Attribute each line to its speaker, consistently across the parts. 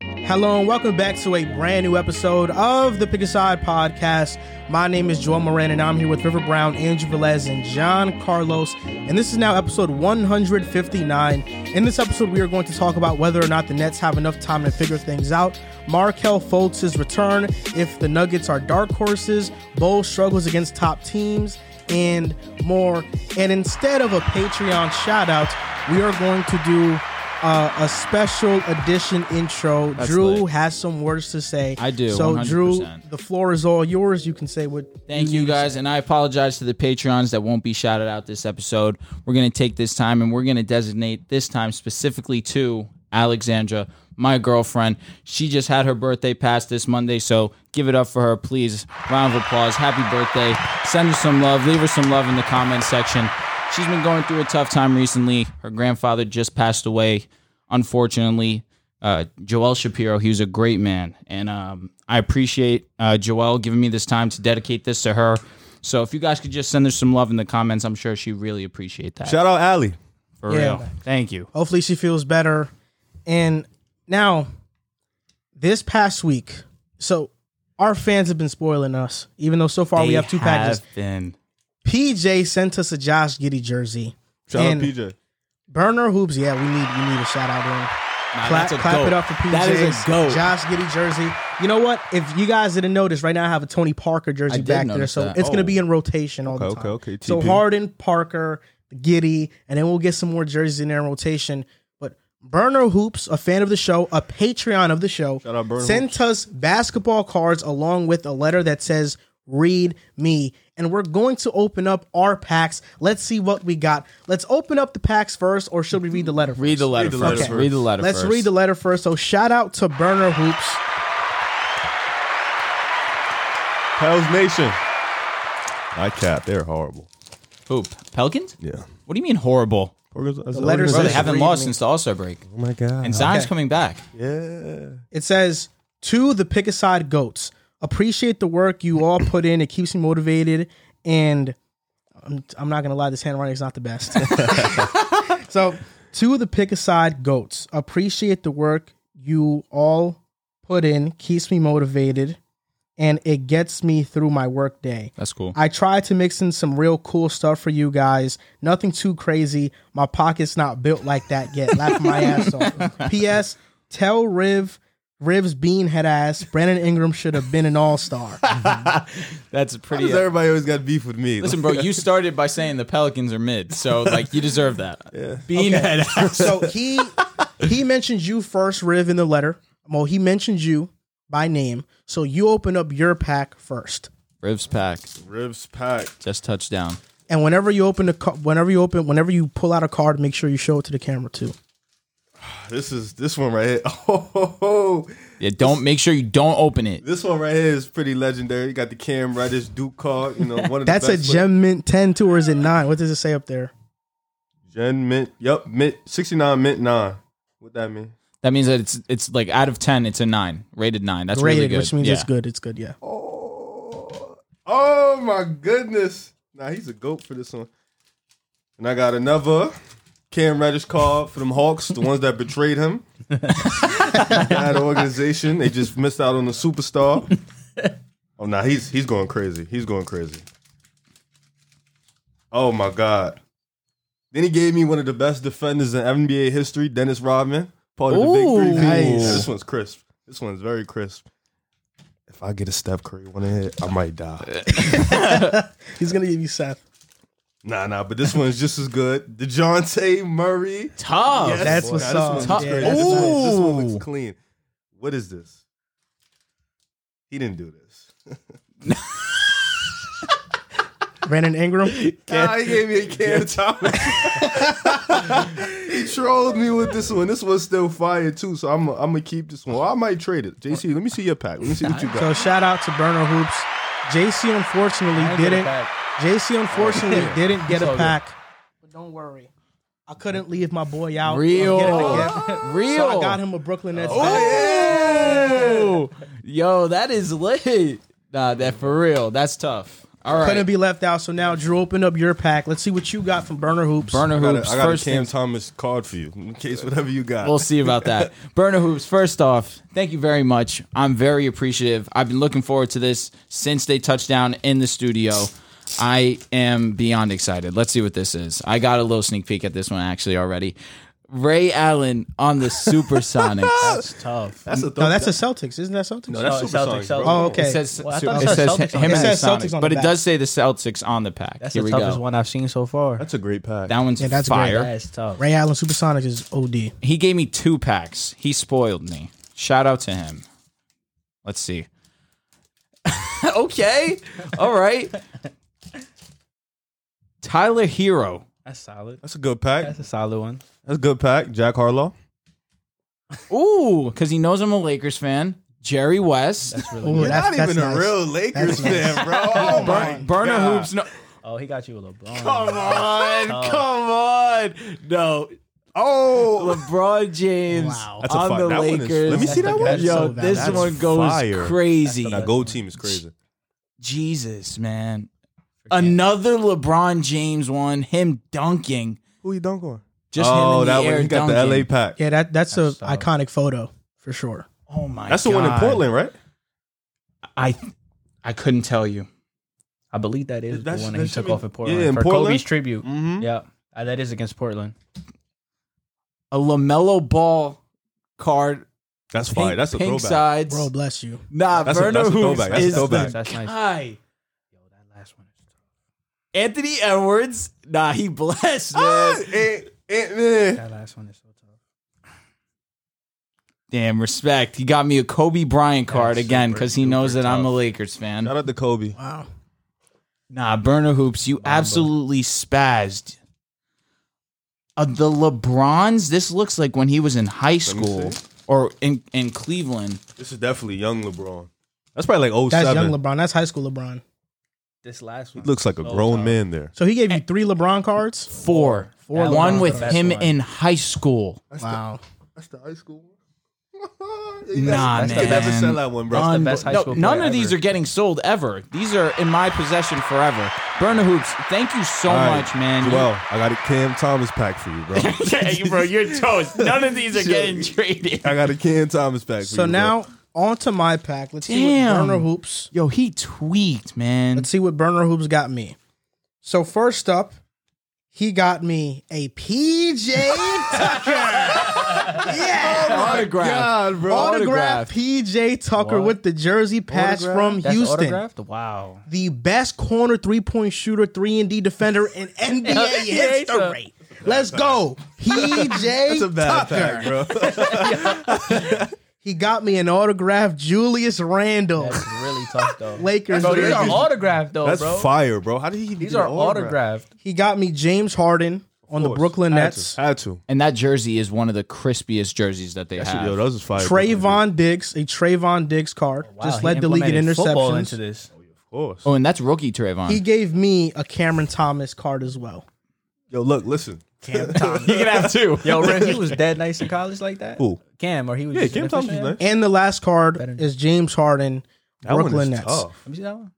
Speaker 1: Hello and welcome back to a brand new episode of the Pick a Side podcast. My name is Joel Moran and I'm here with River Brown, Andrew Velez, and John Carlos. And this is now episode 159. In this episode, we are going to talk about whether or not the Nets have enough time to figure things out, Markel Fultz's return, if the Nuggets are dark horses, Bowl struggles against top teams, and more. And instead of a Patreon shout out, we are going to do uh, a special edition intro.
Speaker 2: That's
Speaker 1: Drew
Speaker 2: lit.
Speaker 1: has some words to say.
Speaker 2: I do,
Speaker 1: So, Drew,
Speaker 2: 100%.
Speaker 1: the floor is all yours. You can say what.
Speaker 2: Thank you
Speaker 1: need to
Speaker 2: guys, and I apologize to the Patreons that won't be shouted out this episode. We're going to take this time and we're going to designate this time specifically to Alexandra, my girlfriend. She just had her birthday pass this Monday, so give it up for her, please. Round of applause. Happy birthday. Send her some love. Leave her some love in the comment section. She's been going through a tough time recently. Her grandfather just passed away, unfortunately uh, Joel Shapiro. He was a great man, and um, I appreciate uh, Joel giving me this time to dedicate this to her. So if you guys could just send her some love in the comments, I'm sure she really appreciate that.
Speaker 3: Shout out Allie.
Speaker 2: For
Speaker 1: Yeah.
Speaker 2: real, thank you.
Speaker 1: Hopefully, she feels better. And now, this past week, so our fans have been spoiling us, even though so far Oh, we have two packages.
Speaker 2: been
Speaker 1: PJ sent us a Josh Giddy jersey.
Speaker 3: Shout
Speaker 1: And-
Speaker 3: out PJ.
Speaker 1: Burner hoops, yeah, we need we need a shout out in.
Speaker 2: Nah,
Speaker 1: clap
Speaker 2: that's a
Speaker 1: clap
Speaker 2: goat.
Speaker 1: it up for PJ.
Speaker 2: That is a goat.
Speaker 1: Josh Giddy jersey. You know what? If you guys didn't notice, right now I have a Tony Parker jersey
Speaker 2: I did
Speaker 1: back there,
Speaker 2: notice
Speaker 1: so
Speaker 2: that.
Speaker 1: it's gonna
Speaker 3: Oh.
Speaker 1: be in rotation all the
Speaker 3: Okay,
Speaker 1: time.
Speaker 3: okay, okay,
Speaker 1: So
Speaker 3: TP.
Speaker 1: Harden, Parker, Giddy, and then we'll get some more jerseys in there in rotation. But Burner Hoops, a fan of the show, a Patreon of the show,
Speaker 3: Shout out Burner
Speaker 1: sent us basketball cards along with a letter that says "Read me." And we're going to open up our packs. Let's see what we got. Let's open up the packs first, or should we read the letter? First?
Speaker 2: Read the letter
Speaker 3: Read the letter
Speaker 2: first.
Speaker 3: first.
Speaker 2: Read the letter.
Speaker 1: Let's
Speaker 2: first.
Speaker 1: read the letter first. So shout out to Burner Hoops.
Speaker 3: Hell's Nation. I cap. They're horrible.
Speaker 2: hoop. Pelicans?
Speaker 3: Yeah.
Speaker 2: What do you mean horrible?
Speaker 3: The
Speaker 1: letter
Speaker 2: Bro,
Speaker 1: says-
Speaker 2: they haven't
Speaker 1: read
Speaker 2: lost
Speaker 1: me.
Speaker 2: since the All Star break,
Speaker 3: Oh my god.
Speaker 2: and Zion's coming back.
Speaker 3: yeah.
Speaker 1: It says to the pick aside goats. Appreciate the work you all put in. It keeps me motivated. And I'm, I'm not gonna lie, this handwriting is not the best. so to the pick aside goats. Appreciate the work you all put in. Keeps me motivated, and it gets me through my work day.
Speaker 2: That's cool.
Speaker 1: I try to mix in some real cool stuff for you guys. Nothing too crazy. My pocket's not built like that yet. Laugh my ass off. P.S. Tell Riv, Riv's beanhead ass, Brandon Ingram should have been an all star.
Speaker 2: That's pretty.
Speaker 3: Because everybody always got beef with me.
Speaker 2: Listen, bro, you started by saying the Pelicans are mid, so like you deserve that. Being head ass.
Speaker 1: so he he mentions you first, Riv, in the letter. Well, he mentions you by name. So you open up your pack first.
Speaker 2: Rivs pack
Speaker 3: ribs packed.
Speaker 2: just touchdown.
Speaker 1: And whenever you open the, ca- whenever you open, whenever you pull out a card, make sure you show it to the camera too.
Speaker 3: This is this one right here. Oh, ho, ho.
Speaker 2: Yeah, don't make sure you don't open it.
Speaker 3: this one right here is pretty legendary. You got the Cam Reddish Duke card. You know, one of
Speaker 1: That's
Speaker 3: the
Speaker 1: a
Speaker 3: best
Speaker 1: gem mint ten two or is it nine? What does it say up there?
Speaker 3: Gen mint. Yep, mint sixty nine mint nine. What that mean?
Speaker 2: That means that it's it's like out of ten, it's a nine, rated nine. That's
Speaker 1: rated,
Speaker 2: really good.
Speaker 1: which means
Speaker 2: yeah.
Speaker 1: it's good. It's good. Yeah.
Speaker 3: Oh, oh my goodness. Nah, he's a goat for this one. And I got another Cam Reddish card for them Hawks, the ones that betrayed him. that organization. They just missed out on the superstar. Oh nah, he's he's going crazy. He's going crazy. Oh my god. Then he gave me one of the best defenders in NBA history, Dennis Rodman. Part of
Speaker 1: Ooh.
Speaker 3: the big three.
Speaker 1: Nice.
Speaker 3: Yeah, this one's crisp. This one's very crisp. If I get a Steph Curry one in here, I might die.
Speaker 1: He's gonna give you Seth.
Speaker 3: Nah, nah, but this one's just as good. DeJounte Murray.
Speaker 2: Tough.
Speaker 3: Yes,
Speaker 1: that's
Speaker 3: boy.
Speaker 1: what's
Speaker 3: Nah,
Speaker 1: up.
Speaker 3: This one, looks
Speaker 2: Yeah.
Speaker 3: great. This, one, this one
Speaker 2: Ooh.
Speaker 3: looks clean. What is this? He didn't do this.
Speaker 1: Brandon Ingram.
Speaker 3: Nah, he gave me a Cam Thomas. he trolled me with this one. This one's still fire too, so I'm I'm gonna keep this one. Or I might trade it. JC, let me see your pack. Let me see what you got.
Speaker 1: So shout out to Burner Hoops. JC unfortunately
Speaker 2: I didn't get a
Speaker 1: didn't.
Speaker 2: pack.
Speaker 1: JC unfortunately didn't get
Speaker 2: all
Speaker 1: a
Speaker 2: good.
Speaker 1: pack. But don't worry, I couldn't leave my boy out. I'm
Speaker 2: Real.
Speaker 1: getting a gift.
Speaker 2: Real.
Speaker 1: So I got him a Brooklyn Nets. pack.
Speaker 2: Oh, Yo, that is lit. Nah, that for real. That's tough. All right.
Speaker 1: Couldn't be left out. So now, Drew, open up your pack. Let's see what you got from Burner Hoops.
Speaker 2: Burner
Speaker 3: I got, a,
Speaker 2: hoops
Speaker 3: I got a
Speaker 2: first.
Speaker 3: Cam
Speaker 2: things-
Speaker 3: Thomas card for you in case whatever you got.
Speaker 2: We'll see about that. Burner hoops. First off, thank you very much. I'm very appreciative. I've been looking forward to this since they touched down in the studio. I am beyond excited. Let's see what this is. I got a little sneak peek at this one actually already. Ray Allen on the Supersonics.
Speaker 4: It's tough.
Speaker 3: That's a
Speaker 1: No, that's the Celtics. Isn't that Celtics?
Speaker 3: No,
Speaker 4: Oh,
Speaker 3: that's
Speaker 4: it's
Speaker 3: Supersonics,
Speaker 4: Celtics,
Speaker 3: bro.
Speaker 4: Celtics.
Speaker 1: Oh, okay.
Speaker 2: It says,
Speaker 4: Well, I
Speaker 2: su-
Speaker 4: thought
Speaker 2: it
Speaker 4: it said
Speaker 2: says
Speaker 4: Celtics on
Speaker 2: him
Speaker 4: the
Speaker 2: and
Speaker 1: back. It
Speaker 2: the
Speaker 1: says Celtics
Speaker 2: Sonics,
Speaker 1: on
Speaker 2: but
Speaker 1: the
Speaker 2: it
Speaker 1: back.
Speaker 2: does say the Celtics on the pack.
Speaker 4: That's
Speaker 2: Here
Speaker 4: the
Speaker 2: we
Speaker 4: toughest
Speaker 2: go.
Speaker 4: one I've seen so far.
Speaker 3: That's a great pack.
Speaker 2: That one's
Speaker 1: Yeah, that's great.
Speaker 2: fire.
Speaker 4: That's tough.
Speaker 1: Ray Allen Supersonics is OD.
Speaker 2: He gave me two packs. He spoiled me. Shout out to him. Let's see. okay. All right. Tyler Hero.
Speaker 4: That's solid.
Speaker 3: That's a good pack.
Speaker 4: That's a solid one.
Speaker 3: That's a good pack. Jack Harlow.
Speaker 2: Ooh, because he knows I'm a Lakers fan. Jerry West.
Speaker 4: That's really
Speaker 1: Ooh,
Speaker 4: good.
Speaker 1: that's, that's nice.
Speaker 3: Lakers
Speaker 1: That's nice.
Speaker 3: bro. Oh my
Speaker 2: Burner
Speaker 3: God.
Speaker 2: Hoops. No.
Speaker 4: Oh, he got you a LeBron.
Speaker 2: Come on. Come on. No.
Speaker 3: Oh,
Speaker 2: LeBron James
Speaker 1: Wow.
Speaker 3: That's a
Speaker 2: on
Speaker 3: fun-
Speaker 2: the
Speaker 3: that one is-
Speaker 2: Lakers.
Speaker 3: let me see that one.
Speaker 4: That's
Speaker 2: Yo,
Speaker 1: so valid.
Speaker 2: this
Speaker 1: That's
Speaker 2: one goes
Speaker 3: fire.
Speaker 2: crazy.
Speaker 3: that gold team is crazy.
Speaker 2: Jesus, man. Another LeBron James one, him dunking.
Speaker 3: Who you dunk on?
Speaker 2: Just him
Speaker 3: oh,
Speaker 2: in the
Speaker 3: that
Speaker 2: air
Speaker 3: one. He got
Speaker 2: dunking.
Speaker 3: the LA pack.
Speaker 1: Yeah, that that's, a
Speaker 4: solid.
Speaker 1: iconic photo for sure.
Speaker 2: Oh my
Speaker 3: That's the one in
Speaker 2: God.
Speaker 3: Portland, right?
Speaker 2: I I couldn't tell you.
Speaker 4: I believe that is
Speaker 3: That's-
Speaker 4: the one
Speaker 3: that
Speaker 4: that he
Speaker 3: should
Speaker 4: took
Speaker 3: be-
Speaker 4: off in Portland
Speaker 3: Yeah, in
Speaker 4: for
Speaker 3: Portland?
Speaker 4: Kobe's tribute.
Speaker 3: Mm-hmm.
Speaker 4: Yeah, Uh, that is against Portland.
Speaker 2: A LaMelo ball card.
Speaker 3: That's
Speaker 2: Pink,
Speaker 3: fire. That's a
Speaker 2: pink
Speaker 3: throwback.
Speaker 2: sides.
Speaker 1: Bro, bless you.
Speaker 2: Nah,
Speaker 3: That's a-
Speaker 2: Verno
Speaker 3: that's a
Speaker 2: Hoops
Speaker 3: throwback. That's a
Speaker 2: is
Speaker 3: throwback.
Speaker 2: the
Speaker 4: That's nice.
Speaker 2: guy.
Speaker 4: Yo, Oh, that last one is tough.
Speaker 2: Anthony Edwards. Nah, he blessed, man.
Speaker 3: Ah, eh, Ant- Ant-Man.
Speaker 4: That last one is so tough.
Speaker 2: Damn, respect. He got me a Kobe Bryant card
Speaker 4: That's
Speaker 2: again
Speaker 4: super,
Speaker 2: because he knows that
Speaker 4: super
Speaker 2: I'm a
Speaker 4: tough.
Speaker 2: Lakers fan.
Speaker 3: Shout out to Kobe.
Speaker 1: Wow.
Speaker 2: Nah, burner hoops. You absolutely spazzed. Uh, the LeBrons. This looks like when he was in high school
Speaker 3: see.
Speaker 2: or in, in Cleveland.
Speaker 3: This is definitely young LeBron. That's probably like 07.
Speaker 1: That's young LeBron. That's high school LeBron.
Speaker 4: This last
Speaker 3: He
Speaker 4: one
Speaker 3: looks like a grown man there.
Speaker 1: So he gave you three LeBron cards.
Speaker 2: Four,
Speaker 4: Four
Speaker 2: one
Speaker 4: LeBron's
Speaker 2: with
Speaker 4: the best
Speaker 2: him
Speaker 4: one.
Speaker 2: in high school.
Speaker 1: Wow.
Speaker 3: That's the high school one.
Speaker 2: Nah,
Speaker 3: that's the
Speaker 2: man.
Speaker 3: never sell that one, bro.
Speaker 4: the best
Speaker 2: Unbe-
Speaker 4: high
Speaker 2: No,
Speaker 4: school
Speaker 2: none
Speaker 4: player
Speaker 2: of these
Speaker 4: ever.
Speaker 2: are getting sold ever. These are in my possession forever. Burner hoops. Thank you so
Speaker 3: All right,
Speaker 2: much, man.
Speaker 3: Well, I got a Cam Thomas pack for you, bro.
Speaker 2: Yeah, bro, you're toast. None of these are getting traded.
Speaker 3: I got a Cam Thomas pack for you.
Speaker 1: So
Speaker 3: bro.
Speaker 1: now on to my pack. Let's see what
Speaker 2: Damn.
Speaker 1: Burner Hoops.
Speaker 2: Yo, he tweaked, man.
Speaker 1: Let's see what Burner Hoops got me. So first up, he got me a PJ Tucker. yeah.
Speaker 2: autograph.
Speaker 3: God, bro.
Speaker 1: autograph PJ Tucker
Speaker 4: What?
Speaker 1: with the jersey patch
Speaker 3: Autograph?
Speaker 1: from
Speaker 4: That's
Speaker 1: Houston.
Speaker 4: autographed. Wow.
Speaker 1: The best corner three point shooter, three and D defender in NBA history. Let's go,
Speaker 3: That's a
Speaker 1: PJ
Speaker 3: bad
Speaker 1: Tucker.
Speaker 3: pack, bro.
Speaker 1: He got me an autograph, Julius Randle,
Speaker 4: That's really tough though.
Speaker 1: Lakers.
Speaker 3: Oh,
Speaker 4: bro, these are
Speaker 1: jersey.
Speaker 4: autographed though,
Speaker 3: That's
Speaker 4: bro.
Speaker 3: fire, bro. How did he?
Speaker 4: These are autographed.
Speaker 1: he got me James Harden on the Brooklyn Nets,
Speaker 3: Had to.
Speaker 2: And that jersey is one of the crispiest jerseys that they
Speaker 3: That shit,
Speaker 2: have.
Speaker 3: yo, that was fire. Brooklyn
Speaker 1: Trayvon Diggs, a Trayvon Diggs card, just
Speaker 4: he
Speaker 1: led the league in
Speaker 4: implemented football
Speaker 1: interceptions.
Speaker 4: Into this.
Speaker 3: Nets, Of course.
Speaker 2: oh, and that's rookie Trayvon.
Speaker 1: He gave me a Cameron Thomas card as well.
Speaker 3: Yo, look, listen.
Speaker 2: you can have two.
Speaker 4: Yo, Ren, he was dead nice in college like that.
Speaker 3: Who?
Speaker 4: Cam, or he was.
Speaker 3: Yeah,
Speaker 4: just
Speaker 3: Cam Thomas was
Speaker 4: inefficient?
Speaker 3: nice.
Speaker 1: And the last card is James Harden,
Speaker 3: That
Speaker 1: Brooklyn
Speaker 3: one is
Speaker 1: Nets.
Speaker 3: tough.
Speaker 4: Let me see that one.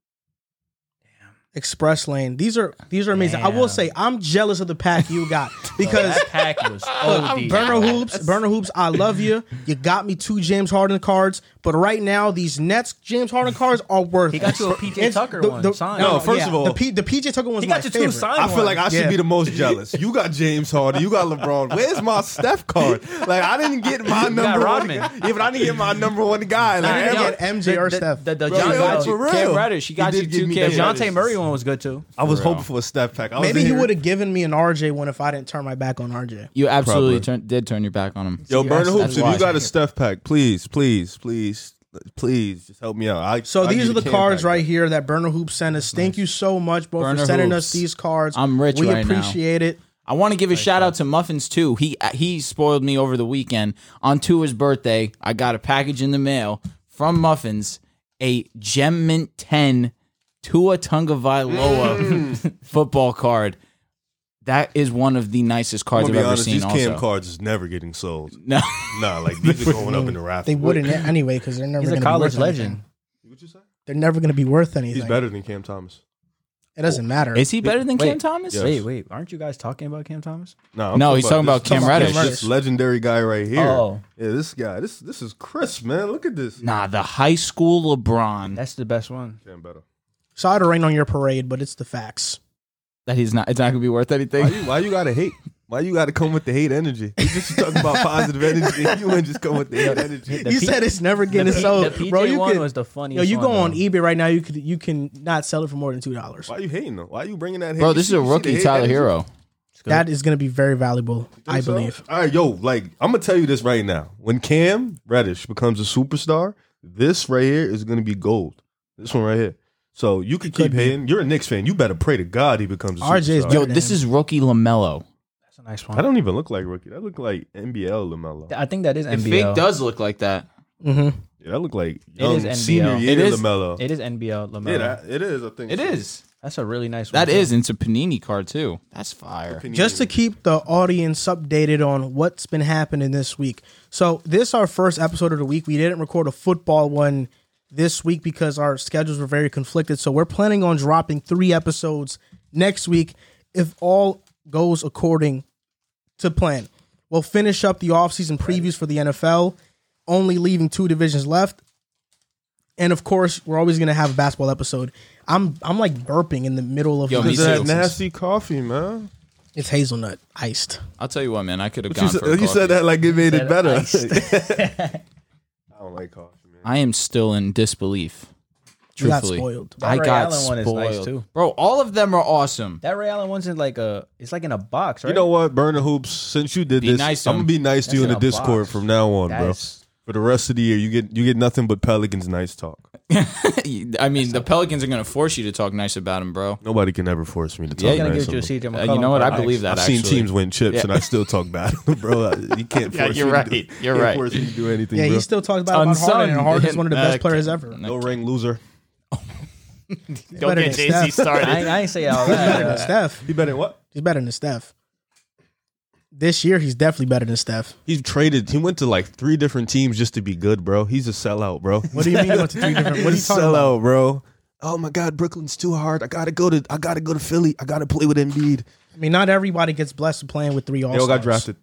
Speaker 1: Express Lane. These are these are amazing. I will
Speaker 4: Damn.
Speaker 1: say I'm jealous of the pack you got because
Speaker 4: That pack was OD.
Speaker 1: Burner Hoops, Burner Hoops, I love you. You got me two James Harden cards, but right now these Nets James Harden cards are worth.
Speaker 4: He got you a PJ Tucker one, signed.
Speaker 3: No, first of all-
Speaker 1: the, P, the PJ Tucker one's
Speaker 4: He
Speaker 1: my
Speaker 4: got you two
Speaker 1: favorite.
Speaker 4: signed
Speaker 3: I feel like I should
Speaker 1: Yeah.
Speaker 3: be the most jealous. You got James Harden. You got LeBron. Where's my Steph card? Like I didn't get my number one.
Speaker 4: Rodman.
Speaker 3: guy. Yeah, but I didn't get my number one guy. Like,
Speaker 1: I didn't
Speaker 3: everybody-
Speaker 1: get MJ or Steph.
Speaker 4: The, the,
Speaker 3: Bro,
Speaker 4: John-
Speaker 3: yo,
Speaker 4: got
Speaker 3: for
Speaker 4: you.
Speaker 3: real.
Speaker 2: Cam Reddish, she
Speaker 3: He
Speaker 2: got
Speaker 3: did
Speaker 2: you
Speaker 3: give
Speaker 2: two
Speaker 3: me
Speaker 2: Cam
Speaker 3: that.
Speaker 2: Reddish.
Speaker 4: Dejounte Murray one was good too.
Speaker 3: I was
Speaker 2: real.
Speaker 3: hoping for a Steph pack. I was
Speaker 1: Maybe
Speaker 3: in
Speaker 1: he
Speaker 3: here-
Speaker 1: would have given me an RJ one if I didn't turn my back on RJ.
Speaker 2: You absolutely
Speaker 3: Probably.
Speaker 2: turn, did turn your back on him.
Speaker 3: Yo, burn
Speaker 2: that's-
Speaker 3: the hoops. If
Speaker 2: that's
Speaker 3: you got
Speaker 2: why.
Speaker 3: a Steph pack, please, please, please, please, just help me out. I,
Speaker 1: So
Speaker 3: I
Speaker 1: these
Speaker 3: need
Speaker 1: are
Speaker 3: a
Speaker 1: the
Speaker 3: Cam
Speaker 1: cards
Speaker 3: pack.
Speaker 1: right here that Burner Hoops sent us. Thank you so much, both for
Speaker 2: Burner
Speaker 1: sending
Speaker 2: Hoops.
Speaker 1: us these cards.
Speaker 2: I'm rich
Speaker 1: We
Speaker 2: right now.
Speaker 1: appreciate it.
Speaker 2: I want to give a shout out to Muffins too. He uh, he spoiled me over the weekend. On Tua's birthday, I got a package in the mail from Muffins, a Gem Mint 10 Tua Tungavailoa football card. That is one of the nicest
Speaker 3: I'm
Speaker 2: cards
Speaker 3: gonna
Speaker 2: I've
Speaker 3: be
Speaker 2: ever
Speaker 3: honest.
Speaker 2: seen.
Speaker 3: These Cam
Speaker 2: also,
Speaker 3: cards is never getting sold.
Speaker 2: no,
Speaker 3: Nah, like these are going up in the rafters.
Speaker 1: They wouldn't anyway because they're never.
Speaker 4: He's a
Speaker 1: gonna be
Speaker 4: college
Speaker 1: worth anything.
Speaker 4: legend.
Speaker 3: What you say?
Speaker 1: They're never going to be worth anything.
Speaker 3: He's better than Cam Thomas.
Speaker 1: It doesn't matter.
Speaker 2: Is he better than
Speaker 4: Wait.
Speaker 2: Cam Thomas?
Speaker 3: Yeah.
Speaker 4: Wait, wait, aren't you guys talking about Cam Thomas?
Speaker 3: No,
Speaker 2: No, he's talking about Cam
Speaker 3: this-
Speaker 1: Reddish.
Speaker 3: This legendary guy right here.
Speaker 2: Oh.
Speaker 3: Yeah, this guy. This this is Chris, man. Look at this.
Speaker 2: Nah, the high school LeBron.
Speaker 4: That's the best one.
Speaker 3: Damn better.
Speaker 1: Sorry to rain on your parade, but it's the facts.
Speaker 2: That he's not. It's not gonna be worth
Speaker 3: Why
Speaker 2: anything.
Speaker 3: you, why you gotta hate? Why you gotta come with the hate energy? You just talking about positive energy. You wouldn't just come with the hate energy.
Speaker 1: you
Speaker 4: P-
Speaker 1: said it's never getting
Speaker 4: P-
Speaker 1: sold,
Speaker 4: the PJ
Speaker 1: bro. You
Speaker 4: one
Speaker 1: can,
Speaker 4: was the
Speaker 1: yo,
Speaker 4: funniest.
Speaker 1: you go on
Speaker 4: one,
Speaker 1: eBay right now. You could you can not sell it for more than two dollars.
Speaker 3: Why you hating though? Why you bringing that? hate?
Speaker 2: Bro, this is
Speaker 3: You
Speaker 2: a
Speaker 3: see- you see the
Speaker 2: rookie
Speaker 3: hate
Speaker 2: Tyler
Speaker 3: energy?
Speaker 2: Hero.
Speaker 1: That is going to be very valuable, I
Speaker 3: So-
Speaker 1: believe.
Speaker 3: All right, yo, like I'm gonna tell you this right now. When Cam Reddish becomes a superstar, this right here is gonna be gold. This one right here. So you could keep
Speaker 1: could be.
Speaker 3: hating. You're a Knicks fan. You better pray to God he becomes a
Speaker 1: RJ 's
Speaker 3: superstar.
Speaker 1: better
Speaker 2: Yo,
Speaker 1: than
Speaker 2: this
Speaker 1: him.
Speaker 2: is rookie Lamelo.
Speaker 4: That's a nice
Speaker 3: I
Speaker 4: one.
Speaker 3: don't even look like rookie. That look like NBL Lamelo.
Speaker 4: I think that is
Speaker 2: If
Speaker 4: NBL.
Speaker 2: does look like that.
Speaker 1: hmm
Speaker 3: Yeah, that look like young
Speaker 4: is NBL.
Speaker 3: senior
Speaker 4: It
Speaker 3: year
Speaker 2: is-
Speaker 3: Lamelo.
Speaker 4: It is NBL Lamelo.
Speaker 3: yeah, that, it is. I think
Speaker 2: It
Speaker 3: so.
Speaker 2: is.
Speaker 4: That's a really nice one.
Speaker 2: That
Speaker 4: too.
Speaker 2: is. It's a Panini card too. That's fire.
Speaker 3: Can you-
Speaker 1: Just to keep the audience updated on what's been happening this week. So this our first episode of the week. We didn't record a football one this week because our schedules were very conflicted. So we're planning on dropping three episodes next week if all goes according to plan. We'll finish up the offseason previews for the NFL, only leaving two divisions left. And of course, we're always gonna have a basketball episode. I'm I'm like burping in the middle of
Speaker 2: Yo, me
Speaker 3: Is
Speaker 1: this.
Speaker 2: too.
Speaker 3: that nasty coffee, man?
Speaker 1: It's hazelnut iced.
Speaker 2: I'll tell you what, man. I could have
Speaker 3: You,
Speaker 2: gone
Speaker 3: said,
Speaker 2: for. A
Speaker 3: you said
Speaker 2: that.
Speaker 3: that like it made it
Speaker 4: Said
Speaker 3: better.
Speaker 4: iced.
Speaker 3: I don't like coffee, man.
Speaker 2: I am still in disbelief.
Speaker 1: You got
Speaker 2: Truthfully,
Speaker 1: spoiled.
Speaker 2: I
Speaker 4: That Ray
Speaker 2: got
Speaker 4: Allen one is
Speaker 2: spoiled.
Speaker 4: nice, too.
Speaker 2: Bro, all of them are awesome.
Speaker 4: That Ray Allen one's in like a. It's like in a box, right?
Speaker 3: You know what, Burner Hoops? Since you did
Speaker 2: Be
Speaker 3: this,
Speaker 2: nice to
Speaker 3: I'm gonna
Speaker 2: him.
Speaker 3: be nice to
Speaker 4: That's
Speaker 3: you in
Speaker 4: in
Speaker 3: the
Speaker 4: a
Speaker 3: Discord
Speaker 4: box.
Speaker 3: from now on, bro.
Speaker 4: That's-
Speaker 3: For the rest of the year, you get you get nothing but Pelicans nice talk.
Speaker 2: I mean, the Pelicans are gonna force you to talk nice about him, bro.
Speaker 3: Nobody can ever force me to talk.
Speaker 2: Yeah,
Speaker 4: I'm gonna
Speaker 3: nice
Speaker 4: give it to a
Speaker 3: about them.
Speaker 4: CJ
Speaker 2: Uh,
Speaker 4: McCollum.
Speaker 2: you know what? I
Speaker 4: Nice.
Speaker 2: believe that.
Speaker 3: I've
Speaker 2: actually.
Speaker 3: seen teams win chips,
Speaker 2: Yeah.
Speaker 3: and I still talk bad, bro. You can't.
Speaker 2: Yeah,
Speaker 3: Force
Speaker 2: you're
Speaker 3: me
Speaker 2: right.
Speaker 3: To do,
Speaker 2: You're
Speaker 3: can't
Speaker 2: right.
Speaker 3: Force me to do anything,
Speaker 1: Yeah,
Speaker 3: bro.
Speaker 1: he still talks about, about Harden, and
Speaker 2: Unsung.
Speaker 1: Harden's one of the best
Speaker 2: Uh,
Speaker 1: players ever.
Speaker 3: no ring loser.
Speaker 1: Don't get Jay-Z
Speaker 2: started.
Speaker 4: I, ain't- I ain't say all
Speaker 1: He's better than
Speaker 4: that.
Speaker 1: Steph.
Speaker 3: He better than what?
Speaker 1: He's better than Steph. This year, he's definitely better than Steph.
Speaker 3: He's traded. He went to like three different teams just to be good, bro. He's a sellout, bro.
Speaker 1: What do you mean? he went to three different? What are you
Speaker 3: He's a
Speaker 1: talking about?
Speaker 3: sellout, bro. Oh my God, Brooklyn's too hard. I gotta go to. I gotta go to Philly. I gotta play with Embiid.
Speaker 1: I mean, not everybody gets blessed with playing with three All
Speaker 3: They all got drafted.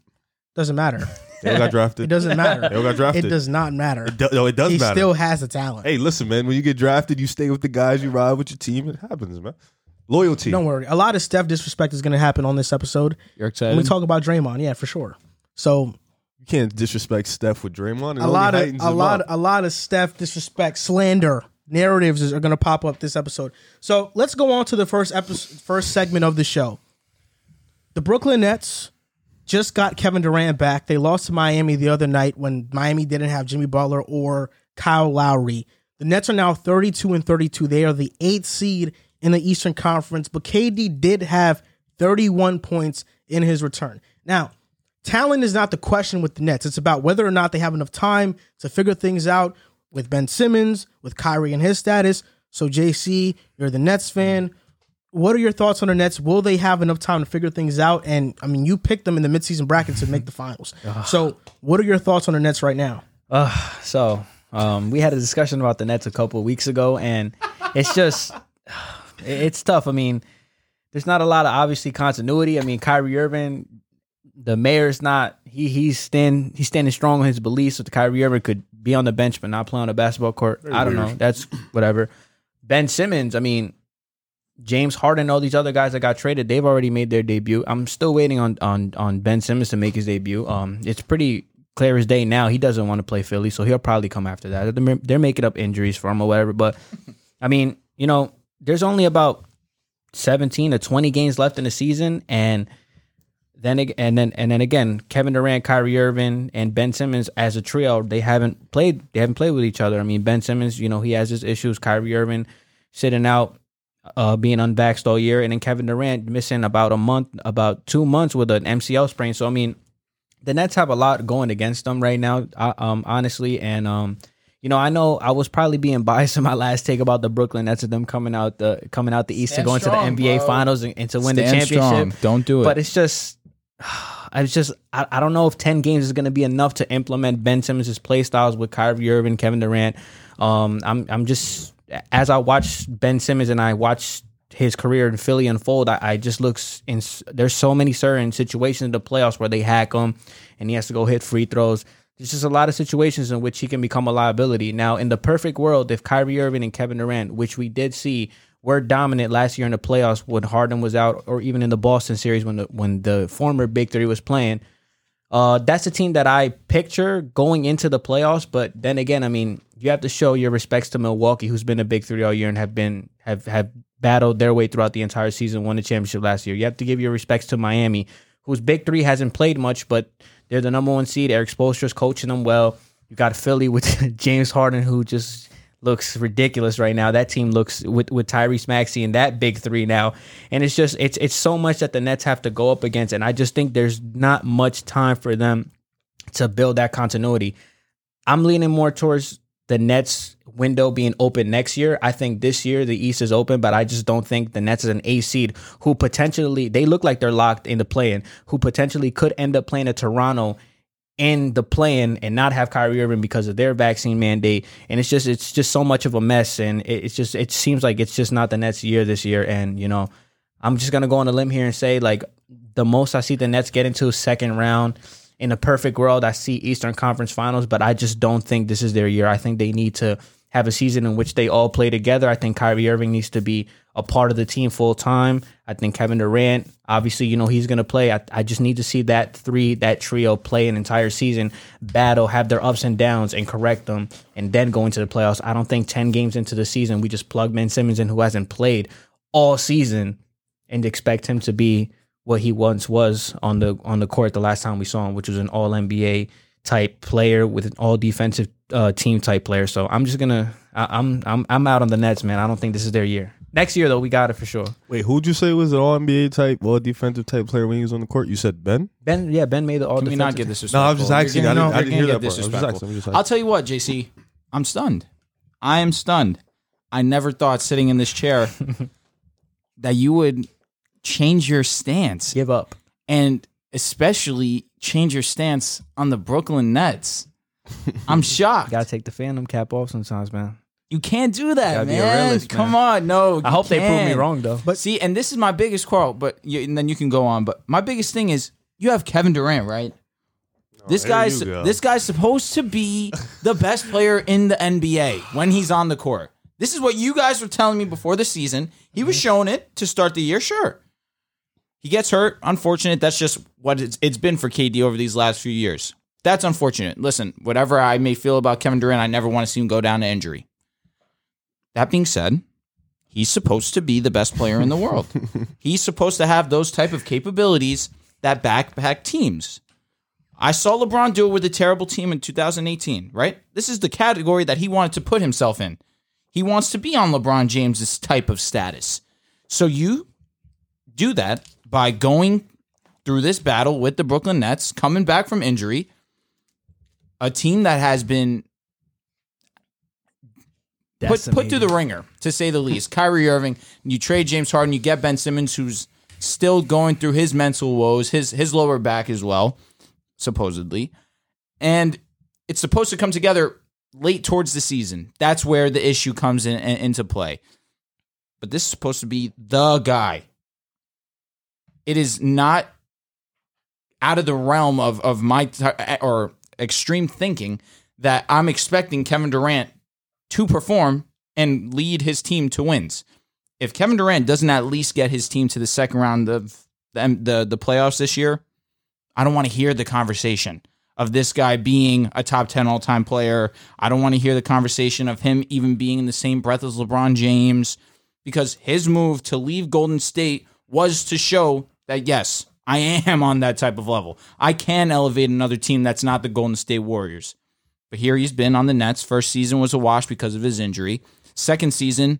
Speaker 1: Doesn't matter.
Speaker 3: They all got drafted.
Speaker 1: It doesn't
Speaker 3: They all
Speaker 1: matter.
Speaker 3: got drafted.
Speaker 1: it does not matter.
Speaker 3: Do- no, it does
Speaker 1: He
Speaker 3: matter.
Speaker 1: still has the talent.
Speaker 3: hey, listen, man. When you get drafted, you stay with the guys. You ride with your team. It happens, man. Loyalty.
Speaker 1: Don't worry. A lot of Steph disrespect is going to happen on this episode.
Speaker 2: You're
Speaker 1: When we
Speaker 2: excited.
Speaker 1: talk about Draymond, yeah, for sure. So
Speaker 3: you can't disrespect Steph with Draymond. It
Speaker 1: a lot of
Speaker 3: only heightens
Speaker 1: a
Speaker 3: him
Speaker 1: lot
Speaker 3: up.
Speaker 1: a lot of Steph disrespect slander narratives is- are going to pop up this episode. So let's go on to the first episode, first segment of the show. The Brooklyn Nets just got Kevin Durant back. They lost to Miami the other night when Miami didn't have Jimmy Butler or Kyle Lowry. The Nets are now 32 and 32. They are the eighth seed in the Eastern Conference, but KD did have 31 points in his return. Now, talent is not the question with the Nets. It's about whether or not they have enough time to figure things out with Ben Simmons, with Kyrie and his status. So, JC, you're the Nets fan what are your thoughts on the Nets? Will they have enough time to figure things out? And I mean, you picked them in the midseason bracket to make the finals.
Speaker 2: Ah.
Speaker 1: so, what are your thoughts on the Nets right now?
Speaker 4: So um, we had a discussion about the Nets a couple of weeks ago, and it's just it- it's tough. I mean, there's not a lot of obviously continuity. I mean, Kyrie Irving, the mayor's not he he's stand he's standing strong on his beliefs. So Kyrie Irving could be on the bench but not play on the basketball court. I don't know. That's whatever. Ben Simmons. I mean. James Harden, all these other guys that got traded, they've already made their debut. I'm still waiting on on on Ben Simmons to make his debut. Um, it's pretty clear as day now. He doesn't want to play Philly, so he'll probably come after that. They're, they're making up injuries for him or whatever. But I mean, you know, there's only about 17 to 20 games left in the season, and then ag- and then and then again, Kevin Durant, Kyrie Irving, and Ben Simmons as a trio, they haven't played. They haven't played with each other. I mean, Ben Simmons, you know, he has his issues. Kyrie Irving sitting out, uh, being unvaxxed all year, and then Kevin Durant missing about a month, about two months with an MCL sprain. So I mean, the Nets have a lot going against them right now, uh, um, honestly. And um, you know, I know I was probably being biased in my last take about the Brooklyn Nets and them coming out the coming out the East
Speaker 2: Stand
Speaker 4: to go into
Speaker 2: strong,
Speaker 4: the NBA
Speaker 2: bro.
Speaker 4: Finals and, and to
Speaker 2: Stand
Speaker 4: win the championship.
Speaker 2: strong. Don't do it.
Speaker 4: But it's just, I was just, I, I don't know if ten games is going to be enough to implement Ben Simmons' play styles with Kyrie Irving, Kevin Durant. Um, I'm, I'm just as I watch Ben Simmons and I watch his career in Philly unfold, I, I just looks in. s- There's so many certain situations in the playoffs where they hack him, and he has to go hit free throws. There's just a lot of situations in which he can become a liability. Now, in the perfect world, if Kyrie Irving and Kevin Durant, which we did see, were dominant last year in the playoffs when Harden was out, or even in the Boston series when the when the former Big Three was playing, uh, that's a team that I picture going into the playoffs. But then again, I mean, you have to show your respects to Milwaukee, who's been a big three all year and have been have have battled their way throughout the entire season, won the championship last year. You have to give your respects to Miami, whose big three hasn't played much, but they're the number one seed. Eric Spoelstra's coaching them well. You got Philly with James Harden, who just looks ridiculous right now. That team looks with with Tyrese Maxey and that big three now, and it's just it's it's so much that the Nets have to go up against, and I just think there's not much time for them to build that continuity. I'm leaning more towards the Nets window being open next year. I think this year the East is open, but I just don't think the Nets is an A seed who potentially they look like they're locked into playing, who potentially could end up playing a Toronto in the plan and not have Kyrie Irving because of their vaccine mandate. And it's just it's just so much of a mess and it, it's just it seems like it's just not the Nets year this year. And you know, I'm just gonna go on a limb here and say like the most I see the Nets get into is second round. In a perfect world, I see Eastern Conference Finals, but I just don't think this is their year. I think they need to have a season in which they all play together. I think Kyrie Irving needs to be a part of the team full time. I think Kevin Durant, obviously, you know, he's going to play. I, I just need to see that three, that trio play an entire season, battle, have their ups and downs, and correct them, and then go into the playoffs. I don't think 10 games into the season, we just plug Ben Simmons in, who hasn't played all season, and expect him to be what he once was on the on the court the last time we saw him, which was an all NBA type player with an all defensive uh, team type player. So I'm just gonna I, I'm I'm I'm out on the Nets, man. I don't think this is their year. Next year though, we got it for sure.
Speaker 5: Wait, who'd you say was an all NBA type, all defensive type player when he was on the court? You said Ben?
Speaker 4: Ben, yeah, Ben made the all.
Speaker 2: Let me not
Speaker 4: defensive
Speaker 2: get
Speaker 4: team.
Speaker 2: disrespectful.
Speaker 5: No, I was just
Speaker 2: You're
Speaker 5: asking.
Speaker 2: getting-
Speaker 5: I didn't-
Speaker 2: no,
Speaker 5: I didn't hear that
Speaker 2: you're getting
Speaker 5: part. I was just
Speaker 2: disrespectful.
Speaker 5: asking, I'm just asking.
Speaker 2: I'll tell you what, JC, I'm stunned. I am stunned. I never thought sitting in this chair that you would change your stance
Speaker 4: Give up.
Speaker 2: and especially change your stance on the Brooklyn Nets. I'm shocked.
Speaker 4: Gotta take the fandom cap off sometimes, man.
Speaker 2: You can't do that,
Speaker 4: Gotta be a
Speaker 2: man.
Speaker 4: realist, man.
Speaker 2: Come on, no.
Speaker 4: I
Speaker 2: you
Speaker 4: hope they prove me
Speaker 2: can't.
Speaker 4: wrong though.
Speaker 2: But see, and this is my biggest quarrel. But you, and then you can go on. But my biggest thing is you have Kevin Durant, right? this
Speaker 5: here
Speaker 2: guy's
Speaker 5: Oh, you go.
Speaker 2: this guy's supposed to be the best player in the NBA when he's on the court. This is what you guys were telling me before the season. He
Speaker 5: Mm-hmm.
Speaker 2: was showing it to start the year. Sure, he gets hurt. Unfortunate. That's just what it's, it's been for KD over these last few years. That's unfortunate. Listen, whatever I may feel about Kevin Durant, I never want to see him go down to injury. That being said, he's supposed to be the best player in the world. he's supposed to have those type of capabilities that backpack teams. I saw LeBron do it with a terrible team in 2018, right? This is the category that he wanted to put himself in. He wants to be on LeBron James's type of status. So you do that by going through this battle with the Brooklyn Nets, coming back from injury, a team that has been put, put through the ringer, to say the least. Kyrie Irving, you trade James Harden, you get Ben Simmons, who's still going through his mental woes, his his lower back as well, supposedly, and it's supposed to come together late towards the season. That's where the issue comes in, in- into play. But this is supposed to be the guy. It is not out of the realm of of my t- or extreme thinking that I'm expecting Kevin Durant to perform and lead his team to wins. If Kevin Durant doesn't at least get his team to the second round of the the, the playoffs this year, I don't want to hear the conversation of this guy being a top 10 all-time player. I don't want to hear the conversation of him even being in the same breath as LeBron James because his move to leave Golden State was to show that yes, I am on that type of level. I can elevate another team that's not the Golden State Warriors. But here he's been on the Nets. First season was a wash because of his injury. Second season,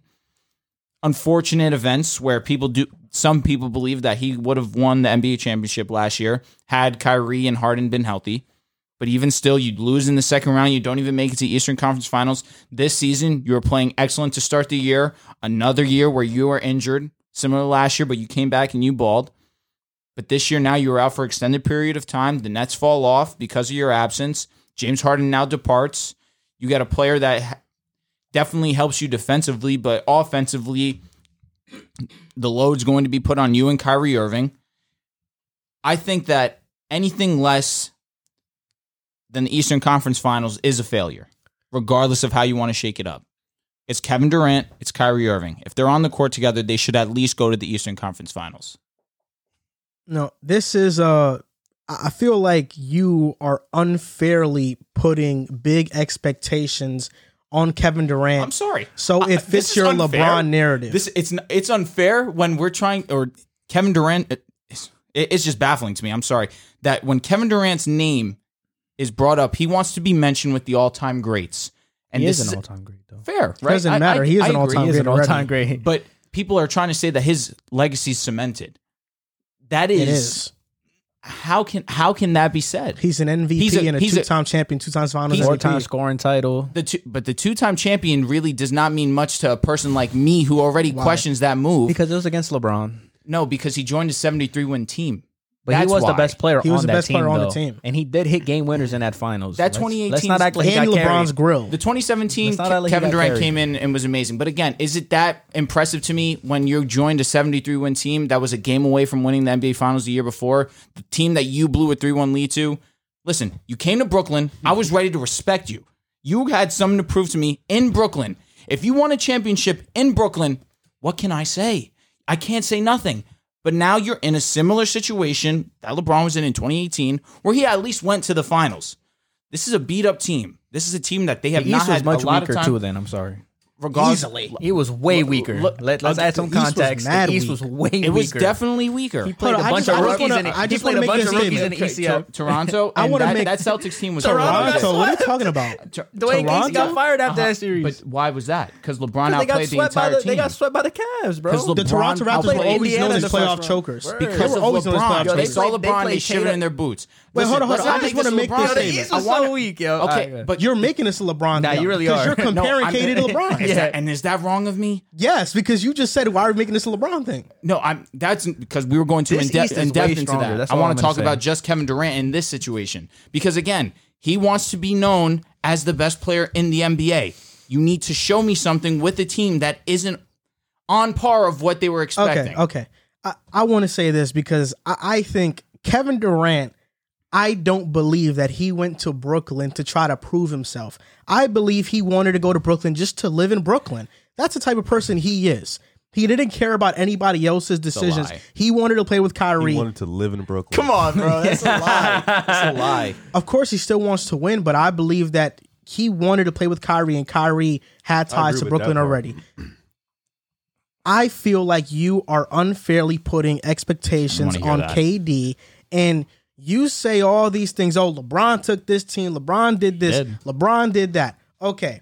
Speaker 2: unfortunate events where people do some people believe that he would have won the NBA championship last year had Kyrie and Harden been healthy. But even still, you lose in the second round. You don't even make it to Eastern Conference Finals. This season, you were playing excellent to start the year. Another year where you were injured, similar to last year, but you came back and you balled. But this year now you are out for extended period of time. The Nets fall off because of your absence. James Harden now departs. You got a player that ha- definitely helps you defensively, but offensively The load's going to be put on you and Kyrie Irving. I think that anything less than the Eastern Conference Finals is a failure, regardless of how you want to shake it up. It's Kevin Durant, it's Kyrie Irving. If they're on the court together, they should at least go to the Eastern Conference Finals.
Speaker 1: No, this is uh I I feel like you are unfairly putting big expectations on Kevin Durant.
Speaker 2: I'm sorry.
Speaker 1: so
Speaker 2: I-
Speaker 1: it
Speaker 2: this
Speaker 1: fits
Speaker 2: is
Speaker 1: your
Speaker 2: unfair.
Speaker 1: LeBron narrative.
Speaker 2: This it's n- it's unfair when we're trying or Kevin Durant. it- It's, it's just baffling to me. I'm sorry that when Kevin Durant's name is brought up, he wants to be mentioned with the all-time greats, and
Speaker 4: he
Speaker 2: this
Speaker 4: is
Speaker 2: is
Speaker 4: an all-time great though.
Speaker 2: fair. Right?
Speaker 1: doesn't matter. He is an
Speaker 2: agree.
Speaker 1: all-time
Speaker 4: He is
Speaker 1: great
Speaker 4: an all-time
Speaker 1: already.
Speaker 4: great.
Speaker 2: But people are trying to say that his legacy's cemented. That is,
Speaker 1: it is.
Speaker 2: how can how can that be said?
Speaker 1: He's an MVP
Speaker 2: He's a-
Speaker 1: and a
Speaker 2: he's a-
Speaker 1: two-time champion, two times Finals
Speaker 4: Four
Speaker 1: MVP.
Speaker 4: time scoring title.
Speaker 2: the two, but the two-time champion really does not mean much to a person like me who already questions that move.
Speaker 4: Because it was against LeBron.
Speaker 2: no, because he joined a 73 win team.
Speaker 4: But
Speaker 2: That's
Speaker 4: he was
Speaker 2: why.
Speaker 4: the best player
Speaker 1: He was the
Speaker 4: on that
Speaker 1: best
Speaker 4: team,
Speaker 1: player on the
Speaker 4: though.
Speaker 1: team.
Speaker 4: And he did hit game winners in that finals.
Speaker 2: That
Speaker 4: Let's-
Speaker 2: 2018
Speaker 4: Let's not act like he
Speaker 1: and
Speaker 4: got
Speaker 1: LeBron's
Speaker 4: carried.
Speaker 1: grill.
Speaker 2: The 2017
Speaker 4: Let's not act like he
Speaker 2: Kevin
Speaker 4: got
Speaker 2: Durant
Speaker 4: carried.
Speaker 2: came in and was amazing. But again, is it that impressive to me when you joined a 73 win team that was a game away from winning the NBA Finals the year before? The team that you blew a 3 1 lead to? Listen, you came to Brooklyn. I was ready to respect you. You had something to prove to me in Brooklyn. If you won a championship in Brooklyn, what can I say? I can't say nothing. But now you're in a similar situation that LeBron was in in 2018, where he at least went to the finals. This is a beat up team. This is a team that they have
Speaker 4: The
Speaker 2: not
Speaker 4: East was
Speaker 2: had
Speaker 4: much
Speaker 2: a lot
Speaker 4: weaker
Speaker 2: of time.
Speaker 4: too. Then I'm sorry.
Speaker 2: regardless,
Speaker 4: He was way
Speaker 2: Look-
Speaker 4: weaker.
Speaker 2: look-
Speaker 4: Let, us
Speaker 2: I'll-
Speaker 4: add some
Speaker 1: the East was
Speaker 4: context.
Speaker 1: mad
Speaker 4: the East
Speaker 1: weak.
Speaker 4: was way
Speaker 2: it
Speaker 4: weaker.
Speaker 2: was definitely weaker.
Speaker 4: He played
Speaker 1: Hold on,
Speaker 4: a
Speaker 1: I
Speaker 4: bunch
Speaker 1: just- I
Speaker 4: of
Speaker 1: just
Speaker 4: rookies
Speaker 1: wanna-
Speaker 4: in it.
Speaker 1: I
Speaker 4: He
Speaker 1: just
Speaker 4: played
Speaker 1: wanna
Speaker 4: a bunch
Speaker 1: make
Speaker 4: of
Speaker 1: this
Speaker 4: rookies in
Speaker 1: statement.
Speaker 4: the East. Yeah.
Speaker 2: Toronto.
Speaker 1: I
Speaker 2: I want
Speaker 1: wanna
Speaker 2: to
Speaker 1: make-
Speaker 2: make that Celtics team was
Speaker 4: Toronto,
Speaker 2: horrendous.
Speaker 1: Toronto,
Speaker 4: Toronto.
Speaker 1: what are you talking about?
Speaker 2: Tor-
Speaker 4: Dwayne Casey got
Speaker 1: Toronto?
Speaker 4: fired after
Speaker 2: Uh-huh.
Speaker 4: that series.
Speaker 2: But why was that? Because
Speaker 4: Because
Speaker 2: LeBron
Speaker 4: they got
Speaker 2: outplayed the
Speaker 4: swept by
Speaker 2: entire
Speaker 4: the,
Speaker 2: team.
Speaker 4: they got swept by the Cavs, bro.
Speaker 2: 'Cause
Speaker 1: The
Speaker 2: LeBron
Speaker 1: Toronto Raptors
Speaker 2: outplayed
Speaker 1: were always known
Speaker 4: Indiana
Speaker 1: as
Speaker 4: in the
Speaker 1: playoff
Speaker 4: first round.
Speaker 1: chokers.
Speaker 4: Word.
Speaker 1: Because
Speaker 2: because
Speaker 1: they were
Speaker 2: of
Speaker 1: always known as
Speaker 2: LeBron.
Speaker 1: playoff
Speaker 4: Yo,
Speaker 2: they,
Speaker 4: they
Speaker 1: chokers.
Speaker 2: saw
Speaker 4: played- they
Speaker 2: LeBron. They,
Speaker 4: played
Speaker 2: shivered
Speaker 4: Tatum.
Speaker 2: in their boots.
Speaker 1: Wait, hold on, hold
Speaker 2: let's
Speaker 1: on.
Speaker 2: not
Speaker 1: I just
Speaker 2: make
Speaker 1: wanna
Speaker 2: this
Speaker 1: make
Speaker 2: LeBron
Speaker 1: this
Speaker 2: thing.
Speaker 1: statement.
Speaker 2: I wanna-
Speaker 4: weak, yo.
Speaker 2: Okay, but
Speaker 1: You're making this a LeBron.
Speaker 4: Nah,
Speaker 1: thing,
Speaker 4: you really
Speaker 1: because
Speaker 4: are.
Speaker 1: You're
Speaker 4: No,
Speaker 1: comparing
Speaker 2: I'm-
Speaker 1: KD to LeBron.
Speaker 2: Is that- and is that wrong of me?
Speaker 1: Yes, because you just said why are we making this a LeBron thing?
Speaker 2: No, I'm. That's because we were going too
Speaker 4: This
Speaker 2: in depth,
Speaker 4: East is
Speaker 2: in depth
Speaker 4: way
Speaker 2: into
Speaker 4: stronger.
Speaker 2: that.
Speaker 4: That's
Speaker 2: I
Speaker 4: all
Speaker 2: want
Speaker 4: I'm
Speaker 2: to
Speaker 4: gonna
Speaker 2: talk
Speaker 4: say.
Speaker 2: about just Kevin Durant in this situation because again, he wants to be known as the best player in the NBA. You need to show me something with a team that isn't on par of what they were expecting.
Speaker 1: Okay, okay. I, I want to say this because I, I think Kevin Durant, I don't believe that he went to Brooklyn to try to prove himself. I believe he wanted to go to Brooklyn just to live in Brooklyn. That's the type of person he is. He didn't care about anybody else's decisions.
Speaker 2: lie.
Speaker 1: He wanted to play with
Speaker 5: He
Speaker 1: Kyrie.
Speaker 5: wanted to live in Brooklyn.
Speaker 2: on, bro. That's a lie. That's a lie.
Speaker 1: of course, he still wants to win, but I believe that he wanted to play with Kyrie, and Kyrie had ties
Speaker 5: agree
Speaker 1: to
Speaker 5: with
Speaker 1: Brooklyn
Speaker 5: that part.
Speaker 1: already. I feel like you are unfairly putting expectations
Speaker 2: I wanna hear
Speaker 1: on
Speaker 2: that.
Speaker 1: KD, and you say all these things. Oh, LeBron took this team. LeBron did this.
Speaker 2: did.
Speaker 1: LeBron did that. Okay.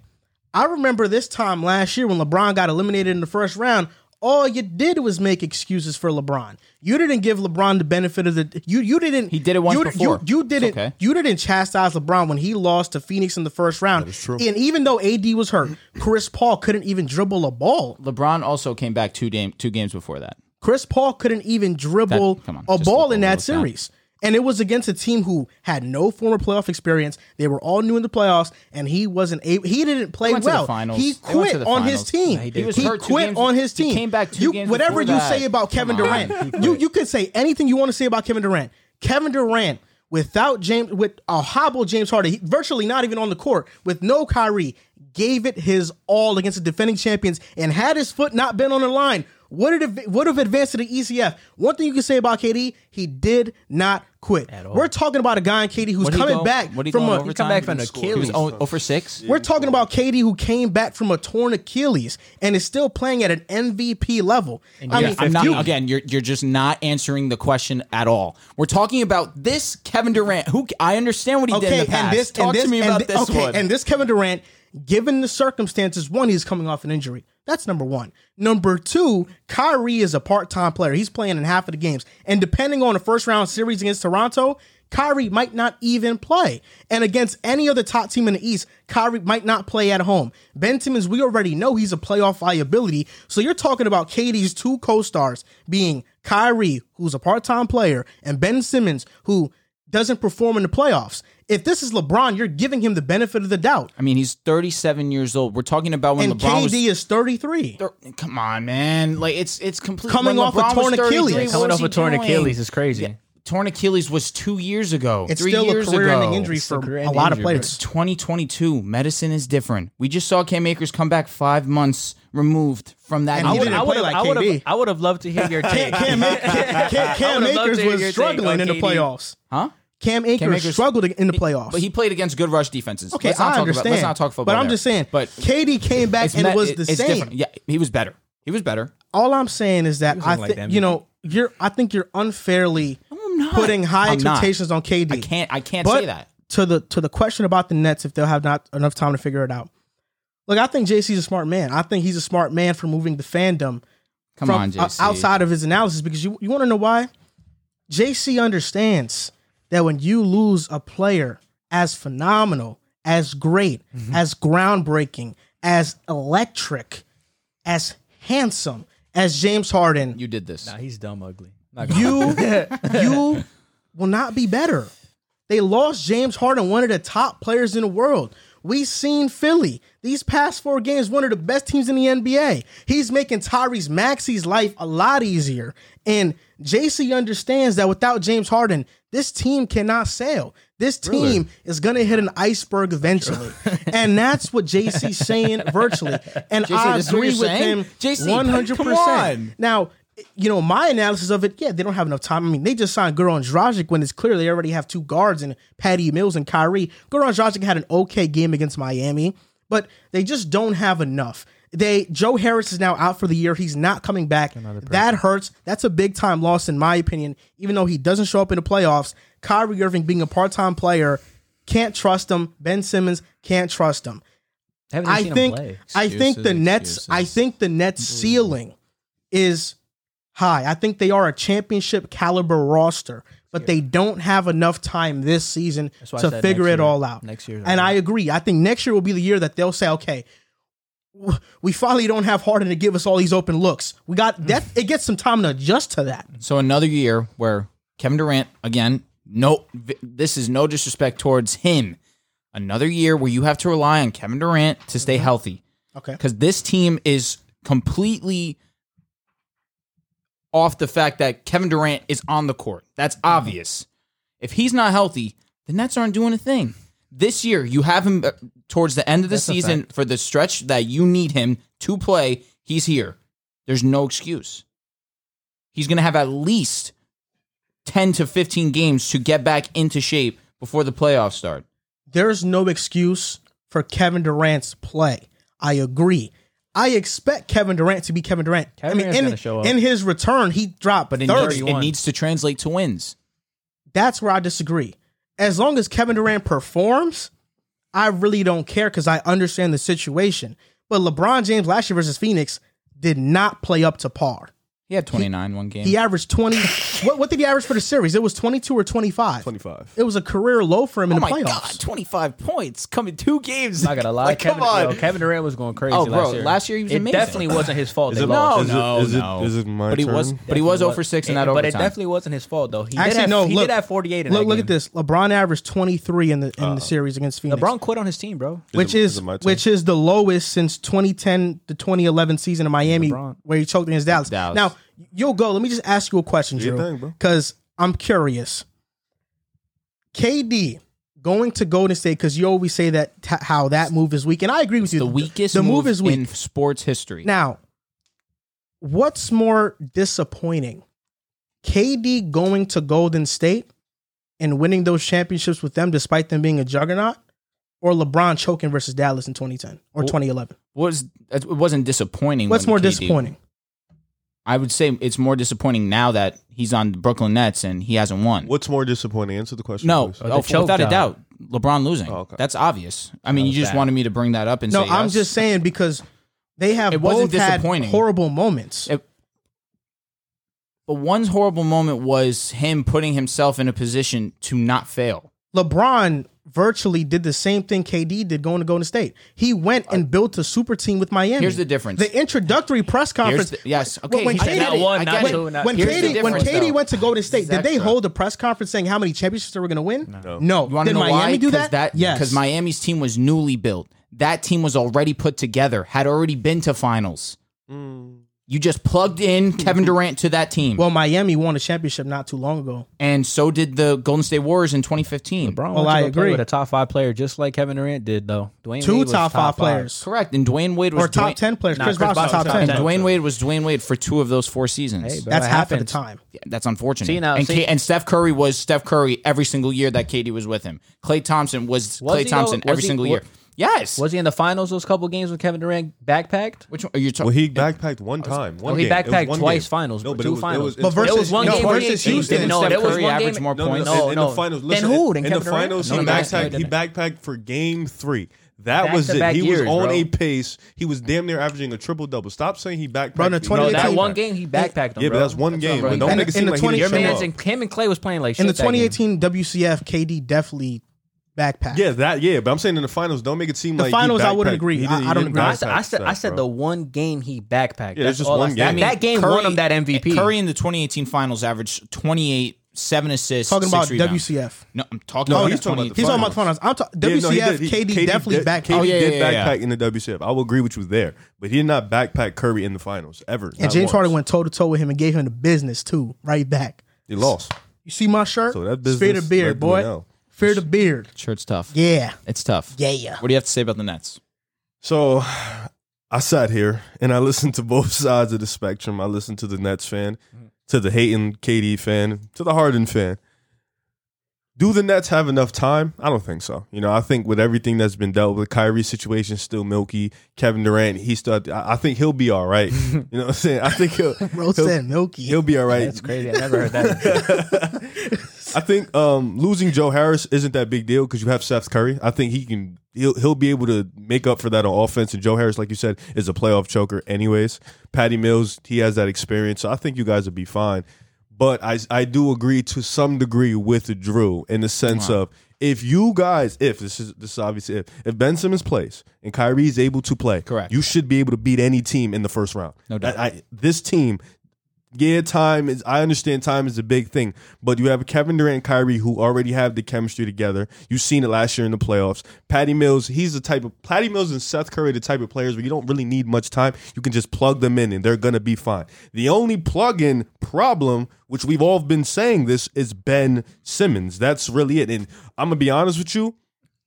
Speaker 1: I remember this time last year when LeBron got eliminated in the first round. All you did was make excuses for LeBron. You didn't give LeBron the benefit of the you. You didn't.
Speaker 2: He did it once
Speaker 1: you,
Speaker 2: before.
Speaker 1: You, you didn't.
Speaker 2: okay.
Speaker 1: You didn't chastise LeBron when he lost to Phoenix in the first round. That is
Speaker 5: true.
Speaker 1: And even though AD was hurt, Chris Paul couldn't even dribble a ball.
Speaker 2: LeBron also came back two game two games before that.
Speaker 1: Chris Paul couldn't even dribble
Speaker 2: That- come on,
Speaker 1: a
Speaker 2: just
Speaker 1: ball
Speaker 2: look
Speaker 1: in
Speaker 2: over
Speaker 1: that
Speaker 2: those down.
Speaker 1: series. And it was against a team who had no former playoff experience. They were all new in the playoffs, and he wasn't able. He didn't play
Speaker 2: went to the
Speaker 1: well.
Speaker 2: finals.
Speaker 1: He
Speaker 2: They went
Speaker 1: quit
Speaker 2: to the
Speaker 1: on his
Speaker 2: finals.
Speaker 1: team.
Speaker 2: Yeah, he
Speaker 1: he
Speaker 2: did. He was hurt two
Speaker 1: quit
Speaker 2: games-
Speaker 1: on his
Speaker 2: he
Speaker 1: team.
Speaker 2: came back two
Speaker 1: You-
Speaker 2: games
Speaker 1: Whatever
Speaker 2: before
Speaker 1: you
Speaker 2: that.
Speaker 1: say about Kevin
Speaker 2: Come on.
Speaker 1: Durant, you you can say anything you want to say about Kevin Durant. Kevin Durant without James with a hobble James Harden, he- virtually not even on the court with no Kyrie, gave it his all against the defending champions and had his foot not been on the line. Would it have, would have advanced to the ECF? One thing you can say about KD, he did not quit. We're talking about a guy in KD who's
Speaker 2: What'd he
Speaker 1: coming
Speaker 2: go-
Speaker 1: back
Speaker 2: what'd he
Speaker 1: from
Speaker 2: go in
Speaker 1: a
Speaker 2: overtime?
Speaker 4: come back from
Speaker 2: He
Speaker 4: an
Speaker 2: scored. He was
Speaker 4: Achilles.
Speaker 2: 0 0 Oh, for six.
Speaker 1: we're talking about KD who came back from a torn Achilles and is still playing at an MVP level. I
Speaker 2: Yeah,
Speaker 1: mean,
Speaker 2: I'm
Speaker 1: if
Speaker 2: not
Speaker 1: you-
Speaker 2: again. You're you're just not answering the question at all. We're talking about this Kevin Durant. Who I understand what he did in the past.
Speaker 1: And this,
Speaker 2: Talk
Speaker 1: and this,
Speaker 2: to me
Speaker 1: and
Speaker 2: about
Speaker 1: thi-
Speaker 2: this
Speaker 1: okay,
Speaker 2: one.
Speaker 1: And this Kevin Durant, given the circumstances, one, he's coming off an injury. That's number one. Number two, Kyrie is a part-time player. He's playing in half of the games. And depending on the first round series against Toronto, Kyrie might not even play. And against any other top team in the East, Kyrie might not play at home. Ben Simmons, we already know he's a playoff liability. So you're talking about KD's two co-stars being Kyrie, who's a part-time player, and Ben Simmons, who doesn't perform in the playoffs. If this is LeBron, you're giving him the benefit of the doubt.
Speaker 2: I mean, he's 37 years old. We're talking about when
Speaker 1: And
Speaker 2: LeBron was
Speaker 1: KD is 33.
Speaker 2: thir- Come on, man! Like it's it's completely
Speaker 1: Coming off a torn Achilles.
Speaker 4: Coming off a torn Achilles is crazy.
Speaker 2: Torn Achilles was two years ago.
Speaker 1: It's
Speaker 2: three
Speaker 1: still a
Speaker 2: years
Speaker 1: career-ending
Speaker 2: ago.
Speaker 1: injury
Speaker 4: a
Speaker 1: for a,
Speaker 4: career-ending
Speaker 1: lot of
Speaker 4: injury,
Speaker 1: players.
Speaker 2: 2022 medicine is different. We just saw Cam Akers come back five months removed from that.
Speaker 1: And he
Speaker 2: injury.
Speaker 1: didn't
Speaker 4: I would
Speaker 1: play
Speaker 4: have.
Speaker 1: like
Speaker 4: I would
Speaker 1: KD.
Speaker 4: have. I would have loved to hear your take.
Speaker 1: Cam, Cam, Cam, Cam
Speaker 4: would've loved
Speaker 1: Akers
Speaker 4: to hear
Speaker 1: was
Speaker 4: your take
Speaker 1: struggling
Speaker 4: on
Speaker 1: in the
Speaker 4: KD.
Speaker 1: playoffs.
Speaker 2: huh?
Speaker 1: Cam Akers,
Speaker 2: Akers-
Speaker 1: struggled in the playoffs.
Speaker 2: But he played against good rush defenses.
Speaker 1: okay,
Speaker 2: let's not
Speaker 1: I
Speaker 2: talk
Speaker 1: understand.
Speaker 2: About, let's not talk football.
Speaker 1: But I'm
Speaker 2: there.
Speaker 1: just saying,
Speaker 2: But
Speaker 1: KD came back
Speaker 2: it's
Speaker 1: and
Speaker 2: met-
Speaker 1: was
Speaker 2: it-
Speaker 1: the
Speaker 2: it's
Speaker 1: same.
Speaker 2: Different. Yeah, he was better. He was better.
Speaker 1: All I'm saying is that I
Speaker 4: like
Speaker 1: think
Speaker 4: that,
Speaker 1: you know you're. I think you're unfairly
Speaker 2: I'm not.
Speaker 1: putting high
Speaker 2: I'm not.
Speaker 1: expectations on KD.
Speaker 2: I can't. I can't
Speaker 1: But
Speaker 2: say that.
Speaker 1: to the to the question about the Nets if they'll have not enough time to figure it out. Look, I think JC's a smart man. I think he's a smart man for moving the fandom
Speaker 2: Come
Speaker 1: from
Speaker 2: on,
Speaker 1: o-
Speaker 2: JC.
Speaker 1: outside of his analysis because you you want to know why? JC understands that when you lose a player as phenomenal, as great,
Speaker 2: Mm-hmm.
Speaker 1: as groundbreaking, as electric, as handsome as James Harden,
Speaker 2: You did this.
Speaker 4: Nah, he's dumb ugly.
Speaker 1: you you will not be better. They lost James Harden, one of the top players in the world. We seen Philly these past four games, one of the best teams in the NBA. He's making Tyrese Maxey's life a lot easier. And JC understands that without James Harden, this team cannot sail. This team is gonna hit an iceberg eventually. and that's what JC's saying virtually. And I
Speaker 2: this is what
Speaker 1: agree
Speaker 2: you're
Speaker 1: with
Speaker 2: saying?
Speaker 1: him
Speaker 2: JC, come
Speaker 1: 100%.
Speaker 2: on.
Speaker 1: Now, you know, my analysis of it, yeah, they don't have enough time. I mean, they just signed Goran Dragic when it's clear they already have two guards and Patty Mills and Kyrie. Goran Dragic had an okay game against Miami, but they just don't have enough. They Joe Harris is now out for the year. He's not coming back. That hurts. That's a big time loss in my opinion. Even though he doesn't show up in the playoffs, Kyrie Irving being a part time player can't trust him. Ben Simmons can't trust him.
Speaker 4: Haven't
Speaker 1: I
Speaker 4: seen
Speaker 1: think
Speaker 4: him play.
Speaker 1: I think the
Speaker 2: Excuses,
Speaker 1: Nets I
Speaker 2: excuses.
Speaker 1: think the Nets ceiling is high. I think they are a championship caliber roster, but they don't have enough time this season
Speaker 4: why I
Speaker 1: to
Speaker 4: said
Speaker 1: figure
Speaker 4: next
Speaker 1: it
Speaker 4: year.
Speaker 1: all out.
Speaker 4: Next year,
Speaker 1: and I agree. I think next year will be the year that they'll say, okay, w- we finally don't have Harden to give us all these open looks. We
Speaker 4: Mm.
Speaker 1: got that. It gets some time to adjust to that.
Speaker 2: So another year where Kevin Durant again. No, v- this is no disrespect towards him. Another year where you have to rely on Kevin Durant to stay healthy
Speaker 1: Okay.
Speaker 2: because this team is completely off the fact that Kevin Durant is on the court. That's obvious. If he's not healthy, the Nets aren't doing a thing. This year, you have him uh, towards the end of the season for the stretch that you need him to play. He's here. There's no excuse. He's going to have at least 10 to 15 games to get back into shape before the playoffs start.
Speaker 1: there's no excuse for Kevin Durant's play. I agree. I expect Kevin Durant to be Kevin Durant.
Speaker 4: Kevin
Speaker 1: I
Speaker 4: Durant's
Speaker 1: mean, in,
Speaker 4: gonna show up.
Speaker 1: in his return, he dropped
Speaker 2: But
Speaker 1: but
Speaker 2: it needs,
Speaker 1: 30.
Speaker 2: it needs to translate to wins.
Speaker 1: That's where I disagree. As long as Kevin Durant performs, I really don't care because I understand the situation. But LeBron James last year versus Phoenix did not play up to par.
Speaker 2: He had 29 one game.
Speaker 1: He averaged 20. what, what did he average for the series? It was 22 or 25.
Speaker 5: 25.
Speaker 1: It was a career low for
Speaker 4: Oh
Speaker 1: him in the playoffs.
Speaker 2: 25 points coming two games.
Speaker 4: Not gonna lie,
Speaker 2: Like,
Speaker 4: Kevin,
Speaker 2: come on.
Speaker 4: yo, Kevin Durant was going crazy.
Speaker 2: Oh, bro,
Speaker 4: last year.
Speaker 2: last year he was
Speaker 4: it
Speaker 2: amazing.
Speaker 4: definitely wasn't his fault. They
Speaker 5: it-
Speaker 4: lost.
Speaker 5: is it-
Speaker 2: no,
Speaker 5: is it-
Speaker 2: no.
Speaker 5: is it my
Speaker 2: but he was,
Speaker 5: turn?
Speaker 2: but he was
Speaker 4: Definitely
Speaker 2: 0 for six in that
Speaker 4: But
Speaker 2: overtime.
Speaker 4: it definitely wasn't his fault though. He
Speaker 1: Actually,
Speaker 4: did have,
Speaker 1: no.
Speaker 4: He
Speaker 1: look,
Speaker 4: did have 48 in
Speaker 1: look,
Speaker 4: that
Speaker 1: look
Speaker 4: game.
Speaker 1: at this. LeBron averaged 23 in the in the series against Phoenix.
Speaker 4: LeBron quit on his team, bro.
Speaker 1: which
Speaker 5: it-
Speaker 1: is,
Speaker 5: is it Uh, my turn?
Speaker 1: which is the lowest since 2010 to 2011 season in Miami,
Speaker 4: LeBron.
Speaker 1: where he choked against Dallas.
Speaker 2: Dallas.
Speaker 1: Now you'll go. Let me just ask you a question,
Speaker 5: Do your thing,
Speaker 1: Drew,
Speaker 5: bro.
Speaker 1: because I'm curious. KD going to Golden State because you always say that t- how that move is weak, and I agree with you.
Speaker 2: the weakest
Speaker 1: the
Speaker 2: move,
Speaker 1: move is weak.
Speaker 2: in sports history.
Speaker 1: Now, what's more disappointing? KD going to Golden State and winning those championships with them despite them being a juggernaut or LeBron choking versus Dallas in 2010 or 2011?
Speaker 2: was it wasn't disappointing.
Speaker 1: What's
Speaker 2: when
Speaker 1: more
Speaker 2: KD
Speaker 1: disappointing?
Speaker 2: I would say it's more disappointing now that he's on the Brooklyn Nets and he hasn't won.
Speaker 5: What's more disappointing? Answer the question.
Speaker 2: No,
Speaker 5: please.
Speaker 2: oh,
Speaker 4: the choke
Speaker 2: without a
Speaker 4: job.
Speaker 2: doubt, LeBron losing.
Speaker 5: Oh, okay.
Speaker 2: That's obvious. I mean, you just
Speaker 4: bad.
Speaker 2: wanted me to bring that up and
Speaker 1: No,
Speaker 2: say
Speaker 1: I'm
Speaker 2: yes.
Speaker 1: just saying because they have
Speaker 2: It
Speaker 1: both
Speaker 2: wasn't
Speaker 1: had
Speaker 2: disappointing.
Speaker 1: horrible moments.
Speaker 2: It- But one's horrible moment was him putting himself in a position to not fail.
Speaker 1: LeBron virtually did the same thing KD did going to Golden State. He went and built a super team with Miami.
Speaker 2: Uh, Here's the difference.
Speaker 1: The introductory press
Speaker 2: Here's
Speaker 1: conference.
Speaker 2: the- yes.
Speaker 1: when-
Speaker 2: Okay.
Speaker 1: when
Speaker 2: he said
Speaker 1: KD
Speaker 2: not
Speaker 1: did-
Speaker 2: one,
Speaker 4: I
Speaker 2: not
Speaker 4: get
Speaker 2: two,
Speaker 4: it.
Speaker 2: not
Speaker 1: when
Speaker 2: Here's the
Speaker 1: Katie when
Speaker 2: difference,
Speaker 1: Katie
Speaker 2: though.
Speaker 1: went to Golden State, did
Speaker 2: Exactly.
Speaker 1: they hold a press conference saying how many championships they were going to win? No. No.
Speaker 2: You want to
Speaker 1: did
Speaker 2: know
Speaker 1: Miami
Speaker 2: why?
Speaker 1: do that? yes.
Speaker 2: Because Miami's team was newly built. That team was already put together. Had already been to finals.
Speaker 4: Mm.
Speaker 2: You just plugged in Kevin Durant to that team,
Speaker 1: well, Miami won a championship not too long ago.
Speaker 2: and so did the Golden State Warriors in 2015.
Speaker 4: LeBron
Speaker 1: Well,
Speaker 4: went to
Speaker 1: I
Speaker 4: go play
Speaker 1: agree.
Speaker 4: with a top five player, just like Kevin Durant did, though. Dwayne
Speaker 1: Two
Speaker 4: Wade was
Speaker 1: top, five players.
Speaker 2: Correct. And Dwayne Wade was
Speaker 1: Or top
Speaker 2: Dwayne-
Speaker 1: 10 players.
Speaker 4: Nah,
Speaker 1: Chris,
Speaker 4: Chris
Speaker 1: Bosh was
Speaker 4: Bosh
Speaker 1: top
Speaker 4: was top
Speaker 1: 10.
Speaker 2: And
Speaker 4: 10.
Speaker 2: Dwayne Wade was Dwayne Wade for two of those four seasons.
Speaker 4: Hey, bro,
Speaker 1: That's
Speaker 4: it
Speaker 1: half of the
Speaker 4: happens.
Speaker 1: time.
Speaker 2: Yeah, That's unfortunate.
Speaker 4: See, now,
Speaker 2: and,
Speaker 4: see-
Speaker 2: Ka- and Steph Curry was Steph Curry every single year that Katie was with him. Clay Thompson was,
Speaker 4: Was
Speaker 2: Clay
Speaker 4: he,
Speaker 2: Thompson
Speaker 4: though? Was
Speaker 2: every
Speaker 4: he-
Speaker 2: single
Speaker 4: wa-
Speaker 2: year. Yes.
Speaker 4: Was he in the finals those couple games with Kevin Durant backpacked?
Speaker 2: Which one are you
Speaker 3: Well,
Speaker 2: talking?
Speaker 3: he backpacked one time. One
Speaker 4: Well, he
Speaker 3: game. It was
Speaker 4: backpacked
Speaker 3: one
Speaker 4: twice
Speaker 3: game.
Speaker 4: finals,
Speaker 3: No,
Speaker 4: but
Speaker 3: but
Speaker 4: two
Speaker 3: it was,
Speaker 4: finals.
Speaker 3: It was,
Speaker 1: But versus-
Speaker 4: It was one
Speaker 1: no,
Speaker 4: game
Speaker 1: versus
Speaker 4: versus
Speaker 1: Houston,
Speaker 4: Houston. No,
Speaker 2: Steph
Speaker 4: there was
Speaker 2: Curry
Speaker 4: one
Speaker 2: averaged
Speaker 4: game.
Speaker 2: more
Speaker 3: No, no,
Speaker 2: points.
Speaker 3: no,
Speaker 4: No,
Speaker 3: in,
Speaker 4: no.
Speaker 3: the finals.
Speaker 4: Then
Speaker 3: Listen,
Speaker 4: who? Then
Speaker 3: In
Speaker 4: Kevin
Speaker 3: the
Speaker 4: Durant?
Speaker 3: finals,
Speaker 2: No,
Speaker 3: he
Speaker 2: no, Kevin
Speaker 3: backpacked.
Speaker 2: Durant
Speaker 3: He backpacked for game three. That was it.
Speaker 4: Back-to-back
Speaker 3: he
Speaker 4: years,
Speaker 3: was on
Speaker 4: bro.
Speaker 3: a pace. He was damn near averaging a triple double. Stop saying he backpacked.
Speaker 1: Bro, in the
Speaker 3: He
Speaker 4: No,
Speaker 1: 2018
Speaker 4: that
Speaker 1: team,
Speaker 4: one
Speaker 1: right?
Speaker 4: game he backpacked him.
Speaker 3: Yeah, but
Speaker 4: bro.
Speaker 3: that's one game.
Speaker 2: bro.
Speaker 3: But don't
Speaker 2: And
Speaker 3: make it
Speaker 1: in
Speaker 3: seem
Speaker 1: the
Speaker 3: like he
Speaker 1: 20
Speaker 3: didn't
Speaker 4: Your
Speaker 1: Shut
Speaker 4: man's
Speaker 3: show
Speaker 4: and
Speaker 3: up.
Speaker 4: him and Clay was playing like shit
Speaker 1: In the
Speaker 4: that game.
Speaker 1: 2018 WCF, KD definitely backpacked.
Speaker 3: Yeah, that. Yeah, but I'm saying in the finals, don't make it seem
Speaker 1: The
Speaker 3: like he
Speaker 1: finals, I wouldn't
Speaker 3: backpacked.
Speaker 1: agree.
Speaker 3: He
Speaker 1: I-
Speaker 3: didn't-
Speaker 1: I don't
Speaker 3: he didn't
Speaker 1: agree.
Speaker 4: I said, I
Speaker 3: backpack
Speaker 4: said, I
Speaker 3: Steph,
Speaker 4: said
Speaker 3: bro.
Speaker 4: the one game he backpacked.
Speaker 3: Yeah,
Speaker 4: that's
Speaker 3: it's just
Speaker 4: all I
Speaker 3: one
Speaker 4: said.
Speaker 3: game.
Speaker 4: That, that game won him that MVP.
Speaker 2: Curry in the 2018 finals averaged 28, seven assists.
Speaker 1: Talking
Speaker 2: six
Speaker 1: about
Speaker 2: rebounds.
Speaker 1: WCF.
Speaker 2: No, I'm talking
Speaker 3: No,
Speaker 2: about
Speaker 3: he's
Speaker 2: the
Speaker 3: talking about
Speaker 2: 20
Speaker 3: the
Speaker 1: He's on my finals. I'm ta-
Speaker 3: Yeah,
Speaker 1: WCF,
Speaker 3: no, he did. He-
Speaker 1: KD, definitely
Speaker 3: did-
Speaker 1: backpacked.
Speaker 3: KD
Speaker 2: Oh, yeah,
Speaker 3: did
Speaker 2: yeah, yeah.
Speaker 3: backpack in the WCF. I will agree with you there, but he did not backpack Curry in the finals ever.
Speaker 1: and
Speaker 3: Not
Speaker 1: James
Speaker 3: once.
Speaker 1: Harden went toe to toe with him and gave him the business too, right back.
Speaker 3: He lost.
Speaker 1: You see my shirt?
Speaker 3: So that business
Speaker 1: Fear the beard,
Speaker 3: let them
Speaker 1: boy.
Speaker 3: know.
Speaker 1: Fear the beard.
Speaker 2: Sure, it's tough.
Speaker 1: Yeah.
Speaker 2: It's tough.
Speaker 1: Yeah.
Speaker 2: What do you have to say about the Nets?
Speaker 3: So I sat here and I listened to both sides of the spectrum. I listened to the Nets fan, to the Hayton KD fan, to the Harden fan. Do the Nets have enough time? I don't think so. You know, I think with everything that's been dealt with, Kyrie's situation still milky. Kevin Durant, he still. I I think he'll be all right. You know what I'm saying? I think he'll.
Speaker 1: Bro
Speaker 3: he'll-
Speaker 1: said Milky.
Speaker 3: He'll be all right.
Speaker 4: That's crazy. I never heard that.
Speaker 3: I think um, losing Joe Harris isn't that big deal because you have Seth Curry. I think he can he'll he'll be able to make up for that on offense. And Joe Harris, like you said, is a playoff choker. Anyways, Patty Mills he has that experience, so I think you guys will be fine. But I I do agree to some degree with Drew in the sense of if you guys if this is this is obviously if if Ben Simmons plays and Kyrie is able to play,
Speaker 2: Correct.
Speaker 3: you should be able to beat any team in the first round.
Speaker 2: No doubt.
Speaker 3: I, I, this team yeah, time is. I understand time is a big thing, but you have Kevin Durant and Kyrie who already have the chemistry together. You've seen it last year in the playoffs. Patty Mills, he's the type of Patty Mills and Seth Curry, are the type of players where you don't really need much time. You can just plug them in and they're gonna be fine. The only plug-in problem, which we've all been saying this, is Ben Simmons. That's really it. And I'm gonna be honest with you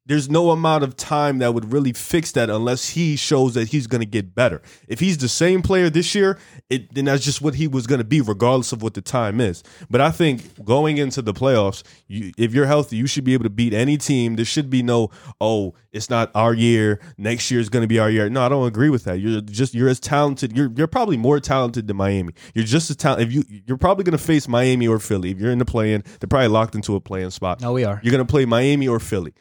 Speaker 3: there's no amount of time that would really fix that unless he shows that he's going to get better. If he's the same player this year, it, then that's just what he was going to be, regardless of what the time is. But I think going into the playoffs, you, if you're healthy, you should be able to beat any team. There should be no, oh, it's not our year. Next year is going to be our year. No, I don't agree with that. You're just you're as talented. You're you're probably more talented than Miami. You're just as talented. If you you're probably going to face Miami or Philly. If you're in the play-in, they're probably locked into a play-in spot.
Speaker 4: no, we are.
Speaker 3: You're going to play Miami or Philly.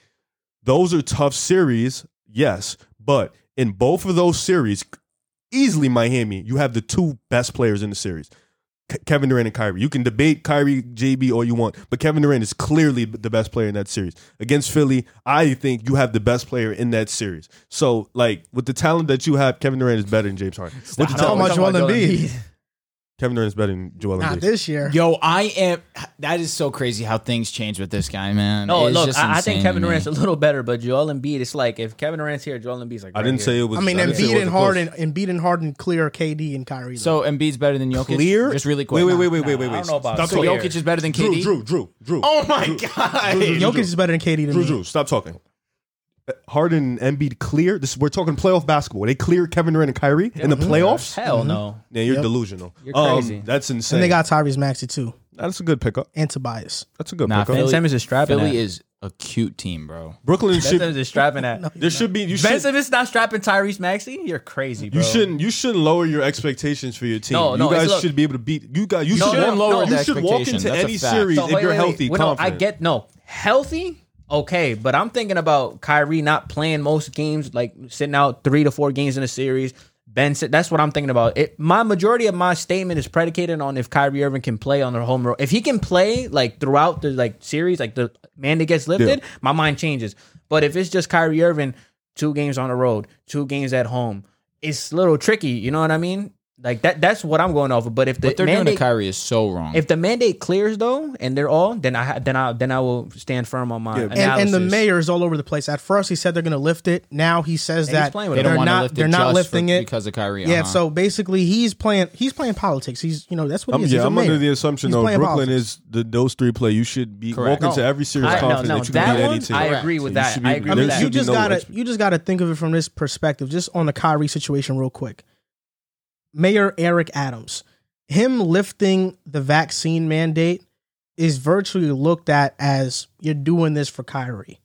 Speaker 3: Those are tough series, yes, but in both of those series, easily Miami, you have the two best players in the series. K- Kevin Durant and Kyrie. You can debate Kyrie, JB, all you want, but Kevin Durant is clearly the best player in that series. Against Philly, I think you have the best player in that series. So, like, with the talent that you have, Kevin Durant is better than James Harden. With the
Speaker 1: Stop.
Speaker 3: talent,
Speaker 1: about Joel Embiid.
Speaker 3: Kevin Durant is better than Joel
Speaker 1: Not
Speaker 3: Embiid.
Speaker 1: this year.
Speaker 2: Yo, I am. That is so crazy how things change with this guy, man.
Speaker 4: No,
Speaker 2: It's
Speaker 4: look,
Speaker 2: just
Speaker 4: I, I
Speaker 2: insane
Speaker 4: think
Speaker 2: to
Speaker 4: Kevin
Speaker 2: me.
Speaker 4: Durant's a little better, but Joel Embiid, it's like if Kevin Durant's here, Joel Embiid's like.
Speaker 3: I
Speaker 4: right
Speaker 3: didn't
Speaker 4: here.
Speaker 3: say it was.
Speaker 1: I mean,
Speaker 3: didn't say it
Speaker 1: Embiid and
Speaker 3: wasn't close.
Speaker 1: Harden, Embiid and Harden clear KD and Kyrie.
Speaker 2: So Embiid's better than Jokic.
Speaker 3: Clear?
Speaker 2: Just really quick.
Speaker 3: Wait, wait, wait, wait, wait, wait.
Speaker 4: I don't
Speaker 3: wait.
Speaker 4: know about
Speaker 3: Stop
Speaker 2: So
Speaker 4: clear.
Speaker 3: talking.
Speaker 2: Jokic is better than
Speaker 3: Drew,
Speaker 2: KD.
Speaker 3: Drew, Drew, Drew.
Speaker 2: Oh my god.
Speaker 1: Jokic is better than KD than
Speaker 3: Drew,
Speaker 1: me.
Speaker 3: Drew, stop talking. Uh, Harden and Embiid clear. This we're talking playoff basketball. They clear Kevin Durant and Kyrie in the playoffs.
Speaker 4: Mm-hmm. Hell no.
Speaker 3: Yeah, you're
Speaker 1: Yep.
Speaker 3: delusional.
Speaker 4: You're
Speaker 3: Um,
Speaker 4: crazy.
Speaker 3: that's insane.
Speaker 1: And they got Tyrese Maxey too,
Speaker 3: that's a good pickup.
Speaker 1: and Tobias.
Speaker 3: That's a good
Speaker 2: Nah,
Speaker 3: pickup.
Speaker 2: Philly-
Speaker 4: Ben Simmons is strapping.
Speaker 2: Philly
Speaker 4: at.
Speaker 2: is a cute team, bro.
Speaker 3: Brooklyn
Speaker 4: Ben
Speaker 3: should.
Speaker 4: Simmons is strapping at.
Speaker 3: there should be. You
Speaker 4: Ben
Speaker 3: should.
Speaker 4: Simmons not strapping Tyrese Maxey. You're crazy, bro.
Speaker 3: You shouldn't. You should lower your expectations for your team.
Speaker 4: No,
Speaker 3: you
Speaker 4: no, it's-
Speaker 3: guys
Speaker 4: look-
Speaker 3: should be able to beat. You guys. You
Speaker 4: No,
Speaker 3: should
Speaker 4: no,
Speaker 3: walk-
Speaker 4: no,
Speaker 3: You
Speaker 2: the
Speaker 3: should walk
Speaker 2: expectation.
Speaker 3: into
Speaker 2: That's a
Speaker 3: any
Speaker 2: fact.
Speaker 3: series
Speaker 2: So,
Speaker 3: if you're healthy.
Speaker 4: Wait, no, I
Speaker 3: confident.
Speaker 4: get no healthy. Okay, but I'm thinking about Kyrie not playing most games, like sitting out three to four games in a series. Ben, Si- that's what I'm thinking about. It, my majority of my statement is predicated on if Kyrie Irving can play on the home road. If he can play like throughout the like series, like the man that gets lifted, my mind changes. But if it's just Kyrie Irving, two games on the road, two games at home, it's a little tricky. You know what I mean? Like that. That's what I'm going off of. But if the
Speaker 2: What they're doing to
Speaker 4: mandate,
Speaker 2: Kyrie is so wrong.
Speaker 4: if the mandate clears though, and they're all, then I ha- then I then I will stand firm on my
Speaker 3: Yeah.
Speaker 1: And,
Speaker 4: analysis.
Speaker 1: and the mayor is all over the place. At first, he said they're going to lift it. Now he says
Speaker 4: he's
Speaker 1: that
Speaker 4: playing with
Speaker 2: they
Speaker 4: it.
Speaker 1: they're
Speaker 2: don't want to
Speaker 1: not.
Speaker 2: lift it
Speaker 1: they're not
Speaker 2: just
Speaker 1: lifting
Speaker 2: for,
Speaker 1: it
Speaker 2: because of Kyrie.
Speaker 1: Yeah,
Speaker 2: uh-huh.
Speaker 1: so basically he's playing he's playing politics. He's you know that's what
Speaker 3: I'm,
Speaker 1: he is.
Speaker 3: yeah,
Speaker 1: He's a
Speaker 3: I'm under
Speaker 1: mayor.
Speaker 3: the assumption
Speaker 1: He's
Speaker 3: though
Speaker 1: playing
Speaker 3: Brooklyn
Speaker 1: politics.
Speaker 3: is the, those three play. You should be
Speaker 2: Correct.
Speaker 3: walk into
Speaker 4: No.
Speaker 3: every series
Speaker 4: I- no,
Speaker 3: confident
Speaker 4: no,
Speaker 3: that you
Speaker 4: that
Speaker 3: can beat any
Speaker 4: one,
Speaker 3: team.
Speaker 4: I
Speaker 2: Correct.
Speaker 4: agree with
Speaker 3: You
Speaker 4: that.
Speaker 3: should be-
Speaker 4: I agree
Speaker 3: there
Speaker 4: with
Speaker 1: You
Speaker 4: that.
Speaker 3: should be
Speaker 1: just
Speaker 3: no
Speaker 1: gotta
Speaker 3: exp-
Speaker 1: you just gotta think of it from this perspective, just on the Kyrie situation, real quick. Mayor Eric Adams, him lifting the vaccine mandate is virtually looked at as you're doing this for Kyrie.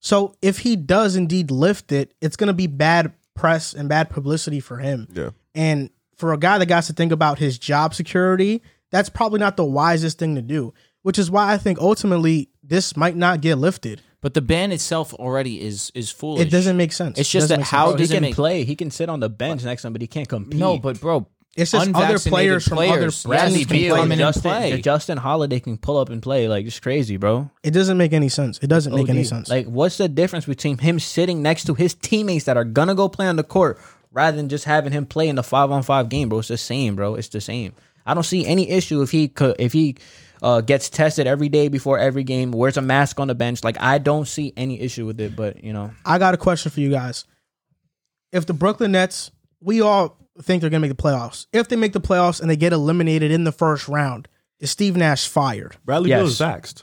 Speaker 1: So if he does indeed lift it, it's gonna be bad press and bad publicity for him.
Speaker 3: Yeah.
Speaker 1: And for a guy that got to think about his job security, that's probably not the wisest thing to do. Which is why I think ultimately this might not get lifted.
Speaker 2: but the ban itself already is is foolish.
Speaker 1: It doesn't make sense.
Speaker 2: It's just
Speaker 1: Doesn't
Speaker 2: that
Speaker 1: make sense.
Speaker 2: how
Speaker 4: Bro, he
Speaker 2: does it
Speaker 4: can
Speaker 2: make-
Speaker 4: play. He can sit on the bench next to him, but he can't compete.
Speaker 2: No, but bro,
Speaker 1: It's just other
Speaker 2: unvaccinated
Speaker 1: players from other brands
Speaker 2: yes,
Speaker 1: can
Speaker 2: can
Speaker 1: play.
Speaker 2: come in and
Speaker 4: Justin,
Speaker 2: play.
Speaker 4: the Justin Holiday can pull up and play. Like it's crazy, bro.
Speaker 1: It doesn't make any sense. It doesn't make any
Speaker 4: OD.
Speaker 1: sense.
Speaker 4: Like, what's the difference between him sitting next to his teammates that are gonna go play on the court rather than just having him play in the five on five game, bro? It's the same, bro. It's the same. I don't see any issue if he could if he uh, gets tested every day before every game, wears a mask on the bench. Like I don't see any issue with it, but you know,
Speaker 1: I got a question for you guys. If the Brooklyn Nets, we all think they're going to make the playoffs. If they make the playoffs and they get eliminated in the first round, is Steve Nash fired?
Speaker 3: Bradley
Speaker 4: Yes.
Speaker 3: Bill is vaxxed.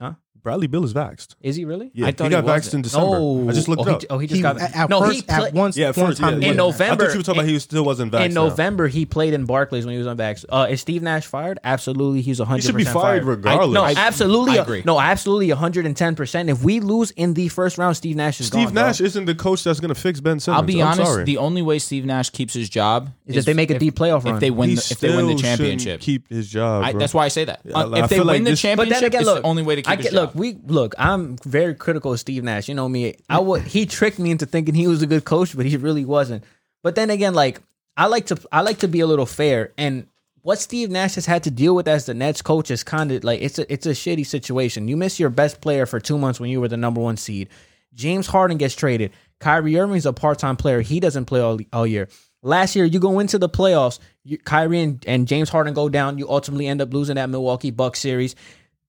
Speaker 4: Huh?
Speaker 3: Bradley Bill is vaxxed.
Speaker 4: is he really?
Speaker 3: Yeah,
Speaker 2: I thought
Speaker 3: he got
Speaker 2: he
Speaker 3: vaxxed in
Speaker 2: wasn't.
Speaker 3: December. I just looked
Speaker 4: oh,
Speaker 3: it
Speaker 4: he
Speaker 3: up.
Speaker 4: j- oh, he just
Speaker 1: He-
Speaker 4: got
Speaker 1: at, at
Speaker 4: no.
Speaker 1: first,
Speaker 4: he
Speaker 1: at
Speaker 4: played-
Speaker 1: once,
Speaker 3: Yeah, at
Speaker 1: one
Speaker 3: first, yeah,
Speaker 1: time he
Speaker 3: yeah.
Speaker 1: was-
Speaker 4: In
Speaker 3: I
Speaker 4: November-
Speaker 3: thought you were talking about he still wasn't vaxxed.
Speaker 4: in
Speaker 3: now.
Speaker 4: November, he played in Barclays when he was on Vax. Uh, is Steve Nash fired? Absolutely, he's hundred.
Speaker 3: He should be fired regardless.
Speaker 4: no,
Speaker 3: I-
Speaker 4: absolutely.
Speaker 2: I agree.
Speaker 4: No, absolutely, hundred and ten percent. If we lose in the first round, Steve Nash is
Speaker 3: Steve
Speaker 4: gone,
Speaker 3: Nash
Speaker 4: bro.
Speaker 3: isn't the coach that's going to fix Ben Simmons.
Speaker 2: I'll be
Speaker 3: I'm
Speaker 2: honest.
Speaker 3: Sorry.
Speaker 2: The only way Steve Nash keeps his job
Speaker 4: Is if they make a deep playoff run.
Speaker 2: If they win,
Speaker 3: He
Speaker 2: the, if they win the
Speaker 3: still shouldn't
Speaker 2: championship,
Speaker 3: keep his job.
Speaker 2: I,
Speaker 3: bro.
Speaker 2: that's why I say that.
Speaker 3: I-
Speaker 2: Uh,
Speaker 3: I
Speaker 2: if they
Speaker 3: feel
Speaker 2: win
Speaker 3: like
Speaker 2: the
Speaker 3: this-
Speaker 4: But
Speaker 2: championship,
Speaker 4: then again,
Speaker 2: it's
Speaker 4: look,
Speaker 2: the only way to keep
Speaker 4: I
Speaker 2: his
Speaker 4: get, look,
Speaker 2: job.
Speaker 4: we look. I'm very critical of Steve Nash. You know me. I would. He tricked me into thinking he was a good coach, but he really wasn't. But then again, like I like to, I like to be a little fair. And what Steve Nash has had to deal with as the Nets coach is kind of like it's a, it's a shitty situation. You miss your best player for two months when you were the number one seed. James Harden gets traded. Kyrie Irving's a part-time player. He doesn't play all, all year. Last year, you go into the playoffs. You, Kyrie and, and James Harden go down. You ultimately end up losing that Milwaukee Bucks series.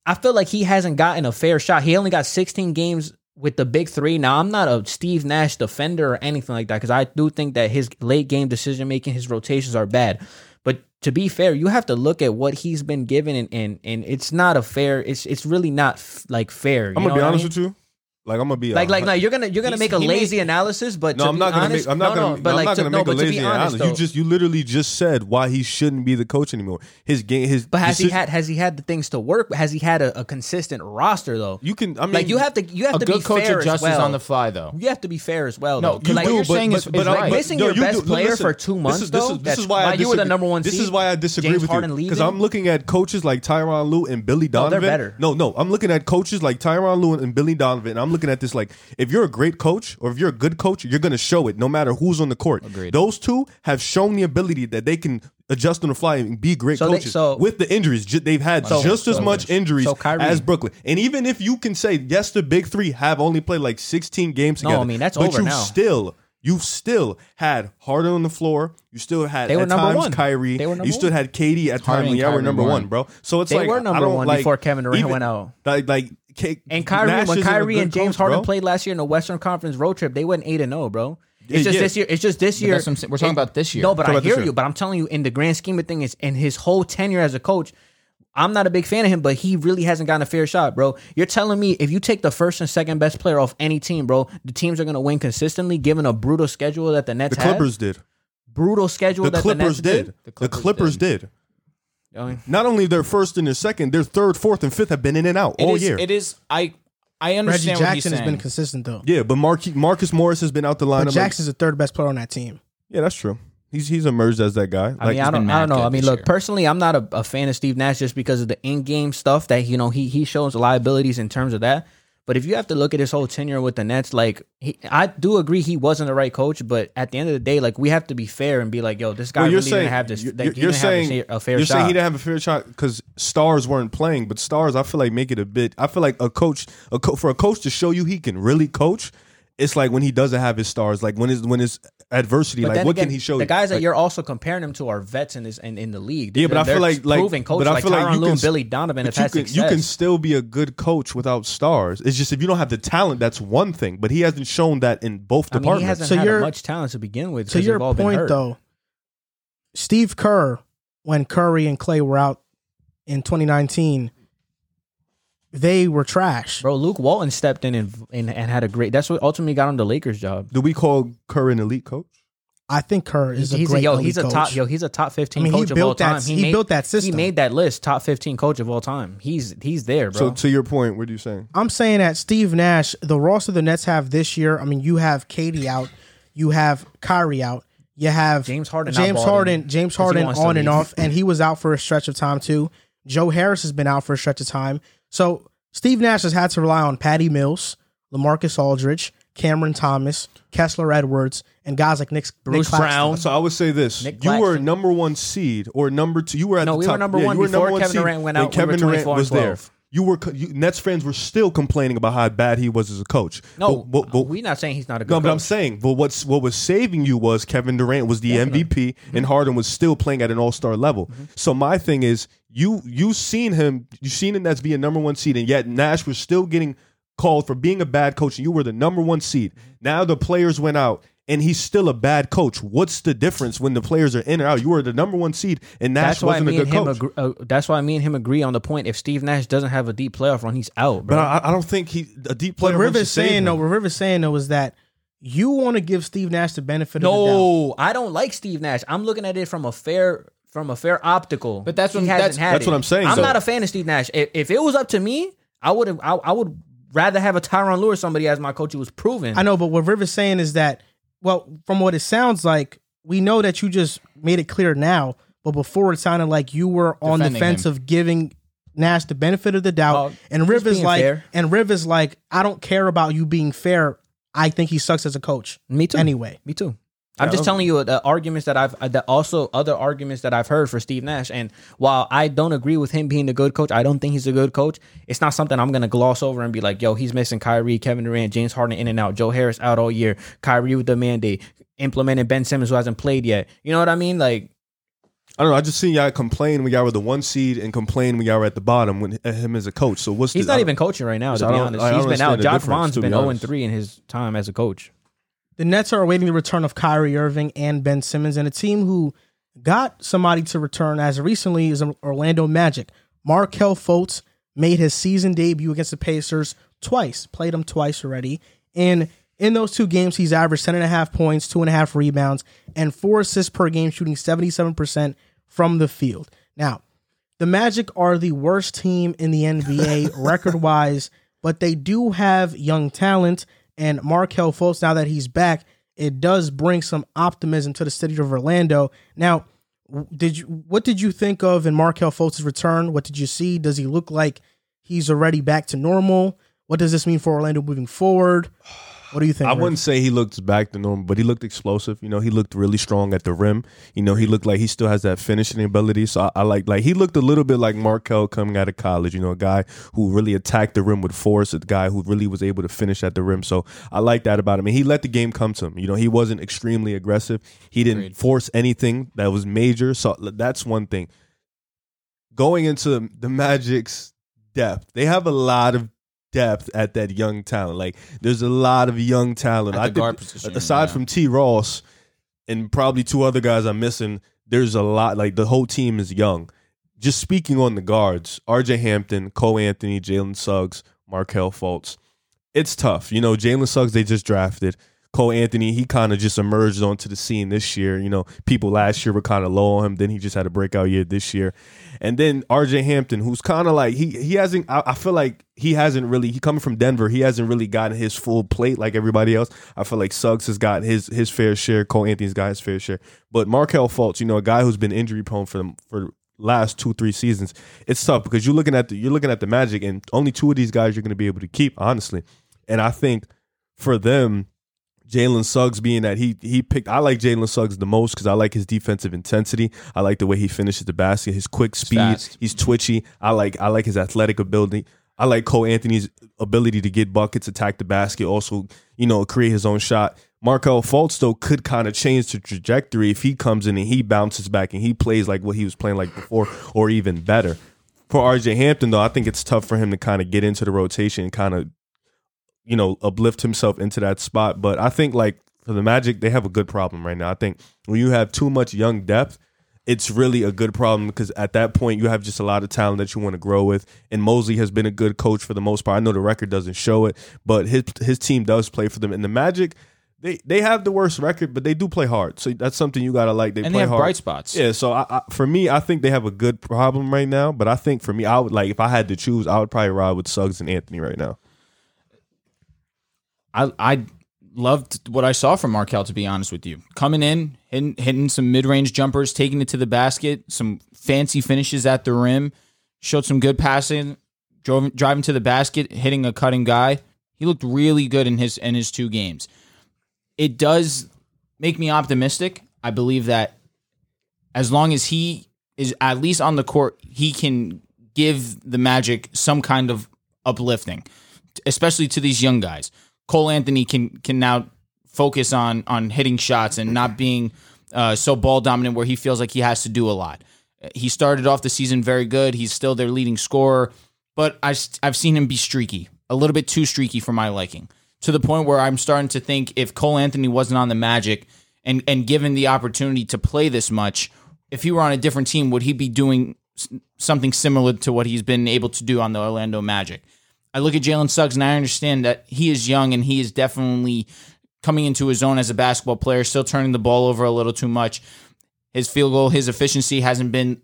Speaker 4: I feel like he hasn't gotten a fair shot. He only got 16 games with the big three. Now, I'm not a Steve Nash defender or anything like that because I do think that his late game decision making, his rotations are bad. But to be fair, you have to look at what he's been given, and and, and it's not a fair. It's it's really not f- like fair.
Speaker 3: I'm gonna be honest with you. Like I'm gonna be
Speaker 4: Like, like,
Speaker 3: a-
Speaker 4: no, you're gonna you're gonna
Speaker 2: He's-
Speaker 4: make a
Speaker 2: he made-
Speaker 4: lazy analysis, but
Speaker 3: No,
Speaker 4: to
Speaker 3: I'm
Speaker 4: be
Speaker 3: not gonna
Speaker 4: honest,
Speaker 3: make. I'm not
Speaker 4: no,
Speaker 3: gonna.
Speaker 4: no, but
Speaker 3: I'm
Speaker 4: like,
Speaker 3: not
Speaker 4: to,
Speaker 3: gonna
Speaker 4: no,
Speaker 3: make a
Speaker 4: but to
Speaker 3: lazy
Speaker 4: be honest,
Speaker 3: analysis. You
Speaker 4: though,
Speaker 3: just. You literally just said why he shouldn't be the coach anymore. His game. His.
Speaker 4: but has he
Speaker 3: decision-
Speaker 4: had has he had the things to work? Has he had a, a consistent roster though?
Speaker 3: You can. I mean,
Speaker 4: like you have to you have
Speaker 2: A
Speaker 4: to be
Speaker 2: good coach
Speaker 4: fair as
Speaker 2: adjusts
Speaker 4: well.
Speaker 2: on the fly, though.
Speaker 4: You have to be fair as well.
Speaker 2: No,
Speaker 4: though. 'Cause,
Speaker 2: you
Speaker 4: like,
Speaker 2: do,
Speaker 4: what you're
Speaker 2: but-
Speaker 4: saying is,
Speaker 2: but-
Speaker 4: is
Speaker 2: but I-
Speaker 4: right.
Speaker 2: but-
Speaker 4: missing
Speaker 3: no,
Speaker 4: your
Speaker 3: you
Speaker 4: best
Speaker 3: do-
Speaker 4: player
Speaker 3: listen,
Speaker 4: for two months.
Speaker 3: This is,
Speaker 4: though,
Speaker 3: this is, this
Speaker 4: that's
Speaker 3: is why, I
Speaker 4: you were the
Speaker 3: disagree-
Speaker 4: number one.
Speaker 3: This
Speaker 4: seed,
Speaker 3: is why I disagree
Speaker 4: James
Speaker 3: with
Speaker 4: Harden
Speaker 3: you
Speaker 4: leaving.
Speaker 3: because I'm looking at coaches like Tyron Lue and Billy
Speaker 4: No, they're
Speaker 3: Donovan.
Speaker 4: better.
Speaker 3: No, no, I'm looking at coaches like Tyron Lue and Billy Donovan. And I'm looking at this like if you're a great coach or if you're a good coach, you're going to show it no matter who's on the court.
Speaker 2: Agreed.
Speaker 3: Those two have shown the ability that they can. Adjust on the fly and be great
Speaker 4: So they-
Speaker 3: coaches.
Speaker 4: so-
Speaker 3: With the injuries, ju- they've had just as much injuries
Speaker 4: so Kyrie-
Speaker 3: as Brooklyn. And even if you can say yes, the big three have only played like 16 games
Speaker 4: No,
Speaker 3: together.
Speaker 4: I mean, that's
Speaker 3: but
Speaker 4: over
Speaker 3: you
Speaker 4: now.
Speaker 3: Still, you still had Harden on the floor. You still had
Speaker 4: They were
Speaker 3: at
Speaker 4: number
Speaker 3: times
Speaker 4: one.
Speaker 3: Kyrie.
Speaker 4: They were number
Speaker 3: you still
Speaker 4: one.
Speaker 3: had KD at
Speaker 2: Harden
Speaker 3: times.
Speaker 2: and
Speaker 3: Yeah, we're
Speaker 2: Kyrie
Speaker 3: number
Speaker 2: were
Speaker 3: one,
Speaker 2: one.
Speaker 3: bro. So it's
Speaker 4: They
Speaker 3: like
Speaker 4: were
Speaker 3: I
Speaker 4: number
Speaker 3: don't,
Speaker 4: one
Speaker 3: like,
Speaker 4: before Kevin Durant
Speaker 3: even-
Speaker 4: went out.
Speaker 3: Like like K-
Speaker 4: And Kyrie,
Speaker 3: Nash
Speaker 4: when
Speaker 3: isn't a
Speaker 4: Kyrie
Speaker 3: good
Speaker 4: and James
Speaker 3: coach,
Speaker 4: Harden
Speaker 3: bro.
Speaker 4: played last year in the Western Conference road trip, they went eight and zero, bro. It's
Speaker 3: Yeah,
Speaker 4: just
Speaker 3: yeah.
Speaker 4: this year. It's just this year.
Speaker 2: that's what I'm saying. We're talking about this year.
Speaker 4: No, but
Speaker 3: Talking
Speaker 4: I
Speaker 3: about this
Speaker 4: hear
Speaker 3: year.
Speaker 4: you. But I'm telling you, in the grand scheme of things, in his whole tenure as a coach, I'm not a big fan of him. But he really hasn't gotten a fair shot, bro. You're telling me if you take the first and second best player off any team, bro, the teams are going to win consistently, given a brutal schedule that the Nets
Speaker 3: The Clippers did.
Speaker 4: had. Brutal schedule
Speaker 3: The
Speaker 4: that
Speaker 3: Clippers
Speaker 4: the Nets
Speaker 3: did.
Speaker 2: The
Speaker 3: The
Speaker 2: Clippers
Speaker 3: Clippers did.
Speaker 4: did.
Speaker 3: Not only their first and their second, their third, fourth, and fifth have been in and out
Speaker 2: It
Speaker 3: all
Speaker 2: is-
Speaker 3: year.
Speaker 2: It is. I I
Speaker 1: Reggie
Speaker 2: understand what he's
Speaker 1: Jackson has been
Speaker 2: saying.
Speaker 1: consistent though.
Speaker 3: yeah, but Mar- Marcus Morris has been out the lineup.
Speaker 1: But
Speaker 3: Like,
Speaker 1: Jackson's the third best player on that team.
Speaker 3: yeah, that's true. He's he's emerged as that guy.
Speaker 4: I
Speaker 3: Like,
Speaker 4: mean, I
Speaker 2: been
Speaker 4: don't,
Speaker 2: mad
Speaker 4: I don't know.
Speaker 2: good
Speaker 4: I mean,
Speaker 2: this
Speaker 4: look,
Speaker 2: year.
Speaker 4: personally, I'm not a, a fan of Steve Nash just because of the in-game stuff that you know he he shows liabilities in terms of that. But if you have to look at his whole tenure with the Nets, like he, I do agree he wasn't the right coach, but at the end of the day, like we have to be fair and be like, yo, this guy
Speaker 3: Well,
Speaker 4: really didn't have this.
Speaker 3: you're-
Speaker 4: like, he
Speaker 3: you're
Speaker 4: didn't
Speaker 3: saying
Speaker 4: have a, sa- a fair
Speaker 3: you're
Speaker 4: shot.
Speaker 3: saying he didn't have a fair shot because stars weren't playing, but stars I feel like make it a bit. I feel like a coach, a co- for a coach to show you he can really coach, it's like when he doesn't have his stars, like when it's when it's adversity,
Speaker 4: But
Speaker 3: like
Speaker 4: then
Speaker 3: what
Speaker 4: again,
Speaker 3: can he show?
Speaker 4: The
Speaker 3: you?
Speaker 4: guys that
Speaker 3: Like,
Speaker 4: you're also comparing him to are vets in this in, in the league.
Speaker 3: Yeah, but I
Speaker 4: They're
Speaker 3: feel like- like-
Speaker 4: proven coaches
Speaker 3: but I
Speaker 4: like
Speaker 3: feel like
Speaker 4: Tyronn
Speaker 3: you
Speaker 4: Lue
Speaker 3: can
Speaker 4: and
Speaker 3: s-
Speaker 4: Billy Donovan have
Speaker 3: but
Speaker 4: had
Speaker 3: you can
Speaker 4: success.
Speaker 3: you can still be a good coach without stars. It's just if you don't have the talent, that's one thing. But he hasn't shown that in both
Speaker 4: I mean, he
Speaker 3: departments.
Speaker 4: hasn't
Speaker 1: So
Speaker 4: had
Speaker 1: your-
Speaker 4: much talent to begin with.
Speaker 1: To your point,
Speaker 3: uh,
Speaker 1: though, Steve Kerr, when Curry and Clay were out in 2019, they were trash.
Speaker 4: bro, Luke Walton stepped in and, and and had a great. That's what ultimately got him the Lakers job.
Speaker 3: Do we call Kerr an elite coach?
Speaker 1: I think Kerr is
Speaker 4: He's,
Speaker 1: a
Speaker 4: he's
Speaker 1: great.
Speaker 4: a, yo,
Speaker 1: elite
Speaker 4: he's a
Speaker 1: coach.
Speaker 4: top yo, he's a top
Speaker 1: I
Speaker 4: fifteen
Speaker 1: mean, he
Speaker 4: coach of all
Speaker 1: built
Speaker 4: time.
Speaker 1: that. He, built that
Speaker 4: He
Speaker 1: system.
Speaker 4: made that list top fifteen coach of all time. He's he's there, bro.
Speaker 3: So to your point, what are you saying?
Speaker 1: I'm saying that Steve Nash, the roster the Nets have this year. I mean, you have Katie out, you have Kyrie out, you have
Speaker 4: James Harden not
Speaker 1: James
Speaker 4: balled
Speaker 1: Harden,
Speaker 4: in,
Speaker 1: James
Speaker 4: 'cause he
Speaker 1: Harden
Speaker 4: wants to
Speaker 1: on and
Speaker 4: leave.
Speaker 1: off, and he was out for a stretch of time too. Joe Harris has been out for a stretch of time, so Steve Nash has had to rely on Patty Mills, Lamarcus Aldridge, Cameron Thomas, Kessler Edwards, and guys like Nick
Speaker 4: Bruce
Speaker 1: Nick Claxton.
Speaker 4: Brown.
Speaker 3: So I would say this:
Speaker 4: Nick
Speaker 3: you were
Speaker 4: Claxton.
Speaker 3: number one seed or number two. You were at
Speaker 4: No,
Speaker 3: the
Speaker 4: we
Speaker 3: top.
Speaker 4: were number
Speaker 3: Yeah,
Speaker 4: one
Speaker 3: you were
Speaker 4: before
Speaker 3: number one
Speaker 4: Kevin
Speaker 3: seed
Speaker 4: Durant went
Speaker 3: when
Speaker 4: out when we
Speaker 3: Kevin
Speaker 4: were
Speaker 3: Durant
Speaker 4: 24 and
Speaker 3: was there.
Speaker 4: 12.
Speaker 3: You were co- you, Nets fans were still complaining about how bad he was as a coach.
Speaker 4: no,
Speaker 3: but, but, but,
Speaker 4: we're not saying he's not a good
Speaker 3: no,
Speaker 4: coach.
Speaker 3: but I'm saying, but what's what was saving you was Kevin Durant was the MVP
Speaker 4: Mm-hmm.
Speaker 3: and Harden was still playing at an All Star level. So my thing is, you you seen him, you seen him that's being number one seed, and yet Nash was still getting called for being a bad coach, and you were the number one seed.
Speaker 4: Mm-hmm.
Speaker 3: Now the players went out. And he's still a bad coach. What's the difference when the players are in or out? You were the number one seed, and Nash
Speaker 4: that's why
Speaker 3: wasn't a
Speaker 4: me
Speaker 3: good
Speaker 4: and him.
Speaker 3: coach.
Speaker 4: Agree, uh, that's why me and him agree on the point. If Steve Nash doesn't have a deep playoff run, he's out,
Speaker 3: but
Speaker 4: bro.
Speaker 3: I, I don't think he a deep player.
Speaker 1: What
Speaker 3: wins
Speaker 1: River's
Speaker 3: to save
Speaker 1: saying
Speaker 3: him.
Speaker 1: though, what River's saying though, is that you want to give Steve Nash the benefit of the doubt.
Speaker 4: no, I don't like Steve Nash. I'm looking at it from a fair from a fair optical.
Speaker 2: But that's
Speaker 4: he
Speaker 2: what-
Speaker 4: hasn't
Speaker 2: that's-
Speaker 4: had
Speaker 3: That's
Speaker 4: it.
Speaker 3: what I'm saying,
Speaker 4: I'm
Speaker 3: so-
Speaker 4: not a fan of Steve Nash. If, if it was up to me, I would have. I, I would rather have a Tyron Lue or somebody as my coach who was proven.
Speaker 1: I know, but what River's saying is that, well, from what it sounds like, we know that you just made it clear now, but before it sounded like you were on the
Speaker 2: Defending
Speaker 1: fence
Speaker 2: him.
Speaker 1: of giving Nash the benefit of the doubt.
Speaker 4: Oh,
Speaker 1: and
Speaker 4: he's
Speaker 1: River's
Speaker 4: being
Speaker 1: like,
Speaker 4: fair.
Speaker 1: and River's like, I don't care about you being fair. I think he sucks as a coach.
Speaker 4: Me too.
Speaker 1: Anyway,
Speaker 4: Me too. I'm just telling you the arguments that I've, the also other arguments that I've heard for Steve Nash. And while I don't agree with him being a good coach, I don't think he's a good coach. It's not something I'm going to gloss over and be like, yo, he's missing Kyrie, Kevin Durant, James Harden in and out, Joe Harris out all year, Kyrie with the mandate, implemented Ben Simmons who hasn't played yet. You know what I mean? Like,
Speaker 3: I don't know. I just seen y'all complain when y'all were the one seed and complain when y'all were at the bottom when at him as a coach. So what's
Speaker 4: he's
Speaker 3: the,
Speaker 4: not
Speaker 3: I-
Speaker 4: even coaching right now, to
Speaker 3: So I
Speaker 4: be
Speaker 3: don't-
Speaker 4: honest.
Speaker 3: I don't
Speaker 4: He's been
Speaker 3: understand
Speaker 4: out.
Speaker 3: the
Speaker 4: Josh
Speaker 3: difference,
Speaker 4: Vaughn's
Speaker 3: to be
Speaker 4: been 0
Speaker 3: honest.
Speaker 4: 3 in his time as a coach.
Speaker 1: the Nets are awaiting the return of Kyrie Irving and Ben Simmons, and a team who got somebody to return as recently as Orlando Magic. Markel Fultz made his season debut against the Pacers twice, played them twice already. And in those two games, he's averaged 10.5 points, 2.5 rebounds, and four assists per game, shooting 77% from the field. Now, the Magic are the worst team in the NBA record wise, but they do have young talent. And Markel Fultz, now that he's back, it does bring some optimism to the city of Orlando. Now, w- did you what did you think of in Markel Fultz's return? What did you see? Does he look like he's already back to normal? What does this mean for Orlando moving forward? What do you think?
Speaker 3: I
Speaker 1: Rick?
Speaker 3: wouldn't say he looked back to normal, but he looked explosive. You know, he looked really strong at the rim. You know, he looked like he still has that finishing ability. So I, I like like he looked a little bit like Markel coming out of college. You know, a guy who really attacked the rim with force, a guy who really was able to finish at the rim. So I like that about him. And he let the game come to him. You know, he wasn't extremely aggressive. He didn't force anything that was major. So that's one thing. Going into the Magic's depth, they have a lot of depth at that young talent. Like there's a lot of young talent.
Speaker 2: At the
Speaker 3: I think-
Speaker 2: guard position,
Speaker 3: aside
Speaker 2: yeah.
Speaker 3: from T. Ross and probably two other guys I'm missing, there's a lot. Like the whole team is young. Just speaking on the guards, R.J. Hampton, Cole Anthony, Jalen Suggs, Markel Fultz. It's tough, you know. Jalen Suggs they just drafted. Cole Anthony, he kind of just emerged onto the scene this year. You know, people last year were kind of low on him. Then he just had a breakout year this year. And then RJ Hampton, who's kind of like he he hasn't. I, I feel like he hasn't really. He coming from Denver, he hasn't really gotten his full plate like everybody else. I feel like Suggs has got his his fair share. Cole Anthony's got his fair share. But Markel Fultz, you know, a guy who's been injury prone for them for last two three seasons, it's tough because you're looking at the you're looking at the Magic, and only two of these guys you're going to be able to keep, honestly. And I think for them, Jalen Suggs being that he he picked. I like Jalen Suggs the most because I like his defensive intensity. I like the way he finishes the basket, his quick speed.
Speaker 2: fast.
Speaker 3: He's twitchy. I like I like his athletic ability. I like Cole Anthony's ability to get buckets, attack the basket, also you know create his own shot. Markel Fultz though could kind of change the trajectory if he comes in and he bounces back and he plays like what he was playing like before or even better. For RJ Hampton though, I think it's tough for him to kind of get into the rotation and kind of you know, uplift himself into that spot. But I think like for the Magic, they have a good problem right now. I think when you have too much young depth, it's really a good problem because at that point you have just a lot of talent that you want to grow with. And Mosley has been a good coach for the most part. I know the record doesn't show it, but his his team does play for them. And the Magic, they they have the worst record, but they do play hard. So that's something you gotta like. They
Speaker 2: and they
Speaker 3: play
Speaker 2: have
Speaker 3: hard.
Speaker 2: bright spots.
Speaker 3: Yeah, so I, I, for me, I think they have a good problem right now. But I think for me, I would like if I had to choose, I would probably ride with Suggs and Anthony right now.
Speaker 2: I I loved what I saw from Markel. To be honest with you, coming in, hitting, hitting some mid range jumpers, taking it to the basket, some fancy finishes at the rim, showed some good passing, drove, driving to the basket, hitting a cutting guy. He looked really good in his in his two games. It does make me optimistic. I believe that as long as he is at least on the court, he can give the Magic some kind of uplifting, especially to these young guys. Cole Anthony can can now focus on on hitting shots and not being uh, so ball dominant where he feels like he has to do a lot. He started off the season very good. He's still their leading scorer, but I st- I've seen him be streaky, a little bit too streaky for my liking, to the point where I'm starting to think if Cole Anthony wasn't on the Magic and and given the opportunity to play this much, if he were on a different team, would he be doing s- something similar to what he's been able to do on the Orlando Magic? I look at Jalen Suggs and I understand that he is young and he is definitely coming into his own as a basketball player, still turning the ball over a little too much. His field goal, his efficiency hasn't been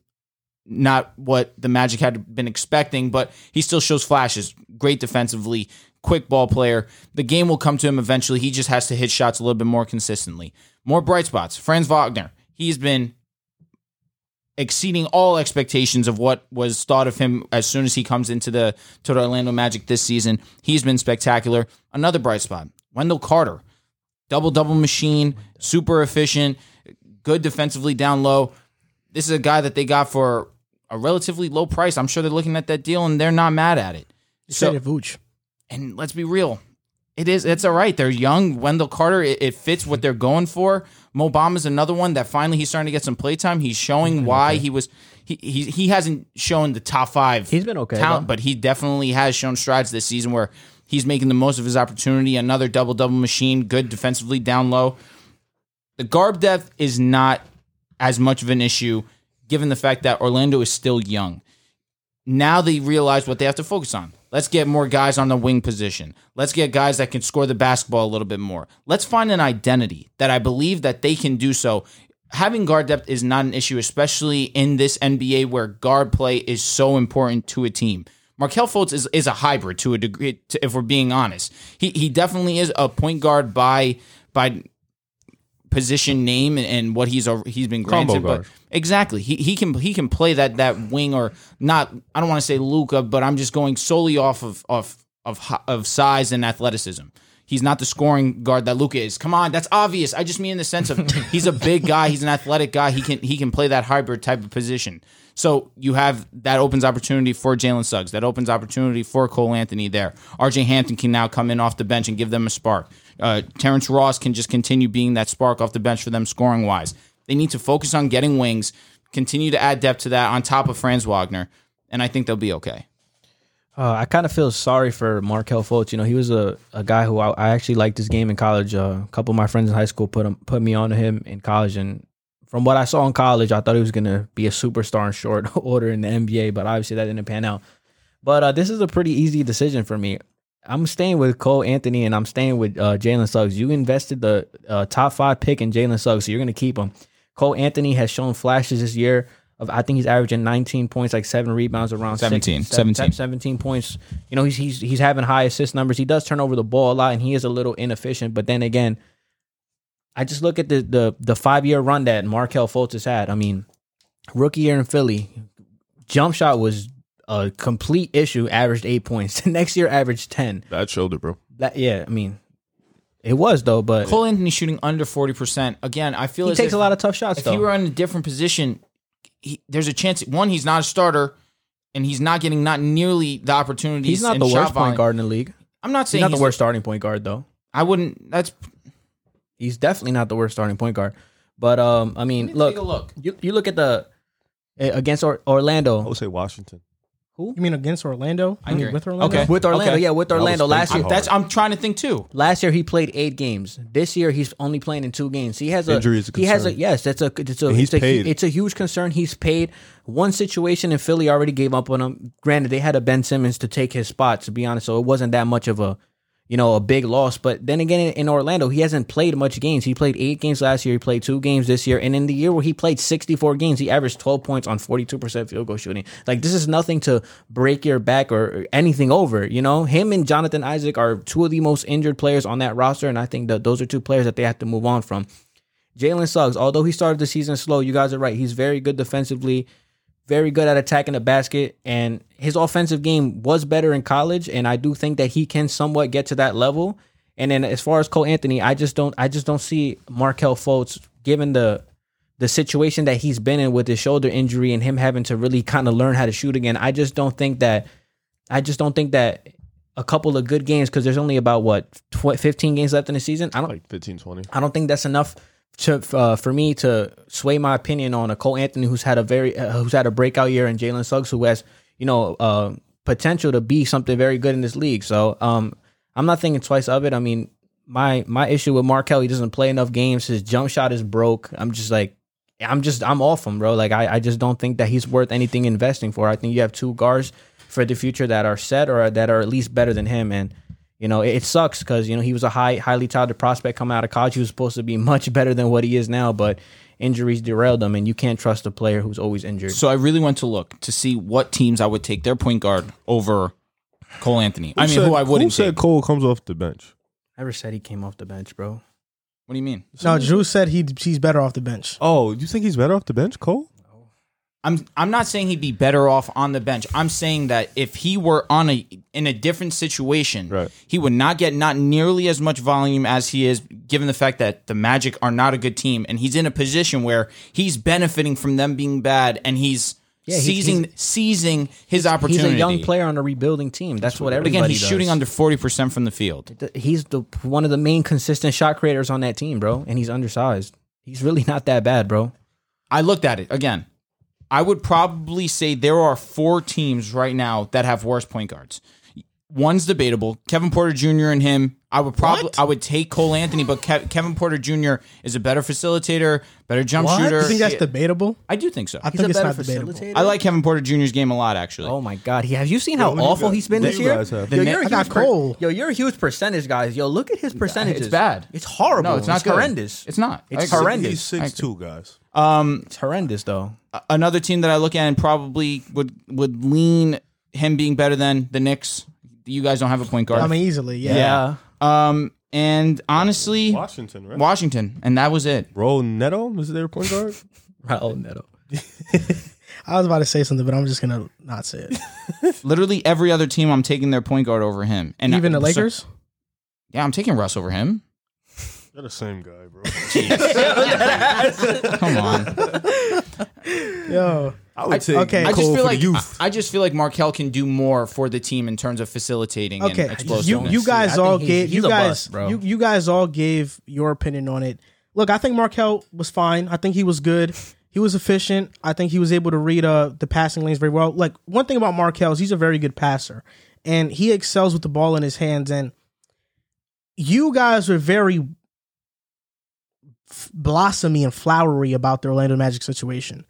Speaker 2: not what the Magic had been expecting, but he still shows flashes. Great defensively, quick ball player. The game will come to him eventually. He just has to hit shots a little bit more consistently. More bright spots. Franz Wagner. He's been exceeding all expectations of what was thought of him as soon as he comes into the to the Orlando Magic this season. He's been spectacular. Another bright spot, Wendell Carter, double double machine, super efficient, good defensively down low. This is a guy that they got for a relatively low price. I'm sure they're looking at that deal and they're not mad at it.
Speaker 1: Say it, Vooch.
Speaker 2: And let's be real. It is. It's all right. They're young. Wendell Carter. It, it fits what they're going for. Mobama's another one that finally he's starting to get some playtime. He's showing why he was. He, he he hasn't shown the top five.
Speaker 4: He's been okay,
Speaker 2: talent,
Speaker 4: though.
Speaker 2: but he definitely has shown strides this season where he's making the most of his opportunity. Another double double machine. Good defensively down low. The garb depth is not as much of an issue, given the fact that Orlando is still young now they realize what they have to focus on. Let's get more guys on the wing position. Let's get guys that can score the basketball a little bit more. Let's find an identity that I believe that they can do so. Having guard depth is not an issue, especially in this NBA where guard play is so important to a team. Markel Fultz is, is a hybrid to a degree, to, if we're being honest. He he definitely is a point guard by by position name and, and what he's over, he's been
Speaker 3: Combo
Speaker 2: granted.
Speaker 3: guard.
Speaker 2: But exactly, he he can he can play that that wing or not. I don't want to say Luca, but I'm just going solely off of of of ho- of size and athleticism. He's not the scoring guard that Luca is. Come on, that's obvious. I just mean in the sense of he's a big guy, he's an athletic guy. He can he can play that hybrid type of position. So you have that opens opportunity for Jalen Suggs. That opens opportunity for Cole Anthony there. RJ Hampton can now come in off the bench and give them a spark. Uh, Terrence Ross can just continue being that spark off the bench for them scoring wise. They need to focus on getting wings, continue to add depth to that on top of Franz Wagner, and I think they'll be okay.
Speaker 4: Uh, I kind of feel sorry for Markel Fultz. You know, he was a, a guy who I, I actually liked his game in college. Uh, a couple of my friends in high school put him put me on to him in college, and from what I saw in college, I thought he was gonna be a superstar in short order in the NBA. But obviously, that didn't pan out. But uh, this is a pretty easy decision for me. I'm staying with Cole Anthony, and I'm staying with uh, Jalen Suggs. You invested the uh, top five pick in Jalen Suggs, so you're gonna keep him. Cole Anthony has shown flashes this year. Of I think he's averaging 19 points, like seven rebounds, around
Speaker 2: 17,
Speaker 4: six, seven-
Speaker 2: 17.
Speaker 4: 17 points. You know, he's he's he's having high assist numbers. He does turn over the ball a lot and he is a little inefficient, but then again, I just look at the the the 5-year run that Markel Fultz has had. I mean, rookie year in Philly, jump shot was a complete issue. Averaged eight points. The next year, averaged ten.
Speaker 5: That shoulder, bro.
Speaker 4: That yeah, I mean, it was though, but
Speaker 2: Cole Anthony shooting under forty percent. Again, I feel
Speaker 4: he
Speaker 2: as if
Speaker 4: takes a lot of tough shots
Speaker 2: if
Speaker 4: though.
Speaker 2: he were in a different position, he, there's a chance. One, he's not a starter, and he's not getting not nearly the opportunities.
Speaker 4: he's not
Speaker 2: and
Speaker 4: the
Speaker 2: shot
Speaker 4: worst
Speaker 2: volume.
Speaker 4: point guard in the league.
Speaker 2: I'm not
Speaker 4: He's
Speaker 2: saying
Speaker 4: not the worst starting point guard though.
Speaker 2: I wouldn't. That's
Speaker 4: He's definitely not the worst starting point guard. But um, I mean, look,
Speaker 2: take a look.
Speaker 4: you you look at the eh, against or- Orlando.
Speaker 5: I would say Washington.
Speaker 1: You mean against Orlando? I
Speaker 2: agree.
Speaker 1: mean with Orlando.
Speaker 2: Okay.
Speaker 4: With Orlando,
Speaker 2: Okay.
Speaker 4: yeah, with Orlando.
Speaker 5: was
Speaker 4: Last
Speaker 5: thinking
Speaker 4: year,
Speaker 5: hard.
Speaker 2: That's I'm trying to think too.
Speaker 4: last year he played eight games. This year he's only playing in two games. He has a
Speaker 5: Injury is a
Speaker 4: he has a
Speaker 5: concern.
Speaker 4: yes. That's a it's a
Speaker 5: And he's
Speaker 4: it's a, hu-
Speaker 5: paid.
Speaker 4: it's a huge concern. He's paid. One situation in Philly already gave up on him. Granted, they had a Ben Simmons to take his spot. To be honest, so it wasn't that much of a you know a big loss. But then again, in Orlando, he hasn't played much games. He played eight games last year. He played two games this year. And in the year where he played sixty four games, he averaged twelve points on forty two percent field goal shooting. Like this is nothing to break your back or anything over. You know, him and Jonathan Isaac are two of the most injured players on that roster, and I think that those are two players that they have to move on from. Jalen Suggs, although he started the season slow, you guys are right. He's very good defensively, very good at attacking the basket, and his offensive game was better in college. And I do think that he can somewhat get to that level. And then as far as Cole Anthony, I just don't, I just don't see Markel Fultz given the the situation that he's been in with his shoulder injury and him having to really kind of learn how to shoot again. I just don't think that, I just don't think that a couple of good games because there's only about what tw- 15 games left in the season. I don't
Speaker 5: Like 15, 20.
Speaker 4: I don't think that's enough to uh, for me to sway my opinion on a Cole Anthony who's had a very uh, who's had a breakout year and Jalen Suggs who has you know uh, potential to be something very good in this league. So um, I'm not thinking twice of it. I mean, my my issue with Markel, he doesn't play enough games. His jump shot is broke. I'm just like. I'm just I'm off him, bro. Like I, I just don't think that he's worth anything investing for. I think you have two guards for the future that are set or that are at least better than him. And you know, it, it sucks because you know he was a high, highly touted prospect coming out of college. He was supposed to be much better than what he is now, but injuries derailed him, and you can't trust a player who's always injured.
Speaker 2: So I really went to look to see what teams I would take their point guard over Cole Anthony. I mean, who I
Speaker 5: Who
Speaker 2: wouldn't
Speaker 5: said
Speaker 2: take.
Speaker 5: Cole comes off the bench?
Speaker 4: I Never said he came off the bench, bro.
Speaker 2: What do you mean?
Speaker 1: No, Drew said he he's better off the bench.
Speaker 5: Oh, you think he's better off the bench, Cole?
Speaker 2: I'm I'm not saying he'd be better off on the bench. I'm saying that if he were on a in a different situation,
Speaker 5: Right.
Speaker 2: he would not get not nearly as much volume as he is, given the fact that the Magic are not a good team, and he's in a position where he's benefiting from them being bad, and he's
Speaker 4: he's-
Speaker 2: seizing seizing his
Speaker 4: He's
Speaker 2: opportunity.
Speaker 4: a young player on a rebuilding team. That's what
Speaker 2: But
Speaker 4: everybody
Speaker 2: again, he's
Speaker 4: does.
Speaker 2: shooting under forty percent from the field.
Speaker 4: Th- He's the one of the main consistent shot creators on that team, bro, and he's undersized. He's really not that bad, bro.
Speaker 2: I looked at it again. I would probably say there are four teams right now that have worse point guards. One's debatable. Kevin Porter Jr. and him. I would probably I would take Cole Anthony, but Kev- Kevin Porter Jr. is a better facilitator, better jump shooter.
Speaker 1: You think that's
Speaker 2: Yeah,
Speaker 1: debatable?
Speaker 2: I do think so.
Speaker 1: I
Speaker 2: I,
Speaker 4: He's
Speaker 1: think it's
Speaker 4: a better
Speaker 1: not debatable.
Speaker 4: facilitator.
Speaker 2: like Kevin Porter Jr.'s game a lot, actually.
Speaker 4: Oh my God! He have you seen how
Speaker 5: what do you
Speaker 4: awful
Speaker 5: guys-
Speaker 4: heys been
Speaker 5: what
Speaker 4: this
Speaker 5: do you
Speaker 4: year?
Speaker 5: guys have?
Speaker 4: Yo,
Speaker 2: The
Speaker 4: you're a
Speaker 2: net-
Speaker 1: I
Speaker 4: huge
Speaker 1: got
Speaker 4: per-
Speaker 1: cold.
Speaker 4: Yo, you're a huge percentage guys. Yo, look at his percentages.
Speaker 2: It's bad.
Speaker 4: It's horrible.
Speaker 2: no, it's not
Speaker 4: it's
Speaker 2: good.
Speaker 4: horrendous.
Speaker 2: It's not.
Speaker 4: It's
Speaker 2: I agree.
Speaker 4: horrendous.
Speaker 5: He's six two guys.
Speaker 4: It's horrendous though.
Speaker 2: Another team that I look at and probably would would lean him being better than the Knicks. You guys don't have a point guard.
Speaker 1: I mean, easily. Yeah.
Speaker 4: Yeah.
Speaker 2: um, and honestly,
Speaker 5: Washington, right?
Speaker 2: Washington, and that was it.
Speaker 5: Bro, Neto is their point guard.
Speaker 4: Raul oh, Neto.
Speaker 1: I was about to say something, but I'm just gonna not say it.
Speaker 2: Literally every other team, I'm taking their point guard over him. And
Speaker 1: Even the
Speaker 2: so-
Speaker 1: Lakers.
Speaker 2: yeah, I'm taking Russ over him.
Speaker 5: They're the same guy, bro.
Speaker 2: Come on.
Speaker 1: Yo,
Speaker 5: I would take
Speaker 1: okay.
Speaker 2: I
Speaker 5: Cole
Speaker 2: just
Speaker 5: for
Speaker 2: feel like
Speaker 5: the youth.
Speaker 2: I, I just feel like Markel can do more for the team in terms of facilitating
Speaker 1: okay.
Speaker 2: and
Speaker 1: You
Speaker 2: explosiveness.
Speaker 1: you
Speaker 4: I
Speaker 1: guys
Speaker 4: think
Speaker 1: all
Speaker 4: he's-
Speaker 1: gave
Speaker 4: he's
Speaker 1: you
Speaker 4: a
Speaker 1: guys
Speaker 4: bust, bro.
Speaker 1: you you guys all gave your opinion on it. Look, I think Markel was fine. I think he was good. He was efficient. I think he was able to read uh, the passing lanes very well. Like one thing about Markel is he's a very good passer, and he excels with the ball in his hands. And you guys were very f- blossomy and flowery about the Orlando Magic situation.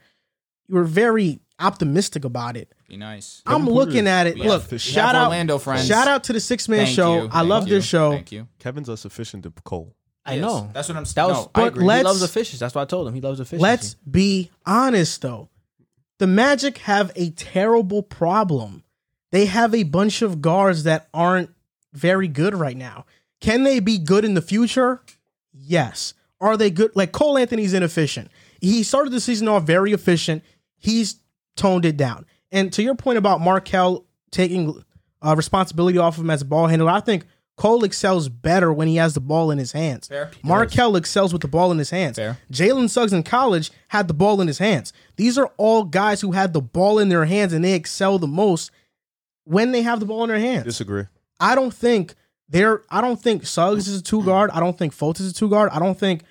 Speaker 1: You were very optimistic about it.
Speaker 2: Be nice.
Speaker 1: I'm
Speaker 5: Porter
Speaker 1: looking
Speaker 5: is-
Speaker 1: at it.
Speaker 5: we have
Speaker 1: Look,
Speaker 5: to- we
Speaker 1: shout
Speaker 2: have
Speaker 1: out
Speaker 2: Orlando friends.
Speaker 1: Shout out to the Six Man
Speaker 2: Thank
Speaker 1: Show.
Speaker 2: you.
Speaker 1: I
Speaker 2: Thank
Speaker 1: love
Speaker 2: you.
Speaker 1: their show.
Speaker 2: Thank you.
Speaker 5: Kevin's us efficient to Cole.
Speaker 4: I
Speaker 2: Yes,
Speaker 4: know.
Speaker 2: That's what I'm
Speaker 4: That
Speaker 2: saying.
Speaker 4: was
Speaker 2: No, I
Speaker 1: but
Speaker 2: agree.
Speaker 1: let-
Speaker 4: He
Speaker 1: Let's-
Speaker 4: loves the fishes. That's what I told him. He loves the fishes.
Speaker 1: Let's be honest though. The Magic have a terrible problem. They have a bunch of guards that aren't very good right now. Can they be good in the future? Yes. Are they good? Like Cole Anthony's inefficient. He started the season off very efficient. he's toned it down. And to your point about Markel taking uh, responsibility off of him as a ball handler, I think Cole excels better when he has the ball in his hands.
Speaker 2: Fair.
Speaker 1: Markel excels with the ball in his hands.
Speaker 2: Fair.
Speaker 1: Jalen Suggs in college had the ball in his hands. These are all guys who had the ball in their hands and they excel the most when they have the ball in their hands.
Speaker 5: Disagree.
Speaker 1: I don't think they're I don't think Suggs is a two guard. I don't think Fultz is a two guard. I don't think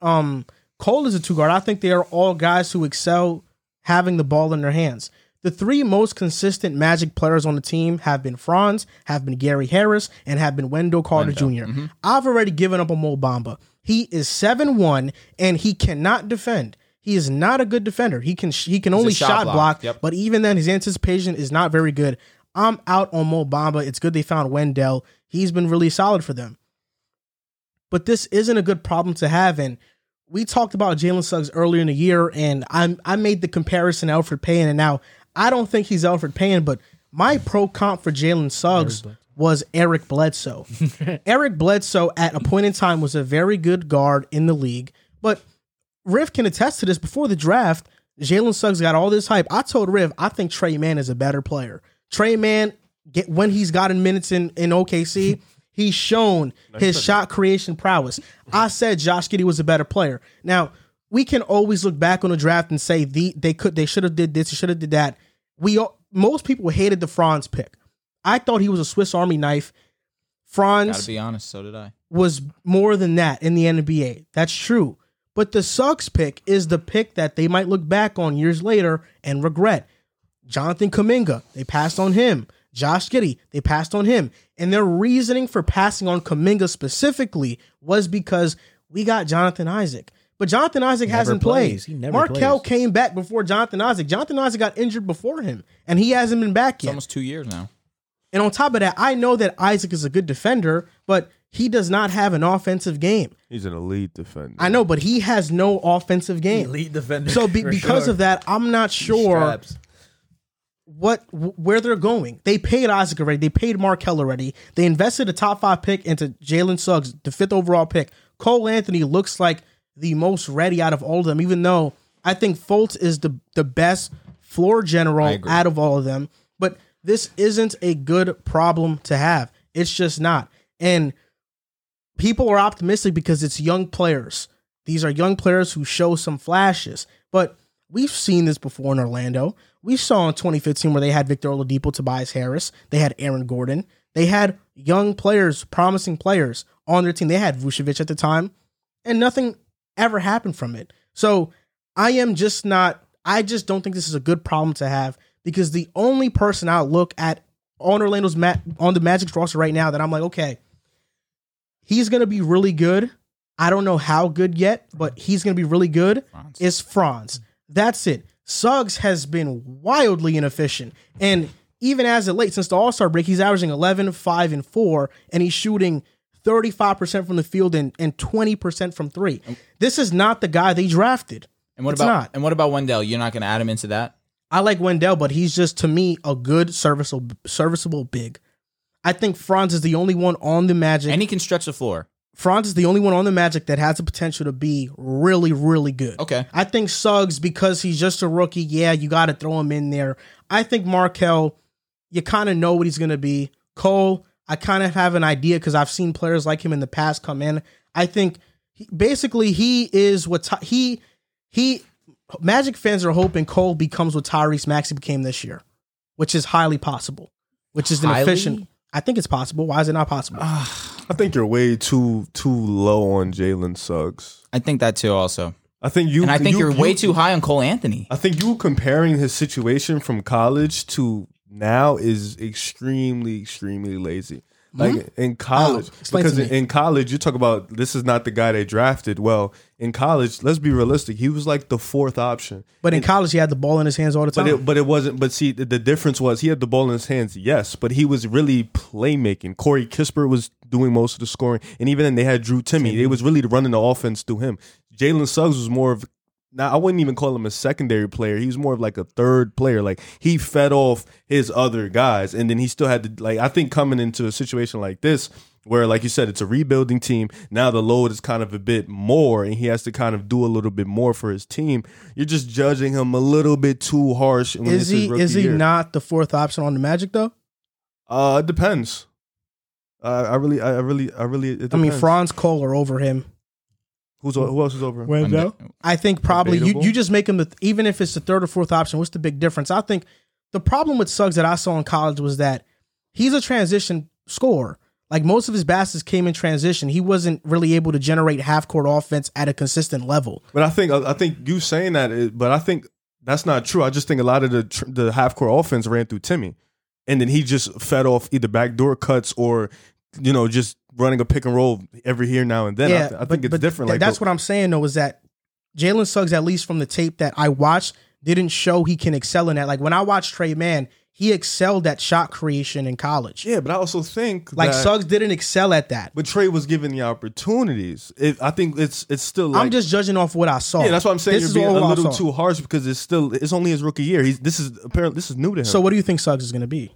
Speaker 1: um Cole is a two guard. I think they are all guys who excel having the ball in their hands. The three most consistent Magic players on the team have been Franz, have been Gary Harris, and have been Wendell Carter junior
Speaker 2: Mm-hmm.
Speaker 1: I've already given up on Mo Bamba. He is 7-1 and he cannot defend. He is not a good defender. He can he can only
Speaker 2: shot
Speaker 1: shot,
Speaker 2: block.
Speaker 1: block,
Speaker 2: Yep.
Speaker 1: but even then his anticipation is not very good. I'm out on Mo Bamba. It's good they found Wendell. He's been really solid for them. But this isn't a good problem to have. And we talked about Jalen Suggs earlier in the year, and I'm I made the comparison to Alfred Payne, and now I don't think he's Alfred Payne, but my pro comp for Jalen Suggs was Eric Bledsoe. Eric Bledsoe at a point in time was a very good guard in the league, but Riv can attest to this. Before the draft, Jalen Suggs got all this hype. I told Riv, I think Trey Mann is a better player. Trey Mann, get, when he's gotten minutes in, in OKC, he's shown his shot creation prowess. I said Josh Giddey was a better player. Now, we can always look back on the draft and say the, they could they should have did this, they should have did that. We all- most people hated the Franz pick. I thought he was a Swiss Army knife. Franz
Speaker 2: Gotta be honest, so did I.
Speaker 1: was more than that in the NBA. That's true. But the Sucks pick is the pick that they might look back on years later and regret. Jonathan Kaminga, they passed on him. Josh Giddy, they passed on him. And their reasoning for passing on Kaminga specifically was because we got Jonathan Isaac. But Jonathan Isaac hasn't
Speaker 4: plays.
Speaker 1: played.
Speaker 4: He never
Speaker 1: Markel
Speaker 4: plays.
Speaker 1: came back before Jonathan Isaac. Jonathan Isaac got injured before him, and he hasn't been back
Speaker 2: It's
Speaker 1: yet.
Speaker 2: almost two years now.
Speaker 1: And on top of that, I know that Isaac is a good defender, but he does not have an offensive game.
Speaker 5: He's an elite defender.
Speaker 1: I know, but he has no offensive game.
Speaker 4: Elite defender.
Speaker 1: So be, because of that, I'm not sure what wh- where they're going. They paid Isaac already. They paid Markel already. They invested a top five pick into Jalen Suggs, the fifth overall pick. Cole Anthony looks like the most ready out of all of them, even though I think Fultz is the the best floor general
Speaker 2: agree.
Speaker 1: out of all of them. But this isn't a good problem to have. It's just not. And people are optimistic because it's young players. These are young players who show some flashes. But we've seen this before in Orlando. We saw in 2015 where they had Victor Oladipo, Tobias Harris, they had Aaron Gordon, they had young players, promising players on their team. They had Vucevic at the time, and nothing ever happened from it. So I am just not. I just don't think this is a good problem to have because the only person I look at on Orlando's ma- on the Magic's roster right now that I'm like, okay, he's going to be really good. I don't know how good yet, but he's going to be really good.
Speaker 2: Franz.
Speaker 1: Is Franz. That's it. Suggs has been wildly inefficient. And even as of late, since the All Star break, he's averaging 11, 5, and 4, and he's shooting 35% from the field and, and 20% from three. This is not the guy they drafted.
Speaker 2: And what
Speaker 1: It's
Speaker 2: about
Speaker 1: not.
Speaker 2: and what about Wendell? You're not gonna add him into that?
Speaker 1: I like Wendell, but he's just to me a good serviceable serviceable big. I think Franz is the only one on the Magic.
Speaker 2: And he can stretch the floor.
Speaker 1: Franz is the only one on the Magic that has the potential to be really, really good.
Speaker 2: Okay.
Speaker 1: I think Suggs, because he's just a rookie, yeah, you got to throw him in there. I think Markel, you kind of know what he's going to be. Cole, I kind of have an idea because I've seen players like him in the past come in. I think he, basically he is what Ty- he he Magic fans are hoping Cole becomes what Tyrese Maxey became this year, which is highly possible. Which is an
Speaker 2: Highly?
Speaker 1: efficient. I think it's possible. Why is it not possible?
Speaker 5: I think you're way too too low on Jalen Suggs.
Speaker 2: I think that too also.
Speaker 5: I think you
Speaker 2: And I think
Speaker 5: you,
Speaker 2: you're
Speaker 5: you- Uh,
Speaker 2: way too high on Cole Anthony.
Speaker 5: I think you comparing his situation from college to now is extremely extremely lazy. Like in college,
Speaker 1: How? Hmm? Oh, Explain to
Speaker 5: because in,
Speaker 1: me.
Speaker 5: in college you talk about this is not the guy they drafted. Well, in college, let's be realistic, he was like the fourth option.
Speaker 1: But in college, he had the ball in his hands all the time.
Speaker 5: But it, but it wasn't. But see, the, the difference was he had the ball in his hands, yes, but he was really playmaking. Corey Kispert was doing most of the scoring, and even then they had Drew Timmy. They was really running the offense through him. Jalen Suggs was more of now I wouldn't even call him a secondary player. He was more of like a third player. Like he fed off his other guys, and then he still had to like I think coming into a situation like this
Speaker 3: where, like you said, it's a rebuilding team. Now the load is kind of a bit more, and he has to kind of do a little bit more for his team. You're just judging him a little bit too harsh. When
Speaker 1: Is
Speaker 3: it's his
Speaker 1: he
Speaker 3: rookie
Speaker 1: is he
Speaker 3: year.
Speaker 1: not the fourth option on the Magic though?
Speaker 3: Uh, it depends. I I really, I I really, I really. It
Speaker 1: I mean,
Speaker 3: depends.
Speaker 1: Franz Kohler over him.
Speaker 3: Who's who else is over? him?
Speaker 2: Unde-
Speaker 1: I think probably you,
Speaker 3: Debatable.
Speaker 1: you just make him the even if it's the third or fourth option. What's the big difference? I think the problem with Suggs that I saw in college was that he's a transition scorer. Like most of his baskets came in transition. He wasn't really able to generate half court offense at a consistent level.
Speaker 3: But I think I think you saying that, is, but I think that's not true. I just think a lot of the tr- the half court offense ran through Timmy, and then he just fed off either backdoor cuts or you know just running a pick and roll every here now and then. I, th- I think it's different.
Speaker 1: th-
Speaker 3: like
Speaker 1: that's what I'm saying though is that Jalen Suggs, at least from the tape that I watched, didn't show he can excel in that. Like when I watched Trey Mann, he excelled at shot creation in college.
Speaker 3: yeah, but I also think
Speaker 1: like
Speaker 3: that-
Speaker 1: Suggs didn't excel at that.
Speaker 3: But Trey was given the opportunities. It, I think it's it's still. Like,
Speaker 1: I'm just judging off what I saw.
Speaker 3: Yeah, that's what I'm saying.
Speaker 1: This
Speaker 3: You're
Speaker 1: is
Speaker 3: being
Speaker 1: all
Speaker 3: a
Speaker 1: I
Speaker 3: little
Speaker 1: saw.
Speaker 3: too harsh because it's still it's only his rookie year. He's this is apparently this is new to him.
Speaker 1: So what do you think Suggs is going to be?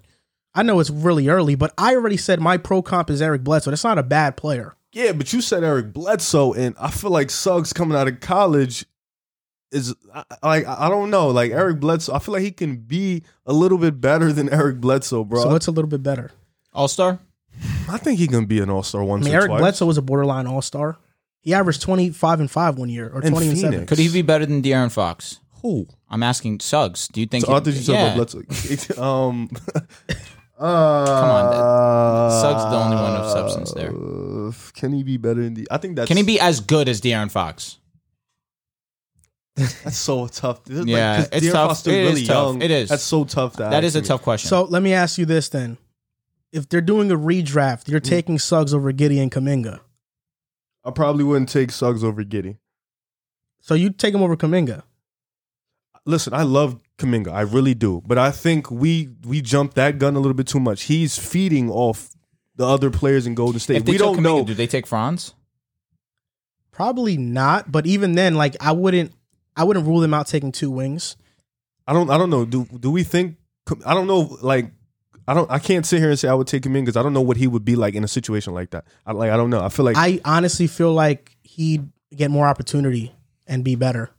Speaker 1: I know it's really early, but I already said my pro comp is Eric Bledsoe. That's not a bad player.
Speaker 3: Yeah, but you said Eric Bledsoe, and I feel like Suggs coming out of college is I- I- like I I don't know. Like Eric Bledsoe, I feel like he can be a little bit better than Eric Bledsoe, bro.
Speaker 1: So what's a little bit better?
Speaker 2: All star.
Speaker 3: I think he can be an All Star
Speaker 1: I
Speaker 3: once
Speaker 1: mean,
Speaker 3: or
Speaker 1: Eric
Speaker 3: twice.
Speaker 1: Bledsoe was a borderline all star. He averaged twenty five and five one year, or
Speaker 3: In
Speaker 1: twenty and seven.
Speaker 3: Phoenix.
Speaker 2: Could he be better than De'Aaron Fox?
Speaker 3: Who?
Speaker 2: I'm asking Suggs. Do you think?
Speaker 3: So I thought you said
Speaker 2: yeah.
Speaker 3: about Bledsoe. um, uh, Come
Speaker 2: on, dude. Suggs the only one of substance there.
Speaker 3: Uh, Can he be better than the? I think that's
Speaker 2: Can he be as good as De'Aaron Fox?
Speaker 3: That's so tough. This is
Speaker 2: Yeah,
Speaker 3: 'cause
Speaker 2: it's
Speaker 3: De'Aaron
Speaker 2: tough.
Speaker 3: Foster
Speaker 2: It is
Speaker 3: really
Speaker 2: tough.
Speaker 3: young.
Speaker 2: It is.
Speaker 3: That's so tough. To
Speaker 2: That
Speaker 3: ask
Speaker 2: is a
Speaker 3: me.
Speaker 2: tough question.
Speaker 1: So let me ask you this then: If they're doing a redraft, you're
Speaker 3: Mm.
Speaker 1: taking Suggs over Giddy and Kaminga.
Speaker 3: I probably wouldn't take Suggs over Giddy.
Speaker 1: So you take him over Kaminga.
Speaker 3: listen, I love Kaminga, I really do, but I think we we jumped that gun a little bit too much. He's feeding off the other players in Golden State.
Speaker 2: if they
Speaker 3: We
Speaker 2: took
Speaker 3: don't
Speaker 2: Kuminga,
Speaker 3: know.
Speaker 2: Do they take Franz?
Speaker 1: Probably not. But even then, like I wouldn't, I wouldn't rule him out taking two wings.
Speaker 3: I don't. I don't know. Do do we think? I don't know. Like. I don't. I can't sit here and say I would take him in because I don't know what he would be like in a situation like that. I, like I don't know. I feel like
Speaker 1: I honestly feel like he'd get more opportunity and be better.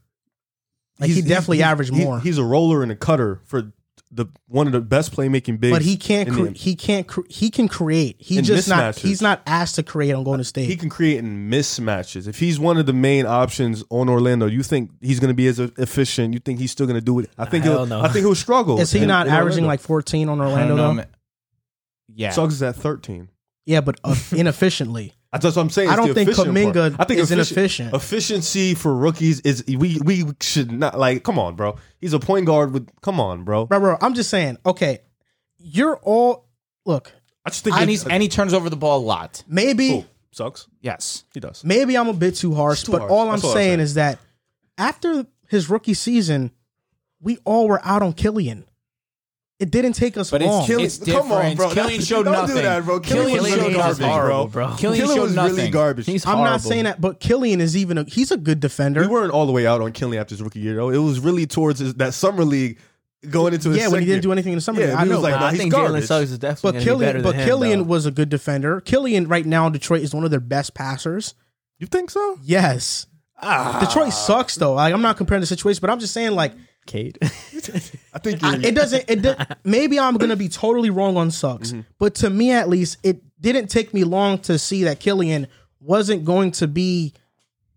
Speaker 1: Like he
Speaker 3: he's-
Speaker 1: definitely
Speaker 3: he's-
Speaker 1: averaged
Speaker 3: he-
Speaker 1: more,
Speaker 3: he's a roller and a cutter for the one of the best playmaking bigs.
Speaker 1: but he can't.
Speaker 3: in the
Speaker 1: Cre-
Speaker 3: NBA.
Speaker 1: he can't. Cre- he can create. He
Speaker 3: And
Speaker 1: just not.
Speaker 3: mismatches.
Speaker 1: He's not asked to create on Golden State.
Speaker 3: he can create in mismatches. If he's one of the main options on Orlando, you think he's going to be as e-, efficient? You think he's still going to do it? I think
Speaker 4: Hell
Speaker 3: he'll,
Speaker 4: no.
Speaker 3: I think he'll struggle.
Speaker 1: Is he
Speaker 3: in-
Speaker 1: not
Speaker 3: in
Speaker 1: averaging
Speaker 3: Orlando.
Speaker 1: like 14 on Orlando? though?
Speaker 2: man. Yeah.
Speaker 3: Suggs is at thirteen?
Speaker 1: Yeah, but uh, inefficiently.
Speaker 3: That's what I'm saying.
Speaker 1: I
Speaker 3: It's the
Speaker 1: don't think
Speaker 3: efficient
Speaker 1: Kuminga
Speaker 3: part. I think
Speaker 1: is
Speaker 3: effici-
Speaker 1: inefficient.
Speaker 3: Efficiency for rookies is we we should not like. Come on, bro. He's a point guard with. Come on, bro.
Speaker 1: Bro, bro, I'm just saying. Okay, you're all. Look,
Speaker 3: I just think
Speaker 2: and,
Speaker 3: it's-
Speaker 2: he's, and he turns over the ball a lot.
Speaker 1: maybe
Speaker 3: Cool. Sucks.
Speaker 2: Yes.
Speaker 3: He does.
Speaker 1: maybe I'm a bit too harsh,
Speaker 3: It's too
Speaker 1: but
Speaker 3: harsh.
Speaker 1: all I'm
Speaker 3: That's all I'm
Speaker 1: saying
Speaker 3: saying.
Speaker 1: is that after his rookie season, we all were out on Killian. It didn't take us
Speaker 2: But it's
Speaker 1: long.
Speaker 2: Killian- It's different. Killian
Speaker 3: That-
Speaker 2: showed
Speaker 3: don't
Speaker 2: nothing.
Speaker 3: do that, bro.
Speaker 2: Killian
Speaker 3: was
Speaker 2: showed
Speaker 3: really
Speaker 2: nothing.
Speaker 3: garbage,
Speaker 4: Horrible,
Speaker 3: bro.
Speaker 4: bro.
Speaker 2: Killian showed
Speaker 3: was really
Speaker 2: nothing.
Speaker 3: garbage.
Speaker 4: He's
Speaker 1: I'm
Speaker 4: horrible.
Speaker 1: not saying that, but Killian is even a he's a good defender.
Speaker 3: We weren't all the way out on Kinley after his rookie year, though. It was really towards his, that summer league going into his
Speaker 1: yeah, when he
Speaker 3: second
Speaker 1: didn't do
Speaker 3: year.
Speaker 1: anything in the summer,
Speaker 3: Yeah,
Speaker 1: league,
Speaker 3: we
Speaker 1: I
Speaker 3: was
Speaker 1: know.
Speaker 3: like,
Speaker 1: but-
Speaker 3: nah,
Speaker 4: I
Speaker 3: he's
Speaker 4: think
Speaker 3: garbage.
Speaker 4: Jalen Suggs is definitely
Speaker 1: but
Speaker 4: going to be better
Speaker 1: Killian, but
Speaker 4: than him,
Speaker 1: Killian
Speaker 4: though.
Speaker 1: was a good defender. Killian right now in Detroit is one of their best passers.
Speaker 3: You think so?
Speaker 1: Yes,
Speaker 3: Ah,
Speaker 1: Detroit sucks though. Like, I'm not comparing the situation, but I'm just saying like
Speaker 4: Cade.
Speaker 3: I think
Speaker 1: I-
Speaker 3: you're,
Speaker 1: it doesn't. It do, maybe I'm gonna be totally wrong on Suggs, but to me at least, it didn't take me long to see that Killian wasn't going to be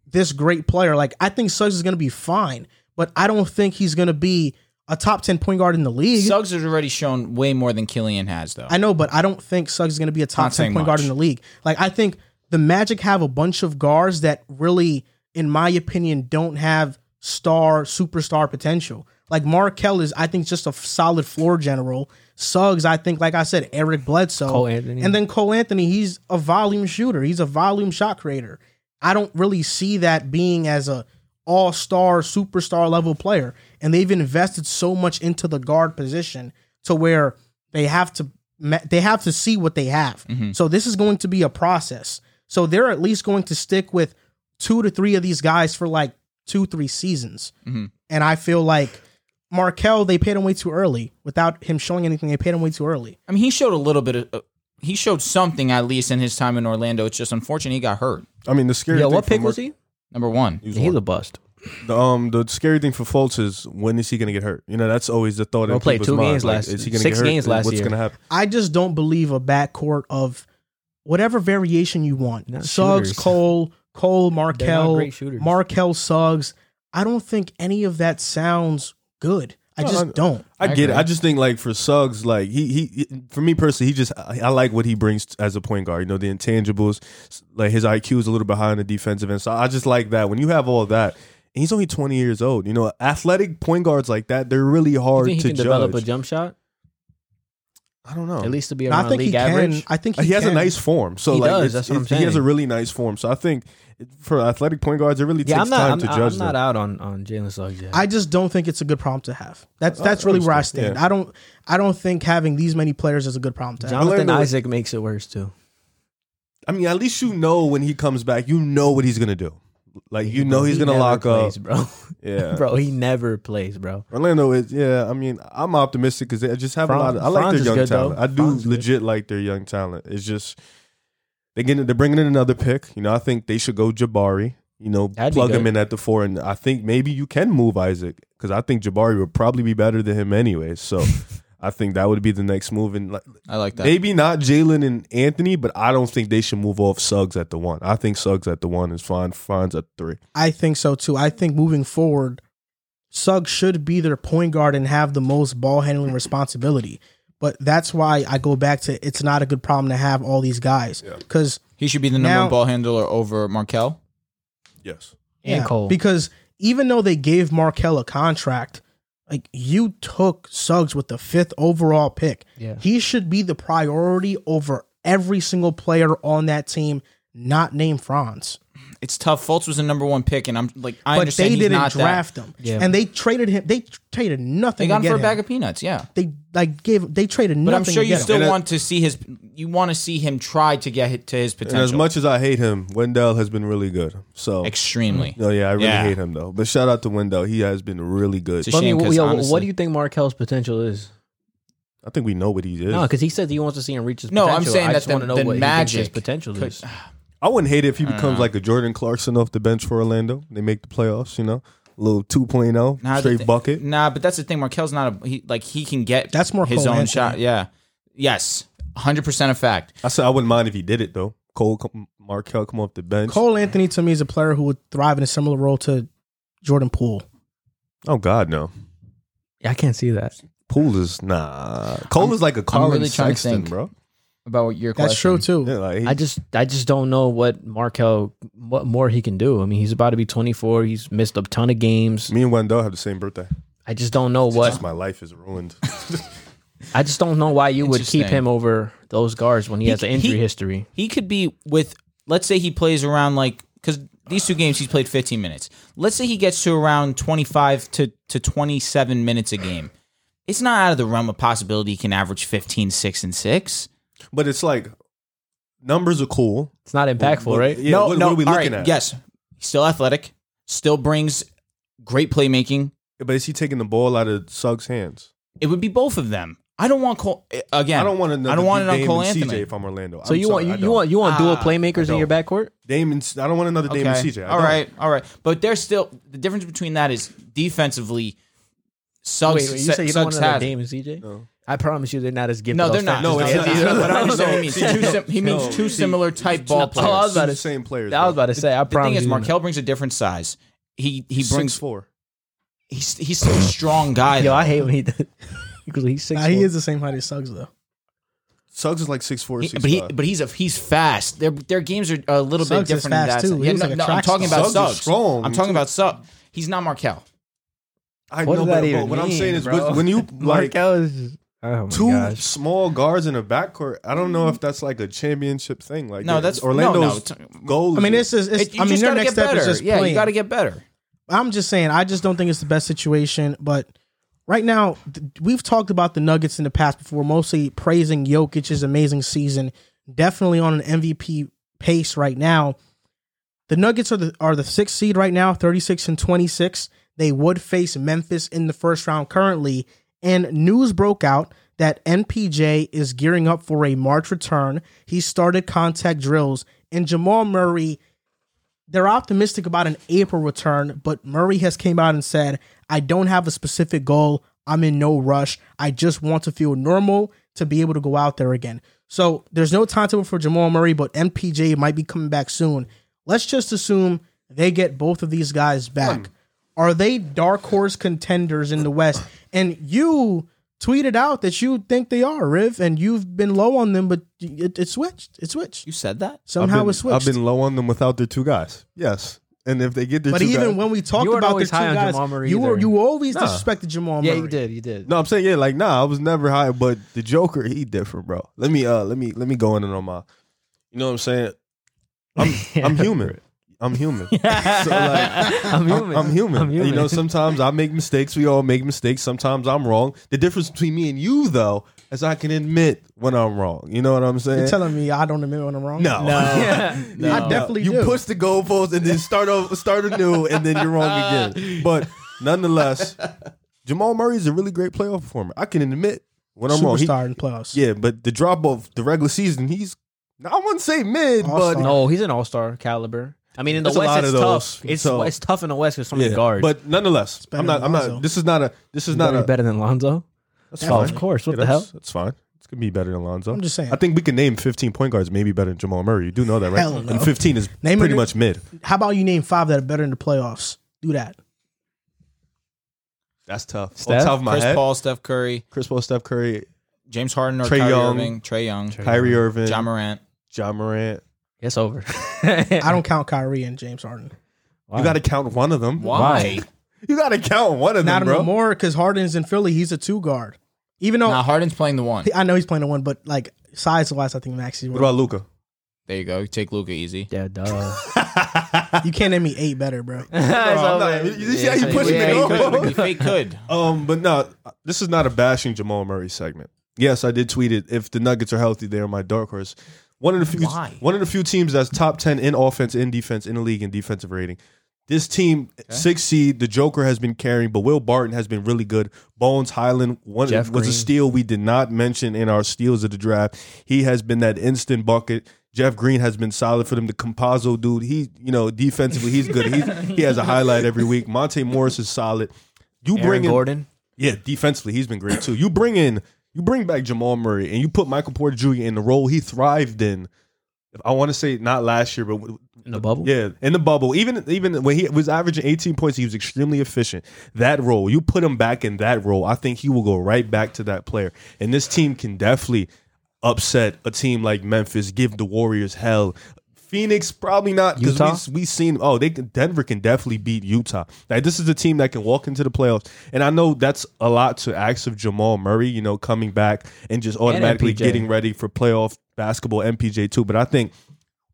Speaker 1: this great player. Like I think Suggs is gonna be fine, but I don't think he's gonna be a top ten point guard in the league.
Speaker 2: Suggs has already shown way more than Killian has, though.
Speaker 1: I know, but I don't think Suggs is going to be a top
Speaker 2: Not
Speaker 1: 10
Speaker 2: saying
Speaker 1: point guard in
Speaker 2: much.
Speaker 1: the league. Like, I think the Magic have a bunch of guards that really, in my opinion, don't have star, superstar potential. Like, Markel is, I think, just a f- solid floor general. Suggs, I think, like I said, Eric Bledsoe.
Speaker 4: Cole Anthony.
Speaker 1: And then Cole Anthony, he's a volume shooter, he's a volume shot creator. I don't really see that being as a all star, superstar level player. And they've invested so much into the guard position to where they have to ma- they have to see what they have. So this is going to be a process. So they're at least going to stick with two to three of these guys for like two three seasons. And I feel like Markel they paid him way too early without him showing anything. They paid him way too early.
Speaker 2: I mean, he showed a little bit of. Uh, he showed something at least in his time in Orlando. It's just unfortunate he got hurt.
Speaker 3: I mean, the scary.
Speaker 4: Yo,
Speaker 3: thing
Speaker 4: what
Speaker 3: for
Speaker 4: pick was
Speaker 3: Mer-
Speaker 4: he?
Speaker 2: Number one.
Speaker 3: He was
Speaker 4: He's
Speaker 3: one.
Speaker 4: a bust.
Speaker 3: The, um, the scary thing for Fultz is when is he going to get hurt? You know, that's always the thought.
Speaker 4: Well,
Speaker 3: in
Speaker 4: played
Speaker 3: people's
Speaker 4: two
Speaker 3: minds.
Speaker 4: games
Speaker 3: Like,
Speaker 4: last-
Speaker 3: Is he going to
Speaker 4: six
Speaker 3: get hurt?
Speaker 4: games last
Speaker 3: What's
Speaker 4: year.
Speaker 3: going to happen?
Speaker 1: I just don't believe a backcourt of whatever variation you want.
Speaker 4: Not
Speaker 1: Suggs,
Speaker 4: shooters.
Speaker 1: Cole, Cole,
Speaker 4: They're not
Speaker 1: Markel,
Speaker 4: great shooters.
Speaker 1: Markel Suggs. I don't think any of that sounds good. I
Speaker 3: No,
Speaker 1: just
Speaker 3: I-
Speaker 1: don't.
Speaker 3: I,
Speaker 2: I
Speaker 3: get it.
Speaker 2: agree.
Speaker 3: I just think like for Suggs, like he, he he- for me personally, he just I, I like what he brings as a point guard. You know, the intangibles, like his IQ is a little bit high on the defensive end. So I just like that. When you have all that, and he's only twenty years old. You know, athletic point guards like that, they're really
Speaker 4: You
Speaker 3: hard
Speaker 4: think he
Speaker 3: to
Speaker 4: can develop a
Speaker 3: judge.
Speaker 4: jump shot
Speaker 3: I don't know.
Speaker 4: at least to be
Speaker 1: And
Speaker 4: around
Speaker 1: I think
Speaker 4: league
Speaker 1: he
Speaker 4: average?
Speaker 1: can. I think he,
Speaker 3: he, has a
Speaker 1: can.
Speaker 3: nice form. So
Speaker 4: He
Speaker 3: like
Speaker 4: does,
Speaker 3: it's-
Speaker 4: that's what I'm
Speaker 3: it's- he has a
Speaker 4: saying.
Speaker 3: really nice form. So I think for athletic point guards, it really
Speaker 4: Yeah,
Speaker 3: takes
Speaker 4: I'm not.
Speaker 3: time
Speaker 4: I'm,
Speaker 3: to
Speaker 4: I'm
Speaker 3: judge
Speaker 4: not
Speaker 3: them.
Speaker 4: out on on Jalen Suggs yet.
Speaker 1: I just don't think it's a good problem to have.
Speaker 4: Oh,
Speaker 1: That's
Speaker 3: I-
Speaker 1: that's
Speaker 3: I
Speaker 1: really where I stand.
Speaker 3: understand, yeah.
Speaker 1: I don't I don't think having these many players is a good problem to have.
Speaker 4: Jonathan
Speaker 3: Orlando-
Speaker 4: Isaac makes it worse too.
Speaker 3: I mean, at least you know when he comes back, you know what he's gonna do. Like you know
Speaker 4: He
Speaker 3: he's gonna
Speaker 4: never
Speaker 3: lock up.
Speaker 4: plays, bro.
Speaker 3: Yeah.
Speaker 4: bro, he never plays, bro.
Speaker 3: Orlando is yeah. I mean, I'm optimistic because they just have
Speaker 4: Franz-
Speaker 3: a lot. Of, I like
Speaker 4: Franz
Speaker 3: their
Speaker 4: is
Speaker 3: young
Speaker 4: good,
Speaker 3: talent.
Speaker 4: though.
Speaker 3: I do
Speaker 4: Franz is good.
Speaker 3: legit like their young talent. It's just they getting they're bringing in another pick. You know, I think they should go Jabari. You know,
Speaker 4: That'd be
Speaker 3: plug him
Speaker 4: good.
Speaker 3: in at the four, and I think maybe you can move Isaac because I think Jabari would probably be better than him anyway. So I think that would be the next move. And like,
Speaker 2: I like that.
Speaker 3: maybe not Jalen and Anthony, but I don't think they should move off Suggs at the one. I think Suggs at the one is fine. Fines at three.
Speaker 1: I think so too. I think moving forward, Suggs should be their point guard and have the most ball handling responsibility. But that's why I go back to it's not a good problem to have all these guys because
Speaker 2: he should be the number
Speaker 1: Now-
Speaker 2: one ball handler over Markel.
Speaker 3: Yes.
Speaker 4: And Cole.
Speaker 1: because even though they gave Markel a contract, like you took Suggs with the fifth overall pick,
Speaker 4: Yeah.
Speaker 1: he should be the priority over every single player on that team, not named Franz.
Speaker 2: It's tough. Fultz was the number one pick, and I'm like, I
Speaker 1: But
Speaker 2: understand
Speaker 1: they
Speaker 2: he's
Speaker 1: didn't
Speaker 2: not
Speaker 1: draft
Speaker 2: that.
Speaker 1: him,
Speaker 4: Yeah.
Speaker 1: and they traded him. They traded nothing.
Speaker 2: They
Speaker 1: to
Speaker 2: got him
Speaker 1: get
Speaker 2: for a
Speaker 1: him.
Speaker 2: bag of peanuts. Yeah.
Speaker 1: they like gave they traded nothing.
Speaker 2: But I'm sure
Speaker 1: to
Speaker 2: you
Speaker 1: get him.
Speaker 2: still
Speaker 3: And, uh,
Speaker 2: want to see his. You want to see him try to get hit to his
Speaker 3: And as
Speaker 2: potential.
Speaker 3: much as I hate him, Wendell has been really good. So
Speaker 2: Extremely.
Speaker 3: No, yeah, I really
Speaker 2: Yeah.
Speaker 3: hate him though. But shout out to Wendell. He has been really good.
Speaker 2: It's a
Speaker 4: But I mean,
Speaker 2: shame 'cause
Speaker 4: yo, what
Speaker 2: honestly-
Speaker 4: do you think Markel's potential is?
Speaker 3: I think we know what he is.
Speaker 4: No, because he said he wants to see him reach his
Speaker 2: No,
Speaker 4: potential.
Speaker 2: I'm saying
Speaker 4: I
Speaker 2: that
Speaker 4: just want
Speaker 2: the-
Speaker 4: to know
Speaker 2: the
Speaker 4: what he thinks his
Speaker 2: magic
Speaker 4: potential
Speaker 2: could-
Speaker 4: is.
Speaker 3: I wouldn't hate it if he
Speaker 2: Uh.
Speaker 3: becomes like a Jordan Clarkson off the bench for Orlando. They make the playoffs, you know. little 2.0
Speaker 2: Nah, the
Speaker 3: straight
Speaker 2: thi-
Speaker 3: bucket.
Speaker 2: Nah, but that's the thing. Markel's not a he, like he can get
Speaker 1: That's more
Speaker 2: his
Speaker 1: Cole
Speaker 2: own
Speaker 1: Anthony.
Speaker 2: shot. Yeah. Yes. Hundred percent a fact.
Speaker 3: I said I wouldn't mind if he did it though. Cole come, Markel come off the bench.
Speaker 1: Cole Anthony to me is a player who would thrive in a similar role to Jordan Poole.
Speaker 3: Oh God, no.
Speaker 4: Yeah, I can't see that.
Speaker 3: Poole is nah. Cole is like a Colin
Speaker 2: really trying to
Speaker 3: Sexton,
Speaker 2: think.
Speaker 3: bro.
Speaker 2: About what your
Speaker 1: That's
Speaker 2: question.
Speaker 1: true too.
Speaker 3: Yeah, like he-
Speaker 4: I just, I just don't know what Markel, what more he can do. I mean, he's about to be 24. He's missed a ton of games.
Speaker 3: me and Wendell have the same birthday.
Speaker 4: I just don't know
Speaker 3: What? Just my
Speaker 4: what.
Speaker 3: life is ruined.
Speaker 4: I just don't know why you would keep
Speaker 2: Interesting.
Speaker 4: him over those guards when he, has an
Speaker 2: he-
Speaker 4: injury history.
Speaker 2: He could be with. Let's say he plays around like because these two games he's played 15 minutes. Let's say he gets to around 25 to to 27 minutes a game. It's not out of the realm of possibility he can average 15, 6, and 6.
Speaker 3: but it's like numbers are cool.
Speaker 4: It's not impactful,
Speaker 3: What-
Speaker 4: right?
Speaker 3: Yeah, what, what are we
Speaker 2: all right,
Speaker 3: looking at?
Speaker 2: Yes. Still athletic. Still brings great playmaking.
Speaker 3: But is he taking the ball out of Suggs' hands?
Speaker 2: It would be both of them. I don't want Cole eh, again.
Speaker 3: I don't want another.
Speaker 2: I don't want it on
Speaker 3: Dame
Speaker 2: Cole
Speaker 3: and
Speaker 2: Anthony.
Speaker 3: CJ if I'm Orlando.
Speaker 4: So
Speaker 3: I'm
Speaker 4: you
Speaker 3: sorry,
Speaker 4: want,
Speaker 3: I
Speaker 4: you, you
Speaker 3: don't.
Speaker 4: want, you want dual
Speaker 2: Ah,
Speaker 4: playmakers in your backcourt?
Speaker 3: Dame and I don't want another Dame and CJ. I
Speaker 2: All
Speaker 3: don't.
Speaker 2: right, all right. But there's still the difference between that is defensively. Suggs,
Speaker 4: Wait, wait, you say you don't want
Speaker 2: Suggs
Speaker 4: another
Speaker 2: has
Speaker 4: Dame and CJ?
Speaker 3: No.
Speaker 4: I promise you, they're not as gifted.
Speaker 2: No, they're
Speaker 4: offensively.
Speaker 2: not.
Speaker 3: No, it's
Speaker 2: it's
Speaker 3: not. not.
Speaker 2: But I understand what he means. Two
Speaker 3: No,
Speaker 2: sim- he
Speaker 3: no.
Speaker 2: means two similar type ball
Speaker 4: Oh, I was
Speaker 2: players.
Speaker 4: about to
Speaker 3: the same players.
Speaker 4: I was about to say. I
Speaker 2: The thing
Speaker 4: promise.
Speaker 2: is,
Speaker 4: you,
Speaker 2: Markel brings a different size. He he
Speaker 3: brings
Speaker 2: brings
Speaker 3: four.
Speaker 2: he's he's still a strong guy.
Speaker 4: Yo,
Speaker 2: though.
Speaker 4: I hate when he does. Because he's six.
Speaker 1: Nah, he is the same height as Suggs though.
Speaker 3: Suggs is like six four,
Speaker 2: He-
Speaker 3: six
Speaker 2: but he
Speaker 3: five.
Speaker 2: but he's uh, a he's fast. Their their games are a little
Speaker 1: Suggs
Speaker 2: bit
Speaker 1: is
Speaker 2: different. in
Speaker 1: fast,
Speaker 2: that
Speaker 1: too.
Speaker 2: sense.
Speaker 1: He
Speaker 2: Yeah,
Speaker 1: looks
Speaker 2: no,
Speaker 1: like a
Speaker 2: no, I'm
Speaker 1: track
Speaker 2: talking
Speaker 1: star.
Speaker 2: about
Speaker 3: Suggs is
Speaker 2: Suggs.
Speaker 3: strong,
Speaker 2: I'm talking
Speaker 3: too.
Speaker 2: about Suggs. He's not Markel.
Speaker 3: I
Speaker 4: What
Speaker 3: know,
Speaker 4: does
Speaker 3: but,
Speaker 4: that
Speaker 3: but
Speaker 4: even
Speaker 3: what I'm saying
Speaker 4: mean,
Speaker 3: is,
Speaker 4: bro?
Speaker 3: when- when you like
Speaker 4: Markel is. Just, oh my
Speaker 3: two
Speaker 4: gosh.
Speaker 3: small guards in a backcourt, I don't know if that's like a championship thing. Like
Speaker 2: No, that's- no,
Speaker 3: Orlando's
Speaker 2: no.
Speaker 3: goal.
Speaker 1: I mean, this is. It's,
Speaker 2: It- you
Speaker 1: I mean,
Speaker 2: just
Speaker 1: their
Speaker 2: gotta
Speaker 1: next
Speaker 2: get
Speaker 1: step is
Speaker 2: better.
Speaker 1: just
Speaker 2: yeah.
Speaker 1: playing.
Speaker 2: You got to get better.
Speaker 1: I'm just saying. I just don't think it's the best situation. But right now, th- we've talked about the Nuggets in the past before, mostly praising Jokic's amazing season. Definitely on an MVP pace right now. The Nuggets are the are the sixth seed right now, 36 and 26. They would face Memphis in the first round currently. And news broke out that NPJ is gearing up for a March return. He started contact drills, and Jamal Murray. They're optimistic about an April return, but Murray has came out and said, "I don't have a specific goal. I'm in no rush. I just want to feel normal to be able to go out there again." So there's no timetable for Jamal Murray, but MPJ might be coming back soon. Let's just assume they get both of these guys back.
Speaker 3: Hmm.
Speaker 1: Are they dark horse contenders in the West? And you tweeted out that you think they are, Riv, and you've been low on them, but it, it switched. It switched.
Speaker 2: You said that?
Speaker 1: Somehow
Speaker 3: been,
Speaker 1: it switched.
Speaker 3: I've been low on them without their two guys. Yes, and if they get their
Speaker 1: but
Speaker 3: two
Speaker 1: even
Speaker 3: guys,
Speaker 1: when we talked
Speaker 4: You weren't
Speaker 1: about the two
Speaker 4: always high on
Speaker 1: guys,
Speaker 4: Jamal Murray
Speaker 1: you were
Speaker 4: either.
Speaker 1: you always disrespected Jamal Murray.
Speaker 4: Yeah, you did. You did.
Speaker 3: no, I'm saying yeah, like nah, I was never high, but the Joker, he different, bro. Let me uh, let me let me go in and on my, you know what I'm saying? I'm I'm human. I'm human. so like.
Speaker 4: I'm human.
Speaker 3: I'm, I'm human.
Speaker 4: I'm human.
Speaker 3: You know, sometimes I make mistakes. We all make mistakes. Sometimes I'm wrong. The difference between me and you, though, is I can admit when I'm wrong. You know what I'm saying?
Speaker 1: You're telling me I don't admit when I'm wrong.
Speaker 3: no.
Speaker 4: No.
Speaker 1: I definitely
Speaker 3: you
Speaker 1: do.
Speaker 3: push the goalposts and then start over, start anew, and then you're wrong again. But nonetheless, Jamal Murray is a really great playoff performer. I can admit when I'm wrong. He-
Speaker 1: superstar in playoffs.
Speaker 3: yeah, but the drop off the regular season, he's I wouldn't say mid,
Speaker 1: All-star.
Speaker 3: but
Speaker 4: No, he's an all star caliber. I mean, in the
Speaker 3: There's a
Speaker 4: West,
Speaker 3: lot
Speaker 4: it's
Speaker 3: of
Speaker 4: tough.
Speaker 3: those,
Speaker 4: It's
Speaker 3: so-
Speaker 4: it's tough in the West with so many
Speaker 3: Yeah,
Speaker 4: guards.
Speaker 3: But nonetheless,
Speaker 1: better
Speaker 3: I'm not.
Speaker 1: than
Speaker 3: I'm
Speaker 1: Lonzo.
Speaker 3: not. This is not a. This is not
Speaker 4: better,
Speaker 3: a.
Speaker 4: better than Lonzo.
Speaker 3: That's
Speaker 4: Yeah, of course. What the
Speaker 3: that's-
Speaker 4: hell?
Speaker 3: That's fine. It's gonna be better than Lonzo.
Speaker 1: I'm just saying.
Speaker 3: I think we can name 15 point guards maybe better than Jamal Murray. You do know that, right?
Speaker 1: Hell no.
Speaker 3: And 15 is
Speaker 1: Name
Speaker 3: pretty
Speaker 1: it.
Speaker 3: much mid.
Speaker 1: How about you name five that are better in the playoffs? Do that.
Speaker 3: That's tough.
Speaker 4: Steph?
Speaker 3: Off the top of my
Speaker 2: Chris
Speaker 3: head,
Speaker 2: Paul, Steph Curry,
Speaker 3: Chris Paul, Steph Curry,
Speaker 2: James Harden, or
Speaker 3: Trae
Speaker 2: Kyrie
Speaker 3: Young.
Speaker 2: Irving, Trey Young,
Speaker 3: Kyrie Irving,
Speaker 2: John Morant.
Speaker 3: John, Morant.
Speaker 4: It's over.
Speaker 1: I don't count Kyrie and James Harden.
Speaker 4: Why?
Speaker 3: You got to count one of them.
Speaker 2: Why?
Speaker 3: You got to count one of them,
Speaker 1: Not
Speaker 3: bro.
Speaker 1: no more because Harden's in Philly. He's a two guard. Even though
Speaker 2: Now Harden's playing the one.
Speaker 1: I know he's playing a one, but like size wise, I think Maxie's.
Speaker 3: What about Luca?
Speaker 2: There you go. You take Luca easy.
Speaker 4: Yeah, duh.
Speaker 1: you can't name me eight better, bro.
Speaker 3: I'm not- you see how you pushing
Speaker 2: yeah,
Speaker 3: the
Speaker 2: you
Speaker 3: goal?
Speaker 2: could. You fake could.
Speaker 3: Um, but no, this is not a bashing Jamal Murray segment. Yes, I did tweet it. If the Nuggets are healthy, they are my dark horse. One of the few,
Speaker 2: Why?
Speaker 3: one of the few teams that's top ten in offense, in defense, in the league, in defensive rating. This team, six seed, the Joker has been carrying, but Will Barton has been really good. Bones Highland one
Speaker 4: Jeff
Speaker 3: was
Speaker 4: Green.
Speaker 3: a steal we did not mention in our steals of the draft. He has been that instant bucket. Jeff Green has been solid for them. The Compazzo dude, he you know defensively he's good. He's, he has a highlight every week. Monte Morris is solid. You
Speaker 4: Aaron
Speaker 3: bring in
Speaker 4: Gordon.
Speaker 3: yeah, defensively, he's been great too. You bring in, you bring back Jamal Murray, and you put Michael Porter Jr. in the role he thrived in. If I want to say not last year, but
Speaker 4: In the bubble?
Speaker 3: yeah, in the bubble. Even even when he was averaging 18 points, he was extremely efficient. That role, you put him back in that role, I think he will go right back to that player. And this team can definitely upset a team like Memphis, give the Warriors hell. Phoenix probably not
Speaker 4: Utah?
Speaker 3: because we we seen oh they can, Denver can definitely beat Utah. Like this is a team that can walk into the playoffs, and I know that's a lot to ask of Jamal Murray. You know, coming back and just automatically
Speaker 4: MPJ.
Speaker 3: getting ready for playoff basketball, MPJ too. But I think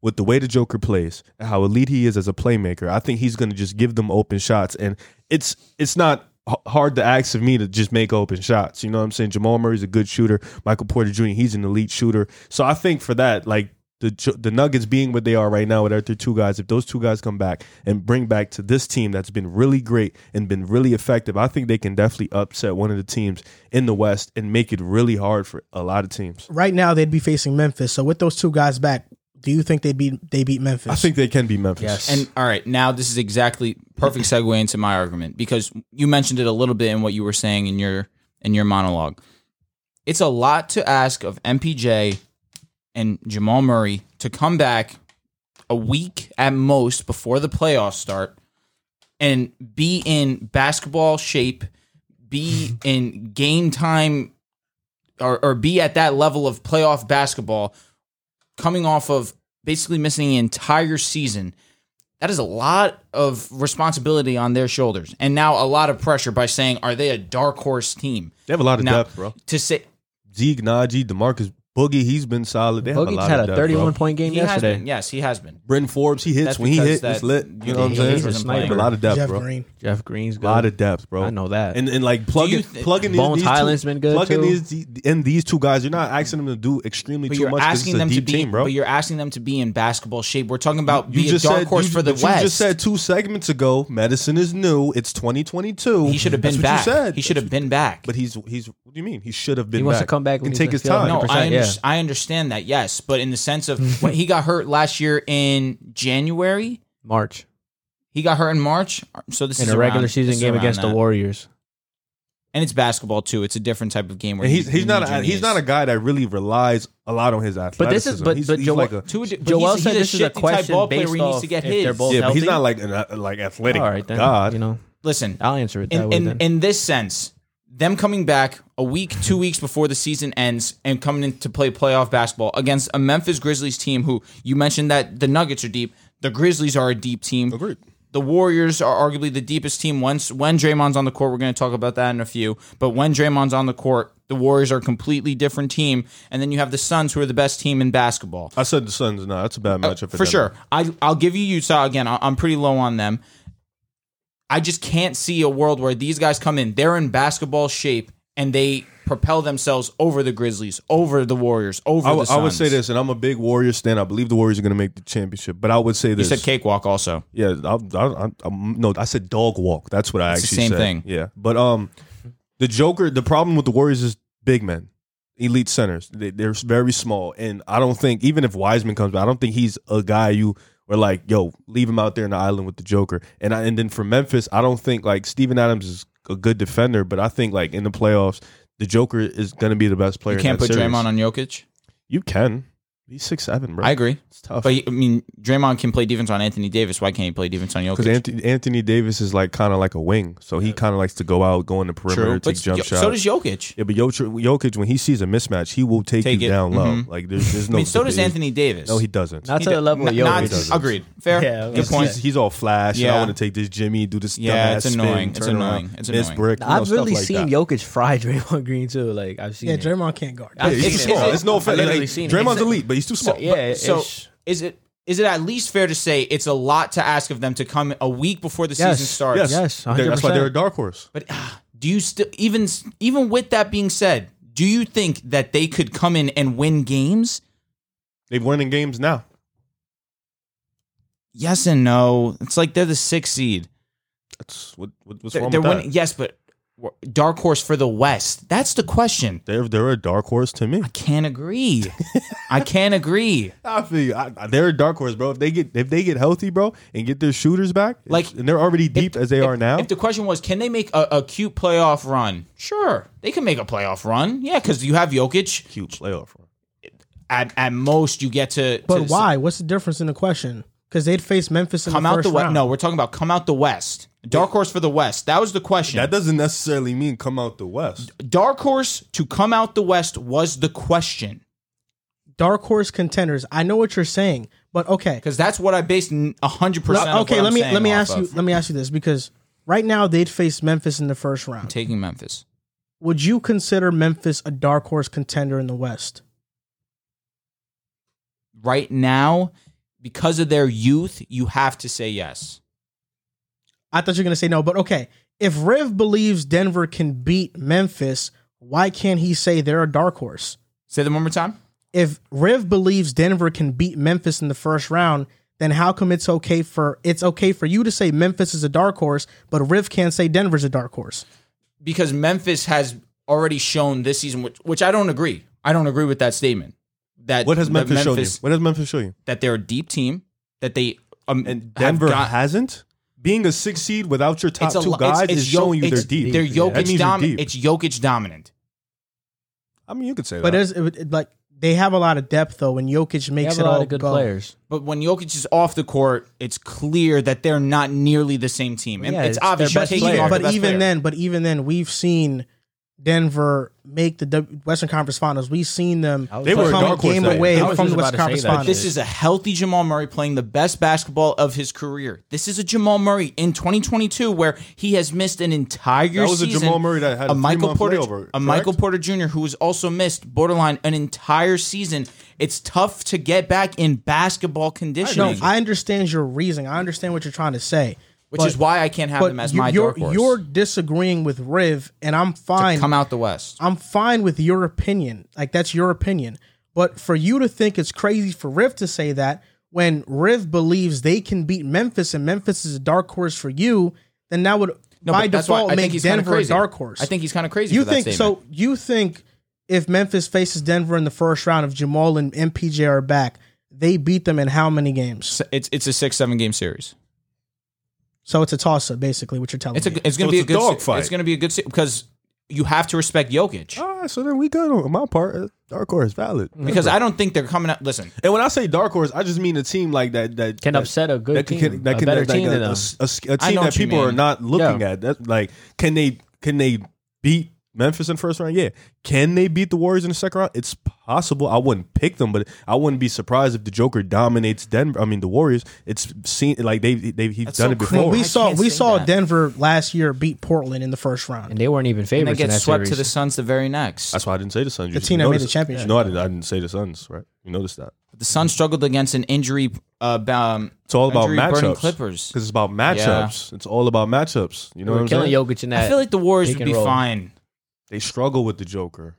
Speaker 3: with the way the Joker plays and how elite he is as a playmaker, I think he's going to just give them open shots. And it's it's not h- hard to ask of me to just make open shots. You know what I'm saying? Jamal Murray's a good shooter. Michael Porter Jr. He's an elite shooter. So I think for that, like the Jo- the Nuggets being what they are right now without their two guys, if those two guys come back and bring back to this team that's been really great and been really effective, I think they can definitely upset one of the teams in the West and make it really hard for a lot of teams.
Speaker 1: Right now, they'd be facing Memphis. So with those two guys back, do you think they beat they beat Memphis?
Speaker 3: I think they can be Memphis.
Speaker 4: Yes.
Speaker 2: And all right, now this is exactly perfect segue into my argument because you mentioned it a little bit in what you were saying in your in your monologue. It's a lot to ask of MPJ and Jamal Murray to come back a week at most before the playoffs start and be in basketball shape, be in game time or, or be at that level of playoff basketball coming off of basically missing the entire season that is a lot of responsibility on their shoulders and now a lot of pressure by saying are they a dark horse team
Speaker 3: They have a lot of
Speaker 2: Now-
Speaker 3: depth, bro.
Speaker 2: to say
Speaker 3: Zeke, Najee, Demarcus Boogie, he's been solid. They have a
Speaker 4: Boogie's
Speaker 3: lot
Speaker 4: had
Speaker 3: of
Speaker 4: a
Speaker 3: depth,
Speaker 4: 31
Speaker 3: bro.
Speaker 4: point game
Speaker 2: He has
Speaker 4: yesterday.
Speaker 2: been. Yes, he has been.
Speaker 3: Brent Forbes, he hits
Speaker 2: That's
Speaker 3: when he
Speaker 2: because
Speaker 3: hits.
Speaker 2: that-
Speaker 3: It's lit. You know what I'm
Speaker 4: Yeah,
Speaker 3: saying?
Speaker 4: he's a
Speaker 3: A
Speaker 4: sniper.
Speaker 3: lot of depth,
Speaker 1: Jeff
Speaker 3: bro.
Speaker 1: Green.
Speaker 4: Jeff Green's good.
Speaker 3: A lot of depth, bro.
Speaker 4: I know that.
Speaker 3: And and like plugging
Speaker 2: you thi-
Speaker 3: plugging in
Speaker 4: Bones
Speaker 3: these two-
Speaker 4: Highland's been good,
Speaker 3: Plugging
Speaker 4: too.
Speaker 3: these in these two guys, you're not asking them to do extremely
Speaker 2: But
Speaker 3: too
Speaker 2: you're
Speaker 3: much. 'cause
Speaker 2: asking
Speaker 3: it's a
Speaker 2: them to
Speaker 3: deep
Speaker 2: be,
Speaker 3: team, bro.
Speaker 2: but you're asking them to be in basketball shape. We're talking about
Speaker 3: You
Speaker 2: be a dark horse
Speaker 3: you,
Speaker 2: for the
Speaker 3: but
Speaker 2: West.
Speaker 3: You just said two segments ago, medicine is new. It's 2022.
Speaker 2: he should have
Speaker 3: That's
Speaker 2: been
Speaker 3: what
Speaker 2: back.
Speaker 3: You said.
Speaker 2: He should have been back.
Speaker 3: But he's he's. What do you mean? He should have been.
Speaker 4: He wants
Speaker 3: back.
Speaker 4: to come back
Speaker 3: He can
Speaker 4: when he's
Speaker 3: take
Speaker 4: in
Speaker 3: his
Speaker 4: the field.
Speaker 3: time.
Speaker 2: No, I,
Speaker 4: 100%, yeah.
Speaker 2: under- I understand that. Yes, but in the sense of when he got hurt last year in January,
Speaker 4: March
Speaker 2: he got hurt in March. So this
Speaker 4: in
Speaker 2: is
Speaker 4: a regular
Speaker 2: around-
Speaker 4: season
Speaker 2: this is
Speaker 4: game
Speaker 2: around
Speaker 4: against the
Speaker 2: that.
Speaker 4: Warriors.
Speaker 2: and it's basketball too. It's a different type of game. Where
Speaker 3: And he's
Speaker 2: you-
Speaker 3: he's
Speaker 2: you
Speaker 3: not
Speaker 2: need
Speaker 3: a,
Speaker 2: your
Speaker 3: he's
Speaker 2: knees.
Speaker 3: not a guy that really relies a lot on his athleticism.
Speaker 4: But this is- but-
Speaker 3: he's,
Speaker 4: but
Speaker 3: he's
Speaker 4: Joel-
Speaker 3: like a,
Speaker 2: To a, but
Speaker 4: Joel
Speaker 2: he's,
Speaker 4: said
Speaker 2: he's
Speaker 4: this
Speaker 2: a
Speaker 4: is a
Speaker 2: shit type
Speaker 4: question
Speaker 2: ball player where
Speaker 4: based
Speaker 2: he needs
Speaker 4: off
Speaker 2: to get
Speaker 4: if they're
Speaker 2: his.
Speaker 4: both-
Speaker 3: yeah, but he's
Speaker 4: healthy?
Speaker 3: not like an, uh, like athletic
Speaker 4: All right, then
Speaker 3: god.
Speaker 4: you know
Speaker 2: Listen,
Speaker 4: I'll answer it that
Speaker 2: in,
Speaker 4: way.
Speaker 2: in,
Speaker 4: then
Speaker 2: in this sense, them coming back a week, two weeks before the season ends and coming in to play playoff basketball against a Memphis Grizzlies team who you mentioned that the Nuggets are deep. The Grizzlies are a deep team.
Speaker 3: Agreed.
Speaker 2: The Warriors are arguably the deepest team. Once when Draymond's on the court, we're going to talk about that in a few. But when Draymond's on the court, the Warriors are a completely different team. And then you have the Suns, who are the best team in basketball.
Speaker 3: I said the Suns. No, that's a bad matchup Uh, for,
Speaker 2: For
Speaker 3: them.
Speaker 2: sure. I, I'll give you Utah again. I- I'm pretty low on them. I just can't see a world where these guys come in, they're in basketball shape, and they propel themselves over the Grizzlies, over the Warriors, over
Speaker 3: I
Speaker 2: the
Speaker 3: would- I would say
Speaker 2: Suns.
Speaker 3: this, and I'm a big Warriors fan. I believe the Warriors are going to make the championship. But I would say
Speaker 2: You
Speaker 3: this.
Speaker 2: said cakewalk also.
Speaker 3: Yeah, I, I, I, I'm, no, I said dog walk. That's what I
Speaker 2: It's the
Speaker 3: actually
Speaker 2: same
Speaker 3: said.
Speaker 2: thing.
Speaker 3: Yeah, but um, the Joker. The problem with the Warriors is big men, elite centers. They, they're very small, and I don't think even if Wiseman comes back, I don't think he's a guy you are like, yo, leave him out there in the island with the Joker. And I, and then for Memphis, I don't think like Steven Adams is a good defender, but I think like in the playoffs, the Joker is going to be the best player.
Speaker 2: You can't
Speaker 3: in
Speaker 2: put
Speaker 3: that series.
Speaker 2: Draymond on Jokic.
Speaker 3: You can. He's six seven, bro.
Speaker 2: I agree.
Speaker 3: it's tough.
Speaker 2: But, he- I mean, Draymond can play defense on Anthony Davis. Why can't he play defense on Jokic?
Speaker 3: Because Anthony, Anthony Davis is like kind of like a wing, so he kind of likes to go out, go in the perimeter, take
Speaker 2: But
Speaker 3: jump
Speaker 2: Jo-
Speaker 3: shots.
Speaker 2: so does Jokic.
Speaker 3: yeah, but Jokic, Jokic, when he sees a mismatch, he will take,
Speaker 2: Take
Speaker 3: you
Speaker 2: it.
Speaker 3: down low.
Speaker 2: Mhm.
Speaker 3: Like there's, there's
Speaker 2: I
Speaker 3: no.
Speaker 2: mean, so does
Speaker 3: debate.
Speaker 2: Anthony Davis.
Speaker 3: No, he doesn't.
Speaker 4: not to the level of
Speaker 2: N- not-
Speaker 4: Jokic.
Speaker 2: agreed. Fair.
Speaker 4: Yeah,
Speaker 2: Good
Speaker 4: that's
Speaker 2: point.
Speaker 3: He's, he's all flash. Yeah. I
Speaker 2: Yeah.
Speaker 3: want to take this Jimmy, do this.
Speaker 2: Yeah,
Speaker 3: dumbass
Speaker 2: it's
Speaker 3: spin,
Speaker 2: annoying. It's
Speaker 3: turn around,
Speaker 2: annoying. It's
Speaker 3: miss
Speaker 2: annoying.
Speaker 3: brick. you know,
Speaker 4: I've
Speaker 3: stuff
Speaker 4: really
Speaker 3: like
Speaker 4: seen
Speaker 3: that.
Speaker 4: Jokic fry Draymond Green too. Like I've seen.
Speaker 1: Yeah,
Speaker 4: it.
Speaker 1: Draymond can't guard.
Speaker 4: I-
Speaker 3: Yeah, he's
Speaker 2: It's-
Speaker 3: too
Speaker 2: it's-
Speaker 3: small.
Speaker 2: it's-
Speaker 3: It's no
Speaker 4: I've
Speaker 3: offense.
Speaker 4: literally
Speaker 3: Like,
Speaker 4: seen it.
Speaker 3: Draymond's
Speaker 4: It's-
Speaker 3: elite, but he's too small.
Speaker 4: So, yeah,
Speaker 2: so
Speaker 4: it's-
Speaker 2: is it is it at least fair to say it's a lot to ask of them to come a week before the
Speaker 4: Yes.
Speaker 2: season starts?
Speaker 3: yes,
Speaker 4: Yes,
Speaker 3: They're- that's why
Speaker 4: 100%.
Speaker 3: they're a dark horse.
Speaker 2: But ah, do you still even even with that being said, do you think that they could come in and win games?
Speaker 3: They're winning games now.
Speaker 2: Yes and no. It's like they're the sixth seed.
Speaker 3: That's what, what what's
Speaker 2: They're,
Speaker 3: wrong
Speaker 2: they're
Speaker 3: with that.
Speaker 2: winning. Yes, but dark horse for the West. That's the question.
Speaker 3: They're they're a dark horse to me.
Speaker 2: I can't agree. I can't agree.
Speaker 3: I feel you. I, I- they're a dark horse, bro. If they get if they get healthy, bro, and get their shooters back,
Speaker 2: Like,
Speaker 3: and they're already deep as they are now.
Speaker 2: If the question was, can they make a, a cute playoff run? Sure, they can make a playoff run. Yeah, because you have Jokic.
Speaker 3: cute playoff run.
Speaker 2: At, at most, you get to.
Speaker 1: But
Speaker 2: to
Speaker 1: why? What's the difference in the question? Because they'd face Memphis in
Speaker 2: come
Speaker 1: the
Speaker 2: out
Speaker 1: first
Speaker 2: the west?
Speaker 1: round.
Speaker 2: No, we're talking about come out the west. Dark horse for the west. That was the question.
Speaker 3: That doesn't necessarily mean come out the West.
Speaker 2: Dark horse to come out the west was the question
Speaker 1: dark horse contenders. I know what you're saying, but okay.
Speaker 2: because that's what I based hundred percent.
Speaker 1: Uh, okay, let me let me ask you
Speaker 2: Of.
Speaker 1: let me ask you this because right now they'd face Memphis in the first round.
Speaker 2: Taking Memphis.
Speaker 1: Would you consider Memphis a dark horse contender in the West?
Speaker 2: right now because of their youth you have to say yes
Speaker 1: I thought you were gonna say no, but okay. If Riv believes Denver can beat Memphis, why can't he say they're a dark horse?
Speaker 2: say them one more time
Speaker 1: If Riv believes Denver can beat Memphis in the first round, then how come it's okay for it's okay for you to say Memphis is a dark horse, but Riv can't say Denver's a dark horse?
Speaker 2: because memphis has already shown this season which, which i don't agree i don't agree with that statement that
Speaker 3: What has
Speaker 2: that
Speaker 3: Memphis, shown you? What has Memphis shown you?
Speaker 2: that they're a deep team that they um,
Speaker 3: And
Speaker 2: have
Speaker 3: Denver
Speaker 2: got-
Speaker 3: hasn't. Being a six seed without your top
Speaker 2: a
Speaker 3: two
Speaker 2: lo-
Speaker 3: guys
Speaker 2: it's-
Speaker 3: is
Speaker 2: it's Jo-
Speaker 3: showing you they're
Speaker 2: it's-
Speaker 3: deep.
Speaker 2: They're
Speaker 3: Yeah,
Speaker 2: Jokic
Speaker 3: that means you're
Speaker 2: dominant.
Speaker 3: deep.
Speaker 2: It's Jokic dominant.
Speaker 3: I mean, you could say
Speaker 1: But
Speaker 3: that.
Speaker 1: it's it, it- like they have a lot of depth though, when Jokic
Speaker 4: They
Speaker 1: makes
Speaker 4: have a
Speaker 1: it
Speaker 4: lot
Speaker 1: all
Speaker 4: of good
Speaker 1: go.
Speaker 4: players.
Speaker 2: But when Jokic is off the court, it's clear that they're not nearly the same team. And
Speaker 4: Yeah,
Speaker 2: it's,
Speaker 4: it's their
Speaker 2: obvious. You're
Speaker 4: best
Speaker 2: taking
Speaker 4: player.
Speaker 2: off the
Speaker 1: But
Speaker 2: best
Speaker 1: even
Speaker 2: player.
Speaker 1: then, but even then, we've seen Denver make the W- Western Conference Finals. We've seen them
Speaker 3: They were a
Speaker 1: come a
Speaker 3: dark horse
Speaker 1: game
Speaker 3: that year.
Speaker 1: away
Speaker 4: I was
Speaker 1: from the
Speaker 4: just
Speaker 1: Western
Speaker 4: about to
Speaker 1: Conference
Speaker 4: say that.
Speaker 1: Finals.
Speaker 2: This is a healthy Jamal Murray playing the best basketball of his career. This is a Jamal Murray in 2022 where he has missed an entire
Speaker 3: That was a
Speaker 2: season.
Speaker 3: Jamal Murray that had a
Speaker 2: Michael
Speaker 3: three-month
Speaker 2: Porter,
Speaker 3: layover, correct?
Speaker 2: a Michael Porter Jr. who has also missed borderline an entire season. It's tough to get back in basketball
Speaker 1: no,
Speaker 2: conditioning,
Speaker 1: I understand your reasoning. I understand what you're trying to say,
Speaker 2: which
Speaker 1: but-
Speaker 2: is why I can't have
Speaker 1: But
Speaker 2: him as
Speaker 1: you-
Speaker 2: my
Speaker 1: you're
Speaker 2: dark horse.
Speaker 1: you're disagreeing with Riv, and I'm fine.
Speaker 2: Come out the West.
Speaker 1: I'm fine with your opinion. Like that's your opinion. But for you to think it's crazy for Riv to say that when Riv believes they can beat Memphis and Memphis is a dark horse for you, then that would
Speaker 2: No,
Speaker 1: by
Speaker 2: but that's why
Speaker 1: default
Speaker 2: I think
Speaker 1: make
Speaker 2: he's kinda
Speaker 1: Denver a
Speaker 2: crazy.
Speaker 1: dark horse.
Speaker 2: I think he's kind of crazy.
Speaker 1: you
Speaker 2: for that
Speaker 1: think
Speaker 2: statement.
Speaker 1: so you think if Memphis faces Denver in the first round if Jamal and MPJ are back, they beat them in how many games?
Speaker 2: So it's it's a six seven game series.
Speaker 1: So it's a toss up basically what you're telling
Speaker 2: It's
Speaker 1: me.
Speaker 2: a it's
Speaker 3: So
Speaker 2: going to be a
Speaker 3: it's a
Speaker 2: good se-
Speaker 3: dog fight.
Speaker 2: It's going to be a good se- because you have to respect Jokic.
Speaker 1: Oh,
Speaker 3: All right, so then we good on my part. Dark horse valid
Speaker 2: Because I don't think they're coming out. Listen,
Speaker 3: And when I say dark horse, I just mean a team like that that
Speaker 4: Can
Speaker 3: that,
Speaker 4: upset a good
Speaker 3: that can-
Speaker 4: team,
Speaker 3: that
Speaker 4: a
Speaker 3: can-
Speaker 4: better
Speaker 3: that-
Speaker 4: team
Speaker 3: that-
Speaker 4: than
Speaker 3: a,
Speaker 4: them.
Speaker 3: s- a s- a
Speaker 2: know
Speaker 3: team that
Speaker 2: what you
Speaker 3: people are
Speaker 2: mean.
Speaker 3: not looking
Speaker 4: Yeah.
Speaker 3: at. That like, can they can they beat Memphis in the first round? Yeah. Can they beat the Warriors in the second round? It's possible. I wouldn't pick them, but I wouldn't be surprised if the Joker dominates Denver. I mean, the Warriors. It's seen like they they he's
Speaker 2: That's
Speaker 3: done
Speaker 2: so
Speaker 3: it before.
Speaker 2: cruel.
Speaker 1: we
Speaker 2: I
Speaker 1: saw
Speaker 2: can't
Speaker 1: we
Speaker 2: say
Speaker 1: saw
Speaker 2: that.
Speaker 1: Denver last year beat Portland in the first round.
Speaker 4: and they weren't even
Speaker 2: they
Speaker 4: favorites in
Speaker 2: get
Speaker 4: that
Speaker 2: swept
Speaker 4: series.
Speaker 2: to the Suns the very next.
Speaker 3: That's why I didn't say the Suns. You
Speaker 1: team that made
Speaker 3: noticed-
Speaker 1: the championship.
Speaker 3: No, I didn't. I didn't say the Suns. Right? You noticed that.
Speaker 2: The Suns struggled against an injury. Uh, ba- um,
Speaker 3: It's all about
Speaker 2: injury-burning
Speaker 3: matchups.
Speaker 2: Clippers.
Speaker 3: Because it's about matchups. It's all about matchups. You know what
Speaker 4: We're
Speaker 3: I'm
Speaker 4: killing
Speaker 3: saying?
Speaker 4: Jokic in that.
Speaker 2: I feel like the Warriors
Speaker 4: Pick
Speaker 2: would
Speaker 4: and
Speaker 2: be
Speaker 4: roll.
Speaker 2: fine.
Speaker 3: they struggle with the Joker.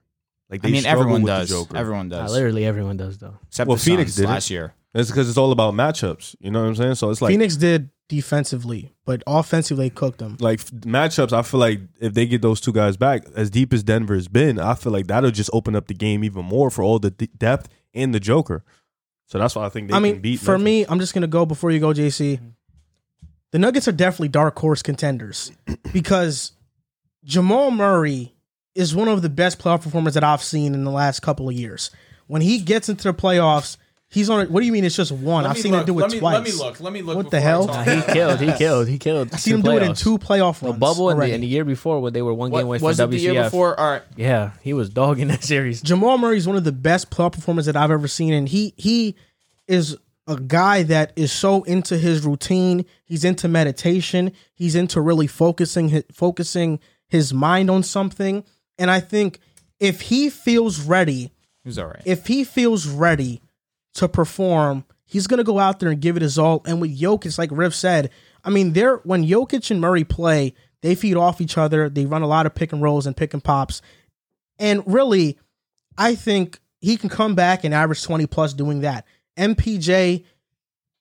Speaker 3: Like they
Speaker 2: I mean,
Speaker 3: struggle
Speaker 2: everyone
Speaker 3: with
Speaker 2: does.
Speaker 3: The Joker.
Speaker 2: Everyone
Speaker 4: Nah,
Speaker 2: does.
Speaker 4: literally everyone does though.
Speaker 2: Except
Speaker 3: Well,
Speaker 2: the
Speaker 3: Phoenix
Speaker 2: Suns
Speaker 3: did it.
Speaker 2: last year.
Speaker 3: It's because it's all about matchups. You know what I'm saying? So it's like
Speaker 1: Phoenix did defensively, but offensively they cooked them.
Speaker 3: like f- matchups. I feel like if they get those two guys back, as deep as Denver's been, I feel like that'll just open up the game even more for all the d- depth and the Joker. So that's why I think they
Speaker 1: I mean,
Speaker 3: can beat.
Speaker 1: for
Speaker 3: Memphis.
Speaker 1: me, I'm just gonna go before you go, JC. The Nuggets are definitely dark horse contenders because Jamal Murray is one of the best playoff performers that I've seen in the last couple of years. When he gets into the playoffs, he's on. A, what do you mean? It's just one. I've seen him do it twice.
Speaker 2: Let me look.
Speaker 1: What the before I hell? talk.
Speaker 4: He killed. He killed. He killed.
Speaker 1: I've seen him do it in two playoff
Speaker 4: The
Speaker 1: runs.
Speaker 4: bubble and the, E
Speaker 1: already.
Speaker 4: and the year before when they were one game away from
Speaker 2: was it
Speaker 4: WCF.
Speaker 2: the year before? All right.
Speaker 4: Yeah, he was dogging that series.
Speaker 1: Jamal Murray is one of the best playoff performers that I've ever seen, and he he is a guy that is so into his routine. He's into meditation. He's into really focusing his, focusing his mind on something. And I think if he feels ready,
Speaker 2: It was all right.
Speaker 1: if he feels ready to perform, he's gonna go out there and give it his all. And with Jokic, like Riff said, I mean, they're when Jokic and Murray play, they feed off each other. They run a lot of pick and rolls and pick and pops. And really, I think he can come back and average 20 plus doing that. MPJ,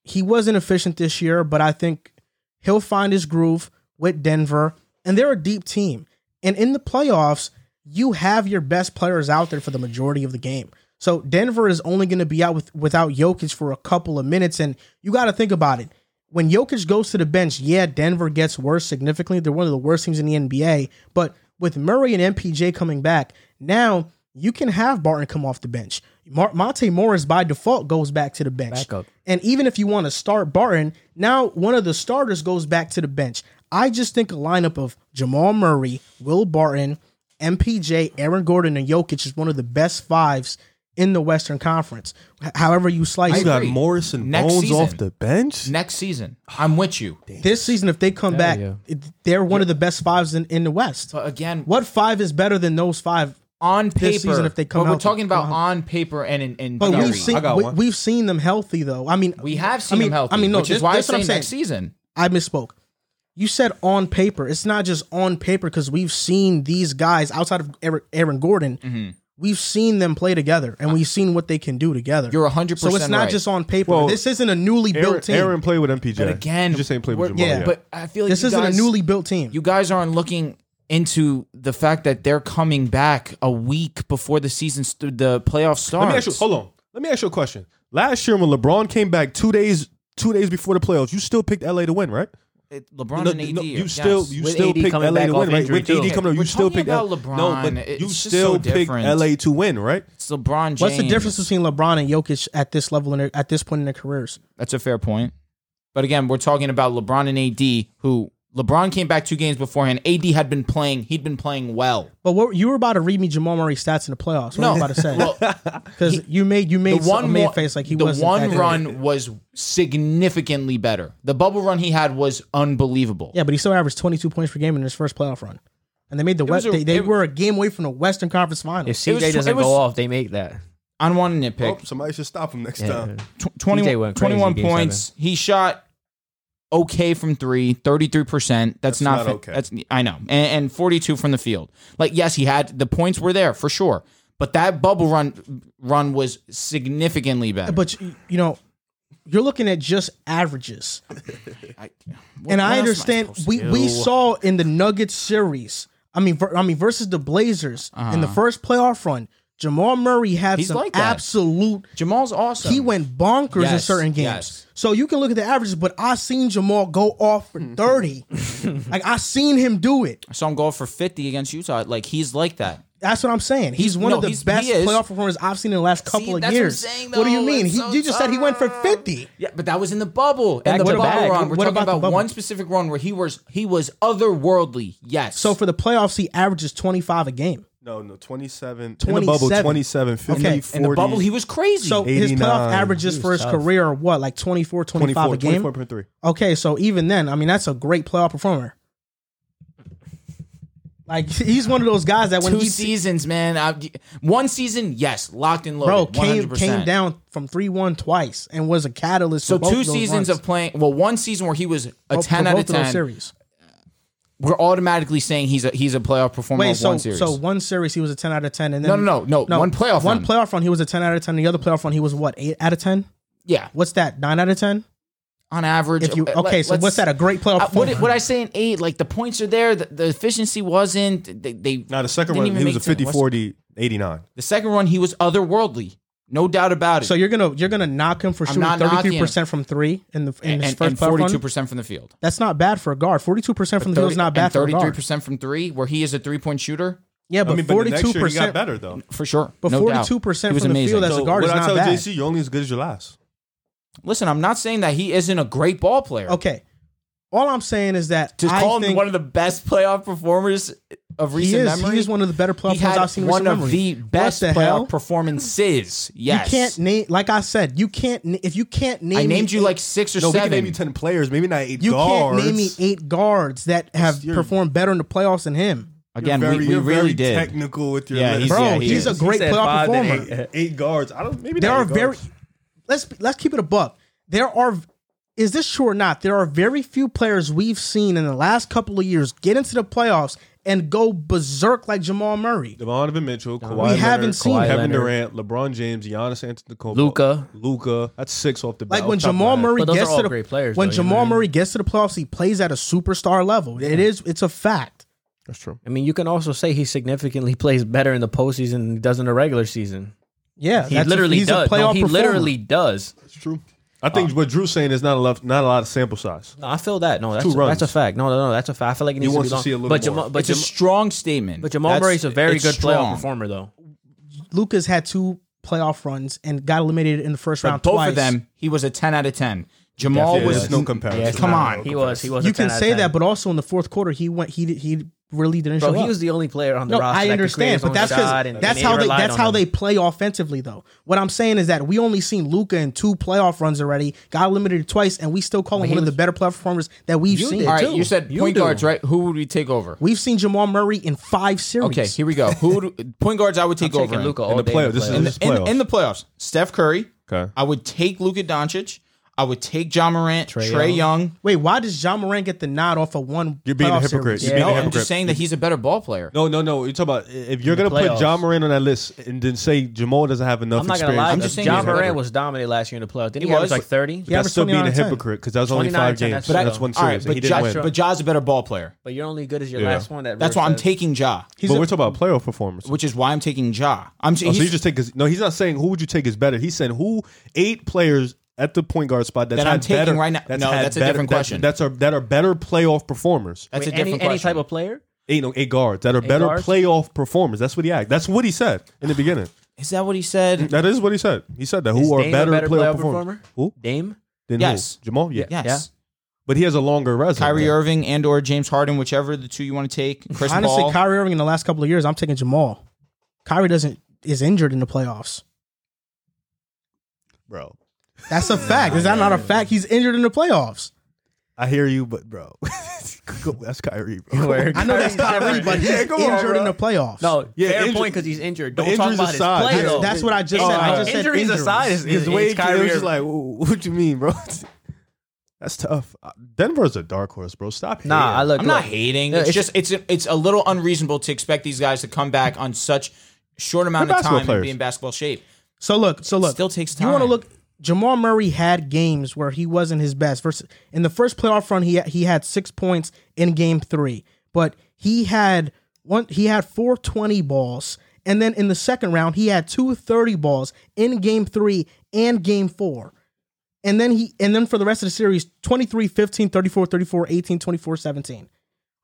Speaker 1: he wasn't efficient this year, but I think he'll find his groove with Denver. And they're a deep team. And in the playoffs, you have your best players out there for the majority of the game. So Denver is only going to be out with, without Jokic for a couple of minutes. And you got to think about it. When Jokic goes to the bench, yeah, Denver gets worse significantly. They're one of the worst teams in the NBA. But with Murray and MPJ coming back, now you can have Barton come off the bench. Mar- Monte Morris by default goes back to the bench.
Speaker 4: Backup.
Speaker 1: And even if you want to start Barton, now one of the starters goes back to the bench. I just think a lineup of Jamal Murray, Will Barton, MPJ, Aaron Gordon, and Jokic is one of the best fives in the Western Conference. H- however you slice
Speaker 3: you
Speaker 1: it.
Speaker 3: got
Speaker 2: agree.
Speaker 3: Morris and
Speaker 2: Next
Speaker 3: Bones off
Speaker 2: season.
Speaker 3: the bench.
Speaker 2: Next season, I'm with you.
Speaker 1: This season, if they come back,
Speaker 4: you
Speaker 1: it- they're one of the best fives in, in the West.
Speaker 2: But again,
Speaker 1: What five is better than those five?
Speaker 2: on paper,
Speaker 1: season if they come
Speaker 2: but we're
Speaker 1: out-
Speaker 2: talking about
Speaker 1: come out.
Speaker 2: on paper and in, in
Speaker 1: But
Speaker 2: theory.
Speaker 1: we've seen
Speaker 3: got
Speaker 1: we,
Speaker 3: one.
Speaker 1: we've seen them healthy though. I mean,
Speaker 2: we have seen
Speaker 1: I mean,
Speaker 2: him healthy.
Speaker 1: I mean, no,
Speaker 2: which
Speaker 1: this,
Speaker 2: is why
Speaker 1: this what
Speaker 2: I'm saying
Speaker 1: I'm saying.
Speaker 2: next season.
Speaker 1: I misspoke. You said on paper. It's not just on paper because we've seen these guys outside of Aaron- Aaron Gordon.
Speaker 2: Mm-hmm.
Speaker 1: We've seen them play together, and we've seen what they can do together.
Speaker 2: You're 100%
Speaker 1: So it's not
Speaker 2: right.
Speaker 1: just on paper.
Speaker 3: Well,
Speaker 1: this isn't a newly
Speaker 3: Aaron,
Speaker 1: built team.
Speaker 3: Aaron played with MPJ.
Speaker 2: But again,
Speaker 3: you just ain't played with
Speaker 2: we're-
Speaker 3: Jamal.
Speaker 1: yeah,
Speaker 3: yet.
Speaker 2: But I feel like
Speaker 1: this
Speaker 2: you
Speaker 1: isn't
Speaker 2: guys-
Speaker 1: a newly built team.
Speaker 2: you guys aren't looking into the fact that they're coming back a week before the season, st- the playoff starts.
Speaker 3: Let me ask you. Hold on. Let me ask you a question. Last year, when LeBron came back two days, two days before the playoffs, you still picked LA to win, right?
Speaker 2: It- LeBron
Speaker 3: No,
Speaker 2: and AD.
Speaker 3: no, you
Speaker 2: are-
Speaker 3: still,
Speaker 2: yes.
Speaker 3: you
Speaker 4: With
Speaker 3: still
Speaker 4: AD
Speaker 3: picked
Speaker 4: coming
Speaker 3: LA
Speaker 4: back
Speaker 3: to
Speaker 4: off
Speaker 3: win, right?
Speaker 4: injury,
Speaker 3: With AD
Speaker 4: too.
Speaker 3: coming, up,
Speaker 2: We're
Speaker 3: you still
Speaker 2: talking
Speaker 3: picked
Speaker 2: about
Speaker 3: LA.
Speaker 2: LeBron.
Speaker 3: No, but
Speaker 2: It's
Speaker 3: you
Speaker 2: just
Speaker 3: still
Speaker 2: so
Speaker 3: picked
Speaker 2: different.
Speaker 3: LA to win, right?
Speaker 2: It's LeBron James.
Speaker 1: What's the difference between LeBron and Jokic at this level in their, at this point in their careers?
Speaker 2: That's a fair point. But again, we're talking about LeBron and AD, who LeBron came back two games beforehand. AD had been playing; he'd been playing well.
Speaker 1: But what, you were about to read me Jamal Murray stats in the playoffs. What no, I was about to say
Speaker 2: Well,
Speaker 1: because you made you
Speaker 2: the
Speaker 1: made one
Speaker 2: one
Speaker 1: made
Speaker 2: more-
Speaker 1: face like he
Speaker 2: the
Speaker 1: wasn't that
Speaker 2: one
Speaker 1: good.
Speaker 2: run was significantly better. The bubble run he had was unbelievable.
Speaker 1: Yeah, but he still averaged 22 points per game in his first playoff run, and they made the
Speaker 2: was
Speaker 1: West.
Speaker 2: a-
Speaker 1: they they
Speaker 2: it-
Speaker 1: were a game away from the Western Conference
Speaker 4: If
Speaker 1: Finals.
Speaker 2: It was
Speaker 4: CJ
Speaker 2: tw-
Speaker 4: doesn't
Speaker 2: it was-
Speaker 4: go off, they make that.
Speaker 2: I don't want to
Speaker 3: Oh,
Speaker 2: nitpick.
Speaker 3: somebody should stop him next
Speaker 4: Yeah.
Speaker 3: time.
Speaker 2: Oh, Tw- 20,
Speaker 4: went crazy
Speaker 2: 21
Speaker 4: game
Speaker 2: points. He shot okay from three, 33%. That's,
Speaker 3: That's
Speaker 2: not,
Speaker 3: not
Speaker 2: fa-
Speaker 3: okay.
Speaker 2: That's I know. And, and 42 from the field. Like yes, he had the points were there for sure. But that bubble run run was significantly better.
Speaker 1: But you, you know, you're looking at just averages,
Speaker 2: I, what-
Speaker 1: and I
Speaker 2: what else am
Speaker 1: understand.
Speaker 2: supposed to
Speaker 1: we
Speaker 2: do?
Speaker 1: we saw in the Nuggets series. I mean, ver, I mean versus the Blazers in the first playoff run, Jamal Murray had
Speaker 2: Uh-huh. He's
Speaker 1: some
Speaker 2: like that.
Speaker 1: absolute
Speaker 2: Jamal's awesome.
Speaker 1: He went bonkers in
Speaker 2: Yes,
Speaker 1: certain games.
Speaker 2: yes.
Speaker 1: So you can look at the averages, but I seen Jamal go off
Speaker 2: Hmm.
Speaker 1: for 30. like I seen him do it.
Speaker 2: I saw him go for 50 against Utah. Like he's like that.
Speaker 1: That's what I'm saying. He's, one
Speaker 2: no,
Speaker 1: of the
Speaker 2: he's-
Speaker 1: best
Speaker 2: he is.
Speaker 1: playoff performers I've seen in the last couple of
Speaker 2: that's what I'm
Speaker 1: years.
Speaker 2: saying,
Speaker 1: do you
Speaker 2: though.
Speaker 1: mean?
Speaker 2: It's
Speaker 1: He,
Speaker 2: so
Speaker 1: you just said he went for 50.
Speaker 2: Yeah, but that was in the bubble. And the
Speaker 4: to
Speaker 2: bubble
Speaker 4: back.
Speaker 2: run. We're
Speaker 1: What
Speaker 2: talking
Speaker 1: about the
Speaker 2: about,
Speaker 1: bubble?
Speaker 2: one specific run where he was he was otherworldly. Yes.
Speaker 1: So for the playoffs, he averages 25 a game.
Speaker 3: No, no, 27. In the bubble,
Speaker 1: 27.
Speaker 3: 27, 50,
Speaker 1: Okay. In the
Speaker 3: 40.
Speaker 2: in the bubble, he was crazy.
Speaker 1: So his playoff
Speaker 3: 89.
Speaker 1: averages for his career are what, like 24, 25
Speaker 3: 24,
Speaker 1: a game?
Speaker 3: 24.3.
Speaker 1: Okay, so even then, I mean, that's a great playoff performer. Like he's one of those guys that when
Speaker 2: two
Speaker 1: he
Speaker 2: seasons, man. I, one season, yes, locked and
Speaker 1: bro
Speaker 2: loaded.
Speaker 1: came
Speaker 2: 100%.
Speaker 1: came down from three one twice and was a catalyst.
Speaker 2: So
Speaker 1: for both
Speaker 2: two
Speaker 1: of those
Speaker 2: seasons
Speaker 1: runs.
Speaker 2: of playing. Well, one season where he was a
Speaker 1: Oh, for
Speaker 2: ten out
Speaker 1: both
Speaker 2: of
Speaker 1: those
Speaker 2: ten.
Speaker 1: series.
Speaker 2: we're automatically saying he's a he's a playoff performer
Speaker 1: Wait,
Speaker 2: of
Speaker 1: so
Speaker 2: one series.
Speaker 1: so one series he was a ten out of ten, and then
Speaker 2: No, no, no, no, one playoff
Speaker 1: one
Speaker 2: run.
Speaker 1: playoff run he was a ten out of ten. The other playoff run he was what eight out of ten?
Speaker 2: yeah,
Speaker 1: What's that? Nine out of ten?
Speaker 2: on average.
Speaker 1: If you
Speaker 2: uh,
Speaker 1: okay,
Speaker 2: let-
Speaker 1: so what's
Speaker 2: let's-
Speaker 1: that? A great playoff
Speaker 2: I,
Speaker 1: performer?
Speaker 2: what, did- what I say in eight, like the points are there, the, the efficiency wasn't. They, they
Speaker 3: Now, the second
Speaker 2: didn't
Speaker 3: one,
Speaker 2: even
Speaker 3: he was
Speaker 2: make
Speaker 3: a
Speaker 2: ten.
Speaker 3: 50,
Speaker 2: What's-
Speaker 3: 40, 89.
Speaker 2: The second one, he was otherworldly, no doubt about it.
Speaker 1: so you're gonna you're gonna knock him for shooting
Speaker 2: not
Speaker 1: thirty
Speaker 2: knocking
Speaker 1: three
Speaker 2: him.
Speaker 1: percent from three in the in
Speaker 2: and,
Speaker 1: his
Speaker 2: and,
Speaker 1: first playoff
Speaker 2: forty-two
Speaker 1: run.
Speaker 2: percent from the field.
Speaker 1: That's not bad for a guard. Forty two percent from the field is not bad for a
Speaker 2: Thirty-three
Speaker 1: guard.
Speaker 2: percent from three, where he is a three-point shooter
Speaker 1: Yeah,
Speaker 3: I
Speaker 1: but
Speaker 3: mean, but the
Speaker 1: forty
Speaker 3: next
Speaker 1: two
Speaker 3: year he got
Speaker 1: percent.
Speaker 3: better, though.
Speaker 2: for sure.
Speaker 1: But
Speaker 2: no
Speaker 1: 42%
Speaker 2: doubt. He was
Speaker 1: from the
Speaker 2: amazing.
Speaker 1: field as a
Speaker 3: So
Speaker 1: guard
Speaker 3: what
Speaker 1: is
Speaker 3: I
Speaker 1: not
Speaker 3: tell
Speaker 1: bad.
Speaker 3: JC, you're only as good as your last.
Speaker 2: Listen, I'm not saying that he isn't a great ball player.
Speaker 1: Okay, all I'm saying is that
Speaker 2: Just
Speaker 1: I
Speaker 2: call him
Speaker 1: think
Speaker 2: one of the best playoff performers uh, of
Speaker 1: he
Speaker 2: recent
Speaker 1: is
Speaker 2: memory.
Speaker 1: he is one of the better playoff
Speaker 2: He
Speaker 1: performers
Speaker 2: had
Speaker 1: I've seen in
Speaker 2: one
Speaker 1: recent
Speaker 2: of
Speaker 1: memory.
Speaker 2: the
Speaker 1: What
Speaker 2: best
Speaker 1: the
Speaker 2: playoff
Speaker 1: hell?
Speaker 2: performances. Yes.
Speaker 1: You can't name, like I said, you can't. na- If you can't name,
Speaker 2: I
Speaker 1: me
Speaker 2: named you
Speaker 1: eight-
Speaker 2: like six or
Speaker 3: No, we
Speaker 2: seven.
Speaker 3: can name you 10 players, maybe not 8
Speaker 1: you
Speaker 3: guards.
Speaker 1: can't name me eight guards that have
Speaker 3: You're-
Speaker 1: performed better in the playoffs than him,
Speaker 2: Again,
Speaker 3: Very-
Speaker 2: we, we
Speaker 3: you're
Speaker 2: really
Speaker 3: very
Speaker 2: did.
Speaker 3: technical with your
Speaker 2: Yeah,
Speaker 3: list.
Speaker 2: he's-
Speaker 1: bro.
Speaker 2: yeah, he
Speaker 1: he's
Speaker 2: is.
Speaker 1: a
Speaker 4: He
Speaker 1: great
Speaker 4: said
Speaker 1: playoff
Speaker 4: five to
Speaker 1: performer.
Speaker 4: eight.
Speaker 3: eight guards. I don't. Maybe
Speaker 1: There
Speaker 3: not
Speaker 1: are
Speaker 3: eight
Speaker 1: very.
Speaker 3: guards.
Speaker 1: Let's let's keep it a buck. There are. Is this true or not? There are very few players we've seen in the last couple of years get into the playoffs and go berserk like Jamal Murray.
Speaker 3: Donovan Mitchell, Kawhi
Speaker 1: We haven't
Speaker 3: Leonard,
Speaker 1: seen
Speaker 4: it.
Speaker 3: Kevin
Speaker 4: Leonard.
Speaker 3: Durant, LeBron James, Giannis Antetokounmpo,
Speaker 4: Luka.
Speaker 3: Luca. That's six off the bat.
Speaker 1: Like when
Speaker 3: off the top of
Speaker 1: Jamal
Speaker 3: my head.
Speaker 1: Murray
Speaker 4: But those are
Speaker 1: gets
Speaker 4: all
Speaker 1: to the
Speaker 4: great players,
Speaker 1: when
Speaker 4: though, you know
Speaker 1: Jamal
Speaker 4: what I mean?
Speaker 1: Murray gets to the playoffs, he plays at a superstar level. It is it's a fact.
Speaker 3: That's true.
Speaker 4: I mean, you can also say he significantly plays better in the postseason than he does in the regular season.
Speaker 1: Yeah,
Speaker 4: He
Speaker 1: that's a-
Speaker 4: literally
Speaker 1: he's a
Speaker 4: does. No,
Speaker 1: playoff
Speaker 4: he
Speaker 1: performer.
Speaker 4: literally does.
Speaker 3: That's true. I think what Drew's saying is not a lot, not a lot of sample size.
Speaker 4: No, I feel that. No, that's
Speaker 3: Two runs.
Speaker 4: that's a fact. No, no, no, that's a fact. I feel like it needs
Speaker 3: wants
Speaker 4: to, be
Speaker 3: to
Speaker 4: long.
Speaker 3: see a little
Speaker 4: but
Speaker 3: more.
Speaker 4: Jamal, but,
Speaker 2: it's a
Speaker 4: Jam-
Speaker 2: strong statement.
Speaker 4: but Jamal
Speaker 2: That's-
Speaker 4: Murray's a very
Speaker 2: it's
Speaker 4: good playoff
Speaker 2: strong.
Speaker 4: performer, though.
Speaker 1: Luca's had two playoff runs and got eliminated in the first round
Speaker 2: But both
Speaker 1: twice.
Speaker 2: of them, he was a ten out of ten. Jamal
Speaker 3: Yeah,
Speaker 2: was
Speaker 3: there's no comparison.
Speaker 2: Yeah, come
Speaker 3: No,
Speaker 2: on.
Speaker 3: no
Speaker 4: He was. He was. a
Speaker 1: You can
Speaker 4: 10 out of
Speaker 1: say
Speaker 4: 10.
Speaker 1: that, but also in the fourth quarter, he went. He did, he really didn't
Speaker 4: Bro,
Speaker 1: show
Speaker 4: he
Speaker 1: up.
Speaker 4: was the only player on the
Speaker 1: no,
Speaker 4: roster.
Speaker 1: I
Speaker 4: that could create
Speaker 1: understand,
Speaker 4: his
Speaker 1: but
Speaker 4: own
Speaker 1: that's
Speaker 4: shot,
Speaker 1: because
Speaker 4: and-
Speaker 1: that's
Speaker 4: and
Speaker 1: how they
Speaker 4: relied
Speaker 1: that's
Speaker 4: on
Speaker 1: how
Speaker 4: him.
Speaker 1: they play offensively, though. What I'm saying is that we only seen Luca in two playoff runs already, got eliminated twice, and we still call him one of the better playoff performers that we've
Speaker 4: You
Speaker 1: seen.
Speaker 4: did.
Speaker 2: All right,
Speaker 4: too.
Speaker 2: you said
Speaker 4: You
Speaker 2: point
Speaker 4: do.
Speaker 2: guards, right? Who would we take over?
Speaker 1: We've seen Jamal Murray in five series.
Speaker 2: Okay, here we go. Who would, point guards? I would take
Speaker 4: Taking
Speaker 2: over in.
Speaker 4: Luka
Speaker 2: in,
Speaker 4: all
Speaker 3: the
Speaker 4: day in
Speaker 3: playoff- this is-
Speaker 2: the-
Speaker 4: playoffs.
Speaker 2: in-
Speaker 3: playoffs.
Speaker 2: in the playoffs. Steph Curry.
Speaker 3: Okay.
Speaker 2: I would take Luka Doncic. I would take John Morant, Trey, Young.
Speaker 1: Wait, why does John Moran get the nod off of one?
Speaker 3: You're being a
Speaker 1: playoff
Speaker 3: hypocrite.
Speaker 1: series?
Speaker 3: You're
Speaker 4: Yeah.
Speaker 3: being
Speaker 2: No,
Speaker 3: a
Speaker 2: I'm
Speaker 3: hypocrite.
Speaker 2: just saying that he's a better ball player.
Speaker 3: No, no, no. You're talking about if you're gonna put
Speaker 4: playoffs.
Speaker 3: John Moran on that list and then say Jamal doesn't have enough
Speaker 4: I'm not gonna
Speaker 3: experience,
Speaker 4: lie.
Speaker 2: I'm just saying
Speaker 4: John
Speaker 2: he's better.
Speaker 4: Moran was dominant last year in the playoffs. Didn't he,
Speaker 2: He
Speaker 4: average
Speaker 2: was.
Speaker 4: like 30?
Speaker 1: Yeah.
Speaker 4: Yeah.
Speaker 3: that's still
Speaker 1: average
Speaker 3: being a
Speaker 1: 29 and 10.
Speaker 3: hypocrite because that was only
Speaker 4: 29
Speaker 3: five
Speaker 4: and 10,
Speaker 3: games.
Speaker 4: that's-
Speaker 3: That's one
Speaker 2: All right,
Speaker 3: series. and
Speaker 2: but
Speaker 3: he didn't
Speaker 2: Ja,
Speaker 3: win.
Speaker 2: but Ja's a better ball player.
Speaker 4: But you're only good as your
Speaker 3: Yeah.
Speaker 4: last one. That
Speaker 2: That's why
Speaker 4: Rivers
Speaker 2: I'm
Speaker 4: said.
Speaker 2: taking Ja,
Speaker 1: He's
Speaker 3: But
Speaker 1: a-
Speaker 3: we're talking about playoff performance.
Speaker 2: which is why I'm taking Ja. I'm
Speaker 3: Oh, so you
Speaker 2: he's-
Speaker 3: just take his, no. He's not saying who would you take is better. He's saying who eight players at the point guard spot that's
Speaker 2: That I'm
Speaker 3: had
Speaker 2: taking
Speaker 3: better-
Speaker 2: right now. No,
Speaker 3: had
Speaker 2: that's a
Speaker 3: better-
Speaker 2: different
Speaker 3: that-
Speaker 2: question.
Speaker 3: That's are that are better playoff performers.
Speaker 2: that's
Speaker 4: Wait,
Speaker 2: a different
Speaker 4: any, any
Speaker 2: question.
Speaker 4: type of player.
Speaker 3: Eight no eight guards that are better
Speaker 4: guards?
Speaker 3: playoff performers. That's what he act. That's what he said in the beginning.
Speaker 2: is that what he said?
Speaker 3: That is what he said. He said that who
Speaker 4: Is
Speaker 3: are
Speaker 4: Dame a
Speaker 3: better,
Speaker 4: better
Speaker 3: playoff
Speaker 4: playoff
Speaker 3: performers.
Speaker 4: performer?
Speaker 3: Who
Speaker 4: Dame.
Speaker 3: then
Speaker 2: Yes.
Speaker 3: who? Jamal. Yeah.
Speaker 2: Yes.
Speaker 4: Yeah.
Speaker 5: but he has a longer resume.
Speaker 2: Kyrie Irving and or James Harden, whichever of the two you want to take. Chris
Speaker 1: Honestly,
Speaker 2: Paul.
Speaker 1: Kyrie Irving in the last couple of years, I'm taking Jamal. Kyrie doesn't is injured in the playoffs.
Speaker 3: bro.
Speaker 1: That's a fact. Is that not a fact? He's injured in the playoffs.
Speaker 3: I hear you, but bro, that's Kyrie, bro.
Speaker 1: I know that's Kyrie, but he's
Speaker 5: Yeah, come on,
Speaker 1: injured in
Speaker 5: bro.
Speaker 1: the playoffs.
Speaker 4: No,
Speaker 5: Yeah,
Speaker 4: fair
Speaker 5: injury-
Speaker 4: point because he's injured.
Speaker 5: But
Speaker 4: Don't talk
Speaker 5: injuries
Speaker 4: about
Speaker 5: aside,
Speaker 4: his play
Speaker 5: yeah.
Speaker 4: though.
Speaker 1: that's what I just said. I
Speaker 4: Oh,
Speaker 1: just said
Speaker 4: injuries aside, is,
Speaker 3: His
Speaker 4: is,
Speaker 3: way
Speaker 4: is Kyrie
Speaker 3: Kyrie was
Speaker 4: Irving.
Speaker 3: like, "Ooh, "What you mean, bro?" that's tough. Uh, Denver's a dark horse, bro. Stop.
Speaker 4: Nah, I
Speaker 3: hating.
Speaker 4: look.
Speaker 2: I'm not
Speaker 4: look,
Speaker 2: hating.
Speaker 4: Yeah,
Speaker 2: It's,
Speaker 4: it's-
Speaker 2: just it's it's a little unreasonable to expect these guys to come back on such short amount
Speaker 3: They're
Speaker 2: of time
Speaker 3: basketball
Speaker 2: and be
Speaker 3: players.
Speaker 2: in basketball shape.
Speaker 1: So look, so look,
Speaker 2: Still takes
Speaker 1: You want to
Speaker 2: time.
Speaker 1: look? Jamal Murray had games where he wasn't his best. Versus in the first playoff run, he he had six points in game three, but he had one. He had four twenty balls, and then in the second round, he had two thirty balls in game three and game four. And then he and then for the rest of the series 23 15 34 34 18 24 17.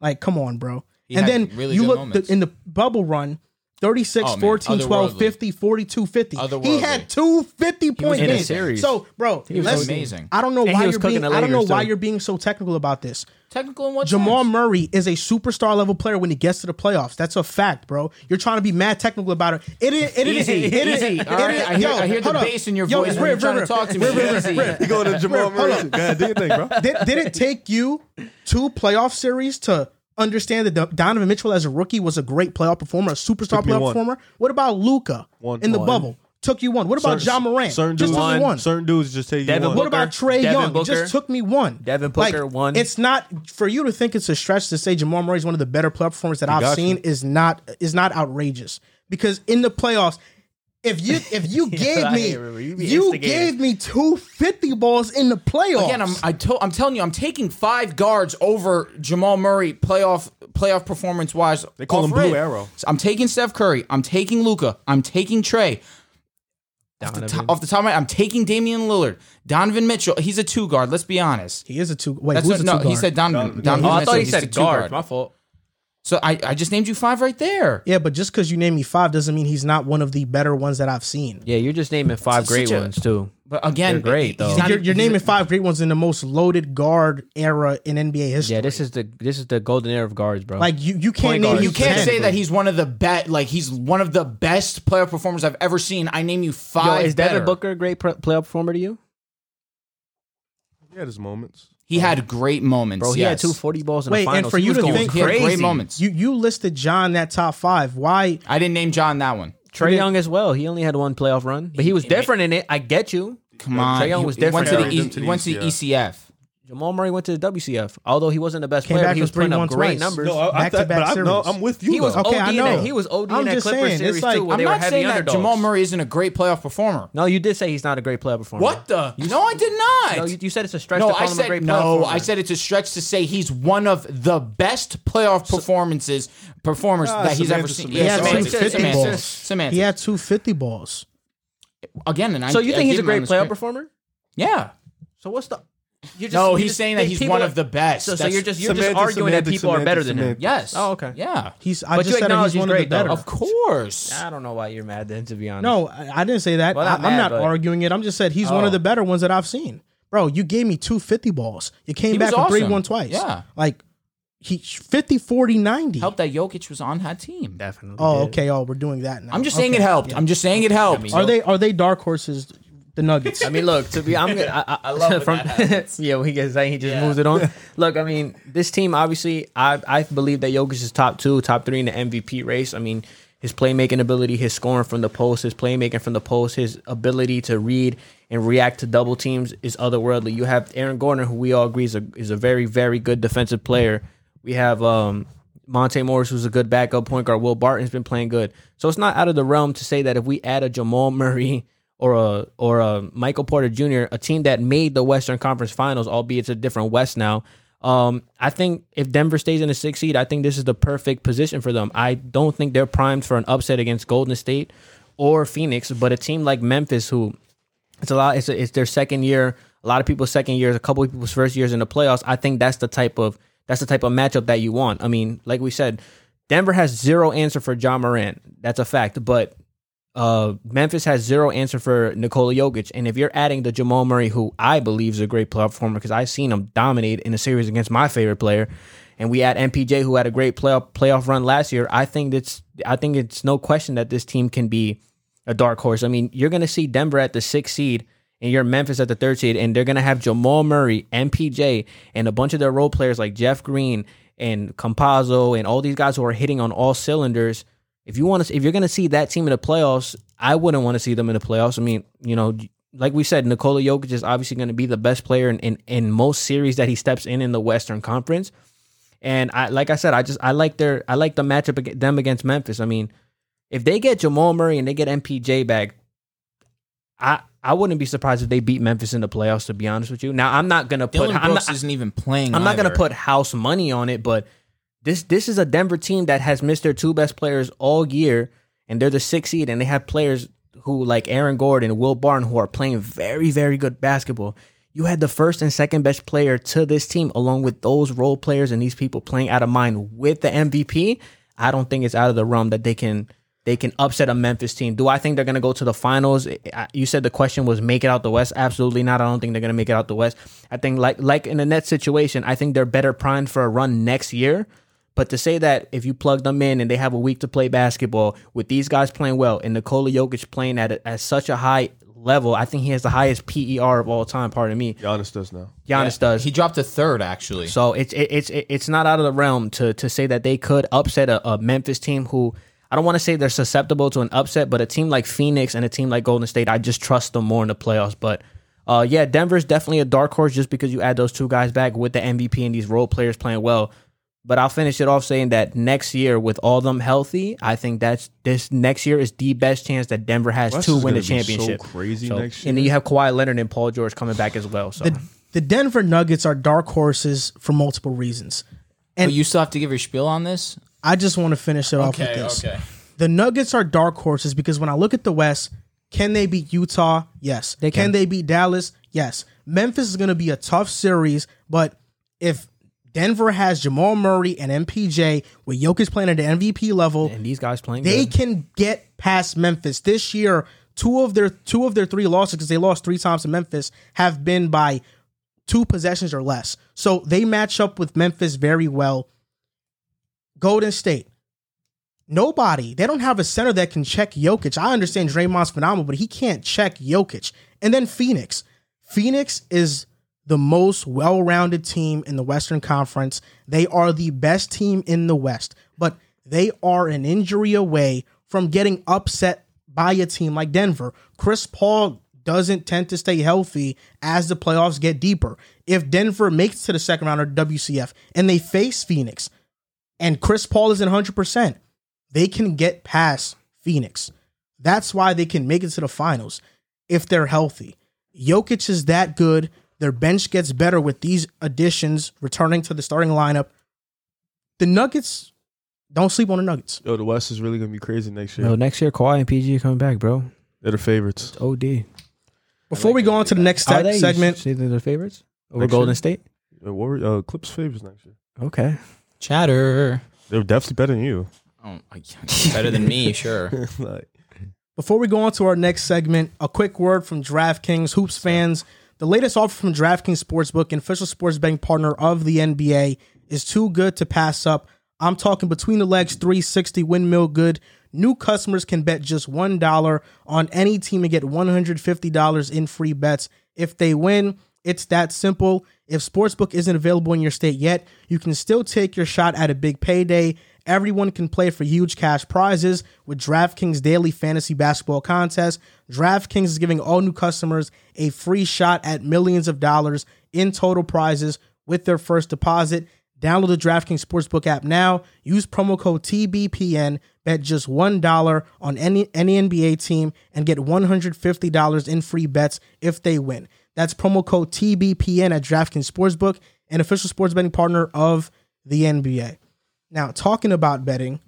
Speaker 1: Like come on, bro. and
Speaker 2: had
Speaker 1: then
Speaker 2: really
Speaker 1: you
Speaker 2: good
Speaker 1: look
Speaker 2: moments.
Speaker 1: the, in the bubble run 36
Speaker 2: Oh, man.
Speaker 1: 14 12
Speaker 2: Otherworldly.
Speaker 1: 50 42 50. He
Speaker 2: Otherworldly.
Speaker 1: had two 50 point
Speaker 4: in a
Speaker 1: games.
Speaker 4: series.
Speaker 1: So, bro,
Speaker 4: was
Speaker 1: let's-
Speaker 2: amazing.
Speaker 1: I don't know
Speaker 4: And
Speaker 1: why
Speaker 4: he was
Speaker 1: you're
Speaker 4: cooking
Speaker 1: being
Speaker 4: the
Speaker 1: I don't know
Speaker 4: Lakers,
Speaker 1: why
Speaker 4: too.
Speaker 1: you're being so technical about this.
Speaker 2: Technical in what
Speaker 1: Jamal
Speaker 2: sense?
Speaker 1: Murray is a superstar level player when he gets to the playoffs. That's a fact, bro. You're trying to be mad technical about it. It is. It is.
Speaker 2: Easy,
Speaker 1: It is.
Speaker 2: easy.
Speaker 1: it
Speaker 2: All right,
Speaker 1: is-
Speaker 2: I hear-
Speaker 1: yo,
Speaker 2: I hear the
Speaker 1: hold up.
Speaker 2: bass in your
Speaker 1: Yo,
Speaker 2: voice
Speaker 1: it's
Speaker 2: when
Speaker 1: Rip,
Speaker 2: you're trying
Speaker 1: Rip,
Speaker 2: to talk to me.
Speaker 1: Rip, Rip,
Speaker 2: Easy.
Speaker 1: Rip.
Speaker 3: you going to Jamal
Speaker 1: hold
Speaker 3: Murray?
Speaker 1: up.
Speaker 3: God, do your thing, bro.
Speaker 1: Did, did it take you two playoff series to understand that Do- Donovan Mitchell as a rookie was a great playoff performer, a superstar
Speaker 3: me
Speaker 1: playoff
Speaker 3: one.
Speaker 1: performer? What about Luca
Speaker 3: One.
Speaker 1: in the
Speaker 3: One.
Speaker 1: bubble? Took you one. What about John Moran?
Speaker 3: Certain
Speaker 1: Just
Speaker 3: dudes,
Speaker 1: took me one.
Speaker 3: Certain dudes just take you
Speaker 4: Devin
Speaker 3: one.
Speaker 1: What
Speaker 4: Booker.
Speaker 1: about Trey
Speaker 4: Devin
Speaker 1: Young? It
Speaker 4: Booker.
Speaker 1: just took me one.
Speaker 4: Devin Booker, one.
Speaker 1: It's not for you to think it's a stretch to say Jamal Murray is one of the better playoff performers that I've
Speaker 3: got
Speaker 1: seen
Speaker 3: you.
Speaker 1: is not is not outrageous because in the playoffs. If you if you gave
Speaker 4: I
Speaker 1: me
Speaker 4: remember.
Speaker 1: you,
Speaker 4: You be
Speaker 1: gave
Speaker 4: instigating.
Speaker 1: me two fifty balls in the playoffs
Speaker 2: Again, I'm I to, I'm telling you, I'm taking five guards over Jamal Murray playoff playoff performance wise. They
Speaker 3: call him Blue Arrow.
Speaker 2: I'm taking Steph Curry. I'm taking Luca. I'm taking Trey. To-
Speaker 4: Donovan.
Speaker 2: off the top of my, I'm taking Damian Lillard, Donovan Mitchell. He's a two guard. Let's be honest.
Speaker 1: He is a two. Wait,
Speaker 2: That's
Speaker 1: who's
Speaker 2: what,
Speaker 1: a two
Speaker 2: no,
Speaker 1: guard?
Speaker 2: he said Donovan. Donovan
Speaker 4: Oh, I
Speaker 2: Mitchell.
Speaker 4: thought he
Speaker 2: He's a
Speaker 4: said
Speaker 2: two
Speaker 4: guard. My fault.
Speaker 2: So I, I just named you five right there.
Speaker 1: Yeah, but just because you named me five doesn't mean he's not one of the better ones that I've seen.
Speaker 4: Yeah, you're just naming five
Speaker 2: It's such
Speaker 4: great
Speaker 2: a-
Speaker 4: ones too.
Speaker 2: But again,
Speaker 4: They're great,
Speaker 2: he's
Speaker 4: though.
Speaker 2: not-
Speaker 1: You're, you're
Speaker 2: he's-
Speaker 1: naming five great ones in the most loaded guard era in NBA history.
Speaker 4: Yeah, this is the this is the golden era of guards, bro.
Speaker 1: like you, you can't
Speaker 4: Point
Speaker 1: name
Speaker 4: guard.
Speaker 2: You can't
Speaker 1: 10.
Speaker 2: say that he's one of the best. Like he's one of the best player performers I've ever seen. I name you five.
Speaker 4: is Devin
Speaker 2: better.
Speaker 4: Booker a great pr- playoff performer to you?
Speaker 3: Yeah, there's moments.
Speaker 2: He had great moments.
Speaker 4: Bro, he
Speaker 2: yes.
Speaker 4: had two forty balls in
Speaker 1: Wait,
Speaker 4: the
Speaker 1: and
Speaker 4: finals.
Speaker 1: for
Speaker 4: He
Speaker 1: you
Speaker 4: was
Speaker 1: to
Speaker 4: going
Speaker 1: think-
Speaker 2: He had
Speaker 4: crazy.
Speaker 2: great moments.
Speaker 1: You you listed John that top five. Why?
Speaker 2: I didn't name John that one.
Speaker 4: Trey Young as well. He only had one playoff run, but he was different in it. I get you.
Speaker 2: Come on,
Speaker 4: Trae Young
Speaker 2: He-
Speaker 4: was
Speaker 2: he Went to
Speaker 4: different.
Speaker 2: the,
Speaker 3: Yeah,
Speaker 2: e,
Speaker 3: him to
Speaker 2: he
Speaker 3: the
Speaker 2: went to the ECF.
Speaker 4: Jamal Murray went to the WCF. Although he wasn't the best
Speaker 1: Came
Speaker 4: player,
Speaker 1: back
Speaker 4: he was
Speaker 1: from
Speaker 4: putting up
Speaker 1: 3-1
Speaker 4: great
Speaker 1: twice.
Speaker 4: numbers.
Speaker 3: No, I, I,
Speaker 1: Back-to-back
Speaker 3: that, but I, no,
Speaker 1: series.
Speaker 3: I'm with you.
Speaker 4: He was
Speaker 3: though.
Speaker 1: Okay, I
Speaker 4: OD in
Speaker 1: know.
Speaker 4: that. He was OD
Speaker 1: I'm
Speaker 4: in that
Speaker 1: just
Speaker 4: Clippers
Speaker 1: saying,
Speaker 4: series
Speaker 1: it's like-
Speaker 4: too.
Speaker 1: I'm
Speaker 4: Where
Speaker 2: I'm
Speaker 4: they were
Speaker 2: not
Speaker 4: heavy
Speaker 2: saying that
Speaker 4: underdogs.
Speaker 2: Jamal Murray isn't a great playoff performer.
Speaker 4: No, you did say he's not a great playoff performer.
Speaker 2: What the? no, I did not.
Speaker 4: No, you, you said it's a stretch.
Speaker 2: No,
Speaker 4: to call
Speaker 2: I
Speaker 4: him a
Speaker 2: said
Speaker 4: great
Speaker 2: no.
Speaker 4: Playoff
Speaker 2: I said it's a stretch to say he's one of the best playoff performances performers
Speaker 3: Ah,
Speaker 2: that he's ever
Speaker 3: semantics,
Speaker 2: seen.
Speaker 3: semantics.
Speaker 1: He had
Speaker 2: semantics,
Speaker 1: two 50
Speaker 2: semantics,
Speaker 1: balls.
Speaker 2: semantics.
Speaker 1: He had two fifty balls.
Speaker 2: again. And I,
Speaker 4: so you
Speaker 2: I
Speaker 4: think he's
Speaker 2: give
Speaker 4: a
Speaker 2: him on
Speaker 4: great
Speaker 2: the
Speaker 4: playoff
Speaker 2: screen.
Speaker 4: performer?
Speaker 2: Yeah.
Speaker 4: So what's the? You're just,
Speaker 2: No,
Speaker 4: you
Speaker 2: he's
Speaker 4: just
Speaker 2: saying that
Speaker 4: think
Speaker 2: he's
Speaker 4: people
Speaker 2: one
Speaker 4: are-
Speaker 2: of the best.
Speaker 4: So, so
Speaker 2: That's-
Speaker 4: you're just you're
Speaker 3: Semantics,
Speaker 4: just arguing that
Speaker 3: semantics,
Speaker 4: people are better than him.
Speaker 3: semantics,
Speaker 2: Yes.
Speaker 4: Oh, okay.
Speaker 2: Yeah.
Speaker 1: He's. I
Speaker 4: But
Speaker 1: just
Speaker 4: you
Speaker 1: said that he's
Speaker 4: acknowledge he's
Speaker 1: one of the
Speaker 4: great, though.
Speaker 1: better.
Speaker 2: Of course.
Speaker 4: I don't know why you're mad then. To be honest,
Speaker 1: No, I, I didn't say that.
Speaker 4: Well,
Speaker 1: I,
Speaker 4: not
Speaker 1: am
Speaker 4: mad,
Speaker 1: not
Speaker 4: but-
Speaker 1: arguing it. I'm just said he's one of
Speaker 4: Oh.
Speaker 1: the better ones that I've seen. Bro, you gave me two 50 balls. You came
Speaker 2: He
Speaker 1: back
Speaker 2: was
Speaker 1: from
Speaker 2: awesome.
Speaker 1: 3 1 twice.
Speaker 2: Yeah.
Speaker 1: Like, he 50, 40, 90.
Speaker 2: Helped that Jokic was on that team.
Speaker 4: definitely.
Speaker 1: Oh,
Speaker 4: did.
Speaker 1: okay. Oh, we're doing that now.
Speaker 2: I'm just saying
Speaker 1: Okay.
Speaker 2: it helped. I'm just saying it helped.
Speaker 1: Are they are they dark horses, the Nuggets?
Speaker 4: I mean, look. To be, I'm. Gonna, I, I, I love
Speaker 2: when that happens.
Speaker 4: yeah, when he gets saying he just moves it on. look, I mean, this team obviously, I I believe that Jokic is top two, top three in the MVP race. I mean, his playmaking ability, his scoring from the post, his playmaking from the post, his ability to read and react to double teams is otherworldly. You have Aaron Gordon, who we all agree is a is a very very good defensive player. We have um. Monte Morris, who's a good backup point guard. Will Barton's been playing good, so it's not out of the realm to say that if we add a Jamal Murray or a or a Michael Porter Jr., a team that made the Western Conference Finals, albeit it's a different West now. Um, I think if Denver stays in the sixth seed, I think this is the perfect position for them. I don't think they're primed for an upset against Golden State or Phoenix, but a team like Memphis, who it's a lot. It's, it's their second year. A lot of people's second years. A couple of people's first years in the playoffs. I think that's the type of that's the type of matchup that you want. I mean, like we said, Denver has zero answer for John Morant. That's a fact. But uh, Memphis has zero answer for Nikola Jokic. And if you're adding the Jamal Murray, who I believe is a great playoff performer because I've seen him dominate in a series against my favorite player, and we add MPJ, who had a great playoff playoff run last year, I think it's I think it's no question that this team can be a dark horse. I mean, you're going to see Denver at the sixth seed, and you're Memphis at the third seed, and they're going to have Jamal Murray, MPJ, and a bunch of their role players like Jeff Green and Campazzo and all these guys who are hitting on all cylinders. If you want to, if you're going to see that team in the playoffs, I wouldn't want to see them in the playoffs. I mean, you know, like we said, Nikola Jokic is obviously going to be the best player in, in in most series that he steps in in the Western Conference. And I, like I said, I just I like their I like the matchup ag- them against Memphis. I mean, if they get Jamal Murray and they get MPJ back, I I wouldn't be surprised if they beat Memphis in the playoffs. To be honest with you, now I'm not gonna put
Speaker 2: Dylan
Speaker 4: I'm
Speaker 2: Brooks
Speaker 4: not,
Speaker 2: isn't even playing.
Speaker 4: I'm not gonna
Speaker 2: either.
Speaker 4: put house money on it, but this this is a Denver team that has missed their two best players all year, and they're the sixth seed, and they have players who like Aaron Gordon and Will Barton who are playing very very good basketball. You had the first and second best player to this team, along with those role players and these people playing out of mind with the MVP. I don't think it's out of the realm that they can they can upset a Memphis team. Do I think they're going to go to the finals? I- I- You said the question was make it out the West. Absolutely not. I don't think they're going to make it out the West. I think like like in the Nets situation, I think they're better primed for a run next year. But to say that if you plug them in and they have a week to play basketball with these guys playing well and Nikola Jokic playing at, a- at such a high level, I think he has the highest PER of all time. Pardon me,
Speaker 3: Giannis does now.
Speaker 4: Giannis does.
Speaker 2: He dropped a third actually.
Speaker 4: So it's it, it's it, it's not out of the realm to to say that they could upset a, a Memphis team who I don't want to say they're susceptible to an upset, but a team like Phoenix and a team like Golden State, I just trust them more in the playoffs. But uh, yeah, Denver's definitely a dark horse just because you add those two guys back with the MVP and these role players playing well. But I'll finish it off saying that next year, with all them healthy, I think that's this next year is the best chance that Denver has
Speaker 3: West
Speaker 4: to
Speaker 3: is
Speaker 4: win the
Speaker 3: gonna be so
Speaker 4: championship.
Speaker 3: crazy next
Speaker 4: and then you have Kawhi Leonard and Paul George coming back as well. So
Speaker 1: The, the Denver Nuggets are dark horses for multiple reasons.
Speaker 2: but you still have to give your spiel on this.
Speaker 1: I just want to finish it off with this. The Nuggets are dark horses because when I look at the West, can they beat Utah? Yes. They can. they beat Dallas? Yes. Memphis is going to be a tough series, but if Denver has Jamal Murray and MPJ with Jokic playing at the MVP level,
Speaker 4: and these guys playing,
Speaker 1: they
Speaker 4: good.
Speaker 1: can get past Memphis this year. Two of their two of their three losses, because they lost three times to Memphis, have been by two possessions or less. So they match up with Memphis very well. Golden State. Nobody. They don't have a center that can check Jokic. I understand Draymond's phenomenal, but he can't check Jokic. And then Phoenix. Phoenix is the most well rounded team in the Western Conference. They are the best team in the West, but they are an injury away from getting upset by a team like Denver. Chris Paul doesn't tend to stay healthy as the playoffs get deeper. If Denver makes it to the second round or WCF and they face Phoenix, and Chris Paul isn't 100%, they can get past Phoenix. That's why they can make it to the finals if they're healthy. Jokic is that good. Their bench gets better with these additions returning to the starting lineup. The Nuggets, don't sleep on the Nuggets.
Speaker 3: Yo, the West is really gonna be crazy next year.
Speaker 4: No, next year Kawhi and PG are coming back, bro.
Speaker 3: They're the favorites.
Speaker 4: OD.
Speaker 1: Before we go on to the next
Speaker 4: Are
Speaker 1: se-
Speaker 4: they?
Speaker 1: segment,
Speaker 4: Say they're the favorites over
Speaker 3: Next
Speaker 4: Golden
Speaker 3: year?
Speaker 4: State.
Speaker 3: Uh, Warrior- uh, Clips favorites next year.
Speaker 4: Okay,
Speaker 2: Chatter.
Speaker 3: They're definitely better than you.
Speaker 2: Oh, better than me, sure.
Speaker 3: like,
Speaker 1: Before we go on to our next segment, a quick word from DraftKings Hoops fans. The latest offer from DraftKings Sportsbook, an official sports betting partner of the NBA, is too good to pass up. I'm talking between the legs 360 windmill good. New customers can bet just $1 on any team and get $150 in free bets. If they win, it's that simple. If Sportsbook isn't available in your state yet, you can still take your shot at a big payday. Everyone can play for huge cash prizes with DraftKings Daily Fantasy Basketball Contest. DraftKings is giving all new customers a free shot at millions of dollars in total prizes with their first deposit. Download the DraftKings Sportsbook app now. Use promo code TBPN. Bet just $1 on any, any NBA team and get $150 in free bets if they win. That's promo code TBPN at DraftKings Sportsbook, an official sports betting partner of the NBA. Now, talking about betting,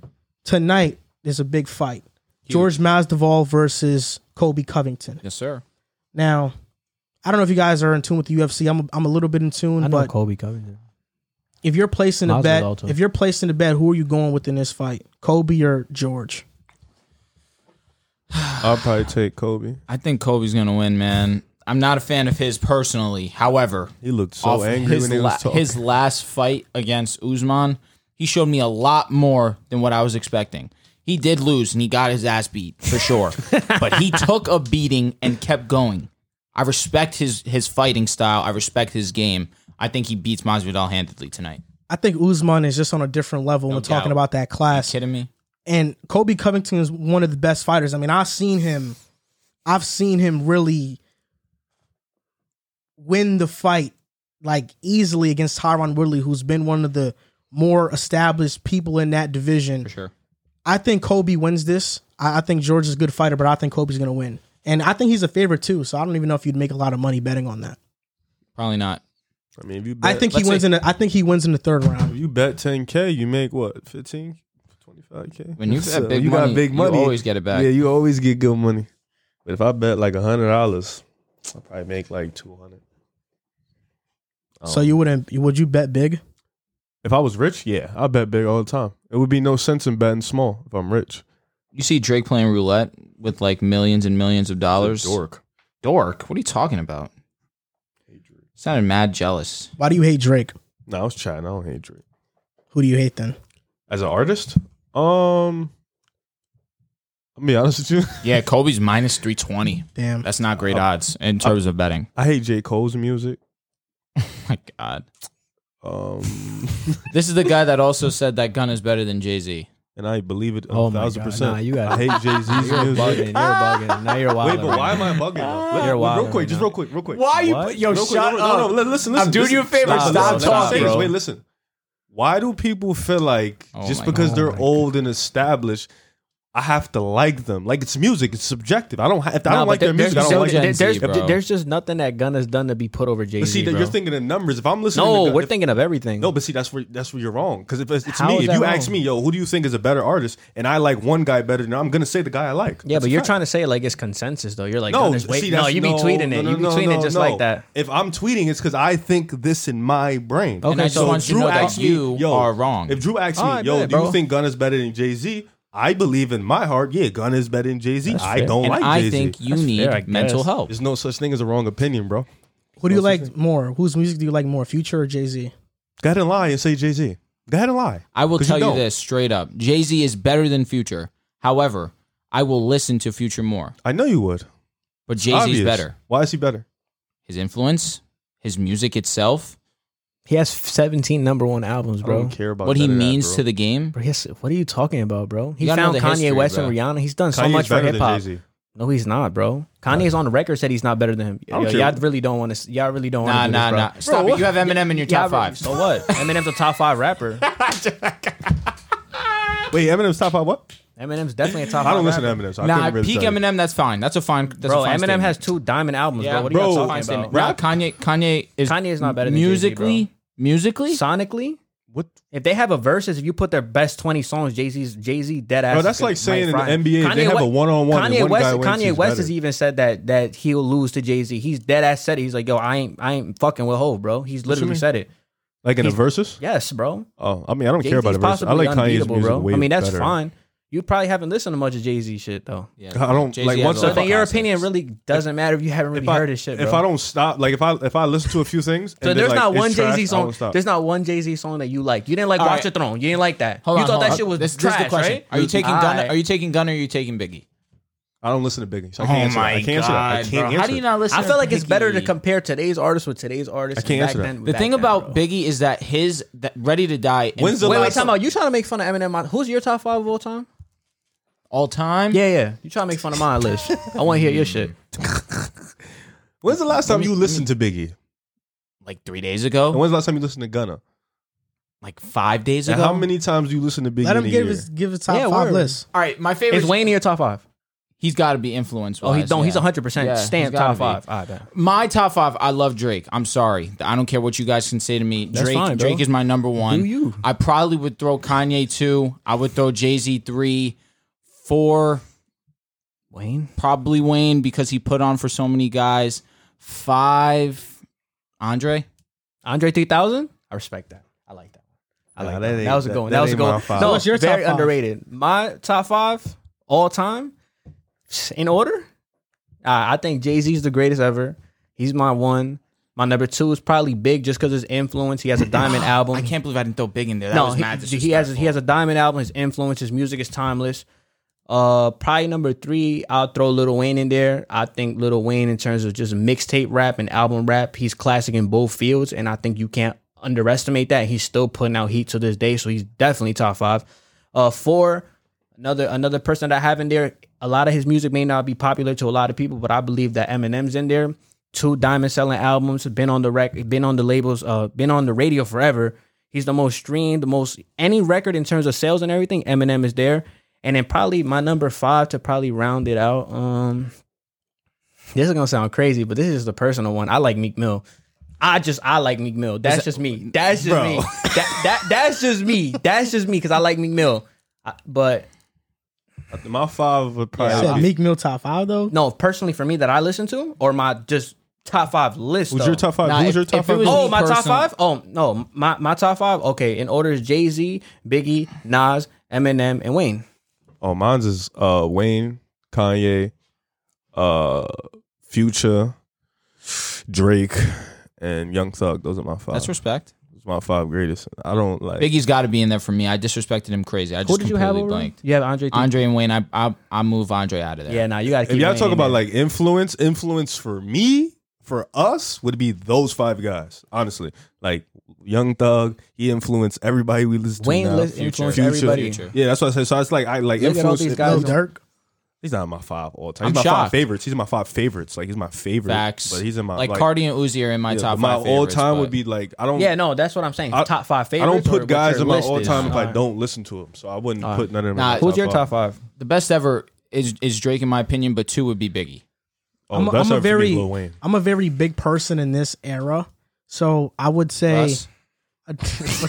Speaker 1: tonight there's a big fight George Masvidal versus Kobe Covington.
Speaker 2: yes, sir.
Speaker 1: Now, I don't know if you guys are in tune with the UFC. I'm a, I'm a little bit in
Speaker 4: I
Speaker 1: tune,
Speaker 4: know
Speaker 1: but
Speaker 4: Kobe Covington.
Speaker 1: if you're placing a
Speaker 4: Masvidal
Speaker 1: bet,
Speaker 4: too.
Speaker 1: if you're placing a bet, who are you going with in this fight, Kobe or George?
Speaker 3: I'll probably take Kobe.
Speaker 2: I think Kobe's gonna win, man. I'm not a fan of his personally. However,
Speaker 3: He looked so
Speaker 2: off
Speaker 3: angry
Speaker 2: his
Speaker 3: when he
Speaker 2: la-
Speaker 3: was talking.
Speaker 2: his last fight against Usman, he showed me a lot more than what I was expecting. He did lose and he got his ass beat for sure, but he took a beating and kept going. I respect his his fighting style. I respect his game. I think he beats Masvidal handedly tonight.
Speaker 1: I think Usman is just on a different level when we're talking
Speaker 2: doubt.
Speaker 1: about that class.
Speaker 2: Kidding me?
Speaker 1: and Kobe Covington is one of the best fighters. I mean, I've seen him, I've seen him really win the fight like easily against Tyron Woodley, who's been one of the more established people in that division.
Speaker 2: For sure.
Speaker 1: I think Kobe wins this. I, I think George is a good fighter, but I think Kobe's going to win. And I think he's a favorite too, so I don't even know if you'd make a lot of money betting on that.
Speaker 2: Probably not.
Speaker 3: I mean, if you
Speaker 1: I
Speaker 3: bet,
Speaker 1: think
Speaker 2: let's
Speaker 1: he wins
Speaker 2: see.
Speaker 1: in. The, I think he wins in the third round.
Speaker 3: if you bet 10k, you make what 15, 25k.
Speaker 2: When you
Speaker 3: So
Speaker 2: got big
Speaker 3: you
Speaker 2: money,
Speaker 3: got big money,
Speaker 2: you always get it back.
Speaker 3: yeah, you always get good money. But if I bet like a hundred dollars, I probably make like two hundred. Oh.
Speaker 2: Oh.
Speaker 1: So you wouldn't? Would you bet big?
Speaker 6: If I was rich, yeah, I bet big all the time.
Speaker 3: It would be no sense in betting small if I'm rich.
Speaker 2: You see Drake playing roulette with like millions and millions of dollars.
Speaker 3: Dork.
Speaker 2: Dork? What are you talking about? Sounded mad jealous.
Speaker 1: Why do you hate Drake?
Speaker 3: No, I was trying. I don't hate Drake.
Speaker 1: Who do you hate then?
Speaker 3: As an artist, um, I'll be honest with you.
Speaker 2: Yeah, Kobe's minus three twenty.
Speaker 1: Damn.
Speaker 2: That's not great odds in terms of betting.
Speaker 3: I hate J Cole's music.
Speaker 2: My God,
Speaker 3: Um,
Speaker 2: this is the guy that also said that Gun is better than Jay Z.
Speaker 3: and I believe it a
Speaker 4: Oh my
Speaker 3: thousand
Speaker 4: God.
Speaker 3: percent.
Speaker 4: Nah, you got-
Speaker 3: I hate Jay Z's
Speaker 4: You're
Speaker 3: music.
Speaker 4: bugging. You're bugging. Now you're wild.
Speaker 3: Wait, but why am I bugging? though? Let-
Speaker 4: You're
Speaker 3: real
Speaker 4: wilding
Speaker 3: quick,
Speaker 4: right
Speaker 3: just
Speaker 4: now.
Speaker 3: real quick, real quick.
Speaker 4: What?
Speaker 2: Yo,
Speaker 3: Real quick, no, no, No, no, li- listen, listen.
Speaker 2: I'm doing
Speaker 3: listen.
Speaker 2: you a favor.
Speaker 3: Listen,
Speaker 2: Stop
Speaker 3: listen, I'm saying this.
Speaker 2: talking,
Speaker 3: Wait, listen. Why do people feel like
Speaker 2: Oh
Speaker 3: just
Speaker 2: my
Speaker 3: because
Speaker 2: God.
Speaker 3: they're old and established, I have to like them? Like it's music, it's subjective. I don't. Ha- if I
Speaker 2: Nah,
Speaker 3: don't
Speaker 2: but
Speaker 3: like their
Speaker 2: there-
Speaker 3: music, I
Speaker 2: there's
Speaker 3: don't like.
Speaker 2: Gen
Speaker 4: there's, there's,
Speaker 2: Z, bro.
Speaker 4: there's just nothing that Gunna's done to be put over Jay
Speaker 3: But
Speaker 4: Z.
Speaker 3: see, that
Speaker 4: bro.
Speaker 3: you're thinking of numbers. If I'm listening,
Speaker 4: no,
Speaker 3: to,
Speaker 4: we're
Speaker 3: if,
Speaker 4: thinking of everything.
Speaker 3: No, but see, that's where that's where you're wrong. Because if it's, it's
Speaker 4: How
Speaker 3: me,
Speaker 4: is
Speaker 3: if
Speaker 4: that
Speaker 3: you ask
Speaker 4: wrong?
Speaker 3: me, yo, who do you think is a better artist? And I like one guy better than I'm gonna say the guy I like.
Speaker 4: yeah,
Speaker 3: That's
Speaker 4: but
Speaker 3: a
Speaker 4: you're
Speaker 3: fact.
Speaker 4: trying to say like it's consensus though. You're like,
Speaker 3: No,
Speaker 4: Gunna's wait,
Speaker 3: see,
Speaker 4: no,
Speaker 3: that's-
Speaker 4: you be tweeting it.
Speaker 3: no,
Speaker 4: you be
Speaker 3: no,
Speaker 4: tweeting
Speaker 3: no,
Speaker 4: it just
Speaker 3: no.
Speaker 4: like that.
Speaker 3: If I'm tweeting, it's because I think this in my brain.
Speaker 2: And I just want you to know that
Speaker 3: asks
Speaker 2: you are wrong.
Speaker 3: If Drew asks
Speaker 4: All
Speaker 3: me,
Speaker 4: right,
Speaker 3: yo,
Speaker 4: bet,
Speaker 3: do
Speaker 4: bro.
Speaker 3: you think Gunn is better than Jay Z? I believe in my heart, yeah, Gunn is better than Jay Z. I
Speaker 4: fair.
Speaker 3: don't
Speaker 2: and
Speaker 3: like
Speaker 2: I
Speaker 3: Jay Z.
Speaker 2: think you need
Speaker 4: fair, I
Speaker 2: mental
Speaker 4: guess.
Speaker 2: help.
Speaker 3: There's no such thing as a wrong opinion, bro.
Speaker 1: Who do you like more? Whose music do you like more, Future or Jay Z?
Speaker 3: Go ahead and lie and say Jay Z. Go ahead and lie.
Speaker 2: I will
Speaker 3: 'Cause
Speaker 2: tell you,
Speaker 3: don't.
Speaker 2: this straight up: Jay Z is better than Future. However, I will listen to Future more,
Speaker 3: I know you would.
Speaker 2: but Jay Z is
Speaker 3: Obvious.
Speaker 2: better.
Speaker 3: Why is he better?
Speaker 2: His influence, his music itself,
Speaker 4: He has 17 number one albums,
Speaker 3: I
Speaker 4: bro.
Speaker 3: don't care about
Speaker 2: what he
Speaker 3: none of that,
Speaker 2: means
Speaker 3: bro.
Speaker 2: to the game.
Speaker 4: Bro, yes, what are you talking about, bro? He
Speaker 2: You gotta know
Speaker 4: found
Speaker 2: the
Speaker 4: Kanye
Speaker 2: history,
Speaker 4: West
Speaker 2: bro.
Speaker 4: and Rihanna. He's done so
Speaker 3: Kanye's
Speaker 4: much for
Speaker 3: better than
Speaker 4: hip hop.
Speaker 3: Jay-Z.
Speaker 4: No, he's not, bro. Kanye's on record said he's not better than him.
Speaker 3: don't
Speaker 4: Yo,
Speaker 3: care.
Speaker 4: y'all really don't want to. Y'all really don't
Speaker 2: Nah,
Speaker 4: want to.
Speaker 2: nah,
Speaker 4: this, bro.
Speaker 2: nah. Stop it. You have Eminem in your
Speaker 4: Y'all
Speaker 2: top
Speaker 4: re-
Speaker 2: five.
Speaker 4: So what? Eminem's a top five rapper.
Speaker 3: Wait, Eminem's top five what?
Speaker 4: Eminem's definitely a top.
Speaker 3: I don't
Speaker 4: five
Speaker 3: listen to
Speaker 4: rapper.
Speaker 3: Eminem. So I
Speaker 2: Nah,
Speaker 3: couldn't really
Speaker 2: peak
Speaker 3: tell you.
Speaker 2: Eminem. That's fine. That's a fine. That's
Speaker 4: Bro,
Speaker 2: a fine
Speaker 4: Eminem
Speaker 2: statement.
Speaker 4: has two diamond albums,
Speaker 2: Yeah,
Speaker 4: bro. What are
Speaker 3: bro,
Speaker 4: you
Speaker 2: fine
Speaker 4: talking
Speaker 2: statement.
Speaker 4: about?
Speaker 2: Nah, Kanye, Kanye is
Speaker 4: Kanye is not better than Jay-Z, bro.
Speaker 2: musically. musically,
Speaker 4: Sonically,
Speaker 3: What?
Speaker 4: if they have a verses, if you put their best twenty songs, Jay Z's Jay Z dead ass.
Speaker 3: Bro, that's
Speaker 4: is gonna-
Speaker 3: like saying
Speaker 4: might
Speaker 3: in the
Speaker 4: fry.
Speaker 3: NBA, they have
Speaker 4: West-
Speaker 3: a one-on-one and
Speaker 4: Kanye
Speaker 3: one
Speaker 4: West,
Speaker 3: guy wins,
Speaker 4: Kanye
Speaker 3: he's
Speaker 4: West
Speaker 3: better.
Speaker 4: has even said that that he'll lose to Jay Z. He's dead ass said it. He's like, yo, I ain't I ain't fucking with Hov, bro. He's literally
Speaker 3: mean?
Speaker 4: said it.
Speaker 3: Like in a
Speaker 4: He's-
Speaker 3: versus?
Speaker 4: Yes, bro.
Speaker 3: Oh, I mean, I don't care about
Speaker 4: Jay-Z's
Speaker 3: the versus. I
Speaker 4: possibly
Speaker 3: like Kanye's
Speaker 4: unbeatable,
Speaker 3: music
Speaker 4: bro.
Speaker 3: way
Speaker 4: I mean, that's
Speaker 3: better.
Speaker 4: fine. You probably haven't listened to much of Jay Z shit though.
Speaker 2: Yeah,
Speaker 3: I don't-
Speaker 2: Jay-Z
Speaker 3: like,
Speaker 2: has
Speaker 3: once
Speaker 2: a lot
Speaker 3: the
Speaker 4: So
Speaker 2: of
Speaker 3: fuck-
Speaker 4: then your
Speaker 2: concepts.
Speaker 4: opinion really doesn't matter if you haven't really
Speaker 3: If I-
Speaker 4: heard his shit, bro.
Speaker 3: If I don't stop, like if I if I listen to a few things,
Speaker 4: so
Speaker 3: and
Speaker 4: there's
Speaker 3: they're like,
Speaker 4: not
Speaker 3: "It's
Speaker 4: one Jay
Speaker 3: trash," I
Speaker 4: Z song.
Speaker 3: won't stop.
Speaker 4: There's not one Jay Z song that you like. You didn't like
Speaker 2: All
Speaker 4: Watch
Speaker 2: right.
Speaker 4: the Throne. You didn't like that.
Speaker 2: Hold
Speaker 4: you
Speaker 2: on,
Speaker 4: thought
Speaker 2: hold
Speaker 4: that
Speaker 2: on.
Speaker 4: shit was
Speaker 2: this, this
Speaker 4: trash,
Speaker 2: is the question.
Speaker 4: right?
Speaker 2: Are you taking
Speaker 4: All
Speaker 2: Gunna?
Speaker 4: right.
Speaker 2: Are you taking Gunna? Or are you taking Biggie?
Speaker 3: I don't listen to
Speaker 2: Oh
Speaker 3: Biggie. So I can't answer that. I can't answer that. I can't
Speaker 2: How
Speaker 3: answer
Speaker 2: do you
Speaker 3: it.
Speaker 2: not listen?
Speaker 4: I feel like it's better to
Speaker 2: Biggie?
Speaker 4: compare today's artist with today's artist.
Speaker 3: I can't
Speaker 4: and
Speaker 3: answer
Speaker 4: back
Speaker 3: that.
Speaker 4: then-
Speaker 2: The
Speaker 4: back
Speaker 2: thing
Speaker 4: then,
Speaker 2: about
Speaker 4: bro.
Speaker 2: Biggie is that his that Ready to Die. and
Speaker 3: When's the
Speaker 4: wait, wait,
Speaker 3: last
Speaker 4: time
Speaker 3: time-
Speaker 4: out. You trying to make fun of Eminem? on- Who's your top five of all time?
Speaker 2: all time?
Speaker 4: Yeah, yeah. You trying to make fun of my list? I want to hear your shit.
Speaker 3: When's the last time you listened to Biggie?
Speaker 2: like three days
Speaker 3: And
Speaker 2: ago,
Speaker 3: when's the last time you listened to Gunna?
Speaker 2: like five days
Speaker 3: And
Speaker 2: ago.
Speaker 3: how many times do you listen to Biggie?
Speaker 1: Let him
Speaker 3: in a
Speaker 1: give
Speaker 3: year?
Speaker 1: his give his top
Speaker 4: Yeah,
Speaker 1: five
Speaker 4: word.
Speaker 1: list.
Speaker 2: All right, my favorite.
Speaker 4: Is Wayne in your top five?
Speaker 2: He's got to be influenced.
Speaker 4: Oh, he don't. He's
Speaker 2: yeah.
Speaker 4: 100 percent
Speaker 2: Yeah,
Speaker 4: stamp
Speaker 2: he's gotta
Speaker 4: top
Speaker 2: be.
Speaker 4: five. All right, bet.
Speaker 2: My top five. I love Drake. I'm sorry. I don't care what you guys can say to me. Drake.
Speaker 4: fine, bro.
Speaker 2: Drake is my number one.
Speaker 4: Do you?
Speaker 2: I probably would throw Kanye two. I would throw Jay Z three, four.
Speaker 4: Wayne.
Speaker 2: Probably Wayne because he put on for so many guys. Five. Andre.
Speaker 4: Andre 3000. I respect that. I like that. I like
Speaker 3: Nah,
Speaker 4: that.
Speaker 3: that
Speaker 4: That,
Speaker 3: ain't-
Speaker 4: was a
Speaker 3: that-
Speaker 4: good one.
Speaker 3: that
Speaker 4: That was a
Speaker 3: ain't
Speaker 4: good
Speaker 3: my
Speaker 4: one.
Speaker 3: five.
Speaker 4: No,
Speaker 1: What's your
Speaker 4: very
Speaker 1: top five?
Speaker 4: underrated. My top five all time. in order, I I think Jay Z's the greatest ever. He's my one. My number two is probably Big, just because his influence. He has a diamond album.
Speaker 2: I can't believe I didn't throw Big in there. That
Speaker 4: no,
Speaker 2: was
Speaker 4: he-
Speaker 2: mad
Speaker 4: he, has he has a diamond album. His influence, his music is timeless. Uh, probably number three, I'll throw Lil Wayne in there. I think Lil Wayne, in terms of just mixtape rap and album rap, he's classic in both fields, and I think you can't underestimate that. He's still putting out heat to this day, so he's definitely top five. Uh, four, another another person that I have in there. A lot of his music may not be popular to a lot of people, but I believe that Eminem's in there. Two diamond selling albums, been on the rec, been on the labels, uh, been on the radio forever. He's the most streamed, the most any record in terms of sales and everything. Eminem is there, and then probably my number five to probably round it out. Um, this is gonna sound crazy, but this is the personal one. I like Meek Mill. I just I like Meek Mill. That's just me. That's just me. That, that that's just me. That's just me because I like Meek Mill. I, but
Speaker 3: My five would
Speaker 1: You said
Speaker 3: probably. be,
Speaker 1: Meek Mill top five though.
Speaker 4: no, personally for me that I listen to or my just top five list.
Speaker 7: Who's
Speaker 4: though?
Speaker 7: your top five?
Speaker 2: Nah,
Speaker 7: Who's
Speaker 2: if-
Speaker 7: your top
Speaker 2: if it
Speaker 7: five?
Speaker 2: was-
Speaker 7: Oh,
Speaker 4: Oh, my top
Speaker 2: personal-
Speaker 4: five? Oh no, my my top five. Okay, in order is Jay Z, Biggie, Nas, Eminem, and Wayne.
Speaker 3: oh, mine's is uh, Wayne, Kanye, uh, Future, Drake, and Young Thug. Those are my five.
Speaker 2: That's respect.
Speaker 3: Those are my five greatest. I don't like.
Speaker 2: Biggie's got to be in there for me. I disrespected him crazy. I just
Speaker 4: Who did you
Speaker 2: completely
Speaker 4: have over? him?
Speaker 2: blanked.
Speaker 4: You have Andre. Th-
Speaker 2: Andre and Wayne. I, I I move Andre out of there.
Speaker 4: yeah, nah, you gotta. Keep
Speaker 3: if y'all
Speaker 4: Wayne
Speaker 3: talk
Speaker 4: in
Speaker 3: about
Speaker 4: there.
Speaker 3: like influence, influence for me, for us, would be those five guys. Honestly, like Young Thug, he influenced everybody we listen to
Speaker 4: Wayne
Speaker 3: now.
Speaker 4: list- influenced everybody.
Speaker 2: Future.
Speaker 3: Yeah, that's what I said. So it's like I like
Speaker 4: Look at all
Speaker 3: influence.
Speaker 4: these
Speaker 3: it-
Speaker 4: guys.
Speaker 1: No
Speaker 4: on-
Speaker 1: Dirk.
Speaker 3: He's not in my five all time.
Speaker 2: I'm
Speaker 3: He's my
Speaker 2: shocked.
Speaker 3: five favorites. He's in my five favorites. Like he's my favorite.
Speaker 2: Facts.
Speaker 3: But he's in my
Speaker 2: like, Cardi and Uzi are in my
Speaker 3: yeah,
Speaker 2: top.
Speaker 3: My
Speaker 2: five
Speaker 3: all
Speaker 2: favorites,
Speaker 3: time
Speaker 2: but-
Speaker 3: would be like I don't.
Speaker 4: Yeah, no, that's what I'm saying.
Speaker 3: I-
Speaker 4: top five
Speaker 3: I
Speaker 4: favorites.
Speaker 3: don't
Speaker 4: or
Speaker 3: put
Speaker 4: what
Speaker 3: guys
Speaker 4: your
Speaker 3: in my
Speaker 4: list
Speaker 3: all
Speaker 4: is.
Speaker 3: time if I
Speaker 4: Alright.
Speaker 3: don't listen to them. So I wouldn't
Speaker 4: Alright.
Speaker 3: put none of them.
Speaker 2: Nah,
Speaker 3: in my
Speaker 4: Who's your
Speaker 3: five.
Speaker 4: top five?
Speaker 2: the best ever. Is is Drake in my opinion, but two would be Biggie.
Speaker 3: Oh,
Speaker 1: I'm, a-
Speaker 3: that's
Speaker 1: I'm a
Speaker 3: up for me,
Speaker 1: very
Speaker 3: Lil Wayne.
Speaker 1: I'm a very big person in this era, so I would say.
Speaker 2: Russ.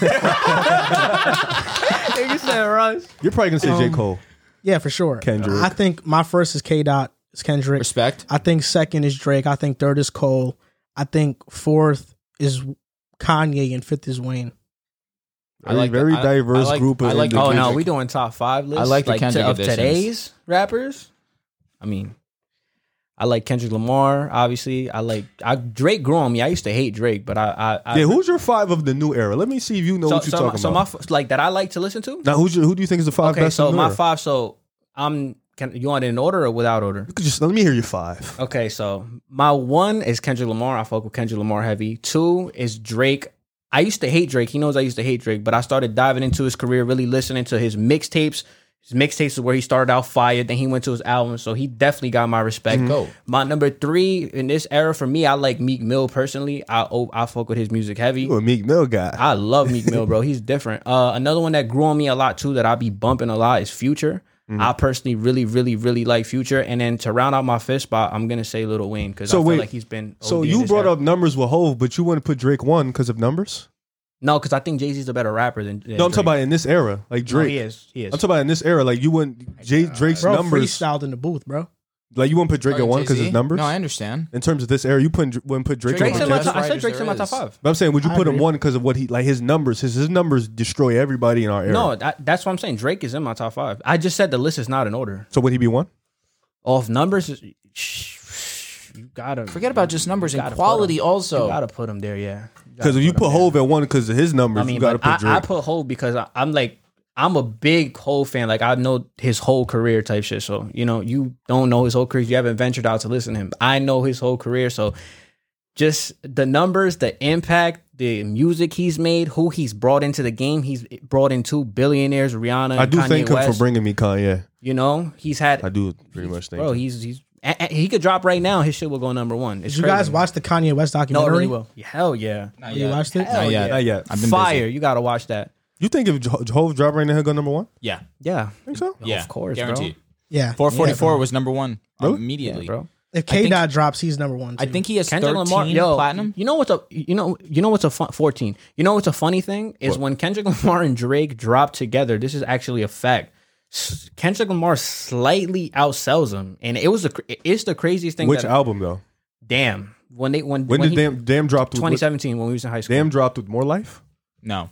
Speaker 3: You're probably gonna say J Cole,
Speaker 1: yeah, for sure.
Speaker 3: Kendrick.
Speaker 1: I think my first is K Dot. Is Kendrick.
Speaker 2: Respect.
Speaker 1: I think second is Drake. I think third is Cole. I think fourth is Kanye, and fifth is Wayne.
Speaker 2: I like
Speaker 3: very
Speaker 2: the- I-
Speaker 3: diverse
Speaker 2: I like-
Speaker 3: group of
Speaker 2: I like the
Speaker 4: Oh
Speaker 3: individuals.
Speaker 4: no,
Speaker 2: Kendrick.
Speaker 4: we doing top five lists.
Speaker 2: I like the
Speaker 4: to,
Speaker 2: Kendrick
Speaker 4: of
Speaker 2: editions.
Speaker 4: today's rappers. I mean, I like Kendrick Lamar. Obviously, I like I, Drake. Grew on me. I used to hate Drake, but I. I, I
Speaker 3: Yeah, who's your five of the new era? Let me see if you know
Speaker 4: so,
Speaker 3: what you're
Speaker 4: so my,
Speaker 3: talking
Speaker 4: so my
Speaker 3: about.
Speaker 4: f- like that I like to listen to.
Speaker 3: now, who's your, who do you think is the five
Speaker 4: okay,
Speaker 3: best?
Speaker 4: so
Speaker 3: in the
Speaker 4: my
Speaker 3: era?
Speaker 4: five. So I'm. Can you want it in order or without order?
Speaker 3: You could just let me hear your five.
Speaker 4: Okay, so my one is Kendrick Lamar. I fuck with Kendrick Lamar heavy. Two is Drake. I used to hate Drake. He knows I used to hate Drake, but I started diving into his career, really listening to his mixtapes. His mixtapes is where he started out fire, then he went to his album. So he definitely got my respect.
Speaker 2: Go.
Speaker 4: My number three in this era for me, I like Meek Mill personally. I oh, I fuck with his music heavy.
Speaker 3: You a Meek Mill guy?
Speaker 4: I love Meek Mill, bro. He's different. Uh, another one that grew on me a lot too that I be bumping a lot is Future.
Speaker 3: Mm-hmm.
Speaker 4: I personally really, really, really like Future. And then to round out my fifth spot, I'm gonna say Little Wayne because
Speaker 3: So
Speaker 4: I
Speaker 3: wait,
Speaker 4: feel like he's been.
Speaker 3: So
Speaker 4: OD in
Speaker 3: you
Speaker 4: this
Speaker 3: brought
Speaker 4: era.
Speaker 3: up numbers with Hove, but you wouldn't put Drake one because of numbers.
Speaker 4: no, because I think Jay Z's a better rapper than. than
Speaker 3: No, I'm
Speaker 4: Drake. Oh,
Speaker 3: talking about in this era, like
Speaker 4: No,
Speaker 3: Drake.
Speaker 4: he is. He is.
Speaker 3: I'm talking about in this era, like you wouldn't Jay,
Speaker 4: uh,
Speaker 3: Drake's
Speaker 1: Bro,
Speaker 3: numbers.
Speaker 1: freestyled in the booth, bro.
Speaker 3: Like you wouldn't put Drake
Speaker 4: Oh,
Speaker 2: Or
Speaker 3: at one because
Speaker 2: Jay-Z?
Speaker 3: his numbers.
Speaker 2: No, I understand.
Speaker 3: in terms of this era, you put, wouldn't put Drake.
Speaker 2: Drake's
Speaker 4: Drake's
Speaker 3: at
Speaker 4: in
Speaker 3: one.
Speaker 4: my
Speaker 2: Best
Speaker 4: top, I said
Speaker 2: writers
Speaker 4: Drake's in my
Speaker 2: there
Speaker 4: top
Speaker 2: is.
Speaker 4: five.
Speaker 3: But I'm saying, would you
Speaker 1: I
Speaker 3: put him
Speaker 1: agree.
Speaker 3: one because of what he like his numbers? His his numbers destroy everybody in our era.
Speaker 4: No, that, that's what I'm saying. Drake is in my top five. I just said the list is not in order.
Speaker 3: So would he be one?
Speaker 4: Off numbers, is- shh, you gotta
Speaker 2: Forget about just numbers
Speaker 4: gotta
Speaker 2: and
Speaker 4: put
Speaker 2: quality.
Speaker 4: him- You
Speaker 2: Also,
Speaker 4: gotta put him there, yeah.
Speaker 3: Because if you put Hove at one because of his numbers,
Speaker 4: I mean,
Speaker 3: you got to
Speaker 4: but
Speaker 3: put Drake.
Speaker 4: I, I put Hove because I, I'm like, I'm a big Hove fan. Like, I know his whole career type shit. So, you know, you don't know his whole career. You haven't ventured out to listen to him. I know his whole career. So, just the numbers, the impact, the music he's made, who he's brought into the game. He's brought in two billionaires, Rihanna.
Speaker 3: I do
Speaker 4: Kanye
Speaker 3: thank him
Speaker 4: West.
Speaker 3: for bringing me Kanye.
Speaker 4: You know, he's had.
Speaker 3: I do pretty much thank
Speaker 4: bro,
Speaker 3: him.
Speaker 4: he's he's a- a- he could drop right now. His shit will go number one. It's
Speaker 1: Did you
Speaker 4: crazy.
Speaker 1: guys watch the Kanye West
Speaker 4: No,
Speaker 1: documentary?
Speaker 4: it really will. Hell yeah.
Speaker 2: Not
Speaker 1: You
Speaker 2: yet.
Speaker 1: watched it?
Speaker 2: Not yet.
Speaker 3: Not yet.
Speaker 2: I've been
Speaker 4: Fire.
Speaker 2: busy.
Speaker 4: You got to watch that.
Speaker 3: You think if Jo- Hove drop right now, he'll go number one?
Speaker 2: Yeah,
Speaker 4: Yeah.
Speaker 3: Think so?
Speaker 2: yeah,
Speaker 4: Of course, bro.
Speaker 2: guaranteed.
Speaker 1: Yeah.
Speaker 2: Four forty four was number one uh,
Speaker 3: Really?
Speaker 2: immediately.
Speaker 4: Bro.
Speaker 1: If K Dot drops, he's number one.
Speaker 2: I
Speaker 1: too.
Speaker 2: think he has
Speaker 4: Kendrick
Speaker 2: thirteen
Speaker 4: Lamar, yo,
Speaker 2: platinum.
Speaker 4: You know what's a you know you know what's a fun, fourteen. You know what's a funny thing is when Kendrick Lamar and Drake dropped together. This is actually a fact. S- Kendrick Lamar slightly outsells him, and it was the cr- it's the craziest thing.
Speaker 3: Which
Speaker 4: that,
Speaker 3: album though?
Speaker 4: Damn, when they when
Speaker 3: When, did
Speaker 4: when he-
Speaker 3: Damn Damn dropped? With,
Speaker 4: 2017 when we was in high school.
Speaker 3: Damn dropped with more life.
Speaker 2: No,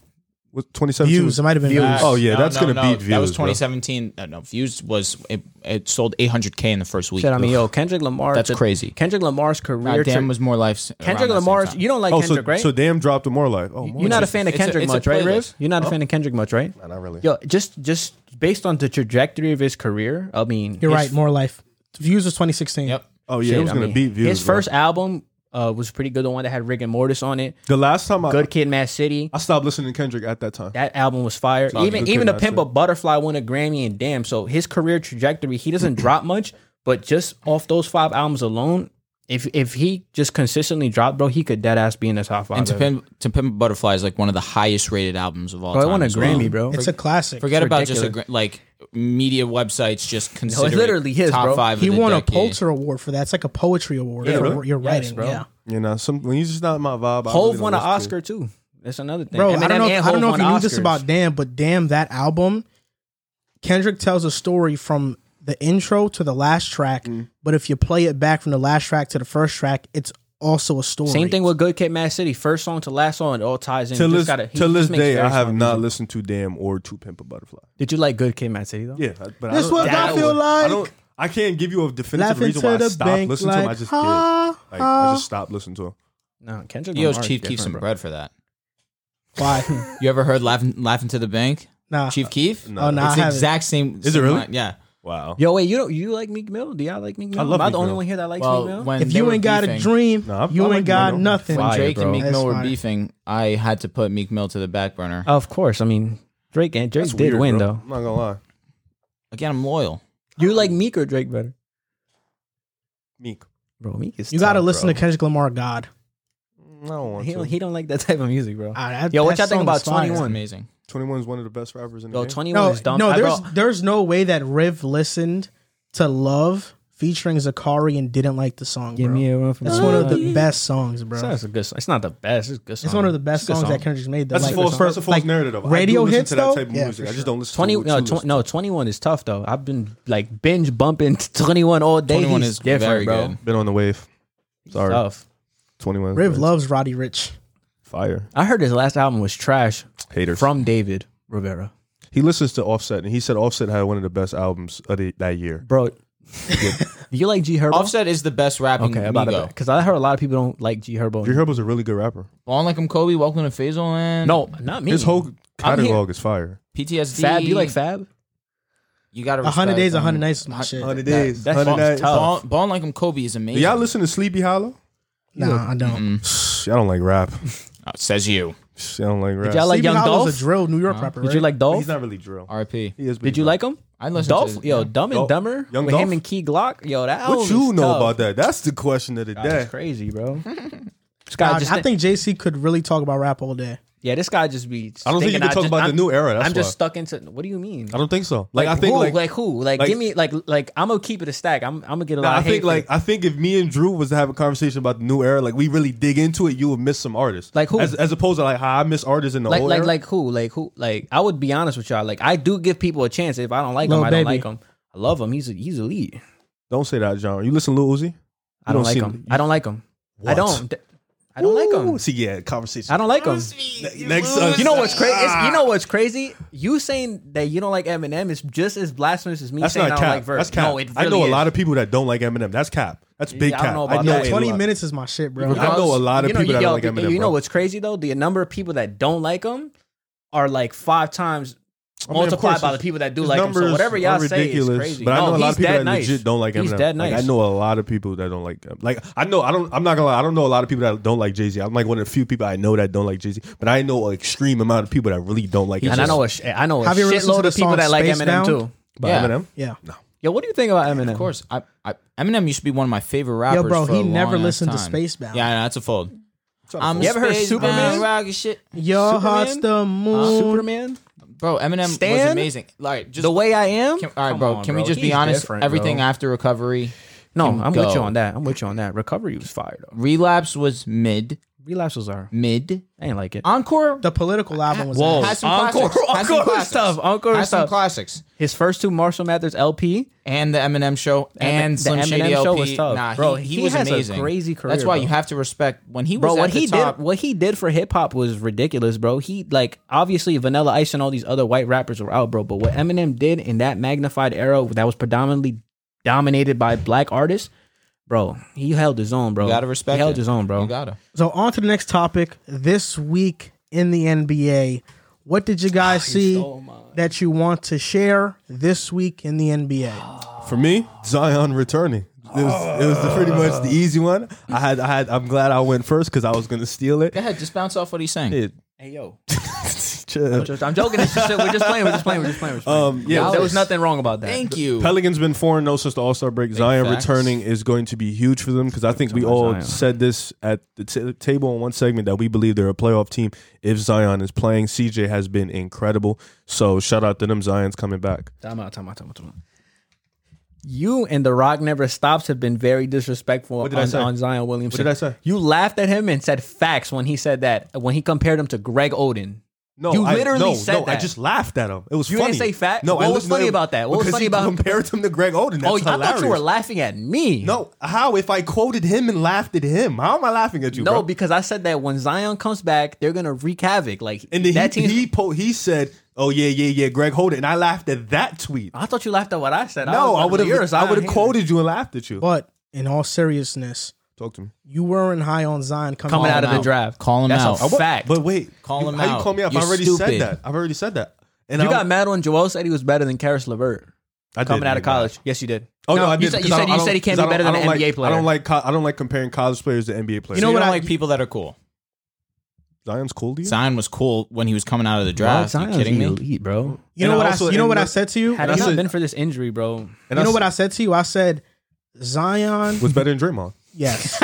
Speaker 3: What 2017?
Speaker 1: Views. It might have been views.
Speaker 3: Oh, yeah, that's gonna
Speaker 2: no,
Speaker 3: beat
Speaker 2: That was
Speaker 3: views, bro.
Speaker 2: 2017. Uh, no, views was it, it sold 800k in the first week.
Speaker 4: Shit, I mean, yo, Kendrick Lamar.
Speaker 2: That's
Speaker 4: the-
Speaker 2: crazy.
Speaker 4: Kendrick Lamar's career.
Speaker 2: God damn,
Speaker 4: tra-
Speaker 2: was more life.
Speaker 4: Kendrick Lamar's. You don't like
Speaker 3: Oh,
Speaker 4: Kendrick,
Speaker 3: so,
Speaker 4: right?
Speaker 3: so damn dropped to more life. Oh,
Speaker 4: You're not a fan of
Speaker 2: it's a-
Speaker 4: Kendrick
Speaker 2: it's a
Speaker 4: much, right,
Speaker 2: playlist.
Speaker 4: Riv? You're not a fan of Kendrick much, right?
Speaker 3: Nah, not really.
Speaker 4: Yo, just just based on the trajectory of his career, I mean,
Speaker 1: You're
Speaker 4: his-
Speaker 1: right. More life. Views was 2016.
Speaker 2: Yep.
Speaker 3: oh yeah,
Speaker 4: shit,
Speaker 3: it was
Speaker 4: I
Speaker 3: gonna
Speaker 4: mean,
Speaker 3: beat views.
Speaker 4: His
Speaker 3: bro.
Speaker 4: first album uh, was pretty good. The one that had Rick and Mortis on it,
Speaker 3: The last time I,
Speaker 4: Good Kid, Mad City.
Speaker 3: I stopped listening to Kendrick at that time.
Speaker 4: That album was fire. Even
Speaker 3: Good
Speaker 4: even
Speaker 3: Kid,
Speaker 4: the
Speaker 3: Mad
Speaker 4: Pimp
Speaker 3: City.
Speaker 4: a Butterfly won a Grammy and damn. So his career trajectory, he doesn't drop much, but just off those five albums alone, if if he just consistently dropped, bro, he could dead ass be in the top five.
Speaker 2: And to
Speaker 4: ever.
Speaker 2: Pimp, to Pimp a Butterfly is like one of the highest rated albums of all
Speaker 4: bro, I
Speaker 2: time.
Speaker 4: won a
Speaker 2: as well.
Speaker 4: Grammy, bro.
Speaker 1: It's a classic.
Speaker 2: Forget about just a,
Speaker 4: ridiculous.
Speaker 2: gra- like media websites just consider it
Speaker 4: literally his,
Speaker 2: top
Speaker 4: bro.
Speaker 2: five.
Speaker 1: he
Speaker 2: of the
Speaker 1: won a
Speaker 2: decade.
Speaker 1: Pulitzer Award for that. It's like a poetry award for
Speaker 3: really?
Speaker 1: your
Speaker 4: Yes,
Speaker 1: writing.
Speaker 4: bro.
Speaker 1: Yeah.
Speaker 3: You know, some when you just not in my vibe. I
Speaker 4: Hove
Speaker 3: really
Speaker 4: won an
Speaker 3: don't listen to
Speaker 4: Oscar too. That's another thing.
Speaker 1: Bro, I
Speaker 4: Eminem
Speaker 1: don't know. If,
Speaker 4: and
Speaker 1: I don't know
Speaker 4: Hov
Speaker 1: if you
Speaker 4: won
Speaker 1: knew this
Speaker 4: Oscars.
Speaker 1: about Damn, but Damn, that album, Kendrick tells a story from the intro to the last track.
Speaker 4: Mm.
Speaker 1: But if you play it back from the last track to the first track, it's also a story.
Speaker 4: Same thing with Good Kid, Mad City. First song to last song, it all ties in.
Speaker 3: Till
Speaker 4: You just
Speaker 3: this,
Speaker 4: gotta- he
Speaker 3: till
Speaker 4: just
Speaker 3: this
Speaker 4: makes
Speaker 3: day, I
Speaker 4: various
Speaker 3: have
Speaker 4: songs.
Speaker 3: not listened to Damn or To Pimp a Butterfly.
Speaker 4: Did you like Good Kid, Mad City though?
Speaker 3: Yeah, I- but
Speaker 1: This
Speaker 3: I don't,
Speaker 1: what
Speaker 3: I,
Speaker 1: I
Speaker 3: don't-
Speaker 1: feel
Speaker 3: I
Speaker 1: like.
Speaker 3: don't. I can't give you a definitive
Speaker 1: Laughing
Speaker 3: reason
Speaker 1: to
Speaker 3: why I
Speaker 1: the
Speaker 3: stopped
Speaker 1: bank
Speaker 3: listening to him. I
Speaker 1: like,
Speaker 3: just
Speaker 1: ha,
Speaker 3: did. Like, I
Speaker 1: ha.
Speaker 3: just stopped listening to him.
Speaker 4: No, Kendrick
Speaker 2: He owes
Speaker 4: Lamar is
Speaker 2: Chief Keef
Speaker 4: different,
Speaker 2: some
Speaker 4: bro.
Speaker 2: bread for that.
Speaker 1: Why? Hmm.
Speaker 2: You ever heard laughing, laughing to the bank?
Speaker 1: nah.
Speaker 2: Chief Keef?
Speaker 3: No.
Speaker 1: oh, nah,
Speaker 2: It's
Speaker 1: I
Speaker 2: the
Speaker 1: haven't.
Speaker 2: exact same.
Speaker 3: Is it
Speaker 2: same
Speaker 3: really?
Speaker 2: line, Yeah.
Speaker 3: Wow.
Speaker 4: Yo, wait, you don't you like Meek Mill? Do y'all like Meek Mill?
Speaker 3: I love
Speaker 4: Am I
Speaker 3: Meek
Speaker 4: the only
Speaker 3: Mill.
Speaker 4: one here that likes Meek
Speaker 2: Well,
Speaker 4: Mill?
Speaker 2: when
Speaker 1: If
Speaker 2: they
Speaker 1: you
Speaker 2: were
Speaker 1: ain't got a
Speaker 2: beefing-
Speaker 1: dream,
Speaker 3: Nah, I- I
Speaker 1: you ain't
Speaker 3: like
Speaker 1: got
Speaker 3: Mano.
Speaker 1: nothing.
Speaker 2: when Drake
Speaker 4: bro.
Speaker 2: and Meek
Speaker 1: That's
Speaker 2: Mill were
Speaker 1: fire.
Speaker 2: beefing, I had to put Meek Mill to the back burner.
Speaker 4: Of course. I mean, Drake and Drake
Speaker 3: That's
Speaker 4: did
Speaker 3: weird,
Speaker 4: win
Speaker 3: bro.
Speaker 4: though.
Speaker 3: I'm not gonna lie.
Speaker 2: Again, I'm loyal.
Speaker 4: You like Meek or Drake better?
Speaker 3: Meek.
Speaker 4: Bro, Meek is
Speaker 1: You
Speaker 4: tough,
Speaker 1: got to listen
Speaker 4: bro.
Speaker 1: to Kendrick Lamar, God.
Speaker 3: I don't want
Speaker 4: He don't,
Speaker 3: to.
Speaker 4: he don't like that type of music, bro.
Speaker 1: Ah, that-
Speaker 4: Yo, what
Speaker 1: that
Speaker 4: y'all think
Speaker 1: song
Speaker 4: about
Speaker 1: is fire.
Speaker 4: 21?
Speaker 2: Amazing.
Speaker 3: 21 is one of the best rappers in the
Speaker 4: Yo,
Speaker 3: game.
Speaker 4: 21
Speaker 1: No,
Speaker 4: is dumb.
Speaker 1: no,
Speaker 4: I, bro,
Speaker 1: there's there's no way that Riv listened to "Love" featuring Zakari and didn't like the song.
Speaker 4: give
Speaker 1: bro.
Speaker 4: me a run from
Speaker 1: It's one of the best songs, bro.
Speaker 4: It's a good song. It's not the best. It's a good song.
Speaker 1: It's one of the best
Speaker 4: Um, It's a good
Speaker 1: songs that
Speaker 4: song.
Speaker 1: Kendrick's made. Though.
Speaker 3: That's,
Speaker 1: like,
Speaker 3: a false,
Speaker 1: for-
Speaker 3: that's a false
Speaker 1: like,
Speaker 3: narrative. I do
Speaker 1: radio
Speaker 3: listen
Speaker 1: hits,
Speaker 3: to that
Speaker 1: though?
Speaker 3: type of
Speaker 1: Yeah,
Speaker 3: music.
Speaker 1: for
Speaker 3: I just don't listen
Speaker 4: Twenty
Speaker 3: to it.
Speaker 4: no,
Speaker 3: Too
Speaker 4: tw-
Speaker 3: listen.
Speaker 4: no, twenty one is tough though. I've been like binge bumping t- twenty one all day.
Speaker 2: 21
Speaker 4: He's
Speaker 2: is
Speaker 4: different,
Speaker 2: very
Speaker 4: bro.
Speaker 2: good.
Speaker 3: Been on the wave. Sorry.
Speaker 4: Tough.
Speaker 3: 21.
Speaker 1: Riv
Speaker 3: is
Speaker 1: loves Roddy Rich.
Speaker 3: Fire.
Speaker 4: I heard his last album was trash
Speaker 3: Haters.
Speaker 4: from David Rivera,
Speaker 3: he listens to Offset, and he said Offset had one of the best albums of the, that year.
Speaker 4: bro. you like G Herbo?
Speaker 2: Offset is the best rapping
Speaker 4: okay, about
Speaker 2: amigo.
Speaker 4: it because I heard a lot of people don't like G Herbo.
Speaker 3: Your Herbo's a really good rapper.
Speaker 2: Born like I'm Kobe. Welcome to Faisal and
Speaker 4: no, not me.
Speaker 3: His whole
Speaker 2: I'm here-
Speaker 3: catalog is fire.
Speaker 2: PTSD.
Speaker 4: Fab. You like Fab?
Speaker 2: You got to
Speaker 1: A hundred days, a hundred nights, is my shit.
Speaker 4: days, that 100 song's nights. tough.
Speaker 2: Born, Born like I'm Kobe is amazing.
Speaker 3: Do y'all listen to Sleepy Hollow?
Speaker 1: Nah, I
Speaker 4: Mm-hmm.
Speaker 1: don't.
Speaker 3: Y'all don't like rap.
Speaker 2: Oh, says you.
Speaker 3: Y'all don't like rap.
Speaker 4: y'all like
Speaker 1: Stevie
Speaker 4: Young
Speaker 1: Hollow's
Speaker 4: Dolph?
Speaker 1: a drill New York rapper.
Speaker 4: Did you
Speaker 1: right?
Speaker 4: like Dolph?
Speaker 3: not really drill.
Speaker 2: R.I.P.
Speaker 3: He is, but
Speaker 4: Did
Speaker 3: he's
Speaker 4: you
Speaker 3: not.
Speaker 4: like him?
Speaker 2: I listen
Speaker 4: Dolph,
Speaker 2: to
Speaker 4: yo, Dumb and
Speaker 3: Dolph-
Speaker 4: Dumber
Speaker 3: Young
Speaker 4: with him
Speaker 3: Dolph?
Speaker 4: and Key Glock, yo, that album
Speaker 3: What you
Speaker 4: is
Speaker 3: know
Speaker 4: tough.
Speaker 3: about that? That's the question of the day.
Speaker 4: That's crazy, bro. This
Speaker 1: Nah,
Speaker 4: guy
Speaker 1: I
Speaker 4: uh, just
Speaker 1: think, JC could really talk about rap all day.
Speaker 4: yeah, this guy just be.
Speaker 3: I don't think you
Speaker 4: thinking
Speaker 3: can talk
Speaker 4: just-
Speaker 3: about
Speaker 4: I'm-
Speaker 3: the new era. That's
Speaker 4: I'm just
Speaker 3: why.
Speaker 4: stuck into. What do you mean?
Speaker 3: I don't think so. Like, I think
Speaker 4: who?
Speaker 3: like,
Speaker 4: Like, who? Like,
Speaker 3: like-
Speaker 4: give me like like I'm gonna keep it a stack. I'm I'm gonna get a
Speaker 3: nah,
Speaker 4: lot.
Speaker 3: I
Speaker 4: of hate
Speaker 3: think
Speaker 4: for
Speaker 3: like
Speaker 4: it.
Speaker 3: I think if me and Drew was to have a conversation about the new era, like we really dig into it, you would miss some artists.
Speaker 4: Like who?
Speaker 3: As, as opposed to like how I miss artists in the
Speaker 4: like
Speaker 3: old
Speaker 4: like
Speaker 3: era.
Speaker 4: like who? Like who? Like I would be honest with y'all. Like I do give people a chance. If I don't like
Speaker 1: Lil
Speaker 4: him, I don't
Speaker 1: Baby.
Speaker 4: like him. I love him. He's a, he's elite.
Speaker 3: don't say that, John. You listen to Lil Uzi? You
Speaker 4: I don't, like
Speaker 3: see-
Speaker 4: him. I don't like him. I
Speaker 3: What?
Speaker 4: don't. I don't like
Speaker 3: Ooh,
Speaker 4: him.
Speaker 3: See, yeah, conversation.
Speaker 4: I don't like him.
Speaker 3: Next, uh,
Speaker 4: You know what's crazy? You know what's crazy? You saying that you don't like Eminem is just as blasphemous as me
Speaker 3: That's
Speaker 4: saying
Speaker 3: not
Speaker 4: I don't
Speaker 3: cap.
Speaker 4: like Verse.
Speaker 3: That's cap.
Speaker 4: No, it
Speaker 3: I know
Speaker 4: really
Speaker 3: a lot
Speaker 4: is.
Speaker 3: of people that don't like Eminem. That's cap. That's big
Speaker 4: I
Speaker 3: cap.
Speaker 4: don't know about
Speaker 3: know
Speaker 4: that.
Speaker 3: a
Speaker 4: Hey,
Speaker 1: Twenty
Speaker 3: lot.
Speaker 1: minutes is my shit, bro.
Speaker 3: I know a lot of
Speaker 4: You know,
Speaker 3: people
Speaker 4: you,
Speaker 3: that
Speaker 4: yo,
Speaker 3: don't like Eminem.
Speaker 4: you know
Speaker 3: bro.
Speaker 4: what's crazy though? The number of people that don't like him are like five times
Speaker 3: I mean, of
Speaker 4: multiplied
Speaker 3: course,
Speaker 4: by the
Speaker 3: his-
Speaker 4: people that do
Speaker 3: his
Speaker 4: like him. So
Speaker 3: numbers
Speaker 4: whatever y'all
Speaker 3: are
Speaker 4: say is
Speaker 3: ridiculous,
Speaker 4: crazy.
Speaker 3: But I
Speaker 4: No,
Speaker 3: know a lot
Speaker 4: he's
Speaker 3: of people
Speaker 4: dead
Speaker 3: that
Speaker 4: nice.
Speaker 3: legit don't like Eminem.
Speaker 4: He's dead
Speaker 3: Like,
Speaker 4: nice.
Speaker 3: I know a lot of people that don't like like I know I don't I'm not gonna lie, I don't know a lot of people that don't like Jay Z. I'm like one of the few people I know that don't like Jay Z. But I know an extreme amount of people that really don't like.
Speaker 4: And I know a sh- I know a
Speaker 1: Have you ever listened to
Speaker 4: shitload
Speaker 1: the
Speaker 4: of people
Speaker 1: song
Speaker 4: that like
Speaker 1: Space
Speaker 4: Eminem
Speaker 1: Down?
Speaker 4: too.
Speaker 3: about
Speaker 2: Yeah.
Speaker 3: Eminem.
Speaker 1: Yeah,
Speaker 4: Yo, what do you think about Eminem?
Speaker 2: Of course, I, I Eminem used to be one of my favorite rappers.
Speaker 1: yo, bro,
Speaker 2: for a
Speaker 1: he never
Speaker 2: long-ass
Speaker 1: listened to
Speaker 2: time.
Speaker 1: Spacebound.
Speaker 2: Yeah, I know, that's a fold. I'm
Speaker 4: You ever heard
Speaker 2: Spacebound,
Speaker 4: Superman?
Speaker 2: rocket shit,
Speaker 1: your
Speaker 4: Superman?
Speaker 1: heart's the moon.
Speaker 4: Superman,
Speaker 2: bro. Eminem was
Speaker 4: Stan?
Speaker 2: amazing. Like just
Speaker 4: the way I am.
Speaker 2: Can, all right,
Speaker 4: Come
Speaker 2: bro.
Speaker 4: on,
Speaker 2: can we
Speaker 4: bro.
Speaker 2: just be
Speaker 4: He's
Speaker 2: honest?
Speaker 4: different,
Speaker 2: Everything
Speaker 4: bro.
Speaker 2: after recovery,
Speaker 4: No, I'm
Speaker 2: go.
Speaker 4: with you on that. I'm with you on that. Recovery was fire though.
Speaker 2: relapse was mid.
Speaker 4: Relapse was our.
Speaker 2: Mid
Speaker 4: I ain't like it.
Speaker 2: encore.
Speaker 1: The political album was
Speaker 4: Whoa.
Speaker 1: ass.
Speaker 2: Has some
Speaker 4: Encore-
Speaker 2: classics. Has some
Speaker 4: encore
Speaker 2: classics.
Speaker 4: stuff, encore
Speaker 2: Has some
Speaker 4: stuff.
Speaker 2: classics.
Speaker 4: His first two Marshall Mathers LP.
Speaker 2: and the Eminem show and
Speaker 4: the
Speaker 2: Slim
Speaker 4: Eminem
Speaker 2: Shady
Speaker 4: show
Speaker 2: LP.
Speaker 4: was tough.
Speaker 2: Nah,
Speaker 4: Bro,
Speaker 2: he, he,
Speaker 4: he
Speaker 2: was
Speaker 4: has a
Speaker 2: amazing.
Speaker 4: crazy
Speaker 2: That's
Speaker 4: career,
Speaker 2: why
Speaker 4: bro.
Speaker 2: you have to respect when he was
Speaker 4: Bro,
Speaker 2: at
Speaker 4: what
Speaker 2: the
Speaker 4: he
Speaker 2: top.
Speaker 4: did, what he did for hip hop was ridiculous, bro. He like obviously Vanilla Ice and all these other white rappers were out, bro. But what Eminem did in that magnified era that was predominantly dominated by black artists, bro, he held his own, bro.
Speaker 2: you gotta respect.
Speaker 4: He held
Speaker 2: it.
Speaker 4: his own, bro.
Speaker 2: You gotta.
Speaker 1: So on to the next topic. This week in the NBA, what did
Speaker 4: Ah,
Speaker 1: you guys see that you want to share this week in the NBA?
Speaker 3: For me, Zion returning. It was, it was the- pretty much the easy one. I had, I had. I'm glad I went first because I was gonna steal it.
Speaker 2: Go ahead, just bounce off what he's saying.
Speaker 3: It-
Speaker 4: Hey yo,
Speaker 3: chill.
Speaker 4: Just- I'm joking. It's just- we're just playing. We're just playing. We're just playing. We're just playing.
Speaker 3: Um, yeah,
Speaker 4: there was nothing wrong about that.
Speaker 2: Thank you.
Speaker 3: Pelicans been four and zero since the All Star break. Zion
Speaker 2: facts.
Speaker 3: returning is going to be huge for them because I think we all
Speaker 4: Zion.
Speaker 3: said this at the t- table in one segment that we believe they're a playoff team if Zion is playing. CJ has been incredible, so shout out to them. Zion's coming back.
Speaker 4: Time out. Time out. Time out. Time out. You and The Rock Never Stops have been very disrespectful
Speaker 3: did I
Speaker 4: on,
Speaker 3: say?
Speaker 4: on Zion Williamson.
Speaker 3: What did I say?
Speaker 4: You laughed at him and said facts when he said that when he compared him to Greg Oden.
Speaker 3: No,
Speaker 4: You
Speaker 3: I-
Speaker 4: literally
Speaker 3: no,
Speaker 4: said
Speaker 3: no, I
Speaker 4: that.
Speaker 3: just laughed at him. It was
Speaker 4: You
Speaker 3: funny.
Speaker 4: didn't say fat?
Speaker 3: No,
Speaker 4: What
Speaker 3: I
Speaker 4: was
Speaker 3: li-
Speaker 4: funny
Speaker 3: no,
Speaker 4: about that? What was
Speaker 3: because
Speaker 4: funny
Speaker 3: he
Speaker 4: about-
Speaker 3: compared him to Greg Oden? That's
Speaker 4: oh, I
Speaker 3: hilarious.
Speaker 4: thought you were laughing at me.
Speaker 3: No, how if I quoted him and laughed at him? How am I laughing at you?
Speaker 4: no,
Speaker 3: bro?
Speaker 4: because I said that when Zion comes back, they're gonna wreak havoc. Like
Speaker 3: and then
Speaker 4: that
Speaker 3: he,
Speaker 4: team.
Speaker 3: he po- he said, "Oh yeah, yeah, yeah, Greg Oden," and I laughed at that tweet.
Speaker 4: I thought you laughed at what I said.
Speaker 3: No, I would
Speaker 4: yours.
Speaker 3: have. I would have quoted you and laughed at you.
Speaker 1: But in all seriousness,
Speaker 3: Talk to me.
Speaker 1: you weren't high on Zion coming,
Speaker 2: Call
Speaker 4: coming out
Speaker 2: him
Speaker 4: of the
Speaker 2: out.
Speaker 4: draft.
Speaker 2: Call him
Speaker 4: That's
Speaker 2: out. I
Speaker 4: A
Speaker 2: wa-
Speaker 4: fact.
Speaker 3: But wait,
Speaker 2: Call
Speaker 3: you-
Speaker 2: him
Speaker 3: how
Speaker 2: out.
Speaker 3: you call me up?
Speaker 2: You're
Speaker 3: I already
Speaker 2: stupid.
Speaker 3: said that. I've already said that. And
Speaker 4: you
Speaker 3: I-
Speaker 4: got mad when Joel said he was better than Karis LeVert
Speaker 3: I did
Speaker 4: coming out of
Speaker 3: get mad.
Speaker 4: college. Yes, you did.
Speaker 3: Oh no, I
Speaker 4: you
Speaker 3: didn't,
Speaker 4: said
Speaker 3: 'cause
Speaker 4: you
Speaker 3: I
Speaker 4: said
Speaker 3: don't-
Speaker 4: you
Speaker 3: I
Speaker 4: said he
Speaker 3: don't-
Speaker 4: can't be
Speaker 3: 'cause I
Speaker 4: better
Speaker 3: don't-
Speaker 4: than an
Speaker 3: I don't
Speaker 4: NBA
Speaker 3: like-
Speaker 4: player.
Speaker 3: I don't like. co- I don't like comparing college players to NBA players.
Speaker 2: You
Speaker 1: know
Speaker 2: know
Speaker 1: what
Speaker 2: what? I
Speaker 1: I-
Speaker 2: like people that are cool.
Speaker 3: Zion's cool to you.
Speaker 2: Zion was cool when he was coming out of the draft. you kidding me?
Speaker 4: elite, bro.
Speaker 1: You
Speaker 3: And
Speaker 1: know what
Speaker 3: also-
Speaker 1: I you know
Speaker 3: and
Speaker 1: what I
Speaker 3: look-
Speaker 1: said to you?
Speaker 4: Had
Speaker 1: You
Speaker 4: it
Speaker 3: I
Speaker 4: not
Speaker 3: said-
Speaker 4: been for this injury, bro,
Speaker 3: And
Speaker 1: know
Speaker 3: s-
Speaker 1: what I said to you? I said Zion
Speaker 3: was better than Draymond.
Speaker 1: Yes.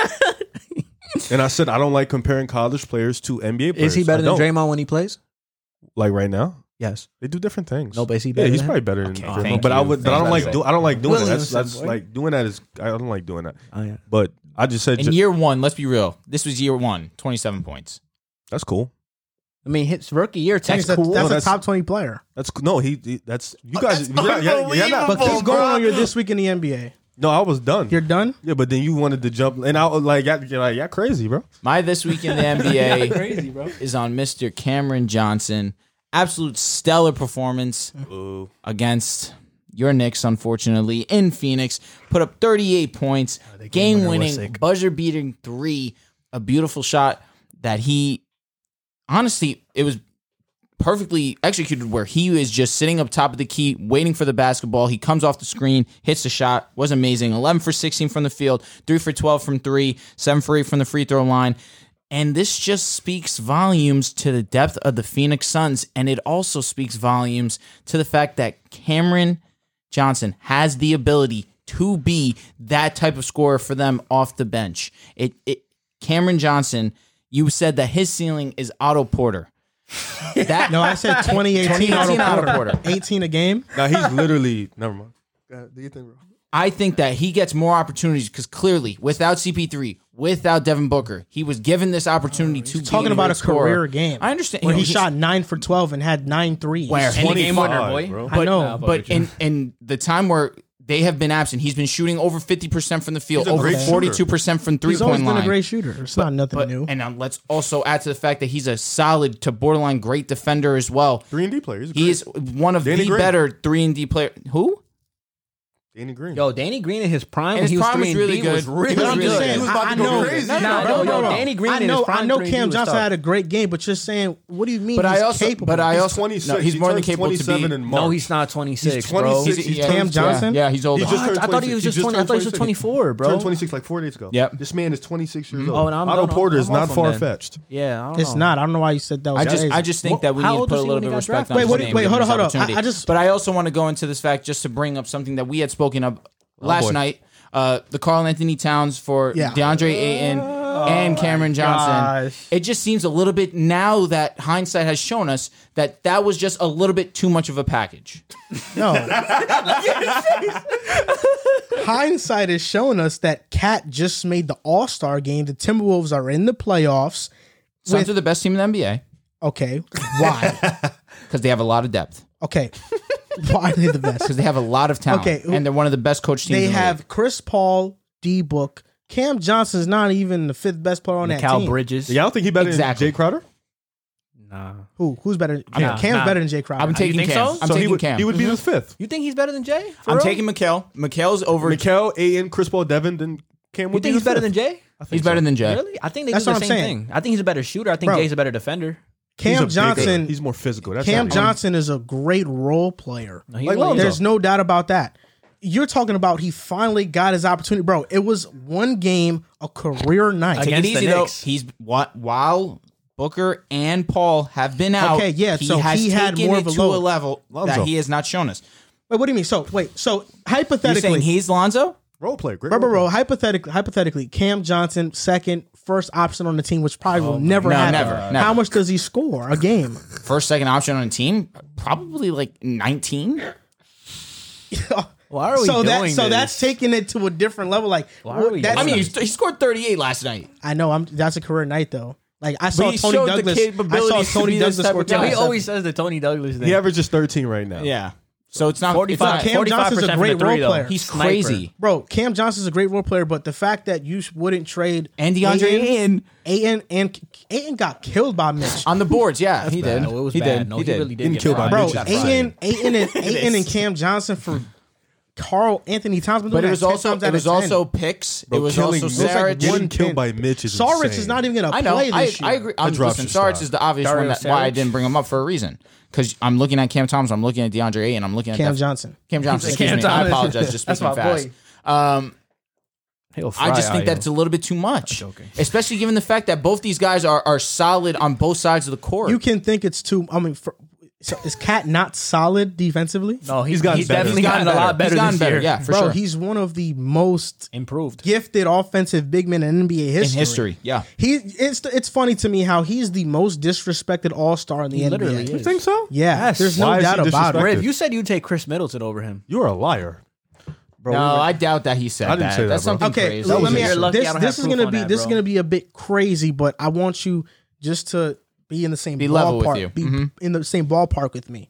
Speaker 3: And I said I don't like comparing college players to NBA players.
Speaker 4: is he
Speaker 3: I
Speaker 4: better than
Speaker 3: don't.
Speaker 4: Draymond when he plays?
Speaker 3: Like right now,
Speaker 4: Yes.
Speaker 3: they do different things.
Speaker 4: No, but is he better?
Speaker 3: Yeah, he's
Speaker 4: than
Speaker 3: probably
Speaker 4: him?
Speaker 3: better than
Speaker 2: Okay,
Speaker 3: Draymond.
Speaker 2: thank
Speaker 3: But I
Speaker 2: you.
Speaker 3: would. But I don't like. Do, I don't like doing it. That's,
Speaker 4: Williamson,
Speaker 3: that's
Speaker 4: boy.
Speaker 3: like doing that is. I don't like doing that.
Speaker 4: Oh, yeah.
Speaker 3: But I just said
Speaker 2: In
Speaker 3: ju-
Speaker 2: year one, let's be real. This was year one, 27 points.
Speaker 3: that's cool.
Speaker 4: I mean, his rookie year,
Speaker 1: That's,
Speaker 4: Texas.
Speaker 1: a, that's a
Speaker 3: that's-
Speaker 1: top twenty player.
Speaker 3: That's cool. No, he. he- that's you guys. you're not- you're- you're not-
Speaker 1: But keep
Speaker 2: Unbelievable,
Speaker 1: going
Speaker 2: bro.
Speaker 1: on your this week in the NBA.
Speaker 3: no, I was done.
Speaker 1: You're done?
Speaker 3: Yeah, but then you wanted to jump, and I was like, y'all, you like, y'all crazy, bro.
Speaker 2: My this week in the NBA is on Mr. Cameron Johnson. Absolute stellar performance against your Knicks, unfortunately, in Phoenix. Put up 38 points, game winning, buzzer beating three. A beautiful shot that he, honestly, it was perfectly executed where he is just sitting up top of the key, waiting for the basketball. He comes off the screen, hits the shot, was amazing. 11 for 16 from the field, 3 for 12 from 3, 7 for 8 from the free throw line. And this just speaks volumes to the depth of the Phoenix Suns. And it also speaks volumes to the fact that Cameron Johnson has the ability to be that type of scorer for them off the bench. It, it Cameron Johnson, you said that his ceiling is Otto Porter. That
Speaker 1: No, I said 2018 Otto
Speaker 2: 2018 Otto
Speaker 1: Porter.
Speaker 2: Porter.
Speaker 1: 18 a game.
Speaker 3: Now he's literally never mind.
Speaker 2: I think that he gets more opportunities because clearly, without CP3, without Devin Booker, he was given this opportunity to be
Speaker 1: Talking about a
Speaker 2: great scorer.
Speaker 1: career game.
Speaker 2: I understand
Speaker 1: Where
Speaker 2: you know,
Speaker 1: he
Speaker 2: he's-
Speaker 1: shot nine for 12 and had nine threes.
Speaker 2: Where?
Speaker 4: Any game winner,
Speaker 3: 25,
Speaker 4: boy.
Speaker 3: bro.
Speaker 1: I know. but
Speaker 2: but in in the time where they have been absent, he's been shooting over fifty percent from the field,
Speaker 3: He's a
Speaker 2: over
Speaker 3: great
Speaker 2: forty
Speaker 3: shooter.
Speaker 2: two percent from three
Speaker 1: he's always
Speaker 2: point
Speaker 1: been
Speaker 2: line.
Speaker 1: a great shooter. It's not nothing
Speaker 2: but,
Speaker 1: new.
Speaker 2: and now let's also add to the fact that he's a solid to borderline great defender as well.
Speaker 3: Three and D player. He's
Speaker 2: He
Speaker 3: great.
Speaker 2: is one of
Speaker 3: Danny
Speaker 2: the
Speaker 3: Green.
Speaker 2: better three and D player. Who?
Speaker 3: Danny Green.
Speaker 4: Yo, Danny Green in his prime,
Speaker 2: And
Speaker 4: when
Speaker 2: his
Speaker 4: he was
Speaker 2: prime was
Speaker 4: three and
Speaker 2: really
Speaker 4: D
Speaker 2: good.
Speaker 4: was
Speaker 2: He
Speaker 4: really,
Speaker 2: was
Speaker 4: really
Speaker 1: I'm just
Speaker 2: good.
Speaker 1: saying,
Speaker 3: He was about
Speaker 1: I, I
Speaker 3: to go
Speaker 1: know,
Speaker 3: crazy.
Speaker 1: No, no,
Speaker 4: Nah,
Speaker 1: bro,
Speaker 4: yo,
Speaker 1: bro, bro.
Speaker 4: Danny Green
Speaker 1: I
Speaker 4: in his
Speaker 1: know, I
Speaker 4: prime
Speaker 1: know
Speaker 4: three
Speaker 1: Cam
Speaker 4: was
Speaker 1: Johnson
Speaker 4: tough.
Speaker 1: had a great game, but just saying, what do you mean?
Speaker 2: But
Speaker 1: he's
Speaker 2: I also,
Speaker 1: capable.
Speaker 2: but I
Speaker 3: he's
Speaker 2: also,
Speaker 3: 26.
Speaker 2: no, he's,
Speaker 3: He
Speaker 2: more than
Speaker 3: turns
Speaker 2: capable to
Speaker 3: 27
Speaker 2: be.
Speaker 3: in March.
Speaker 4: No, he's not 26,
Speaker 3: He's
Speaker 4: bro.
Speaker 3: 26.
Speaker 2: He's-
Speaker 3: He
Speaker 2: yeah,
Speaker 1: Cam
Speaker 2: yeah,
Speaker 1: Johnson?
Speaker 2: Yeah, he's older.
Speaker 3: He just
Speaker 4: What?
Speaker 3: turned
Speaker 4: I thought he
Speaker 3: 26.
Speaker 4: was just 20. I
Speaker 3: turned
Speaker 4: thought he was 24, bro.
Speaker 3: Turned 26 like four days ago.
Speaker 2: Yep.
Speaker 3: This man is 26 years
Speaker 4: Oh,
Speaker 3: old.
Speaker 4: and I'm-
Speaker 3: Otto
Speaker 4: I'm-
Speaker 3: Porter is
Speaker 4: I'm off
Speaker 3: not
Speaker 4: him
Speaker 3: far
Speaker 4: then.
Speaker 3: fetched.
Speaker 4: Yeah, I don't
Speaker 1: It's
Speaker 4: know.
Speaker 1: not. I don't know why you said that was
Speaker 2: I just,
Speaker 1: crazy.
Speaker 2: I just think that we
Speaker 4: How
Speaker 2: need to
Speaker 4: old
Speaker 2: put
Speaker 4: was
Speaker 2: a
Speaker 4: he
Speaker 2: little
Speaker 4: when he
Speaker 2: bit of
Speaker 4: got
Speaker 2: respect
Speaker 4: drafted?
Speaker 2: on his
Speaker 1: Wait, wait,
Speaker 2: name
Speaker 1: wait,
Speaker 2: and
Speaker 1: hold
Speaker 2: his
Speaker 1: on, hold on. I-
Speaker 2: opportunity.
Speaker 1: I just-
Speaker 2: but I also want to go into this fact just to bring up something that we had spoken of last night. Uh, the Carl Anthony Towns for
Speaker 1: Yeah.
Speaker 2: DeAndre Ayton and Cameron Johnson.
Speaker 1: gosh.
Speaker 2: It just seems a little bit now that hindsight has shown us that that was just a little bit too much of a package.
Speaker 1: no. hindsight has shown us that Cat just made the All Star game. The Timberwolves are in the playoffs.
Speaker 2: Suns are the best team in the NBA
Speaker 1: Okay, why?
Speaker 2: because they have a lot of depth.
Speaker 1: okay, why are they the best?
Speaker 2: Because they have a lot of talent.
Speaker 1: Okay, who-
Speaker 2: and they're one of the best coach teams.
Speaker 1: They
Speaker 2: in the
Speaker 1: have
Speaker 2: league.
Speaker 1: Chris Paul, D Book. Cam Johnson's not even the fifth best player on that
Speaker 4: Cal
Speaker 1: team.
Speaker 4: Bridges.
Speaker 3: Y'all think he better
Speaker 2: Exactly.
Speaker 3: than Jay Crowder?
Speaker 4: Nah.
Speaker 1: Who? Who's better? Cam. Cam's
Speaker 8: nah.
Speaker 1: better than Jay Crowder.
Speaker 2: I'm taking
Speaker 8: think
Speaker 2: Cam.
Speaker 8: so?
Speaker 2: I'm
Speaker 3: so he
Speaker 2: taking
Speaker 3: would,
Speaker 2: Cam.
Speaker 3: he would be the fifth.
Speaker 4: You think he's better than Jay? For
Speaker 2: I'm
Speaker 4: real?
Speaker 2: taking Mikhail. Mikhail's over.
Speaker 3: Mikel, Aiden, Chris Paul, Devin, then Cam
Speaker 4: You
Speaker 3: would be
Speaker 4: think he's
Speaker 3: the
Speaker 4: better
Speaker 3: fifth.
Speaker 4: than Jay?
Speaker 2: He's better than Jay.
Speaker 4: Really? I think they
Speaker 1: That's
Speaker 4: do the
Speaker 1: what I'm
Speaker 4: same
Speaker 1: saying.
Speaker 4: thing. I think he's a better shooter. I think
Speaker 1: Bro.
Speaker 4: Jay's a better defender.
Speaker 3: He's a
Speaker 1: Cam
Speaker 3: bigger-
Speaker 1: Johnson.
Speaker 3: He's more physical. That's
Speaker 1: Cam
Speaker 3: not-
Speaker 1: Johnson is a great role player.
Speaker 4: No, he
Speaker 3: Like
Speaker 4: really
Speaker 3: Lonzo.
Speaker 4: is.
Speaker 1: There's no doubt about that. You're talking about he finally got his opportunity, bro. It was one game, a career night.
Speaker 2: Take it
Speaker 8: Against the
Speaker 2: easy though.
Speaker 8: Knicks.
Speaker 2: He's what while Booker and Paul have been out.
Speaker 1: Okay, yeah,
Speaker 2: He
Speaker 1: so
Speaker 2: has
Speaker 1: he had
Speaker 2: taken
Speaker 1: more
Speaker 2: it
Speaker 1: of a
Speaker 2: to
Speaker 1: load.
Speaker 2: a level
Speaker 3: Lonzo.
Speaker 2: that he has not shown us.
Speaker 1: Wait, what do you mean? So wait, so
Speaker 2: You're
Speaker 1: hypothetically,
Speaker 2: saying he's Lonzo?
Speaker 3: Role player. Great
Speaker 1: bro, bro,
Speaker 3: role
Speaker 1: bro, hypothetically, hypothetically, Cam Johnson second, first option on the team, which probably will never
Speaker 2: No,
Speaker 1: happen.
Speaker 2: Oh never,
Speaker 1: How
Speaker 2: never.
Speaker 1: much does he score a game?
Speaker 2: First, second option on a team, probably like nineteen.
Speaker 4: Why are we
Speaker 1: so
Speaker 4: doing
Speaker 1: that so
Speaker 4: this?
Speaker 1: that's taking it to a different level. Like
Speaker 4: Why are we
Speaker 1: that's,
Speaker 2: I
Speaker 4: doing
Speaker 2: mean, he's- he scored thirty-eight last night.
Speaker 1: I know I'm that's a career night though. Like I saw
Speaker 2: he
Speaker 1: Tony
Speaker 2: showed the
Speaker 1: Douglas. I saw
Speaker 2: capabilities to
Speaker 1: Tony
Speaker 2: be
Speaker 1: Douglas
Speaker 2: this type
Speaker 1: score
Speaker 2: of guy.
Speaker 1: ten.
Speaker 4: he
Speaker 2: Yeah,
Speaker 4: always says the Tony Douglas thing.
Speaker 3: He averages 13 right now.
Speaker 2: Yeah. So it's not it's
Speaker 4: 45.
Speaker 2: not-
Speaker 1: Cam Johnson's a
Speaker 8: 45% from
Speaker 1: great
Speaker 8: the
Speaker 1: role
Speaker 8: three, though.
Speaker 1: player.
Speaker 2: He's
Speaker 8: Sniper.
Speaker 2: crazy.
Speaker 1: Bro, Cam Johnson's a great role player, but the fact that you sh- wouldn't trade
Speaker 2: And DeAndre Ayton
Speaker 1: Ayton and Ayton got killed by Mitch.
Speaker 2: on the boards. Yeah, he did.
Speaker 4: No, it was
Speaker 2: he
Speaker 4: bad.
Speaker 2: did.
Speaker 4: No,
Speaker 2: he
Speaker 4: he,
Speaker 2: did.
Speaker 4: really did.
Speaker 3: Didn't
Speaker 4: get
Speaker 3: kill by
Speaker 4: fried.
Speaker 1: Bro,
Speaker 4: He got fried.
Speaker 1: Ayton, Ayton, and Ayton and Cam Johnson for Carl Anthony Towns. been doing
Speaker 2: But it
Speaker 1: that
Speaker 2: was
Speaker 1: 10
Speaker 2: also
Speaker 1: times out
Speaker 2: it
Speaker 1: of
Speaker 2: was
Speaker 1: 10.
Speaker 2: also picks. it was
Speaker 3: killing
Speaker 2: also
Speaker 3: Mitch. It was
Speaker 1: like
Speaker 2: Saric.
Speaker 1: one
Speaker 3: Getting killed
Speaker 1: pin.
Speaker 3: by Mitch is
Speaker 1: Saric
Speaker 3: insane.
Speaker 1: is not even gonna
Speaker 2: I
Speaker 1: play
Speaker 2: know. I,
Speaker 1: this year.
Speaker 2: I agree. I'm
Speaker 3: That drops
Speaker 2: listen,
Speaker 3: your
Speaker 2: Sarge
Speaker 3: stock.
Speaker 2: is the obvious
Speaker 4: Dario
Speaker 2: one. That, why I
Speaker 4: Saric.
Speaker 2: didn't bring him up for a reason. Because I'm looking at Cam Thomas. I'm looking at DeAndre Ayton. I'm looking at
Speaker 1: Cam
Speaker 2: that-
Speaker 1: Johnson.
Speaker 2: Cam Johnson. Excuse
Speaker 4: Cam
Speaker 2: me. I
Speaker 4: Thomas.
Speaker 2: apologize. Just
Speaker 4: That's
Speaker 2: speaking
Speaker 4: my boy.
Speaker 2: fast. Um,
Speaker 4: He'll
Speaker 2: I
Speaker 4: fry
Speaker 2: just think
Speaker 4: out,
Speaker 2: that it's
Speaker 4: yo.
Speaker 2: a little bit too much, especially given the fact that both these guys are are solid on both sides of the court.
Speaker 1: You can think it's too. I mean, for, so is Cat not solid defensively?
Speaker 4: no, he's,
Speaker 3: He's gotten
Speaker 4: he's
Speaker 3: better.
Speaker 4: definitely
Speaker 3: He's
Speaker 4: gotten,
Speaker 2: better.
Speaker 4: a lot better
Speaker 2: He's gotten
Speaker 4: this
Speaker 2: better.
Speaker 4: year.
Speaker 2: Yeah, for
Speaker 1: Bro,
Speaker 2: sure.
Speaker 1: he's one of the most
Speaker 4: improved.
Speaker 1: gifted offensive big men in NBA history.
Speaker 2: in history. Yeah.
Speaker 1: He it's it's funny to me how he's the most disrespected All Star in the NBA.
Speaker 4: literally is.
Speaker 3: Think so?
Speaker 1: Yeah,
Speaker 4: Yes.
Speaker 1: there's no
Speaker 3: Why is he
Speaker 1: doubt about it.
Speaker 3: disrespected?
Speaker 4: Riv, you said you'd take Chris Middleton over him.
Speaker 3: You're a liar. Bro,
Speaker 2: No,
Speaker 3: we were-
Speaker 2: I doubt that he said
Speaker 3: I didn't
Speaker 2: that.
Speaker 3: say that,
Speaker 2: That's
Speaker 3: bro.
Speaker 2: something
Speaker 1: Okay,
Speaker 2: crazy.
Speaker 1: let
Speaker 4: was
Speaker 1: me
Speaker 4: just-
Speaker 1: ask
Speaker 4: Lucky I
Speaker 1: this.
Speaker 4: don't
Speaker 1: This
Speaker 4: have
Speaker 1: is gonna
Speaker 4: proof on
Speaker 1: be
Speaker 4: that,
Speaker 1: this is
Speaker 4: bro.
Speaker 1: gonna be a bit crazy, but I want you just to be in the same
Speaker 2: Be level with you.
Speaker 1: ballpark, be
Speaker 2: Mhm.
Speaker 1: in the same ballpark with me.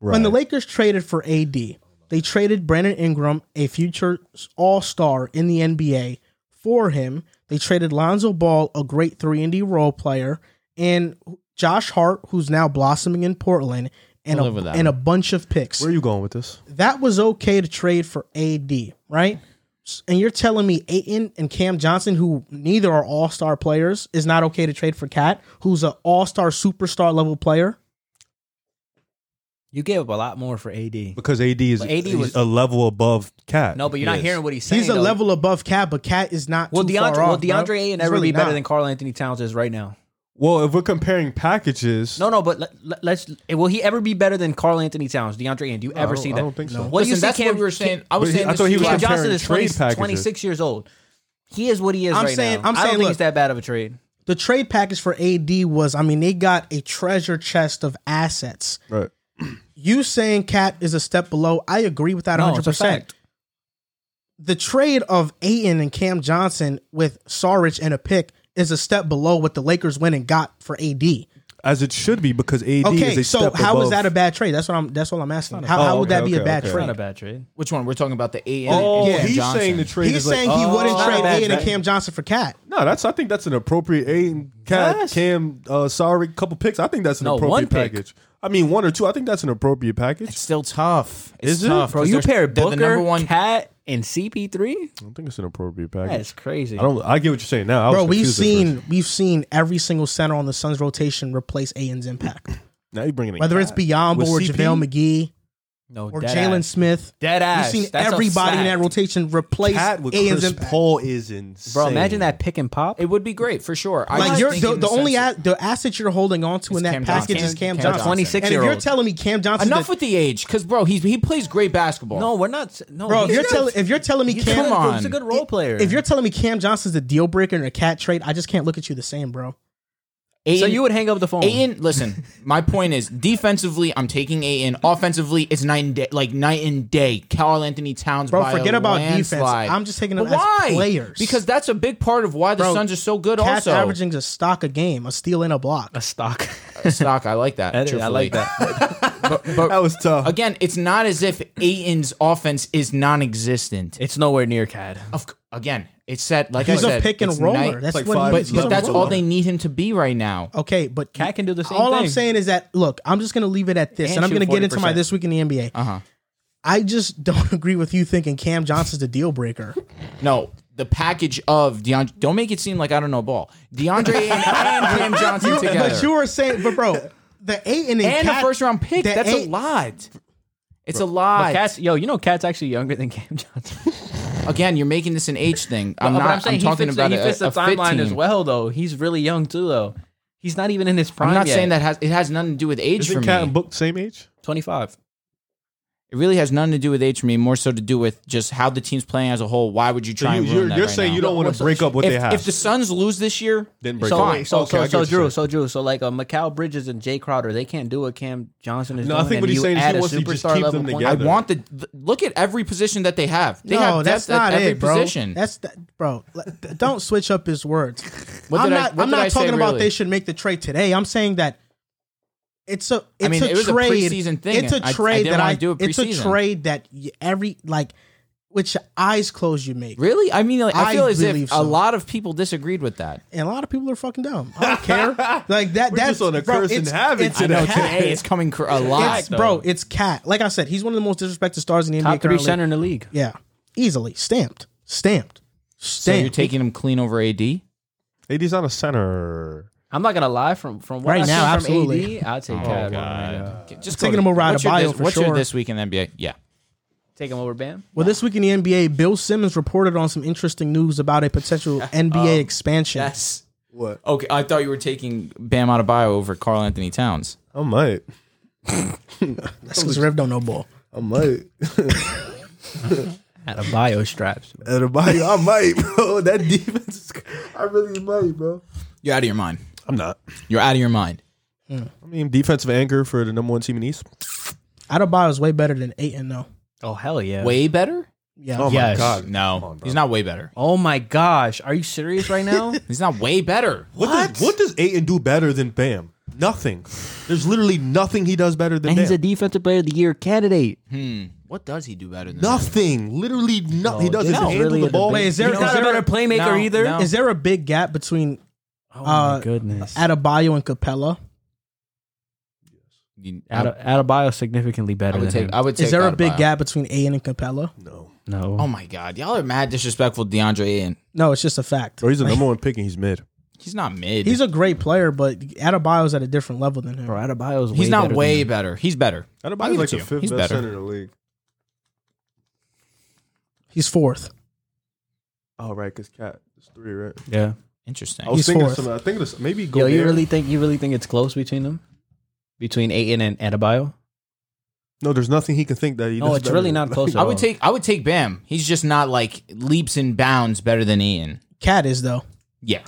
Speaker 3: Right.
Speaker 1: When the Lakers traded for AD, they traded Brandon Ingram, a future All Star in the NBA, for him. They traded Lonzo Ball, a great three and D role player, and Josh Hart, who's now blossoming in Portland, and
Speaker 2: I'll live with
Speaker 1: a,
Speaker 2: that
Speaker 1: and a bunch of picks
Speaker 3: Where are you going with this?
Speaker 1: that was okay to trade for AD, right? S- And you're telling me Aiton and Cam Johnson, who neither are all star players, is not okay to trade for Cat, who's an all star superstar level player.
Speaker 4: You gave up a lot more for AD.
Speaker 3: Because AD is
Speaker 4: But AD
Speaker 3: he's
Speaker 4: was-
Speaker 3: a level above Cat.
Speaker 4: No, but you're not hearing what he's saying.
Speaker 1: He's a
Speaker 4: though.
Speaker 1: level above Cat, but Cat is not.
Speaker 4: Well,
Speaker 1: too
Speaker 4: DeAndre,
Speaker 1: far
Speaker 4: well,
Speaker 1: off, bro.
Speaker 4: DeAndre Ayton
Speaker 1: He's
Speaker 4: never be better
Speaker 1: not.
Speaker 4: than Carl Anthony Towns is right now.
Speaker 3: Well, if we're comparing packages,
Speaker 4: No, no, but let, let- let's. Will he ever be better than Carl Anthony Towns? DeAndre Ayton, do you
Speaker 3: I,
Speaker 4: ever
Speaker 3: don't,
Speaker 4: see
Speaker 3: I
Speaker 4: that?
Speaker 3: don't think so.
Speaker 4: What do you
Speaker 2: Listen,
Speaker 4: see?
Speaker 2: that's
Speaker 4: Cam,
Speaker 2: what we were saying. I was
Speaker 3: But he-
Speaker 2: saying
Speaker 3: I
Speaker 2: this
Speaker 3: thought
Speaker 2: to
Speaker 3: he
Speaker 2: you
Speaker 3: was
Speaker 4: Cam
Speaker 2: last-
Speaker 3: comparing
Speaker 4: Johnson is
Speaker 3: trade
Speaker 4: 20,
Speaker 3: packages.
Speaker 4: 26 years old. He is what he is
Speaker 1: I'm
Speaker 4: right
Speaker 1: saying-
Speaker 4: now.
Speaker 1: I'm
Speaker 4: I do not
Speaker 1: saying,
Speaker 4: think
Speaker 1: look-
Speaker 4: it's that bad of a trade.
Speaker 1: The trade package for AD was, I mean, they got a treasure chest of assets.
Speaker 3: Right.
Speaker 1: You saying Cat is a step below, I agree with that
Speaker 4: No,
Speaker 1: 100%.
Speaker 4: it's a fact.
Speaker 1: the trade of Aiton and Cam Johnson with Saric and a pick is a step below what the Lakers went and got for AD.
Speaker 3: As it should be, because AD is
Speaker 1: Okay,
Speaker 3: a
Speaker 1: so
Speaker 3: step
Speaker 1: how
Speaker 3: above.
Speaker 1: is that a bad trade? That's what I'm. That's what I'm asking. How,
Speaker 3: bad-
Speaker 1: how
Speaker 3: Oh,
Speaker 1: would that
Speaker 3: okay,
Speaker 1: be a
Speaker 3: okay,
Speaker 1: bad
Speaker 3: okay.
Speaker 4: It's not a
Speaker 1: trade?
Speaker 4: bad trade.
Speaker 2: Which one? We're talking about the A and,
Speaker 3: Oh,
Speaker 2: and
Speaker 3: he's
Speaker 2: Johnson.
Speaker 3: saying the trade
Speaker 1: He's
Speaker 3: is like,
Speaker 1: saying
Speaker 3: oh,
Speaker 1: he wouldn't
Speaker 4: not a
Speaker 1: trade
Speaker 4: bad
Speaker 1: Aiton and
Speaker 4: trade.
Speaker 1: Cam Johnson for Cat.
Speaker 3: no, that's I think that's an appropriate Aiden, Cat,
Speaker 4: Yes.
Speaker 3: Cam, uh, sorry, couple picks. I think that's an
Speaker 4: No,
Speaker 3: appropriate
Speaker 4: one pick.
Speaker 3: package. I mean, one or two. I think that's an appropriate package.
Speaker 2: It's still tough. It's
Speaker 3: it?
Speaker 2: tough.
Speaker 4: Bro,
Speaker 2: 'cause
Speaker 4: you
Speaker 2: they're-
Speaker 4: pair
Speaker 2: they're
Speaker 4: Booker,
Speaker 2: the number one.
Speaker 4: Cat, and CP3?
Speaker 3: I don't think it's an appropriate package.
Speaker 4: That's crazy.
Speaker 3: I don't. I get what you're saying now. I was
Speaker 1: Bro, we've
Speaker 3: confused at first.
Speaker 1: seen we've seen every single center on the Suns rotation replace Aiton's impact.
Speaker 3: now you're bringing in
Speaker 1: Whether it's
Speaker 3: Cat.
Speaker 1: Beyond
Speaker 3: With
Speaker 1: or
Speaker 3: CP?
Speaker 1: JaVale McGee
Speaker 4: No,
Speaker 1: or
Speaker 4: dead
Speaker 1: Jalen
Speaker 4: ass.
Speaker 1: Smith.
Speaker 4: Dead
Speaker 1: We've
Speaker 4: ass.
Speaker 1: seen
Speaker 4: That's a
Speaker 1: everybody in that
Speaker 4: fact.
Speaker 1: rotation replace
Speaker 3: Cat with
Speaker 1: Aiton's
Speaker 3: Chris
Speaker 1: impact.
Speaker 3: Paul is insane.
Speaker 4: Bro, imagine that pick and pop.
Speaker 2: It would be great for sure. I
Speaker 1: Like
Speaker 2: just
Speaker 1: you're,
Speaker 2: think
Speaker 1: the,
Speaker 2: in
Speaker 1: the only
Speaker 2: sense
Speaker 1: a, the asset you're holding on to in that
Speaker 2: Cam
Speaker 1: package
Speaker 2: Johnson.
Speaker 1: is Cam,
Speaker 2: Cam
Speaker 1: Johnson.
Speaker 2: Johnson.
Speaker 4: 26
Speaker 1: And if
Speaker 4: year
Speaker 1: you're
Speaker 4: old.
Speaker 1: telling me Cam Johnson,
Speaker 2: enough
Speaker 1: that-
Speaker 2: with the age, because bro, he's he plays great basketball.
Speaker 4: No, we're not. No,
Speaker 1: bro, if
Speaker 4: he's
Speaker 1: you're
Speaker 4: good.
Speaker 1: telling if you're telling me
Speaker 4: He's
Speaker 1: Cam,
Speaker 4: good.
Speaker 2: Come
Speaker 4: He's a
Speaker 2: on.
Speaker 4: good role player.
Speaker 1: if you're telling me Cam Johnson's the deal breaker in a cat trade, I just can't look at you the same, bro.
Speaker 2: Aiden,
Speaker 4: So you would hang up the phone.
Speaker 2: Aiden, listen, my point is defensively, I'm taking Aiden. Offensively, it's night and day, like night and day. Carl Anthony Towns,
Speaker 1: Bro,
Speaker 2: by a
Speaker 1: forget about defense.
Speaker 2: landslide.
Speaker 1: I'm just taking them
Speaker 2: But
Speaker 1: as
Speaker 2: why?
Speaker 1: players.
Speaker 2: because that's a big part of why the
Speaker 1: Bro,
Speaker 2: Suns are so good.
Speaker 1: Cats
Speaker 2: Also,
Speaker 1: averaging a stock a game, a steal and a block.
Speaker 4: a stock.
Speaker 2: stock, I like that.
Speaker 4: That is- I like
Speaker 2: truthfully.
Speaker 4: that.
Speaker 2: But, but
Speaker 3: That was tough.
Speaker 2: again, it's not as if Aiton's offense is non-existent.
Speaker 4: It's nowhere near CAD.
Speaker 2: Of c- again, it's said like
Speaker 1: He's
Speaker 2: I
Speaker 1: a
Speaker 2: said,
Speaker 1: pick and
Speaker 2: it's
Speaker 1: roller.
Speaker 2: night-
Speaker 1: that's
Speaker 3: like
Speaker 1: what he
Speaker 3: five-
Speaker 2: but,
Speaker 1: is.
Speaker 3: He's
Speaker 2: but
Speaker 1: a
Speaker 2: that's all
Speaker 1: roller.
Speaker 2: they need him to be right now.
Speaker 1: Okay, but
Speaker 4: Cat can do the same
Speaker 1: all I'm
Speaker 4: thing.
Speaker 1: saying is that look, I'm just gonna leave it at this,
Speaker 2: And
Speaker 1: and, I'm
Speaker 2: shoot
Speaker 1: gonna get into my
Speaker 2: 40%.
Speaker 1: this week in the NBA.
Speaker 2: Uh huh.
Speaker 1: I just don't agree with you thinking Cam Johnson's the deal breaker.
Speaker 2: No, the package of DeAndre. Don't make it seem like I don't know ball. DeAndre Ayton and Cam Johnson together,
Speaker 1: But you were saying, but bro, the eight and,
Speaker 2: and
Speaker 1: Cat,
Speaker 2: a first round pick.
Speaker 1: the
Speaker 2: That's a
Speaker 1: eight-
Speaker 2: lot. It's a lot.
Speaker 4: Cat's yo, you know, Cat's actually younger than Cam Johnson.
Speaker 2: Again, you're making this an age thing. I'm
Speaker 4: But
Speaker 2: not. I'm,
Speaker 4: he
Speaker 2: talking
Speaker 4: fits the-
Speaker 2: about
Speaker 4: he
Speaker 2: a,
Speaker 4: fits
Speaker 2: a
Speaker 4: the
Speaker 2: fit
Speaker 4: timeline
Speaker 2: team.
Speaker 4: as well, though. He's really young too, though. He's not even in his prime.
Speaker 2: I'm not
Speaker 4: yet.
Speaker 2: saying that has it has nothing to do with age for
Speaker 3: Isn't
Speaker 2: me.
Speaker 3: Cat and Book the same age?
Speaker 4: 25.
Speaker 2: It really has nothing to do with age for me. More so to do with just how the team's playing as a whole. Why would you
Speaker 3: So
Speaker 2: try
Speaker 3: you,
Speaker 2: and ruin
Speaker 3: you're
Speaker 2: that
Speaker 3: you're
Speaker 2: right
Speaker 3: saying
Speaker 2: now?
Speaker 3: you don't want to
Speaker 4: so-
Speaker 3: break up what
Speaker 2: if,
Speaker 3: they have.
Speaker 2: if the Suns lose this year,
Speaker 3: then break
Speaker 2: so
Speaker 3: up.
Speaker 2: wait,
Speaker 4: So,
Speaker 3: Okay, I
Speaker 4: so,
Speaker 3: get
Speaker 4: so
Speaker 3: what you're
Speaker 4: Drew,
Speaker 3: saying.
Speaker 4: so Drew, so like a Macau Bridges and Jay Crowder, they can't do what Cam Johnson is
Speaker 3: No, I
Speaker 4: doing.
Speaker 3: think what
Speaker 4: and
Speaker 3: he's
Speaker 4: you
Speaker 3: saying is he
Speaker 4: add a
Speaker 3: wants to just
Speaker 4: superstar
Speaker 3: keep
Speaker 4: level
Speaker 3: them
Speaker 4: point
Speaker 3: together.
Speaker 2: I
Speaker 3: Other.
Speaker 2: want the th- look at every position that they have. They have
Speaker 1: no,
Speaker 2: depth
Speaker 1: that's
Speaker 2: at
Speaker 1: not
Speaker 2: every
Speaker 1: it, bro.
Speaker 2: position.
Speaker 1: That's that, bro. let- th- Don't switch up his words.
Speaker 2: What
Speaker 1: I'm
Speaker 2: did I-
Speaker 1: not.
Speaker 2: what
Speaker 1: I'm
Speaker 2: did
Speaker 1: not
Speaker 2: I say,
Speaker 1: talking about
Speaker 2: really?
Speaker 1: they should make the trade today. I'm saying that it's a. It's
Speaker 2: mean,
Speaker 1: a
Speaker 2: it was a
Speaker 1: trade,
Speaker 2: preseason thing,
Speaker 1: It's
Speaker 2: and
Speaker 1: a
Speaker 2: I- I
Speaker 1: trade
Speaker 2: didn't
Speaker 1: that
Speaker 2: wanna
Speaker 1: I
Speaker 2: do it
Speaker 1: It's a
Speaker 2: preseason.
Speaker 1: trade that y- every like, with your eyes closed, you make.
Speaker 2: Really? I mean, like, I
Speaker 1: I
Speaker 2: feel as if
Speaker 1: believe so.
Speaker 2: a lot of people disagreed with that.
Speaker 1: And a lot of people are fucking dumb. I don't care. Like that.
Speaker 3: We're
Speaker 1: that's
Speaker 3: just on a
Speaker 1: bro,
Speaker 3: curse and
Speaker 1: it's-
Speaker 3: havoc
Speaker 1: it's
Speaker 3: I know,
Speaker 1: Cat.
Speaker 2: Today it's coming cr- a lot.
Speaker 1: It's, bro, it's cat. Like I said, he's one of the most disrespected stars in the
Speaker 4: Top
Speaker 1: NBA
Speaker 4: three
Speaker 1: currently.
Speaker 4: center in the league.
Speaker 1: Yeah, easily stamped, stamped,
Speaker 2: so you're
Speaker 1: stamped.
Speaker 2: taking him clean over AD?
Speaker 3: AD's not a center.
Speaker 4: I'm not gonna lie. From from what
Speaker 1: Right
Speaker 4: I see
Speaker 1: now,
Speaker 4: from
Speaker 1: absolutely.
Speaker 4: AD, I'll take
Speaker 2: Oh,
Speaker 4: Cat.
Speaker 2: God. Just
Speaker 1: Taking
Speaker 2: go
Speaker 1: him
Speaker 2: to-
Speaker 1: over
Speaker 2: what's your
Speaker 1: Adebayo
Speaker 2: this-
Speaker 1: for
Speaker 2: What's your
Speaker 1: sure.
Speaker 2: this week in the NBA? Yeah.
Speaker 4: Take him over Bam.
Speaker 1: well, this week in the NBA, Bill Simmons reported on some interesting news about a potential
Speaker 2: Oh.
Speaker 1: NBA expansion.
Speaker 2: Yes.
Speaker 3: What?
Speaker 2: Okay, I thought you were taking Bam Adebayo over Carl Anthony Towns.
Speaker 3: I might.
Speaker 1: That's because Rev don't know ball.
Speaker 3: I might.
Speaker 4: At a bio straps.
Speaker 3: At a body, I might, bro. That defense is. I really might, bro.
Speaker 2: You're out of your mind.
Speaker 3: I'm not.
Speaker 2: You're out of your mind.
Speaker 3: I mean, defensive anchor for the number one team in the East.
Speaker 1: Adebayo is way better than Aiton, though.
Speaker 4: Oh hell yeah.
Speaker 2: Way better?
Speaker 1: Yeah,
Speaker 3: Oh
Speaker 4: Yes.
Speaker 3: my god.
Speaker 2: No, he's not way better.
Speaker 4: Oh my gosh. Are you serious right now?
Speaker 2: He's not way better.
Speaker 3: What, Does, what does Aiton do better than Bam? Nothing. There's literally nothing he does better than
Speaker 4: and
Speaker 3: Bam.
Speaker 4: he's a defensive player of the year candidate.
Speaker 2: What does he do better than that?
Speaker 3: nothing. Literally nothing. he doesn't
Speaker 4: this is
Speaker 3: handle
Speaker 4: really a
Speaker 3: the ball.
Speaker 1: Wait, is there,
Speaker 4: He's
Speaker 1: is,
Speaker 4: not a
Speaker 1: there
Speaker 4: better
Speaker 1: a,
Speaker 4: playmaker
Speaker 2: No,
Speaker 4: either.
Speaker 2: no.
Speaker 1: is there a big gap between
Speaker 4: Oh
Speaker 1: Uh,
Speaker 4: goodness.
Speaker 1: Adebayo and Capella?
Speaker 2: You- I,
Speaker 4: Ad- Adebayo significantly better
Speaker 2: I would
Speaker 4: than
Speaker 2: take.
Speaker 4: him.
Speaker 2: I would take
Speaker 1: Is there a big
Speaker 2: Adebayo.
Speaker 1: gap between Aiton and Capella?
Speaker 3: no.
Speaker 4: no.
Speaker 2: Oh my god, y'all are mad disrespectful. to DeAndre Ayton.
Speaker 1: No, it's just a fact.
Speaker 3: Bro, Oh, he's the number one pick and he's mid.
Speaker 2: He's not mid.
Speaker 1: He's a great player, but Adebayo's at a different level than him.
Speaker 4: Bro, Adebayo's way
Speaker 2: He's not
Speaker 4: better
Speaker 2: way
Speaker 4: than him.
Speaker 2: better. He's better. I'll
Speaker 3: Adebayo's
Speaker 2: give
Speaker 3: like
Speaker 2: it to
Speaker 3: the
Speaker 2: you.
Speaker 3: fifth
Speaker 2: He's
Speaker 3: best
Speaker 2: better.
Speaker 3: center in the league.
Speaker 1: He's fourth.
Speaker 3: Oh, right, because Cat is three, right?
Speaker 4: Yeah.
Speaker 2: Interesting.
Speaker 3: I was
Speaker 1: He's
Speaker 3: thinking
Speaker 1: fourth.
Speaker 3: of something. I think of this. Maybe
Speaker 4: Yo,
Speaker 3: go.
Speaker 4: you really think you really think it's close between them? Between Aiton and Adebayo?
Speaker 3: No, there's nothing he can think that he.
Speaker 4: No,
Speaker 3: does
Speaker 4: it's
Speaker 3: better
Speaker 4: really
Speaker 3: than-
Speaker 4: not close.
Speaker 2: I would take. I would take Bam. He's just not like leaps and bounds better than Ian.
Speaker 1: Cat is though.
Speaker 2: Yeah.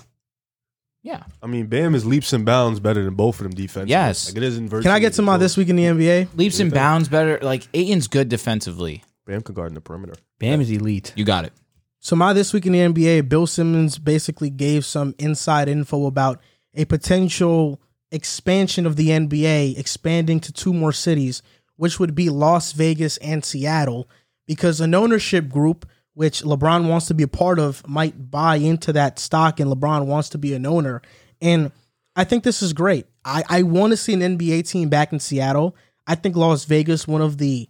Speaker 2: Yeah.
Speaker 3: I mean, Bam is leaps and bounds better than both of them defensively.
Speaker 2: Yes.
Speaker 3: like it is inverted.
Speaker 1: Can I get to my this week in the NBA?
Speaker 2: Leaps and bounds better. Like Aiton's good defensively.
Speaker 3: Bam can guard in the perimeter.
Speaker 4: Bam is elite.
Speaker 2: You got it.
Speaker 1: So my this week in the NBA, Bill Simmons basically gave some inside info about a potential expansion of the NBA, expanding to two more cities, which would be Las Vegas and Seattle, because an ownership group which LeBron wants to be a part of might buy into that stock, and LeBron wants to be an owner. And I think this is great. I, I want to see an NBA team back in Seattle. I think Las Vegas, one of the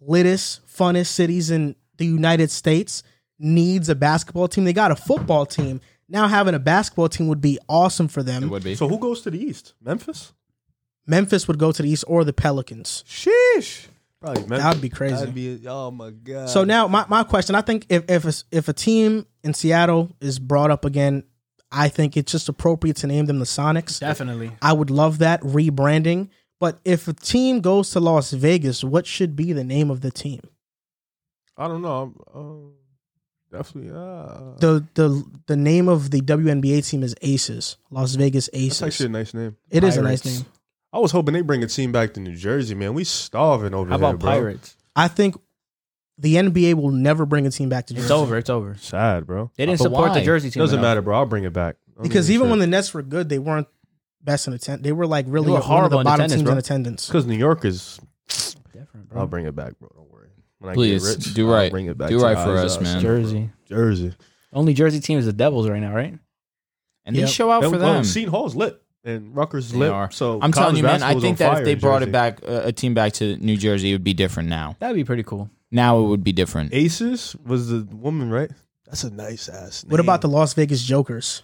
Speaker 1: littest, funnest cities in the United States needs a basketball team. They got a football team. Now having a basketball team would be awesome for them.
Speaker 2: would be.
Speaker 3: So who goes to the East? Memphis.
Speaker 1: Memphis would go to the East or the Pelicans.
Speaker 3: Sheesh. Probably Memphis.
Speaker 1: That would be crazy.
Speaker 3: That'd be- oh my god.
Speaker 1: so now my, my question, I think if if a, if a team in Seattle is brought up again, I think it's just appropriate to name them the Sonics.
Speaker 4: Definitely.
Speaker 1: I would love that rebranding. But if a team goes to Las Vegas, what should be the name of the team?
Speaker 3: I don't know. Um, Definitely. Uh,
Speaker 1: the the the name of the WNBA team is Aces, Las Vegas
Speaker 3: that's
Speaker 1: Aces.
Speaker 3: actually a nice name.
Speaker 1: it is a nice
Speaker 4: Pirates.
Speaker 1: name.
Speaker 3: I was hoping they bring a team back to New Jersey, man. We starving over
Speaker 4: How
Speaker 3: here,
Speaker 4: about
Speaker 3: bro.
Speaker 4: Pirates?
Speaker 1: I think the NBA will never bring a team back to Jersey.
Speaker 4: It's over. It's over.
Speaker 3: Sad, bro.
Speaker 4: They didn't
Speaker 2: But
Speaker 4: support
Speaker 2: why?
Speaker 4: the Jersey team.
Speaker 3: Doesn't
Speaker 4: enough.
Speaker 3: matter, bro. I'll bring it back.
Speaker 1: because even when the Nets were good, they weren't best in attendance. They were like really
Speaker 4: They were
Speaker 1: one of
Speaker 4: horrible
Speaker 1: the
Speaker 4: in
Speaker 1: bottom
Speaker 4: attendance,
Speaker 1: teams
Speaker 4: bro.
Speaker 1: in attendance.
Speaker 3: because New York is,
Speaker 4: Different,
Speaker 2: Oh,
Speaker 3: I'll
Speaker 4: bro.
Speaker 3: bring it back, bro. Don't worry. When I
Speaker 2: Please,
Speaker 3: get rich,
Speaker 2: do
Speaker 3: I'll
Speaker 2: right.
Speaker 3: Bring it back.
Speaker 2: Do
Speaker 3: to
Speaker 2: right
Speaker 3: the
Speaker 2: for
Speaker 3: eyes
Speaker 2: us,
Speaker 3: of
Speaker 2: man.
Speaker 4: Jersey.
Speaker 3: Jersey.
Speaker 4: Only Jersey team is the Devils right now, right?
Speaker 2: and they
Speaker 1: Yep.
Speaker 2: show out
Speaker 3: That-
Speaker 2: for
Speaker 3: well,
Speaker 2: them.
Speaker 3: Seton Hall's lit and Rutgers
Speaker 2: They
Speaker 3: lit.
Speaker 2: are.
Speaker 3: So
Speaker 2: I'm
Speaker 3: college
Speaker 2: telling you, man. I
Speaker 3: basketball's on
Speaker 2: think that
Speaker 3: fire
Speaker 2: if they
Speaker 3: in
Speaker 2: brought
Speaker 3: Jersey.
Speaker 2: it back, uh, a team back to New Jersey, it would be different now.
Speaker 4: That'd be pretty cool.
Speaker 2: Now it would be different.
Speaker 3: Aces was the woman, right? That's a nice ass.
Speaker 1: What
Speaker 3: name.
Speaker 1: about the Las Vegas Jokers?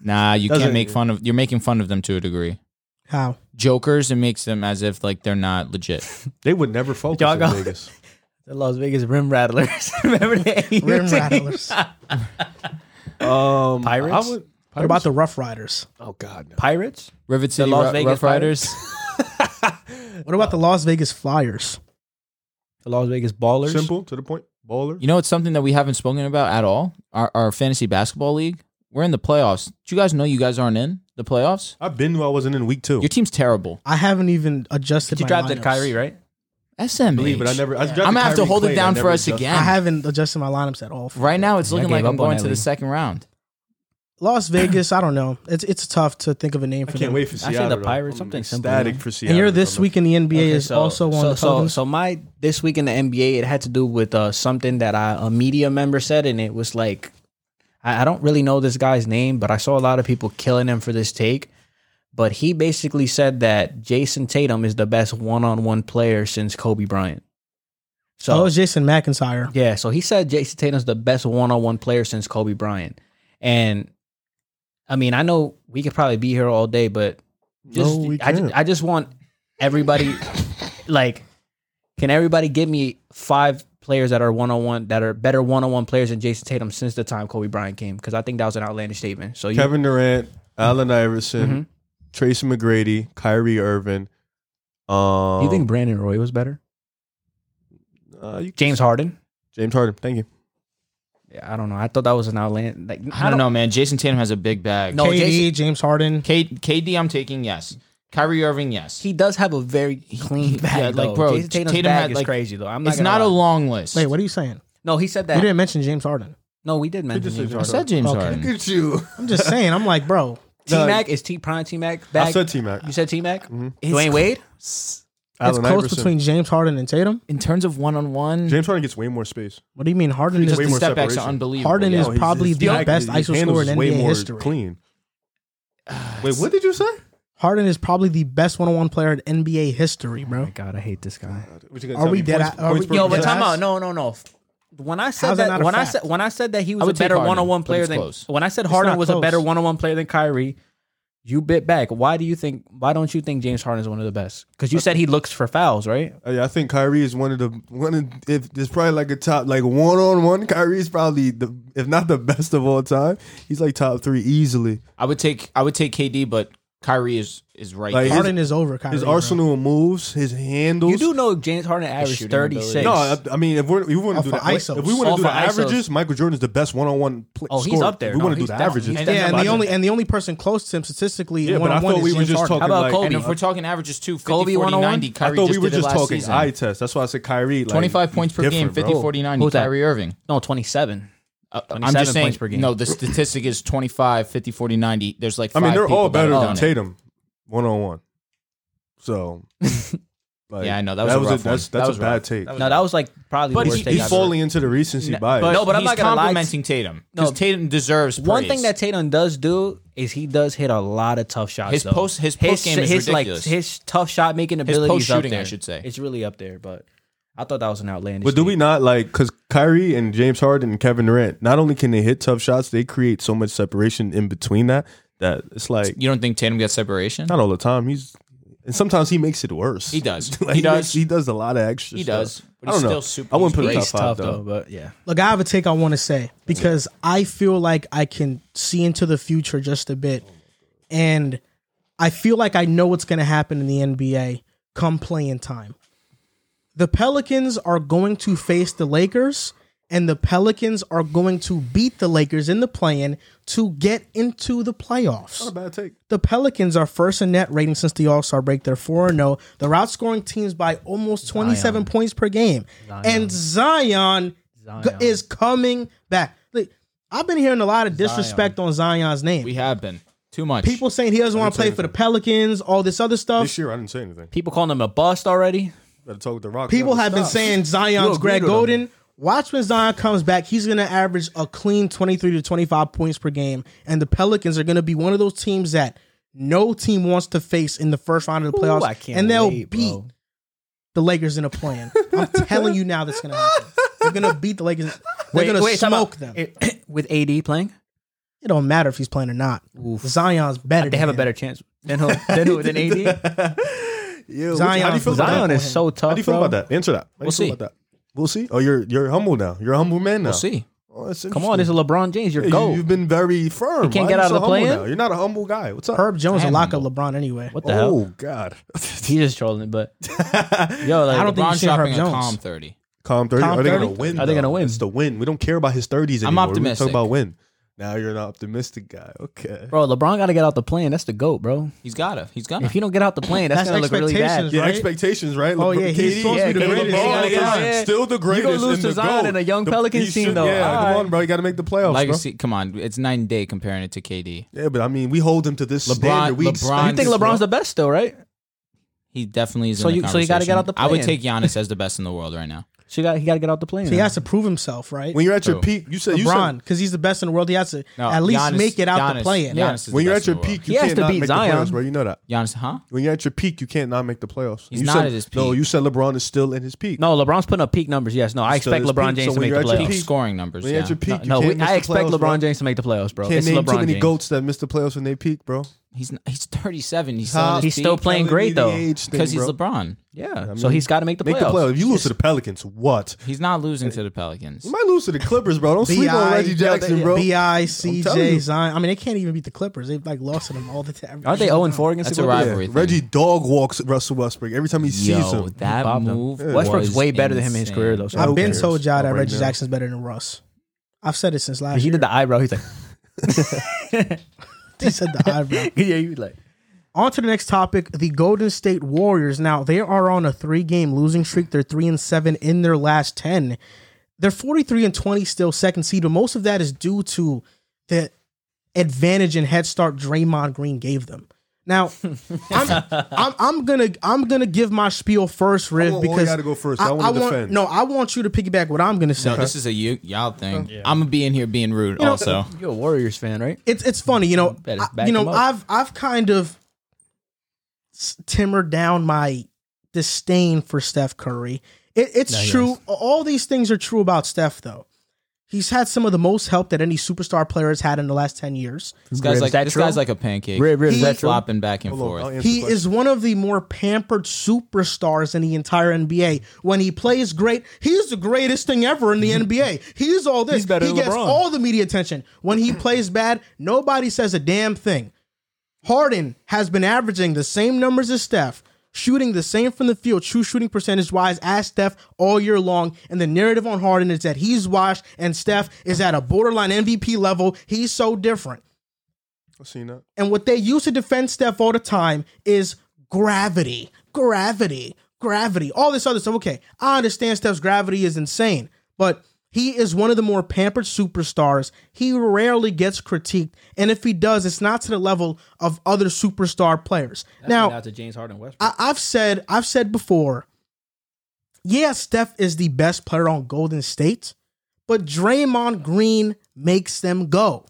Speaker 2: Nah, you
Speaker 3: Doesn't-
Speaker 2: can't make fun of. You're making fun of them to a degree.
Speaker 1: How?
Speaker 2: Jokers, it makes them as if like they're not legit.
Speaker 3: They would never focus
Speaker 4: Y'all
Speaker 3: in
Speaker 4: go-
Speaker 3: Vegas.
Speaker 4: The Las Vegas Rim Rattlers. Remember that?
Speaker 1: Rim Rattlers.
Speaker 3: Um,
Speaker 4: Pirates?
Speaker 3: I would,
Speaker 1: What about the Rough Riders?
Speaker 3: oh God, no.
Speaker 4: Pirates?
Speaker 2: Rivet City
Speaker 4: Las
Speaker 2: Ru-
Speaker 4: Vegas
Speaker 2: Rough Riders.
Speaker 1: What about the Las Vegas Flyers?
Speaker 4: The Las Vegas Ballers?
Speaker 3: simple to the point. Baller.
Speaker 2: You know, it's something that we haven't spoken about at all. Our, our fantasy basketball league. We're in the playoffs. Do you guys know you guys aren't in the playoffs?
Speaker 3: I've been who I wasn't in week two.
Speaker 2: Your team's terrible.
Speaker 1: I haven't even adjusted.
Speaker 4: You
Speaker 1: my
Speaker 4: drafted
Speaker 1: lineups.
Speaker 4: Kyrie, right?
Speaker 2: SMH.
Speaker 3: Believe it, I never. I drafted
Speaker 2: I'm gonna have to
Speaker 3: Kyrie
Speaker 2: hold
Speaker 3: Clay
Speaker 2: it
Speaker 3: and I
Speaker 2: down
Speaker 3: never
Speaker 2: for us
Speaker 3: adjusted.
Speaker 2: again.
Speaker 1: I haven't adjusted my lineups at all.
Speaker 2: right now, it's
Speaker 4: I
Speaker 2: looking
Speaker 4: gave
Speaker 2: like
Speaker 4: up
Speaker 2: I'm
Speaker 4: on
Speaker 2: going
Speaker 4: that
Speaker 2: to the
Speaker 4: league.
Speaker 2: second round.
Speaker 1: Las Vegas. I don't know. It's it's tough to think of a name
Speaker 3: I
Speaker 1: for
Speaker 3: can't
Speaker 1: them.
Speaker 3: wait for
Speaker 4: said the
Speaker 3: Seattle. though.
Speaker 4: Pirates,
Speaker 3: I'm
Speaker 4: something simple,
Speaker 3: Static
Speaker 4: man.
Speaker 3: for Seattle.
Speaker 1: And your this week in the NBA
Speaker 4: Okay,
Speaker 1: is also on
Speaker 4: so,
Speaker 1: the
Speaker 4: so,
Speaker 1: television.
Speaker 4: so my this week in the NBA it had to do with uh, something that I, a media member said and it was like I, I don't really know this guy's name but I saw a lot of people killing him for this take but he basically said that Jason Tatum is the best one-on-one player since Kobe Bryant so
Speaker 1: oh, it's Jason McIntyre.
Speaker 4: yeah, so he said Jason Tatum's the best one-on-one player since Kobe Bryant. And I mean, I know we could probably be here all day, but just
Speaker 3: No, we
Speaker 4: I, ju-
Speaker 3: can't.
Speaker 4: I just want everybody like can everybody give me five players that are one-on-one that are better one-on-one players than Jason Tatum since the time Kobe Bryant came cuz I think that was an outlandish statement. So you
Speaker 3: Kevin Durant, Allen
Speaker 1: mm-hmm.
Speaker 3: Iverson, Tracy McGrady, Kyrie Irving. Um,
Speaker 4: Do you think Brandon Roy was better?
Speaker 3: uh, you-
Speaker 4: James Harden?
Speaker 3: James Harden? Thank you.
Speaker 4: Yeah, I don't know. I thought that was an outland like
Speaker 2: I don't know, man. Jason Tatum has a big bag.
Speaker 4: No,
Speaker 1: KD,
Speaker 4: Oh, Jason-
Speaker 1: James Harden.
Speaker 2: K- KD, I'm taking yes. Kyrie Irving, yes.
Speaker 4: He does have a very clean bag.
Speaker 2: yeah, like,
Speaker 4: though.
Speaker 2: bro,
Speaker 4: Jason Tatum's
Speaker 2: Tatum
Speaker 4: bag
Speaker 2: had,
Speaker 4: is
Speaker 2: like- uh,
Speaker 4: crazy though. I'm not
Speaker 2: it's
Speaker 4: gonna
Speaker 2: not a
Speaker 4: lie.
Speaker 2: long list.
Speaker 1: Wait, what are you saying?
Speaker 4: No, he said that.
Speaker 1: You didn't mention James Harden.
Speaker 4: No, we did mention
Speaker 3: just said
Speaker 4: James
Speaker 2: I
Speaker 3: James
Speaker 4: Harden.
Speaker 2: said James
Speaker 1: Okay.
Speaker 2: Harden.
Speaker 3: at you.
Speaker 1: I'm just saying. I'm like, bro.
Speaker 4: T Mac is T Prime T Mac.
Speaker 3: I said T Mac.
Speaker 4: You said T Mac. Dwayne Wade.
Speaker 1: It's
Speaker 3: Allen
Speaker 1: close
Speaker 3: Iverson.
Speaker 1: between James Harden and Tatum.
Speaker 2: In terms of one on one,
Speaker 3: James Harden gets way more space.
Speaker 1: What do you mean Harden
Speaker 2: because
Speaker 1: is
Speaker 3: way
Speaker 2: the
Speaker 3: more
Speaker 2: step backs are
Speaker 3: separation.
Speaker 2: unbelievable.
Speaker 1: Harden is
Speaker 3: No, he's-
Speaker 1: probably
Speaker 3: his
Speaker 1: the
Speaker 3: bag-
Speaker 1: best
Speaker 3: his
Speaker 1: ISO
Speaker 3: handles
Speaker 1: scorer in
Speaker 3: is way
Speaker 1: NBA
Speaker 3: more
Speaker 1: history.
Speaker 3: Clean. Wait, what did you say?
Speaker 1: Harden is probably the best one-on-one player in NBA history, bro.
Speaker 4: God, I hate this guy.
Speaker 3: What you gonna
Speaker 1: Are
Speaker 3: tell
Speaker 1: we
Speaker 3: me?
Speaker 1: dead
Speaker 3: Points-
Speaker 1: eye- are
Speaker 3: points
Speaker 1: we-
Speaker 3: per
Speaker 4: Yo, but
Speaker 3: possession?
Speaker 4: time out. No, no, no. When I said
Speaker 1: How's that
Speaker 4: that,
Speaker 1: not a
Speaker 4: when I
Speaker 1: fact?
Speaker 4: said when I said that he
Speaker 2: I
Speaker 4: was a
Speaker 2: would take
Speaker 4: better
Speaker 2: Harden,
Speaker 4: one on one
Speaker 2: but
Speaker 4: player
Speaker 2: it's
Speaker 4: than
Speaker 2: close.
Speaker 4: when I said
Speaker 1: It's
Speaker 4: Harden
Speaker 1: not
Speaker 4: was a
Speaker 1: close.
Speaker 4: better one on one player than Kyrie, you bit back. Why do you think? Why don't you think James Harden is one of the best? Because you said he looks for fouls, right?
Speaker 3: Uh, yeah, I think Kyrie is one of the one. Of, if there's probably like a top like one on one, Kyrie is probably the if not the best of all time. He's like top three easily.
Speaker 2: I would take I would take KD, but Kyrie is is right.
Speaker 3: Like,
Speaker 2: there.
Speaker 1: Harden is over. Kyrie,
Speaker 3: His
Speaker 1: bro.
Speaker 3: arsenal of moves, his handles.
Speaker 4: You do know James Harden averaged
Speaker 2: shooting
Speaker 4: thirty
Speaker 2: ability.
Speaker 4: six.
Speaker 3: No, I, I mean if we're if we want
Speaker 1: Off
Speaker 3: to do
Speaker 1: of
Speaker 3: that, like,
Speaker 1: ISOs.
Speaker 3: if we want to
Speaker 4: Off
Speaker 3: do the
Speaker 4: of ISOs.
Speaker 3: averages, Michael Jordan is the best one on one.
Speaker 4: Oh, he's up there.
Speaker 3: We
Speaker 4: No,
Speaker 3: want to do
Speaker 4: he's
Speaker 3: the
Speaker 4: down.
Speaker 3: averages.
Speaker 4: He's
Speaker 2: And-
Speaker 1: Yeah, and the
Speaker 2: Imagine.
Speaker 1: only and the only person close to him statistically
Speaker 3: Yeah,
Speaker 1: in
Speaker 3: but I
Speaker 1: one-on-one
Speaker 3: thought
Speaker 1: is
Speaker 3: we were
Speaker 1: James
Speaker 3: just
Speaker 1: Harden.
Speaker 3: talking
Speaker 4: about
Speaker 3: like
Speaker 4: Kobe?
Speaker 2: And if we're talking averages too, 50,
Speaker 4: Kobe
Speaker 2: 40,
Speaker 4: 101?
Speaker 2: 90,
Speaker 3: I
Speaker 2: Kyrie
Speaker 3: thought
Speaker 2: just
Speaker 3: we were
Speaker 2: did it
Speaker 3: just
Speaker 2: last
Speaker 3: talking
Speaker 2: season.
Speaker 3: eye test. That's why I said Kyrie. Like,
Speaker 2: 25 points per game,
Speaker 3: different,
Speaker 2: 50,
Speaker 3: bro.
Speaker 2: 40, 90,
Speaker 4: Who's that?
Speaker 2: Kyrie Irving.
Speaker 4: no, twenty seven.
Speaker 2: Uh, I'm
Speaker 4: 27
Speaker 2: just saying,
Speaker 4: points per game.
Speaker 2: no, the statistic is 25, 50, 40, 90. There's like
Speaker 3: I
Speaker 2: five
Speaker 3: mean, they're
Speaker 2: people
Speaker 3: all
Speaker 2: that
Speaker 3: better
Speaker 2: have
Speaker 3: than
Speaker 2: done it.
Speaker 3: Tatum, one on one. So, like,
Speaker 2: Yeah, I know. That was a rough one.
Speaker 3: that's
Speaker 2: That
Speaker 3: that's
Speaker 2: was
Speaker 3: a bad
Speaker 2: rough.
Speaker 3: take.
Speaker 4: No, that was like probably
Speaker 2: But
Speaker 4: the
Speaker 2: he-
Speaker 4: worst
Speaker 3: he's
Speaker 4: take
Speaker 3: he's
Speaker 4: I've
Speaker 3: falling into the recency bias.
Speaker 2: But no, but I'm not
Speaker 4: gonna lie.
Speaker 2: complimenting Tatum
Speaker 4: No.
Speaker 2: because Tatum deserves
Speaker 4: One
Speaker 2: praise.
Speaker 4: thing that Tatum does do is he does hit a lot of tough shots.
Speaker 2: His
Speaker 4: though.
Speaker 2: post- his post game is ridiculous.
Speaker 4: Like, his tough shot making ability is up
Speaker 2: post-shooting, I
Speaker 4: there.
Speaker 2: should say.
Speaker 4: it's really up there. But I thought that was an outlandish.
Speaker 3: But do we
Speaker 4: take.
Speaker 3: not like because Kyrie and James Harden and Kevin Durant? Not only can they hit tough shots, they create so much separation in between that that it's like
Speaker 2: you don't think Tatum gets separation?
Speaker 3: not all the time. He's and sometimes he makes it worse.
Speaker 2: He does.
Speaker 3: Like,
Speaker 2: He does.
Speaker 3: makes- he does a lot of extra.
Speaker 2: He
Speaker 3: stuff.
Speaker 2: does, but
Speaker 3: I don't
Speaker 2: he's
Speaker 3: know.
Speaker 2: still super-
Speaker 3: I wouldn't put him top
Speaker 4: He's
Speaker 3: five
Speaker 4: tough
Speaker 3: though.
Speaker 4: though, but yeah.
Speaker 1: Look, I have a take I want to say because I feel like I can see into the future just a bit. And I feel like I know what's going to happen in the NBA come playing time. The Pelicans are going to face the Lakers and the Pelicans are going to beat the Lakers in the play-in to get into the playoffs.
Speaker 3: Bad take.
Speaker 1: The Pelicans are first in net rating since the All Star break. They're oh. 4 0. They're outscoring teams by almost 27 points per game. And Zion, g- is coming back. Like, I've been hearing a lot of disrespect on Zion's name.
Speaker 2: We have been too much.
Speaker 1: People saying he doesn't want to play for the Pelicans, all this other stuff.
Speaker 3: This year I didn't say anything.
Speaker 2: people calling him a bust already.
Speaker 3: Better talk with the Rock.
Speaker 1: People
Speaker 3: Never
Speaker 1: have been
Speaker 3: stop.
Speaker 1: saying Zion's
Speaker 4: agreed
Speaker 1: Greg
Speaker 4: with him.
Speaker 1: Golden. Watch when Zion comes back, he's going to average a clean 23 to 25 points per game. And the Pelicans are going to be one of those teams that no team wants to face in the first round of the playoffs.
Speaker 4: Ooh, I can't
Speaker 1: and they'll
Speaker 4: wait,
Speaker 1: beat
Speaker 4: bro.
Speaker 1: the Lakers in a plan. I'm telling you now that's gonna happen. They're gonna beat the Lakers. They're gonna
Speaker 4: time out.
Speaker 1: smoke them. It,
Speaker 4: It- with AD playing.
Speaker 1: don't matter if he's playing or not. Zion's better.
Speaker 4: They have a
Speaker 1: than him.
Speaker 4: better chance than who, than, who, than AD.
Speaker 3: Yeah,
Speaker 1: Zion-
Speaker 3: how do you feel about
Speaker 4: Zion
Speaker 3: that?
Speaker 4: is so tough.
Speaker 3: How do you feel
Speaker 4: bro.
Speaker 3: about that? Answer that. How do you
Speaker 2: We'll
Speaker 3: feel
Speaker 2: see.
Speaker 3: about that? We'll see. Oh, you're you're humble now. You're a humble man now.
Speaker 2: We'll see.
Speaker 3: Oh, that's
Speaker 4: Come on, this is
Speaker 3: interesting.
Speaker 4: LeBron James. Your
Speaker 3: Yeah,
Speaker 4: goal.
Speaker 3: you, have been very firm. You
Speaker 4: can't get out of the play-in?
Speaker 3: You're not a humble guy. What's up?
Speaker 1: Herb Jones will
Speaker 2: Damn.
Speaker 1: lock up LeBron anyway.
Speaker 4: what the hell?
Speaker 3: oh God.
Speaker 4: He's just trolling, but yo, like,
Speaker 1: I don't think
Speaker 2: LeBron
Speaker 1: you've seen Herb
Speaker 2: shopping a
Speaker 1: Jones.
Speaker 2: calm thirty.
Speaker 3: Calm thirty.
Speaker 1: Calm
Speaker 3: Are they
Speaker 1: 30?
Speaker 3: gonna win?
Speaker 4: Are they gonna
Speaker 3: though?
Speaker 4: win?
Speaker 3: It's the win. We don't care about his thirties
Speaker 2: I'm
Speaker 3: anymore. We
Speaker 2: optimistic.
Speaker 3: talk about win. Now you're an optimistic guy. Okay.
Speaker 4: bro, LeBron got to get out the plane. That's the goat, bro.
Speaker 2: He's got to. He's got
Speaker 4: If
Speaker 2: to.
Speaker 4: you don't get out the plane, that's,
Speaker 1: That's
Speaker 4: gonna look really bad.
Speaker 1: expectations,
Speaker 3: Yeah,
Speaker 1: right?
Speaker 3: expectations, right?
Speaker 1: Oh,
Speaker 3: LeBron-
Speaker 1: yeah, he's
Speaker 3: KD,
Speaker 1: supposed to be the
Speaker 3: and
Speaker 1: greatest.
Speaker 3: LeBron
Speaker 1: Yeah,
Speaker 3: is
Speaker 4: yeah.
Speaker 3: still the
Speaker 4: gonna
Speaker 3: greatest.
Speaker 4: lose
Speaker 3: and
Speaker 4: to
Speaker 3: the
Speaker 4: Zion
Speaker 3: GOAT.
Speaker 4: and a young
Speaker 3: The-
Speaker 4: Pelicans
Speaker 3: he
Speaker 4: team,
Speaker 3: should-
Speaker 4: though.
Speaker 3: Yeah,
Speaker 4: All
Speaker 3: come
Speaker 4: right.
Speaker 3: on, bro. You got to make the playoffs, bro.
Speaker 2: Legacy. Come on, it's night and day comparing it to KD.
Speaker 3: Yeah, but I mean, we hold him to this
Speaker 2: LeBron-
Speaker 3: standard. We
Speaker 2: LeBron-
Speaker 3: expect
Speaker 4: You
Speaker 3: this,
Speaker 4: think LeBron's
Speaker 3: bro.
Speaker 4: the best still, right?
Speaker 2: He definitely is.
Speaker 4: So
Speaker 2: in the
Speaker 4: you- so you gotta get
Speaker 2: conversation.
Speaker 4: out the
Speaker 2: I would
Speaker 4: play-in.
Speaker 2: take Giannis as the best in the world right now.
Speaker 4: So you got he got to get out the plane.
Speaker 1: So he has to prove himself, right?
Speaker 3: when you're at your
Speaker 2: Who?
Speaker 3: peak? You said you
Speaker 1: LeBron,
Speaker 3: said
Speaker 1: because he's the best in the world, he has to
Speaker 2: No,
Speaker 1: at least
Speaker 2: Giannis-
Speaker 1: make it out the
Speaker 2: Giannis-
Speaker 1: play-in.
Speaker 2: Giannis is the
Speaker 3: when you're
Speaker 2: best
Speaker 3: at your
Speaker 2: in the world.
Speaker 3: peak, you
Speaker 4: He has to
Speaker 3: can't not
Speaker 4: beat
Speaker 3: make
Speaker 4: Zion.
Speaker 3: the playoffs, bro. You know that.
Speaker 2: Giannis, huh?
Speaker 3: When you're at your peak, you can't not make the playoffs.
Speaker 2: He's
Speaker 3: you
Speaker 2: not
Speaker 3: said,
Speaker 2: at his peak.
Speaker 3: No, you said LeBron is still in his peak.
Speaker 4: No, LeBron's putting up peak numbers. Yes, no, I
Speaker 3: So
Speaker 4: expect
Speaker 3: his
Speaker 4: LeBron
Speaker 3: peak-
Speaker 4: James
Speaker 3: so when
Speaker 4: to make the
Speaker 3: you're at your
Speaker 4: playoffs.
Speaker 2: Peak
Speaker 3: peak.
Speaker 2: scoring numbers.
Speaker 3: when you're
Speaker 2: Yeah.
Speaker 3: at your peak,
Speaker 4: No,
Speaker 3: you
Speaker 4: we,
Speaker 3: can't miss
Speaker 4: I
Speaker 3: the
Speaker 4: expect
Speaker 3: playoffs,
Speaker 4: LeBron
Speaker 3: bro.
Speaker 4: James to make the playoffs, bro.
Speaker 3: Can't
Speaker 4: it's
Speaker 3: name
Speaker 4: LeBron
Speaker 3: too many
Speaker 4: James.
Speaker 3: goats that miss the playoffs when they peak, bro.
Speaker 2: he's not, he's 37. He's still in his
Speaker 4: He's still
Speaker 2: peak.
Speaker 4: playing great, though,
Speaker 2: because he's LeBron.
Speaker 4: Yeah, so he's got to make the
Speaker 3: Make
Speaker 4: playoffs.
Speaker 3: the playoffs. If you lose to the Pelicans, what?
Speaker 2: He's not losing to the Pelicans.
Speaker 3: You might lose to the Clippers, bro. Don't sleep on
Speaker 1: B.I.
Speaker 3: Reggie Jackson, bro.
Speaker 1: Bi
Speaker 3: telling
Speaker 1: CJ
Speaker 3: you.
Speaker 1: Zion. I mean, they can't even beat the Clippers. They've like lost to them all the time.
Speaker 4: Aren't they 0 and 4 against
Speaker 2: That's
Speaker 4: the
Speaker 2: a
Speaker 4: Clippers?
Speaker 2: rivalry. thing.
Speaker 3: Reggie dog walks Russell Westbrook every time he sees
Speaker 2: Yo,
Speaker 3: him.
Speaker 4: He
Speaker 2: that
Speaker 4: bopped him.
Speaker 2: move.
Speaker 4: Westbrook's
Speaker 2: was
Speaker 4: way better than him in his
Speaker 2: insane.
Speaker 4: career, though. So
Speaker 1: I've
Speaker 3: Who
Speaker 1: been
Speaker 3: cares?
Speaker 1: told y'all that
Speaker 3: Right
Speaker 1: Reggie
Speaker 3: now.
Speaker 1: Jackson's better than Russ. I've said it since last
Speaker 4: he
Speaker 1: year.
Speaker 4: did the eyebrow. He's like,
Speaker 1: he said the eyebrow.
Speaker 4: yeah, you like.
Speaker 1: On to the next topic, the Golden State Warriors. Now they are on a three-game losing streak. They're three and seven in their last ten. They're forty-three and twenty, still second seed, but most of that is due to the advantage and head start Draymond Green gave them. Now, I'm, I'm, I'm gonna I'm gonna give my spiel first, Riv,
Speaker 3: want all
Speaker 1: because
Speaker 3: y'all to go first. I wanna
Speaker 1: want
Speaker 3: defend.
Speaker 1: no, I want you to piggyback what I'm gonna say.
Speaker 2: No, this is a you, y'all thing. I'm gonna be in here being rude.
Speaker 1: know-
Speaker 2: also,
Speaker 4: You're a Warriors fan, right?
Speaker 1: it's it's funny, you know.
Speaker 4: Better
Speaker 1: I-
Speaker 4: back
Speaker 1: you know,
Speaker 4: him up.
Speaker 1: I've I've kind of s- timmered down my disdain for Steph Curry. It, it's true. All these things are true about Steph, though. He's had some of the most help that any superstar player has had in the last ten years.
Speaker 2: this guy's
Speaker 4: Rib,
Speaker 2: like
Speaker 4: is that
Speaker 2: this
Speaker 4: true?
Speaker 2: guy's like a pancake,
Speaker 4: Rib, Rib, is
Speaker 1: He-
Speaker 4: that true?
Speaker 2: flopping back and
Speaker 3: Hold on, I'll
Speaker 2: forth.
Speaker 3: answer
Speaker 1: He
Speaker 3: the question.
Speaker 1: is one of the more pampered superstars in the entire NBA. When he plays great, he's the greatest thing ever in the NBA. He's all this.
Speaker 4: Mm-hmm. He's better
Speaker 1: he
Speaker 4: than
Speaker 1: gets
Speaker 4: LeBron.
Speaker 1: all the media attention. When he plays bad, nobody says a damn thing. Harden has been averaging the same numbers as Steph, shooting the same from the field, true shooting percentage wise, as Steph all year long. And the narrative on Harden is that he's washed and Steph is at a borderline MVP level. He's so different.
Speaker 3: I've seen that.
Speaker 1: And what they use to defend Steph all the time is gravity, gravity, gravity, all this other stuff. Okay, I understand Steph's gravity is insane, but he is one of the more pampered superstars. He rarely gets critiqued, and if he does, it's not to the level of other superstar players. now,
Speaker 4: to James Harden Westbrook.
Speaker 1: I, I've said I've said before. Yeah, Steph is the best player on Golden State, but Draymond Green makes them go.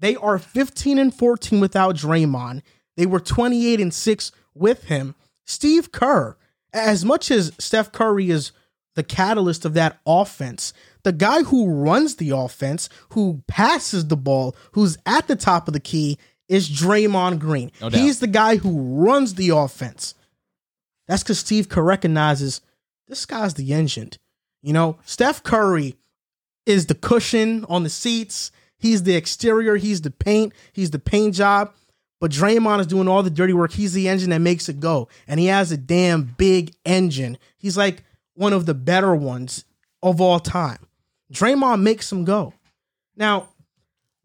Speaker 1: They are 15 and 14 without Draymond. They were 28 and 6 with him. Steve Kerr, as much as Steph Curry is the catalyst of that offense, the guy who runs the offense, who passes the ball, who's at the top of the key, is Draymond Green.
Speaker 2: No doubt.
Speaker 1: He's the guy who runs the offense. That's because Steve Kerr recognizes this guy's the engine. You know, Steph Curry is the cushion on the seats. He's the exterior. He's the paint. He's the paint job. But Draymond is doing all the dirty work. He's the engine that makes it go. And he has a damn big engine. He's like one of the better ones of all time. Draymond makes him go. Now,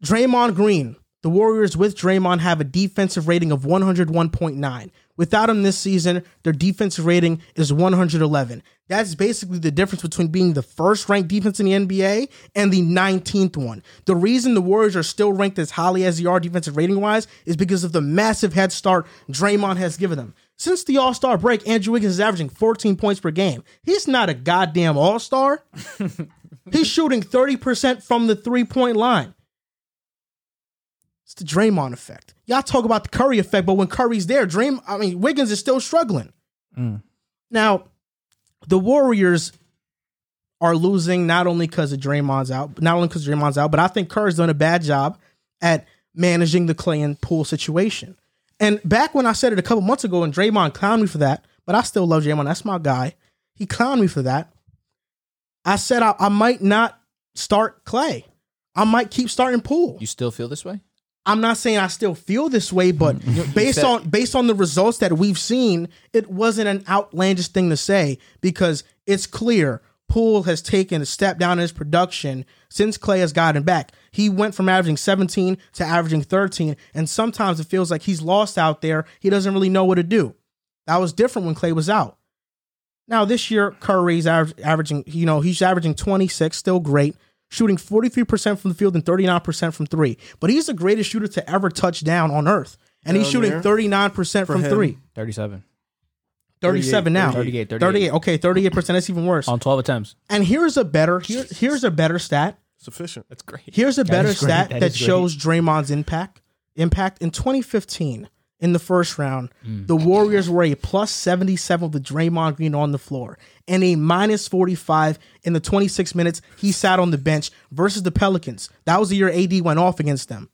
Speaker 1: Draymond Green, the Warriors with Draymond have a defensive rating of 101.9. Without him this season, their defensive rating is 111. That's basically the difference between being the first ranked defense in the NBA and the 19th one. The reason the Warriors are still ranked as highly as they are defensive rating wise is because of the massive head start Draymond has given them. Since the All Star break, Andrew Wiggins is averaging 14 points per game. He's not a goddamn All Star. He's shooting 30% from the three point line. It's the Draymond effect. Y'all talk about the Curry effect, but when Curry's there, Dream, I mean, Wiggins is still struggling. Now, the Warriors are losing not only because of Draymond's out, not only because Draymond's out, but I think Kerr's done a bad job at managing the Clay and Pool situation. And back when I said it a couple months ago, and Draymond clowned me for that, but I still love Draymond. That's my guy. He clowned me for that. I said I, I might not start Clay. I might keep starting Pool.
Speaker 2: You still feel this way?
Speaker 1: I'm not saying I still feel this way, but based
Speaker 2: said-
Speaker 1: on based on the results that we've seen, it wasn't an outlandish thing to say because it's clear Poole has taken a step down in his production since Clay has gotten back. He went from averaging 17 to averaging 13, and sometimes it feels like he's lost out there. He doesn't really know what to do. That was different when Clay was out. Now this year, Curry's aver- averaging, you know, he's averaging 26, still great, shooting 43% from the field and 39% from three. But he's the greatest shooter to ever touch down on earth. And he's shooting 39% from
Speaker 5: him.
Speaker 1: three.
Speaker 4: 37
Speaker 1: 37 now.
Speaker 4: 38, 38.
Speaker 1: 38. Okay, 38%. That's even worse.
Speaker 4: on 12 attempts.
Speaker 1: And here's a better here, here's a better stat.
Speaker 5: Sufficient.
Speaker 2: That's great.
Speaker 1: Here's a better
Speaker 4: is great.
Speaker 1: stat
Speaker 4: That
Speaker 1: that,
Speaker 4: is great.
Speaker 1: shows Draymond's impact. Impact in 2015 in the first round,
Speaker 4: Mm.
Speaker 1: the Warriors were a plus 77 with Draymond Green on the floor and a minus 45 in the 26 minutes he sat on the bench versus the Pelicans. That was the year AD went off against them.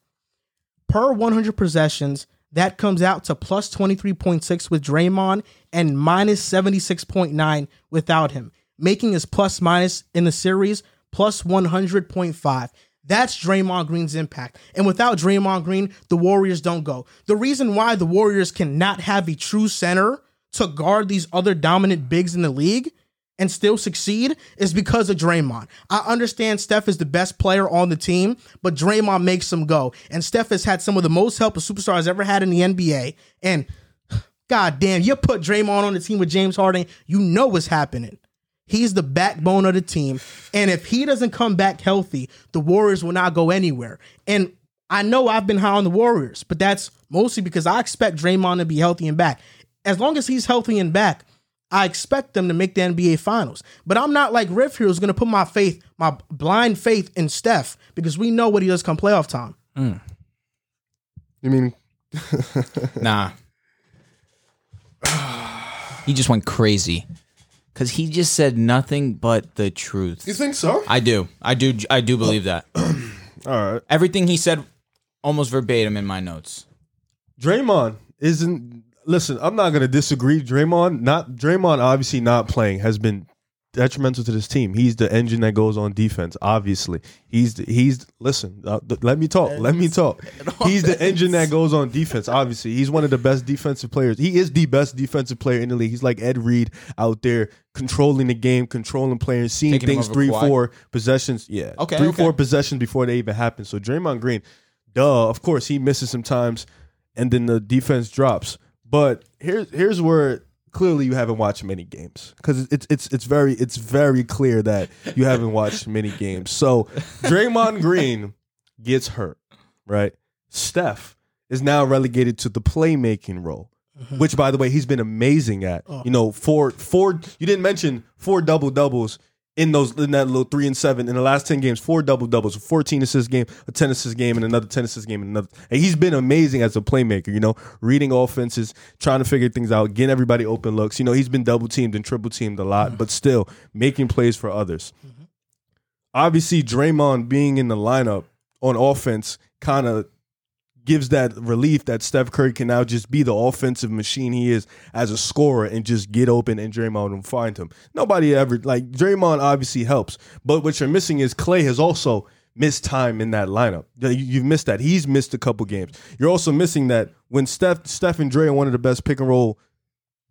Speaker 1: Per 100 possessions, that comes out to plus 23.6 with Draymond and minus 76.9 without him, making his plus minus in the series plus 100.5. That's Draymond Green's impact. And without Draymond Green, the Warriors don't go. The reason why the Warriors cannot have a true center to guard these other dominant bigs in the league and still succeed is because of Draymond. I understand Steph is the best player on the team, but Draymond makes him go. And Steph has had some of the most help a superstar has ever had in the NBA. And god damn, you put Draymond on the team with James Harden, you know what's happening. He's the backbone of the team. And if he doesn't come back healthy, the Warriors will not go anywhere. And I know I've been high on the Warriors, but that's mostly because I expect Draymond to be healthy and back. As long as he's healthy and back, I expect them to make the NBA finals. But I'm not like Riff here who's going to put my faith, my blind faith in Steph because we know what he does come playoff time.
Speaker 5: You mean
Speaker 2: Nah. he just went crazy. Cause he just said nothing but the truth.
Speaker 5: you think so?
Speaker 2: I do. I do. I do believe that.
Speaker 5: All right.
Speaker 2: Everything he said, almost verbatim in my notes.
Speaker 3: Draymond isn't. Listen, I'm not gonna disagree. Draymond, not Draymond, obviously not playing has been detrimental to this team. He's the engine that goes on defense. Obviously, he's the, he's. Listen, uh, th- let me talk. Let me talk. He's the engine that goes on defense. Obviously, he's one of the best defensive players. He is the best defensive player in the league. He's like Ed Reed out there controlling the game, controlling players, seeing
Speaker 2: Taking him
Speaker 3: things
Speaker 2: over
Speaker 3: three,
Speaker 2: Kawhi.
Speaker 3: four possessions. Yeah,
Speaker 2: Okay,
Speaker 3: three,
Speaker 2: okay.
Speaker 3: four possessions before they even happen. So Draymond Green, duh, of course he misses sometimes, and then the defense drops. But here's here's where clearly you haven't watched many games because it's it's it's very it's very clear that you haven't watched many games. So Draymond Green gets hurt, right? Steph is now relegated to the playmaking role. Which, by the way, he's been amazing at. You know, four, four. You didn't mention four double doubles in those in that little three and seven in the last ten games, four double doubles, a fourteen assist game, a ten assist game, and another ten assist game, and another. And he's been amazing as a playmaker. You know, reading offenses, trying to figure things out, getting everybody open looks. You know, he's been double teamed and triple teamed a lot, but still making plays for others. Obviously, Draymond being in the lineup on offense kind of gives that relief that Steph Curry can now just be the offensive machine he is as a scorer and just get open and Draymond will find him. Nobody ever like Draymond obviously helps, but what you're missing is Clay has also missed time in that lineup. You- You've missed that. He's missed a couple games. You're also missing that when Steph Steph and Dre are one of the best pick and roll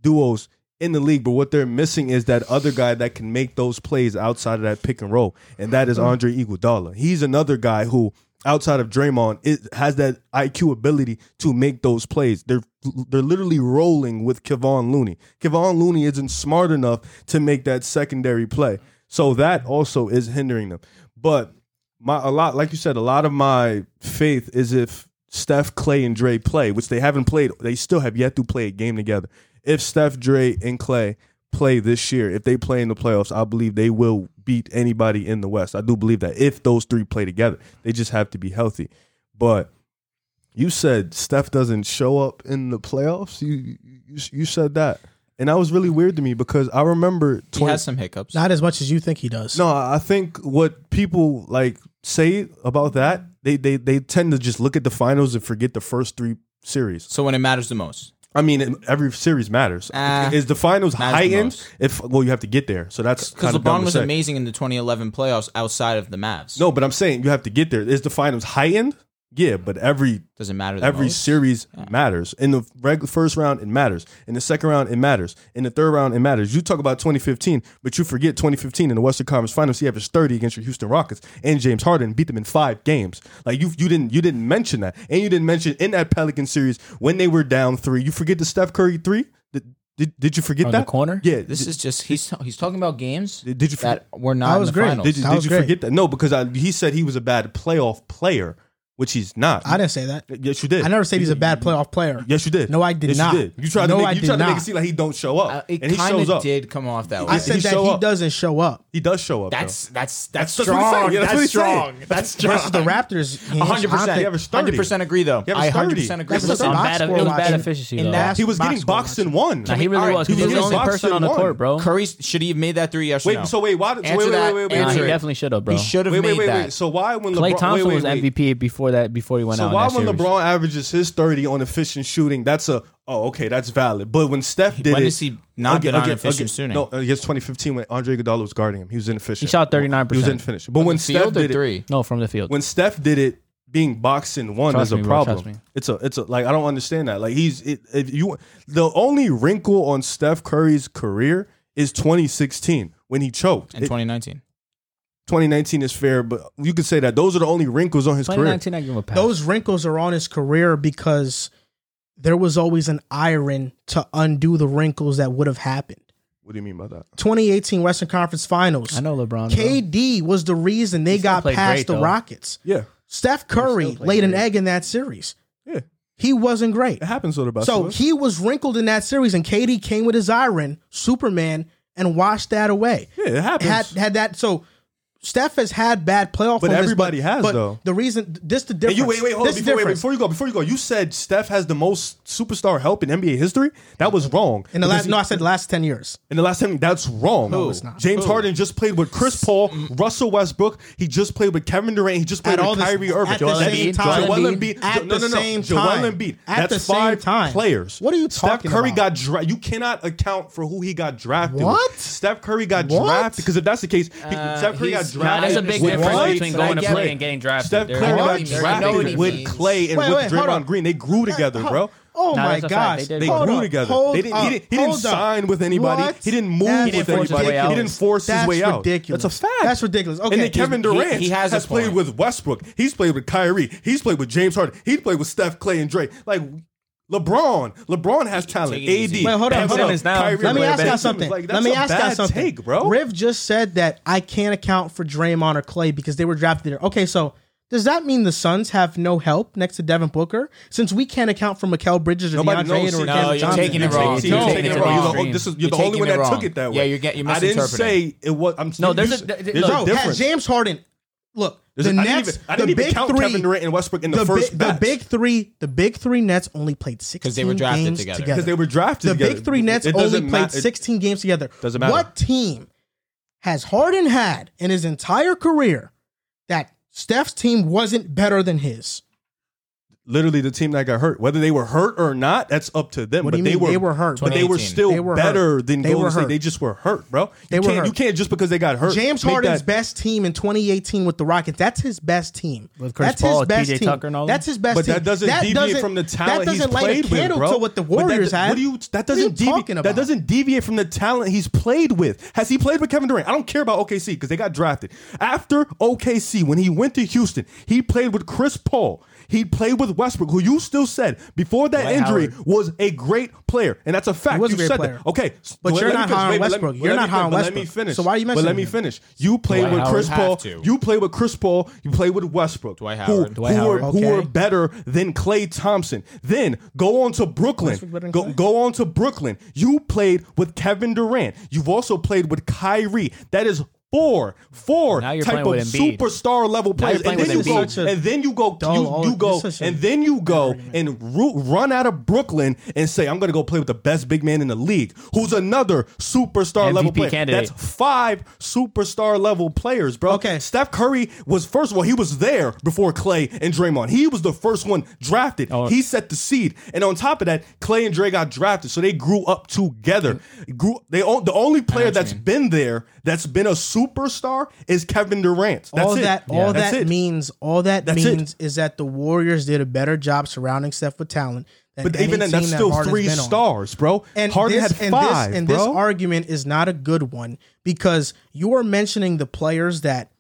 Speaker 3: duos in the league, but what they're missing is that other guy that can make those plays outside of that pick and roll, and that is Andre Iguodala. He's another guy who, outside of Draymond, is, has that IQ ability to make those plays. They're they're literally rolling with Kevon Looney. Kevon Looney isn't smart enough to make that secondary play, so that also is hindering them. But my a lot, like you said, a lot of my faith is if Steph, Clay, and Dre play, which they haven't played. They still have yet to play a game together. If Steph, Dre, and Clay play this year, if they play in the playoffs, I believe they will beat anybody in the West. I do believe that if those three play together, they just have to be healthy. But you said Steph doesn't show up in the playoffs. You you, you said that, and that was really weird to me because I remember
Speaker 2: He
Speaker 3: 20
Speaker 2: has some hiccups.
Speaker 1: Not as much as you think he does.
Speaker 3: no, I think what people like say about that, they they they tend to just look at the finals and forget the first three series.
Speaker 2: so when it matters the most,
Speaker 3: I mean, every series matters.
Speaker 2: Ah,
Speaker 3: Is the finals
Speaker 2: matters the
Speaker 3: heightened?
Speaker 2: most.
Speaker 3: if well, you have to get there, so that's
Speaker 2: because
Speaker 3: kind of dumb
Speaker 2: LeBron
Speaker 3: to
Speaker 2: was
Speaker 3: say.
Speaker 2: amazing in the 2011 playoffs outside of the Mavs.
Speaker 3: No, but I'm saying you have to get there. Is the finals heightened? Yeah, but every
Speaker 2: doesn't matter. The
Speaker 3: every
Speaker 2: most.
Speaker 3: series matters. In the regular first round, it matters. In the second round, it matters. In the third round, it matters. You talk about 2015, but you forget 2015 in the Western Conference Finals. He averaged 30 against your Houston Rockets and James Harden beat them in five games. Like you, you didn't you didn't mention that, and you didn't mention in that Pelican series when they were down three. You forget the Steph Curry three. Did, did, did you forget
Speaker 4: From the
Speaker 3: that
Speaker 4: corner?
Speaker 3: Yeah.
Speaker 2: This
Speaker 3: did,
Speaker 2: is just he's he's talking about games
Speaker 3: did did you forget?
Speaker 2: that were not
Speaker 1: That
Speaker 2: in
Speaker 1: was
Speaker 2: the
Speaker 1: great.
Speaker 2: finals.
Speaker 3: Did you,
Speaker 1: That
Speaker 3: did
Speaker 1: was
Speaker 3: you
Speaker 1: great.
Speaker 3: forget that? No, because I, he said he was a bad playoff player, which he's not.
Speaker 1: I didn't say that.
Speaker 3: Yes, you did.
Speaker 1: I never said he's a bad playoff player.
Speaker 3: Yes, you did.
Speaker 1: No, I did
Speaker 3: yes,
Speaker 1: not.
Speaker 3: You, did. you tried
Speaker 1: No,
Speaker 3: to make,
Speaker 1: I
Speaker 3: you
Speaker 1: did
Speaker 3: tried to make
Speaker 1: not.
Speaker 3: it seem like he don't show up,
Speaker 2: Uh, it
Speaker 3: and he
Speaker 2: kind
Speaker 3: shows
Speaker 2: of
Speaker 3: up.
Speaker 2: did come off that way.
Speaker 1: I said
Speaker 3: he
Speaker 1: that
Speaker 3: show
Speaker 1: he
Speaker 3: up.
Speaker 1: doesn't show up.
Speaker 3: He does show up.
Speaker 2: that's, that's that's
Speaker 3: That's- that's what he's saying.
Speaker 2: strong.
Speaker 3: Yeah, that's what
Speaker 2: That's
Speaker 3: he's saying.
Speaker 2: strong. That's
Speaker 1: Versus
Speaker 2: strong.
Speaker 1: the Raptors, games, I don't
Speaker 2: 100%.
Speaker 1: think-
Speaker 3: He averaged 30.
Speaker 2: 100% agree though.
Speaker 3: He
Speaker 2: I
Speaker 3: averaged 30.
Speaker 2: 100% agree.
Speaker 1: That's the
Speaker 4: on
Speaker 1: box
Speaker 4: bad, it
Speaker 1: score
Speaker 4: was bad
Speaker 1: watching.
Speaker 4: efficiency
Speaker 1: In
Speaker 4: though.
Speaker 1: that-
Speaker 3: though. he was
Speaker 1: Box
Speaker 3: getting
Speaker 1: score
Speaker 3: boxed in
Speaker 1: watching.
Speaker 3: one.
Speaker 4: Nah, he really
Speaker 2: Alright,
Speaker 4: was. 'cause
Speaker 3: he
Speaker 4: He was the
Speaker 3: was
Speaker 4: only
Speaker 3: boxed
Speaker 4: person
Speaker 3: in
Speaker 4: on the
Speaker 3: one.
Speaker 4: court, bro.
Speaker 2: Curry should he have made that three? Yes. or
Speaker 3: Wait,
Speaker 2: no?
Speaker 3: so wait, why?
Speaker 2: Answer
Speaker 3: wait, wait,
Speaker 2: that.
Speaker 3: wait, wait, wait,
Speaker 4: Nah,
Speaker 2: Answer
Speaker 4: he
Speaker 2: it.
Speaker 4: definitely should have, bro.
Speaker 2: He should have
Speaker 3: Wait, wait,
Speaker 2: made
Speaker 3: wait,
Speaker 2: that.
Speaker 3: wait. So why when
Speaker 4: Clay
Speaker 3: LeBron?
Speaker 4: Thompson
Speaker 3: wait, wait,
Speaker 4: was
Speaker 3: wait.
Speaker 4: MVP before that. Before he went
Speaker 3: So
Speaker 4: out. in
Speaker 3: why
Speaker 4: that
Speaker 3: when
Speaker 4: series.
Speaker 3: LeBron averages his thirty on efficient shooting, that's a oh okay, that's valid. But when Steph did
Speaker 2: When
Speaker 3: it,
Speaker 2: has he not
Speaker 3: again-
Speaker 2: been on
Speaker 3: again-
Speaker 2: efficient
Speaker 3: again-
Speaker 2: shooting?
Speaker 3: No, against twenty fifteen when Andre Iguodala was guarding him, he was inefficient.
Speaker 4: He shot 39%.
Speaker 3: He was inefficient. But when Steph
Speaker 2: Field or
Speaker 3: did it,
Speaker 2: three?
Speaker 4: No, from the field.
Speaker 3: when Steph did it, being boxed in one
Speaker 4: Trust
Speaker 3: is a
Speaker 4: me, bro,
Speaker 3: problem.
Speaker 4: trust me.
Speaker 3: It's a it's a like I don't understand that. Like he's it, if you the only wrinkle on Steph Curry's career is 2016 when he choked.
Speaker 2: in
Speaker 3: It-
Speaker 2: 2019.
Speaker 3: 2019 is fair, but you could say that those are the only wrinkles on his career.
Speaker 4: 2019, I give him a pass.
Speaker 1: Those wrinkles are on his career because there was always an iron to undo the wrinkles that would have happened.
Speaker 3: What do you mean by that?
Speaker 1: 2018 Western Conference Finals.
Speaker 4: I know Lebron. bro.
Speaker 1: KD was the reason they
Speaker 4: still
Speaker 1: got
Speaker 4: played
Speaker 1: past
Speaker 4: great,
Speaker 1: the
Speaker 4: though.
Speaker 1: Rockets.
Speaker 3: Yeah,
Speaker 1: Steph Curry laid an egg in that series.
Speaker 3: yeah,
Speaker 1: He wasn't great.
Speaker 3: it happens to the best.
Speaker 1: So
Speaker 3: of us.
Speaker 1: he was wrinkled in that series, and KD came with his iron, Superman, and washed that away.
Speaker 3: yeah, it happens.
Speaker 1: had had that. So Steph has had bad playoff.
Speaker 3: But
Speaker 1: moments,
Speaker 3: everybody has,
Speaker 1: but
Speaker 3: though.
Speaker 1: The reason this the
Speaker 3: And
Speaker 1: difference.
Speaker 3: you wait, wait, hold on.
Speaker 1: This the
Speaker 3: Before, wait, wait,
Speaker 1: difference.
Speaker 3: before you go, before you go, you said Steph has the most superstar help in NBA history. That was wrong.
Speaker 1: in the
Speaker 3: Because
Speaker 1: last,
Speaker 3: he-
Speaker 1: no, I said the last ten years.
Speaker 3: In the last time, that's wrong.
Speaker 1: it's not.
Speaker 3: James
Speaker 1: Who? mm.
Speaker 3: Harden just played with Chris Paul, Russell Westbrook. He just played with Kevin Durant. He just
Speaker 1: At
Speaker 3: played
Speaker 1: all
Speaker 3: with
Speaker 1: this-
Speaker 3: Kyrie
Speaker 1: at
Speaker 3: Irving.
Speaker 1: the Joel same Embiid, time.
Speaker 3: Joel
Speaker 1: Joel
Speaker 3: Embiid.
Speaker 1: Embiid.
Speaker 3: Jo-
Speaker 1: At
Speaker 3: no,
Speaker 1: the
Speaker 3: no, no.
Speaker 1: same
Speaker 3: Joel
Speaker 1: time.
Speaker 3: Embiid.
Speaker 1: At
Speaker 3: That's
Speaker 1: the same
Speaker 3: five
Speaker 1: time.
Speaker 3: players.
Speaker 1: What are you
Speaker 3: Steph
Speaker 1: talking
Speaker 3: Curry
Speaker 1: about?
Speaker 3: got drafted. You cannot account for who he got drafted. with.
Speaker 1: What?
Speaker 3: Steph Curry got
Speaker 1: What?
Speaker 3: drafted because if that's the case, he,
Speaker 2: Uh,
Speaker 3: Steph Curry got
Speaker 2: he's-
Speaker 3: drafted.
Speaker 4: Nah, that's a big
Speaker 3: with
Speaker 4: difference
Speaker 3: Clay.
Speaker 4: between
Speaker 2: But I
Speaker 4: going to
Speaker 2: get
Speaker 4: play
Speaker 2: it.
Speaker 4: and getting drafted.
Speaker 3: Steph
Speaker 4: They're-
Speaker 3: Curry
Speaker 1: I
Speaker 3: got
Speaker 1: mean,
Speaker 2: I know what he
Speaker 3: drafted with
Speaker 2: means.
Speaker 3: Clay and
Speaker 1: Wait,
Speaker 3: with
Speaker 1: wait, hold
Speaker 3: Draymond
Speaker 1: on.
Speaker 3: Green. They grew together, bro.
Speaker 1: Oh
Speaker 4: Nah,
Speaker 1: my
Speaker 4: that's a fact.
Speaker 1: gosh,
Speaker 4: They did.
Speaker 3: They
Speaker 4: Hold
Speaker 3: grew
Speaker 1: on,
Speaker 3: together.
Speaker 1: hold
Speaker 3: They didn't,
Speaker 1: up,
Speaker 3: he didn't. He didn't
Speaker 1: hold up.
Speaker 3: sign with anybody.
Speaker 1: What?
Speaker 3: He didn't move
Speaker 1: That's
Speaker 3: with
Speaker 4: force his
Speaker 3: anybody.
Speaker 4: way out.
Speaker 3: He didn't force
Speaker 1: That's
Speaker 3: his way out.
Speaker 1: ridiculous.
Speaker 3: That's a fact.
Speaker 1: That's ridiculous. Okay.
Speaker 3: and then Kevin
Speaker 2: He's- he-
Speaker 3: Durant
Speaker 2: he has
Speaker 3: has,
Speaker 2: a point.
Speaker 3: played with Westbrook. He's played with Kyrie. He's played with James Harden. He's played with Steph, Clay, and Dre. Like LeBron. LeBron has talent.
Speaker 2: it easy.
Speaker 3: AD.
Speaker 1: Wait, hold on,
Speaker 3: Kevin
Speaker 1: hold on.
Speaker 3: Durant, Kyrie
Speaker 1: Let me
Speaker 3: Irving,
Speaker 1: ask
Speaker 3: Ben
Speaker 1: y'all
Speaker 3: Simmons.
Speaker 1: something.
Speaker 3: Like,
Speaker 1: Let
Speaker 3: that's
Speaker 1: me
Speaker 3: a
Speaker 1: ask y'all
Speaker 3: bad
Speaker 1: something.
Speaker 3: Take, bro.
Speaker 1: Riv just said that I can't account for Draymond or Clay because they were drafted there. Okay, so does that mean the Suns have no help next to Devin Booker since we can't account for Mikel Bridges or
Speaker 3: Nobody
Speaker 1: DeAndre Ayton
Speaker 3: knows.
Speaker 1: or
Speaker 3: See,
Speaker 1: Cam
Speaker 2: No, you're
Speaker 1: Johnson?
Speaker 2: taking it wrong.
Speaker 3: You're
Speaker 2: No,
Speaker 3: taking it
Speaker 2: it's
Speaker 3: wrong. You're
Speaker 2: wrong.
Speaker 3: the, oh, this is, you're
Speaker 2: You're
Speaker 3: the only
Speaker 2: taking
Speaker 3: one
Speaker 2: it
Speaker 3: that
Speaker 2: wrong.
Speaker 3: took it that way.
Speaker 2: Yeah, you're get- you're
Speaker 3: I didn't
Speaker 2: misinterpreting.
Speaker 3: say it was. I'm
Speaker 4: No, there's
Speaker 3: you
Speaker 4: a-
Speaker 3: said-
Speaker 4: there-
Speaker 3: there's
Speaker 1: Bro,
Speaker 3: a
Speaker 1: had
Speaker 3: difference.
Speaker 1: James Harden. Look,
Speaker 3: There's
Speaker 1: the
Speaker 3: a- I didn't
Speaker 1: Nets,
Speaker 3: even, I didn't
Speaker 1: the
Speaker 3: even
Speaker 1: big
Speaker 3: count
Speaker 1: three,
Speaker 3: Kevin Durant and Westbrook in the,
Speaker 1: the,
Speaker 3: first
Speaker 1: big, the
Speaker 3: batch.
Speaker 1: big three, the big three Nets only played sixteen
Speaker 2: they were drafted
Speaker 1: games
Speaker 2: together.
Speaker 1: together.
Speaker 3: because they were drafted.
Speaker 1: the
Speaker 3: together.
Speaker 1: big three Nets
Speaker 3: It
Speaker 1: only
Speaker 3: doesn't
Speaker 1: played
Speaker 3: ma- it-
Speaker 1: 16 games together.
Speaker 3: Doesn't matter.
Speaker 1: What team has Harden had in his entire career that Steph's team wasn't better than his?
Speaker 3: literally the team that got hurt. Whether they were hurt or not, that's up to them.
Speaker 1: What
Speaker 3: but
Speaker 1: do you
Speaker 3: they
Speaker 1: mean
Speaker 3: were
Speaker 1: they were hurt?
Speaker 3: but they were
Speaker 2: 2018.
Speaker 3: still
Speaker 1: They were
Speaker 3: better
Speaker 1: hurt.
Speaker 3: than
Speaker 1: They
Speaker 3: Golden
Speaker 1: were
Speaker 3: State.
Speaker 1: hurt.
Speaker 3: They just were hurt, bro. You
Speaker 1: They were
Speaker 3: can't,
Speaker 1: hurt.
Speaker 3: You can't just because they got hurt.
Speaker 1: James
Speaker 3: make
Speaker 1: Harden's
Speaker 3: that-
Speaker 1: best team in 2018 with the Rockets. That's his best team.
Speaker 4: With Chris
Speaker 1: that's
Speaker 4: Paul,
Speaker 1: his best
Speaker 4: T.J.
Speaker 1: team.
Speaker 4: Tucker and all
Speaker 1: That's
Speaker 4: them?
Speaker 1: his best
Speaker 3: But
Speaker 1: team.
Speaker 3: that doesn't deviate
Speaker 1: doesn't-
Speaker 3: from the talent
Speaker 1: That doesn't
Speaker 3: he's
Speaker 1: light
Speaker 3: played
Speaker 1: a candle
Speaker 3: with, bro.
Speaker 1: to what the
Speaker 3: But that-
Speaker 1: Warriors had.
Speaker 3: What do you? That
Speaker 1: What are you
Speaker 3: doesn't deviate.
Speaker 1: talking about?
Speaker 3: That doesn't deviate from the talent he's played with. Has he played with Kevin Durant? I don't care about OKC because they got drafted after OKC. When he went to Houston, he played with Chris Paul. He played with Westbrook, who you still said before that
Speaker 4: Dwight
Speaker 3: injury
Speaker 4: Howard.
Speaker 3: was a great player, and that's a fact.
Speaker 1: He was a
Speaker 3: you
Speaker 1: great
Speaker 3: said
Speaker 1: player.
Speaker 3: that. Okay, s-
Speaker 1: But
Speaker 3: let
Speaker 1: you're
Speaker 3: me
Speaker 1: not
Speaker 3: finish.
Speaker 1: high on
Speaker 3: Wait, but let me-
Speaker 1: Westbrook.
Speaker 3: but
Speaker 1: You're
Speaker 3: let me
Speaker 1: not high
Speaker 3: fin-
Speaker 1: on
Speaker 3: but Let me
Speaker 1: Westbrook.
Speaker 3: finish.
Speaker 1: So why are you
Speaker 3: But
Speaker 1: mentioning
Speaker 3: let me
Speaker 1: him?
Speaker 3: finish. You played
Speaker 2: Dwight
Speaker 3: with
Speaker 2: Howard.
Speaker 3: Chris
Speaker 2: Have
Speaker 3: Paul.
Speaker 2: to.
Speaker 3: You played with Chris Paul. You played with Westbrook.
Speaker 2: Dwight
Speaker 3: who-
Speaker 2: Howard.
Speaker 3: Who,
Speaker 4: Dwight
Speaker 3: were,
Speaker 4: Howard.
Speaker 3: who were
Speaker 1: Okay.
Speaker 3: better than Clay Thompson. Then go on to Brooklyn.
Speaker 1: Westbrook better than
Speaker 3: Go,
Speaker 1: Klay?
Speaker 3: go on to Brooklyn. You played with Kevin Durant. You've also played with Kyrie. That is four, four
Speaker 4: Now you're
Speaker 3: type
Speaker 4: playing
Speaker 3: of
Speaker 4: with Embiid.
Speaker 3: superstar level players.
Speaker 4: you're
Speaker 3: And
Speaker 4: playing
Speaker 3: then you
Speaker 4: with
Speaker 3: go,
Speaker 1: Embiid. Such a
Speaker 3: and then you go,
Speaker 1: dull
Speaker 3: you,
Speaker 1: all-
Speaker 3: you go,
Speaker 1: this is a-
Speaker 3: and then you go and root, run out of Brooklyn and say, I'm going to go play with the best big man in the league, who's another superstar level
Speaker 4: MVP
Speaker 3: player.
Speaker 4: candidate.
Speaker 3: That's five superstar level players, bro.
Speaker 1: Okay.
Speaker 3: Steph Curry was first of all, he was there before Clay and Draymond. He was the first one drafted.
Speaker 1: Oh.
Speaker 3: He set the seed. And on top of that, Clay and Dre got drafted. So they grew up together. Grew they all, the only player that's been there that's been a superstar is Kevin Durant. That's
Speaker 1: all
Speaker 3: it.
Speaker 1: that all
Speaker 3: That's
Speaker 1: that
Speaker 3: it.
Speaker 1: means all that
Speaker 3: That's it.
Speaker 1: means is that the Warriors did a better job surrounding Steph with talent. Than
Speaker 3: But
Speaker 1: any
Speaker 3: even then,
Speaker 1: team
Speaker 3: that's
Speaker 1: that
Speaker 3: still
Speaker 1: Harden's
Speaker 3: three
Speaker 1: been on.
Speaker 3: stars, bro.
Speaker 1: And
Speaker 3: Harden
Speaker 1: this,
Speaker 3: had
Speaker 1: and
Speaker 3: five,
Speaker 1: this, and
Speaker 3: bro.
Speaker 1: this argument is not a good one because you are mentioning the players that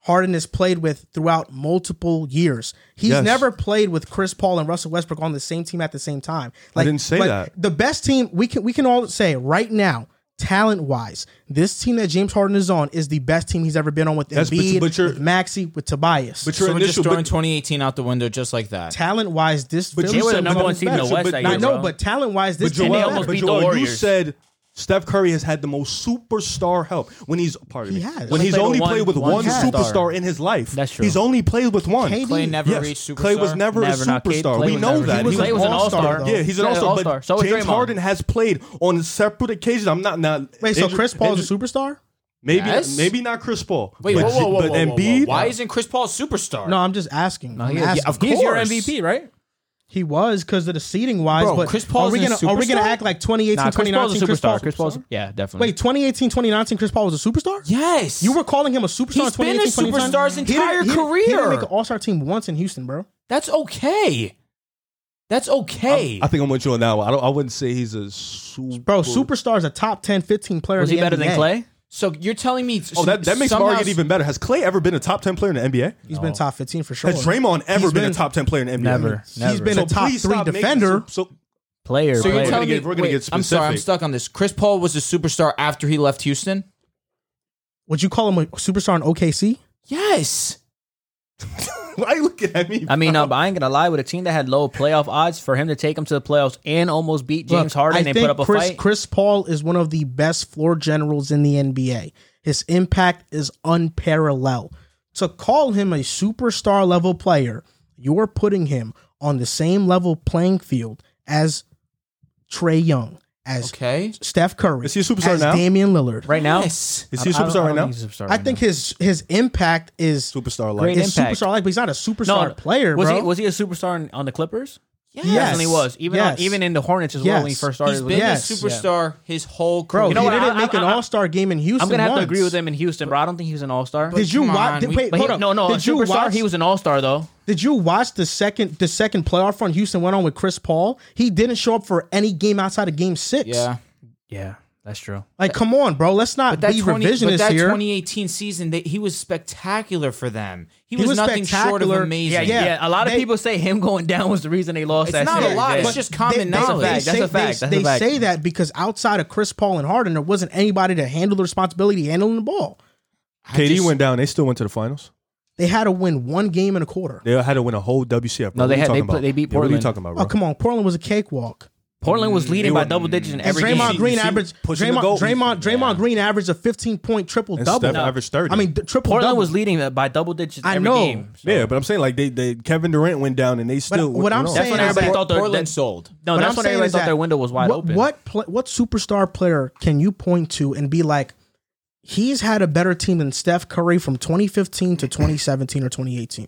Speaker 1: Harden has played with throughout multiple years. He's
Speaker 3: Yes.
Speaker 1: never played with Chris Paul and Russell Westbrook on the same team at the same time. Like,
Speaker 3: didn't say
Speaker 1: like,
Speaker 3: that.
Speaker 1: The best team we can we can all say right now, talent wise, this team that James Harden is on is the best team he's ever been on with
Speaker 3: Yes, but-
Speaker 1: Embiid,
Speaker 3: but you're-
Speaker 1: with Maxi, with Tobias.
Speaker 3: but your
Speaker 2: So we're just
Speaker 3: initial,
Speaker 2: throwing
Speaker 3: but,
Speaker 2: 2018 out the window just like that.
Speaker 1: talent wise, this
Speaker 3: But
Speaker 1: Philly
Speaker 3: you were the
Speaker 1: team
Speaker 3: number
Speaker 1: is
Speaker 3: one
Speaker 4: seed in the
Speaker 1: better.
Speaker 4: West that
Speaker 1: I
Speaker 4: year,
Speaker 1: know,
Speaker 4: bro.
Speaker 1: but talent wise, this
Speaker 3: but
Speaker 1: team
Speaker 4: they
Speaker 1: is
Speaker 3: Joel,
Speaker 1: better.
Speaker 4: almost
Speaker 3: but
Speaker 4: beat the
Speaker 3: Joel, you
Speaker 4: Warriors.
Speaker 3: said Steph Curry has had the most superstar help when he's pardon
Speaker 1: He
Speaker 3: me,
Speaker 1: has.
Speaker 3: when
Speaker 1: Only
Speaker 3: he's
Speaker 4: played
Speaker 3: only
Speaker 4: with
Speaker 3: played
Speaker 4: one-
Speaker 3: with
Speaker 4: one
Speaker 3: one
Speaker 4: superstar.
Speaker 3: superstar in his life.
Speaker 4: That's true.
Speaker 3: He's only played with one.
Speaker 1: KD.
Speaker 2: Clay never
Speaker 3: Yes.
Speaker 2: reached superstar.
Speaker 3: Clay was never
Speaker 4: Never
Speaker 3: a
Speaker 4: not K-
Speaker 3: superstar.
Speaker 4: Clay
Speaker 3: we
Speaker 4: was
Speaker 3: know
Speaker 4: never-
Speaker 3: that.
Speaker 4: he was-
Speaker 3: He's
Speaker 4: Clay was an all-star, though.
Speaker 3: Yeah, he's an
Speaker 4: He's an
Speaker 3: all-star.
Speaker 4: all-star.
Speaker 3: But
Speaker 4: So was
Speaker 3: James
Speaker 4: Draymond.
Speaker 3: Harden has played on separate occasions. I'm not not.
Speaker 1: Wait, so
Speaker 3: injured-
Speaker 1: Chris Paul's
Speaker 3: injured-
Speaker 1: a superstar?
Speaker 3: Maybe
Speaker 2: Yes.
Speaker 3: maybe not Chris Paul.
Speaker 2: Wait,
Speaker 3: but,
Speaker 2: whoa, whoa, whoa,
Speaker 3: but
Speaker 2: whoa, whoa, whoa.
Speaker 3: Embiid.
Speaker 2: Why isn't Chris Paul a superstar?
Speaker 1: No, I'm just asking. I'm
Speaker 4: he is. Yeah,
Speaker 1: asking.
Speaker 2: of
Speaker 4: He's your
Speaker 2: course.
Speaker 4: MVP, right?
Speaker 1: He was because of the seating wise,
Speaker 2: Bro,
Speaker 1: but
Speaker 2: Chris Paul's
Speaker 1: are we
Speaker 2: a
Speaker 1: gonna are we gonna
Speaker 2: superstar?
Speaker 1: act like 2018,
Speaker 4: Nah, Chris Paul's
Speaker 1: 2019
Speaker 4: a
Speaker 1: Chris
Speaker 4: superstar.
Speaker 1: Paul's
Speaker 4: Chris Paul's yeah, definitely.
Speaker 1: Wait, 2018, 2019 Chris Paul was a superstar?
Speaker 2: Yes.
Speaker 1: You were calling him a superstar
Speaker 2: He's
Speaker 1: in
Speaker 2: been a
Speaker 1: 2018, 2019?
Speaker 2: superstar his
Speaker 1: He didn't-
Speaker 2: entire
Speaker 1: he didn't- He didn't
Speaker 2: career.
Speaker 1: make an all-star team once in Houston, bro.
Speaker 2: That's okay. That's okay.
Speaker 3: I think I'm with you on that one. I, don't, I wouldn't say he's a super.
Speaker 1: Bro, superstar is a top 10, 15 player.
Speaker 4: was
Speaker 1: in
Speaker 4: he
Speaker 1: the
Speaker 4: better
Speaker 1: NBA.
Speaker 4: than Clay?
Speaker 2: so you're telling me
Speaker 3: Oh, that, that makes my
Speaker 2: somehow-
Speaker 3: argument even better. Has Clay ever been a top ten player in the NBA?
Speaker 1: He's been top 15 for sure.
Speaker 3: Has Draymond ever
Speaker 1: He's
Speaker 3: been,
Speaker 1: been-
Speaker 3: a top ten player in the NBA?
Speaker 4: Never.
Speaker 1: He's been
Speaker 3: So
Speaker 1: a top
Speaker 3: please
Speaker 1: three
Speaker 3: stop making-
Speaker 1: defender.
Speaker 3: so- so
Speaker 4: Player.
Speaker 2: So you're
Speaker 4: player.
Speaker 2: telling
Speaker 3: get-
Speaker 2: me
Speaker 3: we're gonna
Speaker 2: wait,
Speaker 3: get
Speaker 2: I'm sorry, I'm
Speaker 3: specific.
Speaker 2: stuck on this. Chris Paul was a superstar after he left Houston?
Speaker 1: Would you call him a superstar in OKC?
Speaker 2: Yes.
Speaker 3: Why are you looking at me?
Speaker 4: I mean, uh, but I ain't gonna lie. With a team that had low playoff odds, for him to take him to the playoffs and almost beat James
Speaker 1: Look,
Speaker 4: Harden and put up a
Speaker 1: Chris,
Speaker 4: fight.
Speaker 1: Chris Paul is one of the best floor generals in the NBA. His impact is unparalleled. To call him a superstar level player, you're putting him on the same level playing field as Trey Young, as
Speaker 2: Okay.
Speaker 1: Steph Curry,
Speaker 3: Is he a superstar
Speaker 1: as
Speaker 3: now?
Speaker 1: Damian Lillard.
Speaker 4: right now,
Speaker 2: Yes.
Speaker 3: Is he a
Speaker 4: I don't- I
Speaker 3: superstar right
Speaker 4: don't
Speaker 3: now?
Speaker 4: think he's a superstar
Speaker 1: I
Speaker 4: right
Speaker 1: think his his impact is
Speaker 3: Superstar
Speaker 4: Great
Speaker 3: like
Speaker 1: is
Speaker 4: impact.
Speaker 1: superstar like, but he's not a
Speaker 4: now.
Speaker 1: superstar player,
Speaker 4: was
Speaker 1: bro.
Speaker 4: he was he a superstar in, on the Clippers?
Speaker 1: Yes.
Speaker 4: He definitely was. Even
Speaker 1: Yes.
Speaker 4: on, even in the Hornets as well when he
Speaker 1: Yes.
Speaker 4: first started.
Speaker 2: He's
Speaker 4: with
Speaker 2: been
Speaker 4: the-
Speaker 1: Yes.
Speaker 2: a superstar his whole career.
Speaker 1: bro,
Speaker 4: know
Speaker 1: he
Speaker 4: what?
Speaker 1: didn't
Speaker 4: I-
Speaker 1: make
Speaker 4: I-
Speaker 1: an
Speaker 4: I-
Speaker 1: All Star game in Houston.
Speaker 4: I'm gonna have
Speaker 1: once.
Speaker 4: to agree with him in Houston, bro. I don't think he was an all star.
Speaker 1: Did you
Speaker 2: Come
Speaker 1: watch?
Speaker 2: on,
Speaker 1: Did,
Speaker 2: we-
Speaker 1: wait,
Speaker 2: but
Speaker 4: But
Speaker 1: hold
Speaker 4: he,
Speaker 1: up.
Speaker 4: no, no,
Speaker 1: Did
Speaker 4: on
Speaker 1: you
Speaker 4: superstar,
Speaker 1: watch?
Speaker 4: he was an all star though.
Speaker 1: Did you watch the second the second playoff run Houston went on with Chris Paul? He didn't show up for any game outside of Game Six.
Speaker 2: Yeah.
Speaker 4: Yeah, that's true.
Speaker 1: like come on, bro. Let's not
Speaker 2: That
Speaker 1: be
Speaker 2: 20 but
Speaker 1: revisionist
Speaker 2: that
Speaker 1: here.
Speaker 2: 2018 season, they, he was spectacular for them. He,
Speaker 1: He
Speaker 2: was,
Speaker 1: was
Speaker 2: nothing short of
Speaker 1: spectacular.
Speaker 4: Yeah,
Speaker 2: amazing.
Speaker 4: yeah. A lot of
Speaker 1: They-
Speaker 4: people say him going down was the reason they lost
Speaker 2: It's
Speaker 4: that
Speaker 2: not a
Speaker 4: series.
Speaker 2: lot,
Speaker 4: Yeah.
Speaker 2: it's just common
Speaker 1: they,
Speaker 2: knowledge.
Speaker 1: They,
Speaker 4: That's a
Speaker 1: say,
Speaker 4: fact, that's
Speaker 1: They,
Speaker 4: a
Speaker 1: they
Speaker 4: fact.
Speaker 1: say that because outside of Chris Paul and Harden, there wasn't anybody to handle the responsibility handling the ball.
Speaker 2: I
Speaker 3: KD
Speaker 2: just-
Speaker 3: went down. They still went to the finals.
Speaker 1: They had to win one game in a quarter.
Speaker 3: They had to win a whole WCF. bro.
Speaker 4: No,
Speaker 3: What
Speaker 4: they
Speaker 3: are you
Speaker 4: had-
Speaker 3: talking
Speaker 4: they play-
Speaker 3: about?
Speaker 4: they beat
Speaker 3: Yeah, What are you
Speaker 4: Portland.
Speaker 3: talking about, bro?
Speaker 1: Oh come on, Portland was a cakewalk.
Speaker 4: Portland was leading by
Speaker 3: were-
Speaker 4: double digits in
Speaker 1: And
Speaker 4: every
Speaker 1: Draymond
Speaker 4: game.
Speaker 1: Green
Speaker 3: You see,
Speaker 1: averaged
Speaker 3: pushing the
Speaker 1: Draymond
Speaker 3: goal.
Speaker 1: Draymond, Draymond Green averaged a 15 point triple
Speaker 3: and
Speaker 1: double.
Speaker 3: Steph averaged thirty.
Speaker 1: I mean, triple
Speaker 4: Portland
Speaker 1: double.
Speaker 4: was leading by double digits
Speaker 1: I
Speaker 4: every
Speaker 1: know.
Speaker 4: game. So-
Speaker 3: yeah, but I'm saying like they, they Kevin Durant went down and they still.
Speaker 1: what I'm
Speaker 3: went
Speaker 1: saying
Speaker 3: on.
Speaker 4: That's when
Speaker 1: Saying
Speaker 4: everybody
Speaker 1: that-
Speaker 4: thought their
Speaker 2: Portland
Speaker 4: that-
Speaker 2: sold.
Speaker 4: No,
Speaker 1: What
Speaker 4: that's
Speaker 1: I'm
Speaker 4: when
Speaker 1: saying
Speaker 4: everybody
Speaker 1: is
Speaker 4: thought
Speaker 1: that
Speaker 4: their window was wide
Speaker 1: what,
Speaker 4: open.
Speaker 1: What pla what superstar player can you point to and be like, he's had a better team than Steph Curry from 2015 to 2017 or 2018?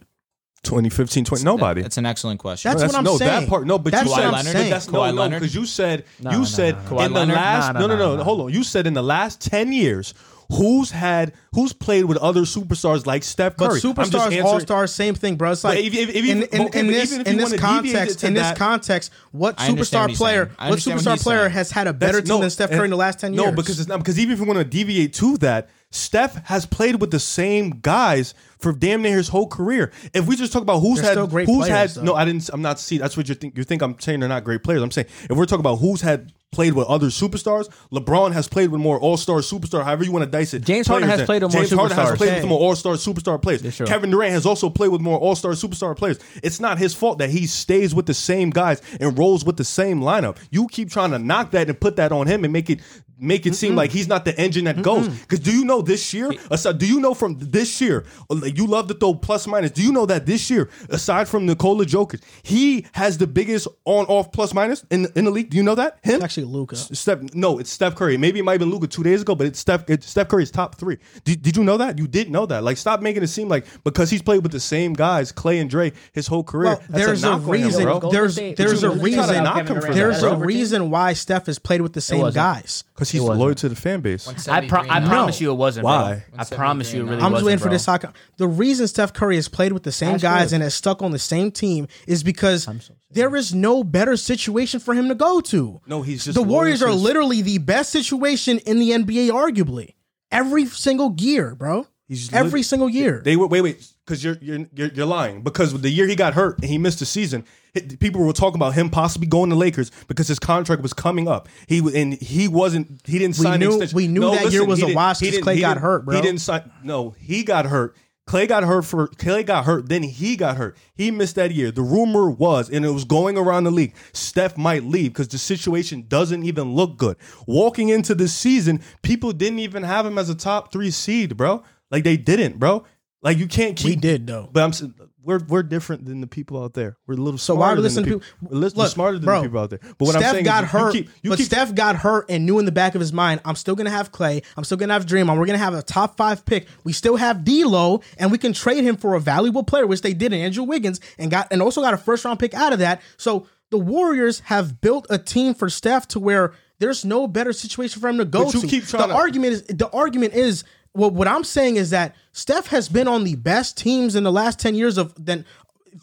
Speaker 3: 2015, 20, nobody.
Speaker 2: That's an excellent question.
Speaker 1: That's
Speaker 3: That's-
Speaker 1: what I'm
Speaker 3: no,
Speaker 1: saying.
Speaker 3: that part. No, but
Speaker 1: That's
Speaker 3: you
Speaker 1: what
Speaker 3: said,
Speaker 1: I'm
Speaker 3: but
Speaker 1: saying.
Speaker 3: that's no,
Speaker 2: Kawhi
Speaker 3: no,
Speaker 2: Leonard?
Speaker 3: because you said
Speaker 4: No,
Speaker 3: you
Speaker 4: no,
Speaker 3: said
Speaker 4: no,
Speaker 3: in
Speaker 4: no.
Speaker 2: Kawhi
Speaker 3: the
Speaker 2: Leonard?
Speaker 3: last
Speaker 4: No,
Speaker 3: no
Speaker 4: no,
Speaker 3: no, no,
Speaker 4: no,
Speaker 3: no,
Speaker 4: no.
Speaker 3: Hold on, you said in the last ten years, who's had who's played with other superstars like Steph
Speaker 1: But
Speaker 3: Curry? I'm just
Speaker 1: superstars,
Speaker 3: answering-
Speaker 1: all stars, same thing, bro. It's like
Speaker 3: if- if- if you-
Speaker 1: in, in,
Speaker 3: okay,
Speaker 1: in
Speaker 3: but
Speaker 1: this
Speaker 3: even if
Speaker 1: in
Speaker 3: you
Speaker 1: this
Speaker 3: wanna deviate it
Speaker 1: context,
Speaker 3: to
Speaker 1: in this
Speaker 3: that-
Speaker 1: context, what
Speaker 2: I understand
Speaker 1: superstar
Speaker 2: what he's
Speaker 1: player,
Speaker 2: saying. I
Speaker 1: what
Speaker 2: understand what
Speaker 1: superstar
Speaker 2: he's
Speaker 1: player
Speaker 2: saying.
Speaker 1: has had a
Speaker 3: That's-
Speaker 1: better team
Speaker 3: no,
Speaker 1: than Steph
Speaker 3: and-
Speaker 1: Curry in the last ten years?
Speaker 3: No, because it's not because even if you want to deviate to that, Steph has played with the same guys for damn near his whole career. If we just talk about who's
Speaker 1: They're
Speaker 3: had
Speaker 1: still great
Speaker 3: who's
Speaker 1: players,
Speaker 3: had
Speaker 1: though.
Speaker 3: no, I didn't. I'm not see. That's what you think. You think I'm saying they're not great players. I'm saying if we're talking about who's had played with other superstars, LeBron has played with more All Star, superstar, however you want to dice it.
Speaker 4: James Harden
Speaker 3: players
Speaker 4: has
Speaker 3: than-
Speaker 4: played with more
Speaker 3: James Harden has
Speaker 4: superstars.
Speaker 3: played with
Speaker 4: Yeah.
Speaker 3: more All Star, superstar players.
Speaker 4: That's true.
Speaker 3: Kevin Durant has also played with more All Star, superstar players. It's not his fault that he stays with the same guys and rolls with the same lineup. You keep trying to knock that and put that on him and make it make it seem like he's not the engine that goes. Because do you know this year? Aside, do you know from this year? like, You love to throw plus minus. Do you know that this year, aside from Nikola Jokic, he has the biggest on off plus minus in in the league. Do you know that him?
Speaker 1: actually Luka.
Speaker 3: Steph, no, it's Steph Curry. Maybe it might have been Luca two days ago, but it's Steph. It's Steph Curry's top three. Did, did you know that? You did know that. Like, stop making it seem like because he's played with the same guys, Clay and Dre, his whole career.
Speaker 1: Well,
Speaker 3: that's
Speaker 1: there's a,
Speaker 3: knock on him,
Speaker 1: reason.
Speaker 3: bro.
Speaker 4: Golden
Speaker 1: There's
Speaker 4: State-
Speaker 1: there's
Speaker 4: You
Speaker 1: a
Speaker 4: gotta
Speaker 1: reason.
Speaker 3: knock him for that,
Speaker 1: There's a
Speaker 3: bro.
Speaker 1: reason why Steph has played with the same
Speaker 4: wasn't.
Speaker 1: guys.
Speaker 3: Because he's
Speaker 4: It wasn't.
Speaker 3: loyal to the fan base.
Speaker 4: I, pro- I promise you it wasn't. bro.
Speaker 3: Why?
Speaker 4: I promise you it really
Speaker 1: I'm just
Speaker 4: wasn't.
Speaker 1: waiting for
Speaker 4: bro.
Speaker 1: this. Hot, the reason Steph Curry has played with the same
Speaker 4: That's
Speaker 1: guys
Speaker 4: good.
Speaker 1: and has stuck on the same team is because there is no better situation for him to go to.
Speaker 3: No, he's just
Speaker 1: the
Speaker 3: loyal
Speaker 1: Warriors
Speaker 3: to
Speaker 1: are
Speaker 3: his-
Speaker 1: literally the best situation in the NBA, arguably every single year, bro.
Speaker 3: He's lit-
Speaker 1: every single year.
Speaker 3: They were wait wait because you're, you're you're you're lying because the year he got hurt and he missed the season, it- people were talking about him possibly going to Lakers because his contract was coming up. He wa- and he wasn't he didn't
Speaker 1: We
Speaker 3: sign. an
Speaker 1: knew-
Speaker 3: extension.
Speaker 1: we knew that year was
Speaker 3: he
Speaker 1: a
Speaker 3: didn't-
Speaker 1: wash
Speaker 3: he
Speaker 1: 'cause
Speaker 3: didn't-
Speaker 1: Klay
Speaker 3: he
Speaker 1: got
Speaker 3: didn't-
Speaker 1: hurt, bro.
Speaker 3: He didn't sign. No, he got hurt. Clay got hurt for Clay got hurt. Then he got hurt. He missed that year. The rumor was, and it was going around the league, Steph might leave because the situation doesn't even look good. Walking into the season, people didn't even have him as a top three seed, bro. Like they didn't, bro. Like you can't keep.
Speaker 1: we did though.
Speaker 3: But I'm s- we're we're different than the people out there. We're a little
Speaker 1: So why are we
Speaker 3: smarter than
Speaker 1: listening
Speaker 3: the
Speaker 1: to
Speaker 3: people.
Speaker 1: people?
Speaker 3: We're lis-
Speaker 1: Look,
Speaker 3: smarter than
Speaker 1: bro,
Speaker 3: the people out there. But what
Speaker 1: Steph
Speaker 3: I'm saying
Speaker 1: got
Speaker 3: is you-
Speaker 1: hurt,
Speaker 3: You keep, you
Speaker 1: but
Speaker 3: keep,
Speaker 1: Steph got hurt and knew in the back of his mind, I'm still gonna have Clay, I'm still gonna have Draymond, we're gonna have a top five pick. We still have D'Lo, and we can trade him for a valuable player, which they did, and Andrew Wiggins, and got and also got a first round pick out of that. So the Warriors have built a team for Steph to where there's no better situation for him to go
Speaker 3: But you
Speaker 1: to.
Speaker 3: keep
Speaker 1: the
Speaker 3: trying to-
Speaker 1: argument is the argument is well, what I'm saying is that Steph has been on the best teams in the last ten years of than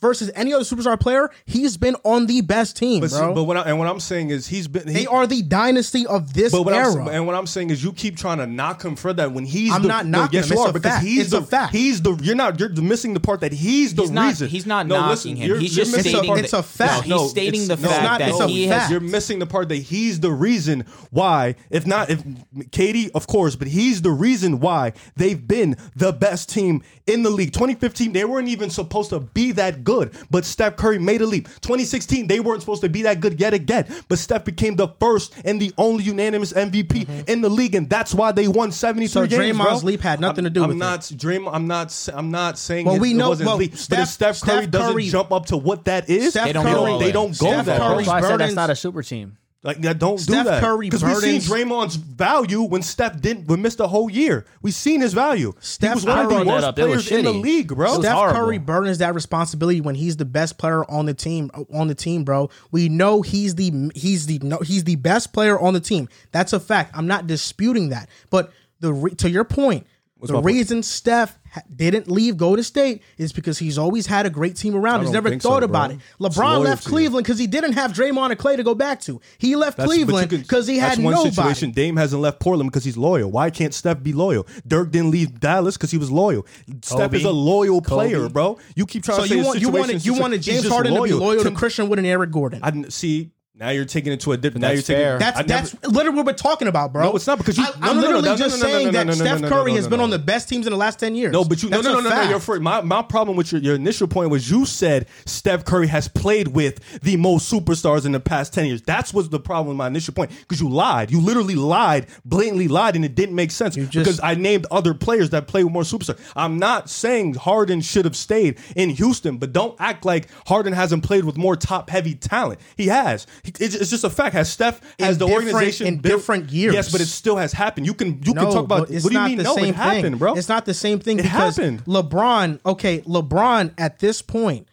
Speaker 1: versus any other superstar player. He's been on the best team,
Speaker 3: but,
Speaker 1: bro.
Speaker 3: but what I, and what I'm saying is he's been. He,
Speaker 1: they are the dynasty of this
Speaker 3: But what I'm,
Speaker 1: era.
Speaker 3: s- and what I'm saying is, you keep trying to knock him for that when he's.
Speaker 1: I'm
Speaker 3: the,
Speaker 1: not
Speaker 3: no,
Speaker 1: knocking
Speaker 3: yes,
Speaker 1: him.
Speaker 3: you
Speaker 1: It's
Speaker 3: are
Speaker 1: a
Speaker 3: because
Speaker 1: fact.
Speaker 3: he's
Speaker 1: It's
Speaker 3: the
Speaker 1: a fact.
Speaker 3: He's the. You're not. You're missing the part that he's the
Speaker 2: He's not,
Speaker 3: reason.
Speaker 2: He's not
Speaker 3: No,
Speaker 2: knocking
Speaker 3: listen,
Speaker 2: him.
Speaker 3: you're-
Speaker 2: He's
Speaker 3: you're
Speaker 2: just
Speaker 3: missing the
Speaker 2: stating
Speaker 3: part
Speaker 1: that- It's a fact.
Speaker 2: He's
Speaker 3: No,
Speaker 2: stating
Speaker 3: it's-
Speaker 2: the
Speaker 3: no,
Speaker 2: fact
Speaker 1: not- it's a
Speaker 2: that he
Speaker 1: fact.
Speaker 2: has
Speaker 3: You're missing the part that he's the reason why. If not, if Katie, of course, but he's the reason why they've been the best team in the league. 2015, they weren't even supposed to be that good, but Steph Curry made a leap. 2016, they weren't supposed to be that good yet again, but Steph became the first and the only unanimous MVP in the league, and that's why they won
Speaker 1: Mm-hmm.
Speaker 3: 73
Speaker 1: So
Speaker 3: games.
Speaker 1: Draymond's
Speaker 3: bro.
Speaker 1: leap had nothing
Speaker 3: I'm-
Speaker 1: to do
Speaker 3: I'm
Speaker 1: with it.
Speaker 3: not, Dream. I'm not. s- I'm not saying.
Speaker 1: Well,
Speaker 3: it,
Speaker 1: we
Speaker 3: it
Speaker 1: know-
Speaker 3: wasn't
Speaker 1: well,
Speaker 3: leap, but if
Speaker 1: Steph-
Speaker 3: Steph Curry
Speaker 1: Steph
Speaker 3: doesn't
Speaker 1: Curry-
Speaker 3: jump up to what that is,
Speaker 1: Steph
Speaker 3: they don't. they
Speaker 2: Curry-
Speaker 3: don't- They don't go
Speaker 1: Steph
Speaker 3: there. bro.
Speaker 1: Curry's
Speaker 4: That's why I said that's
Speaker 1: burdens-
Speaker 4: not a super team.
Speaker 3: Like, yeah, don't do
Speaker 1: Steph
Speaker 3: that.
Speaker 1: Curry
Speaker 3: Because we've seen
Speaker 1: burdens-
Speaker 3: Draymond's value when Steph didn't, when missed the whole year. We've seen his value.
Speaker 1: Steph
Speaker 3: he was one of
Speaker 1: Curry-
Speaker 3: the
Speaker 1: I brought that
Speaker 3: worst
Speaker 4: up. It was
Speaker 3: players in the
Speaker 4: shitty.
Speaker 3: league, bro.
Speaker 4: was
Speaker 1: Steph
Speaker 4: horrible.
Speaker 1: Curry burdens that responsibility when he's the best player on the team. On the team, bro, we know he's the he's the no, he's the best player on the team. That's a fact. I'm not disputing that. But the re- to your point, the reason Steph ha- didn't leave Golden State is because he's always had a great team around. him. He's
Speaker 3: don't
Speaker 1: never
Speaker 3: think
Speaker 1: thought
Speaker 3: so,
Speaker 1: about it.
Speaker 3: bro. It's
Speaker 1: LeBron left
Speaker 3: loyalty.
Speaker 1: Cleveland because he didn't have Draymond and Clay to go back to. He left
Speaker 3: That's- but you
Speaker 1: Cleveland
Speaker 3: can-
Speaker 1: because he had
Speaker 3: that's one
Speaker 1: nobody.
Speaker 3: situation. Dame hasn't left Portland because he's loyal. Why can't Steph be loyal? Dirk didn't leave Dallas because he was loyal. Steph
Speaker 4: Kobe.
Speaker 3: is a loyal player,
Speaker 4: Kobe.
Speaker 3: bro. You keep trying
Speaker 1: So
Speaker 3: to say
Speaker 1: you
Speaker 3: his
Speaker 1: want you
Speaker 3: situation,
Speaker 1: wanted you
Speaker 3: situation-
Speaker 1: wanted
Speaker 3: he's
Speaker 1: James
Speaker 3: just
Speaker 1: Harden to be loyal to
Speaker 3: Tim-
Speaker 1: Christian Wood and Eric Gordon.
Speaker 3: I didn't see. Now you're taking it to a different. Now you're
Speaker 2: that's
Speaker 3: taking.
Speaker 2: fair.
Speaker 1: That's
Speaker 3: I never-
Speaker 1: that's literally what we're talking about, bro.
Speaker 3: No, it's not, because you-
Speaker 1: I,
Speaker 3: no, no,
Speaker 1: I'm
Speaker 3: no,
Speaker 1: literally
Speaker 3: no, no,
Speaker 1: just
Speaker 3: no, no,
Speaker 1: saying
Speaker 3: no,
Speaker 1: that
Speaker 3: no, no, no,
Speaker 1: Steph
Speaker 3: no, no,
Speaker 1: Curry
Speaker 3: no,
Speaker 1: has
Speaker 3: no,
Speaker 1: been
Speaker 3: no.
Speaker 1: on the best teams in the last ten years.
Speaker 3: No, but you
Speaker 1: That's
Speaker 3: no no
Speaker 1: a
Speaker 3: no no, no.
Speaker 1: fact.
Speaker 3: Your first, my my problem with your, your initial point was you said Steph Curry has played with the most superstars in the past ten years. That's was the problem with my initial point because you lied. You literally lied, blatantly lied, and it didn't make sense because I named other players that play with more superstars. I'm not saying Harden should have stayed in Houston, but don't act like Harden hasn't played with more top heavy talent. He has. It's it's just a fact. Has Steph has
Speaker 1: In
Speaker 3: the
Speaker 1: different-
Speaker 3: organization
Speaker 1: in
Speaker 3: built-
Speaker 1: different years.
Speaker 3: Yes, but it still has happened. You can you can talk about
Speaker 1: but it's
Speaker 3: what do you
Speaker 1: not
Speaker 3: mean?
Speaker 1: the
Speaker 3: No,
Speaker 1: same
Speaker 3: it happened,
Speaker 1: thing.
Speaker 3: bro.
Speaker 1: It's not the same thing
Speaker 3: It
Speaker 1: because
Speaker 3: happened.
Speaker 1: LeBron, okay, LeBron at this point,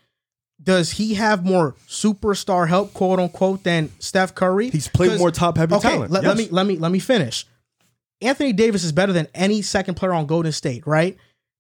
Speaker 1: does he have more superstar help, quote unquote, than Steph Curry?
Speaker 3: He's played
Speaker 1: 'Cause-
Speaker 3: more top-heavy
Speaker 1: okay,
Speaker 3: talent.
Speaker 1: Let, let me
Speaker 3: Yes.
Speaker 1: let me let me finish. Anthony Davis is better than any second player on Golden State, right?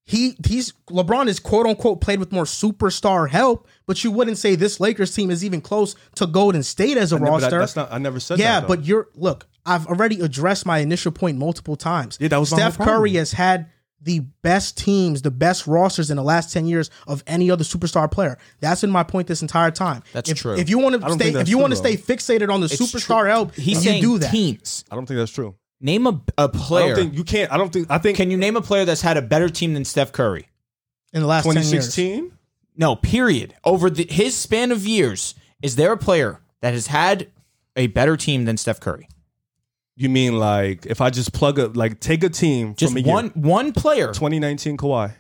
Speaker 1: He he's LeBron is quote unquote played with more superstar help, but you wouldn't say this Lakers team is even close to Golden State as a
Speaker 3: No, but
Speaker 1: roster.
Speaker 3: that- that's not. I never said
Speaker 1: Yeah,
Speaker 3: that. though.
Speaker 1: but you're look. I've already addressed my initial point multiple times.
Speaker 3: Yeah, that was my
Speaker 1: Steph
Speaker 3: whole problem.
Speaker 1: Curry has had the best teams, the best rosters in the last ten years of any other superstar player. That's been my point this entire time.
Speaker 2: That's
Speaker 1: if,
Speaker 2: true.
Speaker 1: If you want to
Speaker 3: don't
Speaker 1: stay,
Speaker 3: think
Speaker 1: if
Speaker 3: that's
Speaker 1: you
Speaker 3: true,
Speaker 1: want to
Speaker 3: though.
Speaker 1: stay fixated on the superstar help,
Speaker 2: He's
Speaker 1: you
Speaker 2: saying
Speaker 1: do that.
Speaker 2: teams.
Speaker 3: I don't think that's true.
Speaker 2: Name a, a player.
Speaker 3: I don't think you can't. I don't think. I think
Speaker 2: Can you name a player that's had a better team than Steph Curry?
Speaker 1: in the last ten years.
Speaker 3: 2016.
Speaker 2: No, period. Over the, his span of years, is there a player that has had a better team than Steph Curry?
Speaker 3: You mean like if I just plug up, like take a team
Speaker 2: Just
Speaker 3: from a
Speaker 2: one
Speaker 3: year,
Speaker 2: one player.
Speaker 3: 2019 Kawhi.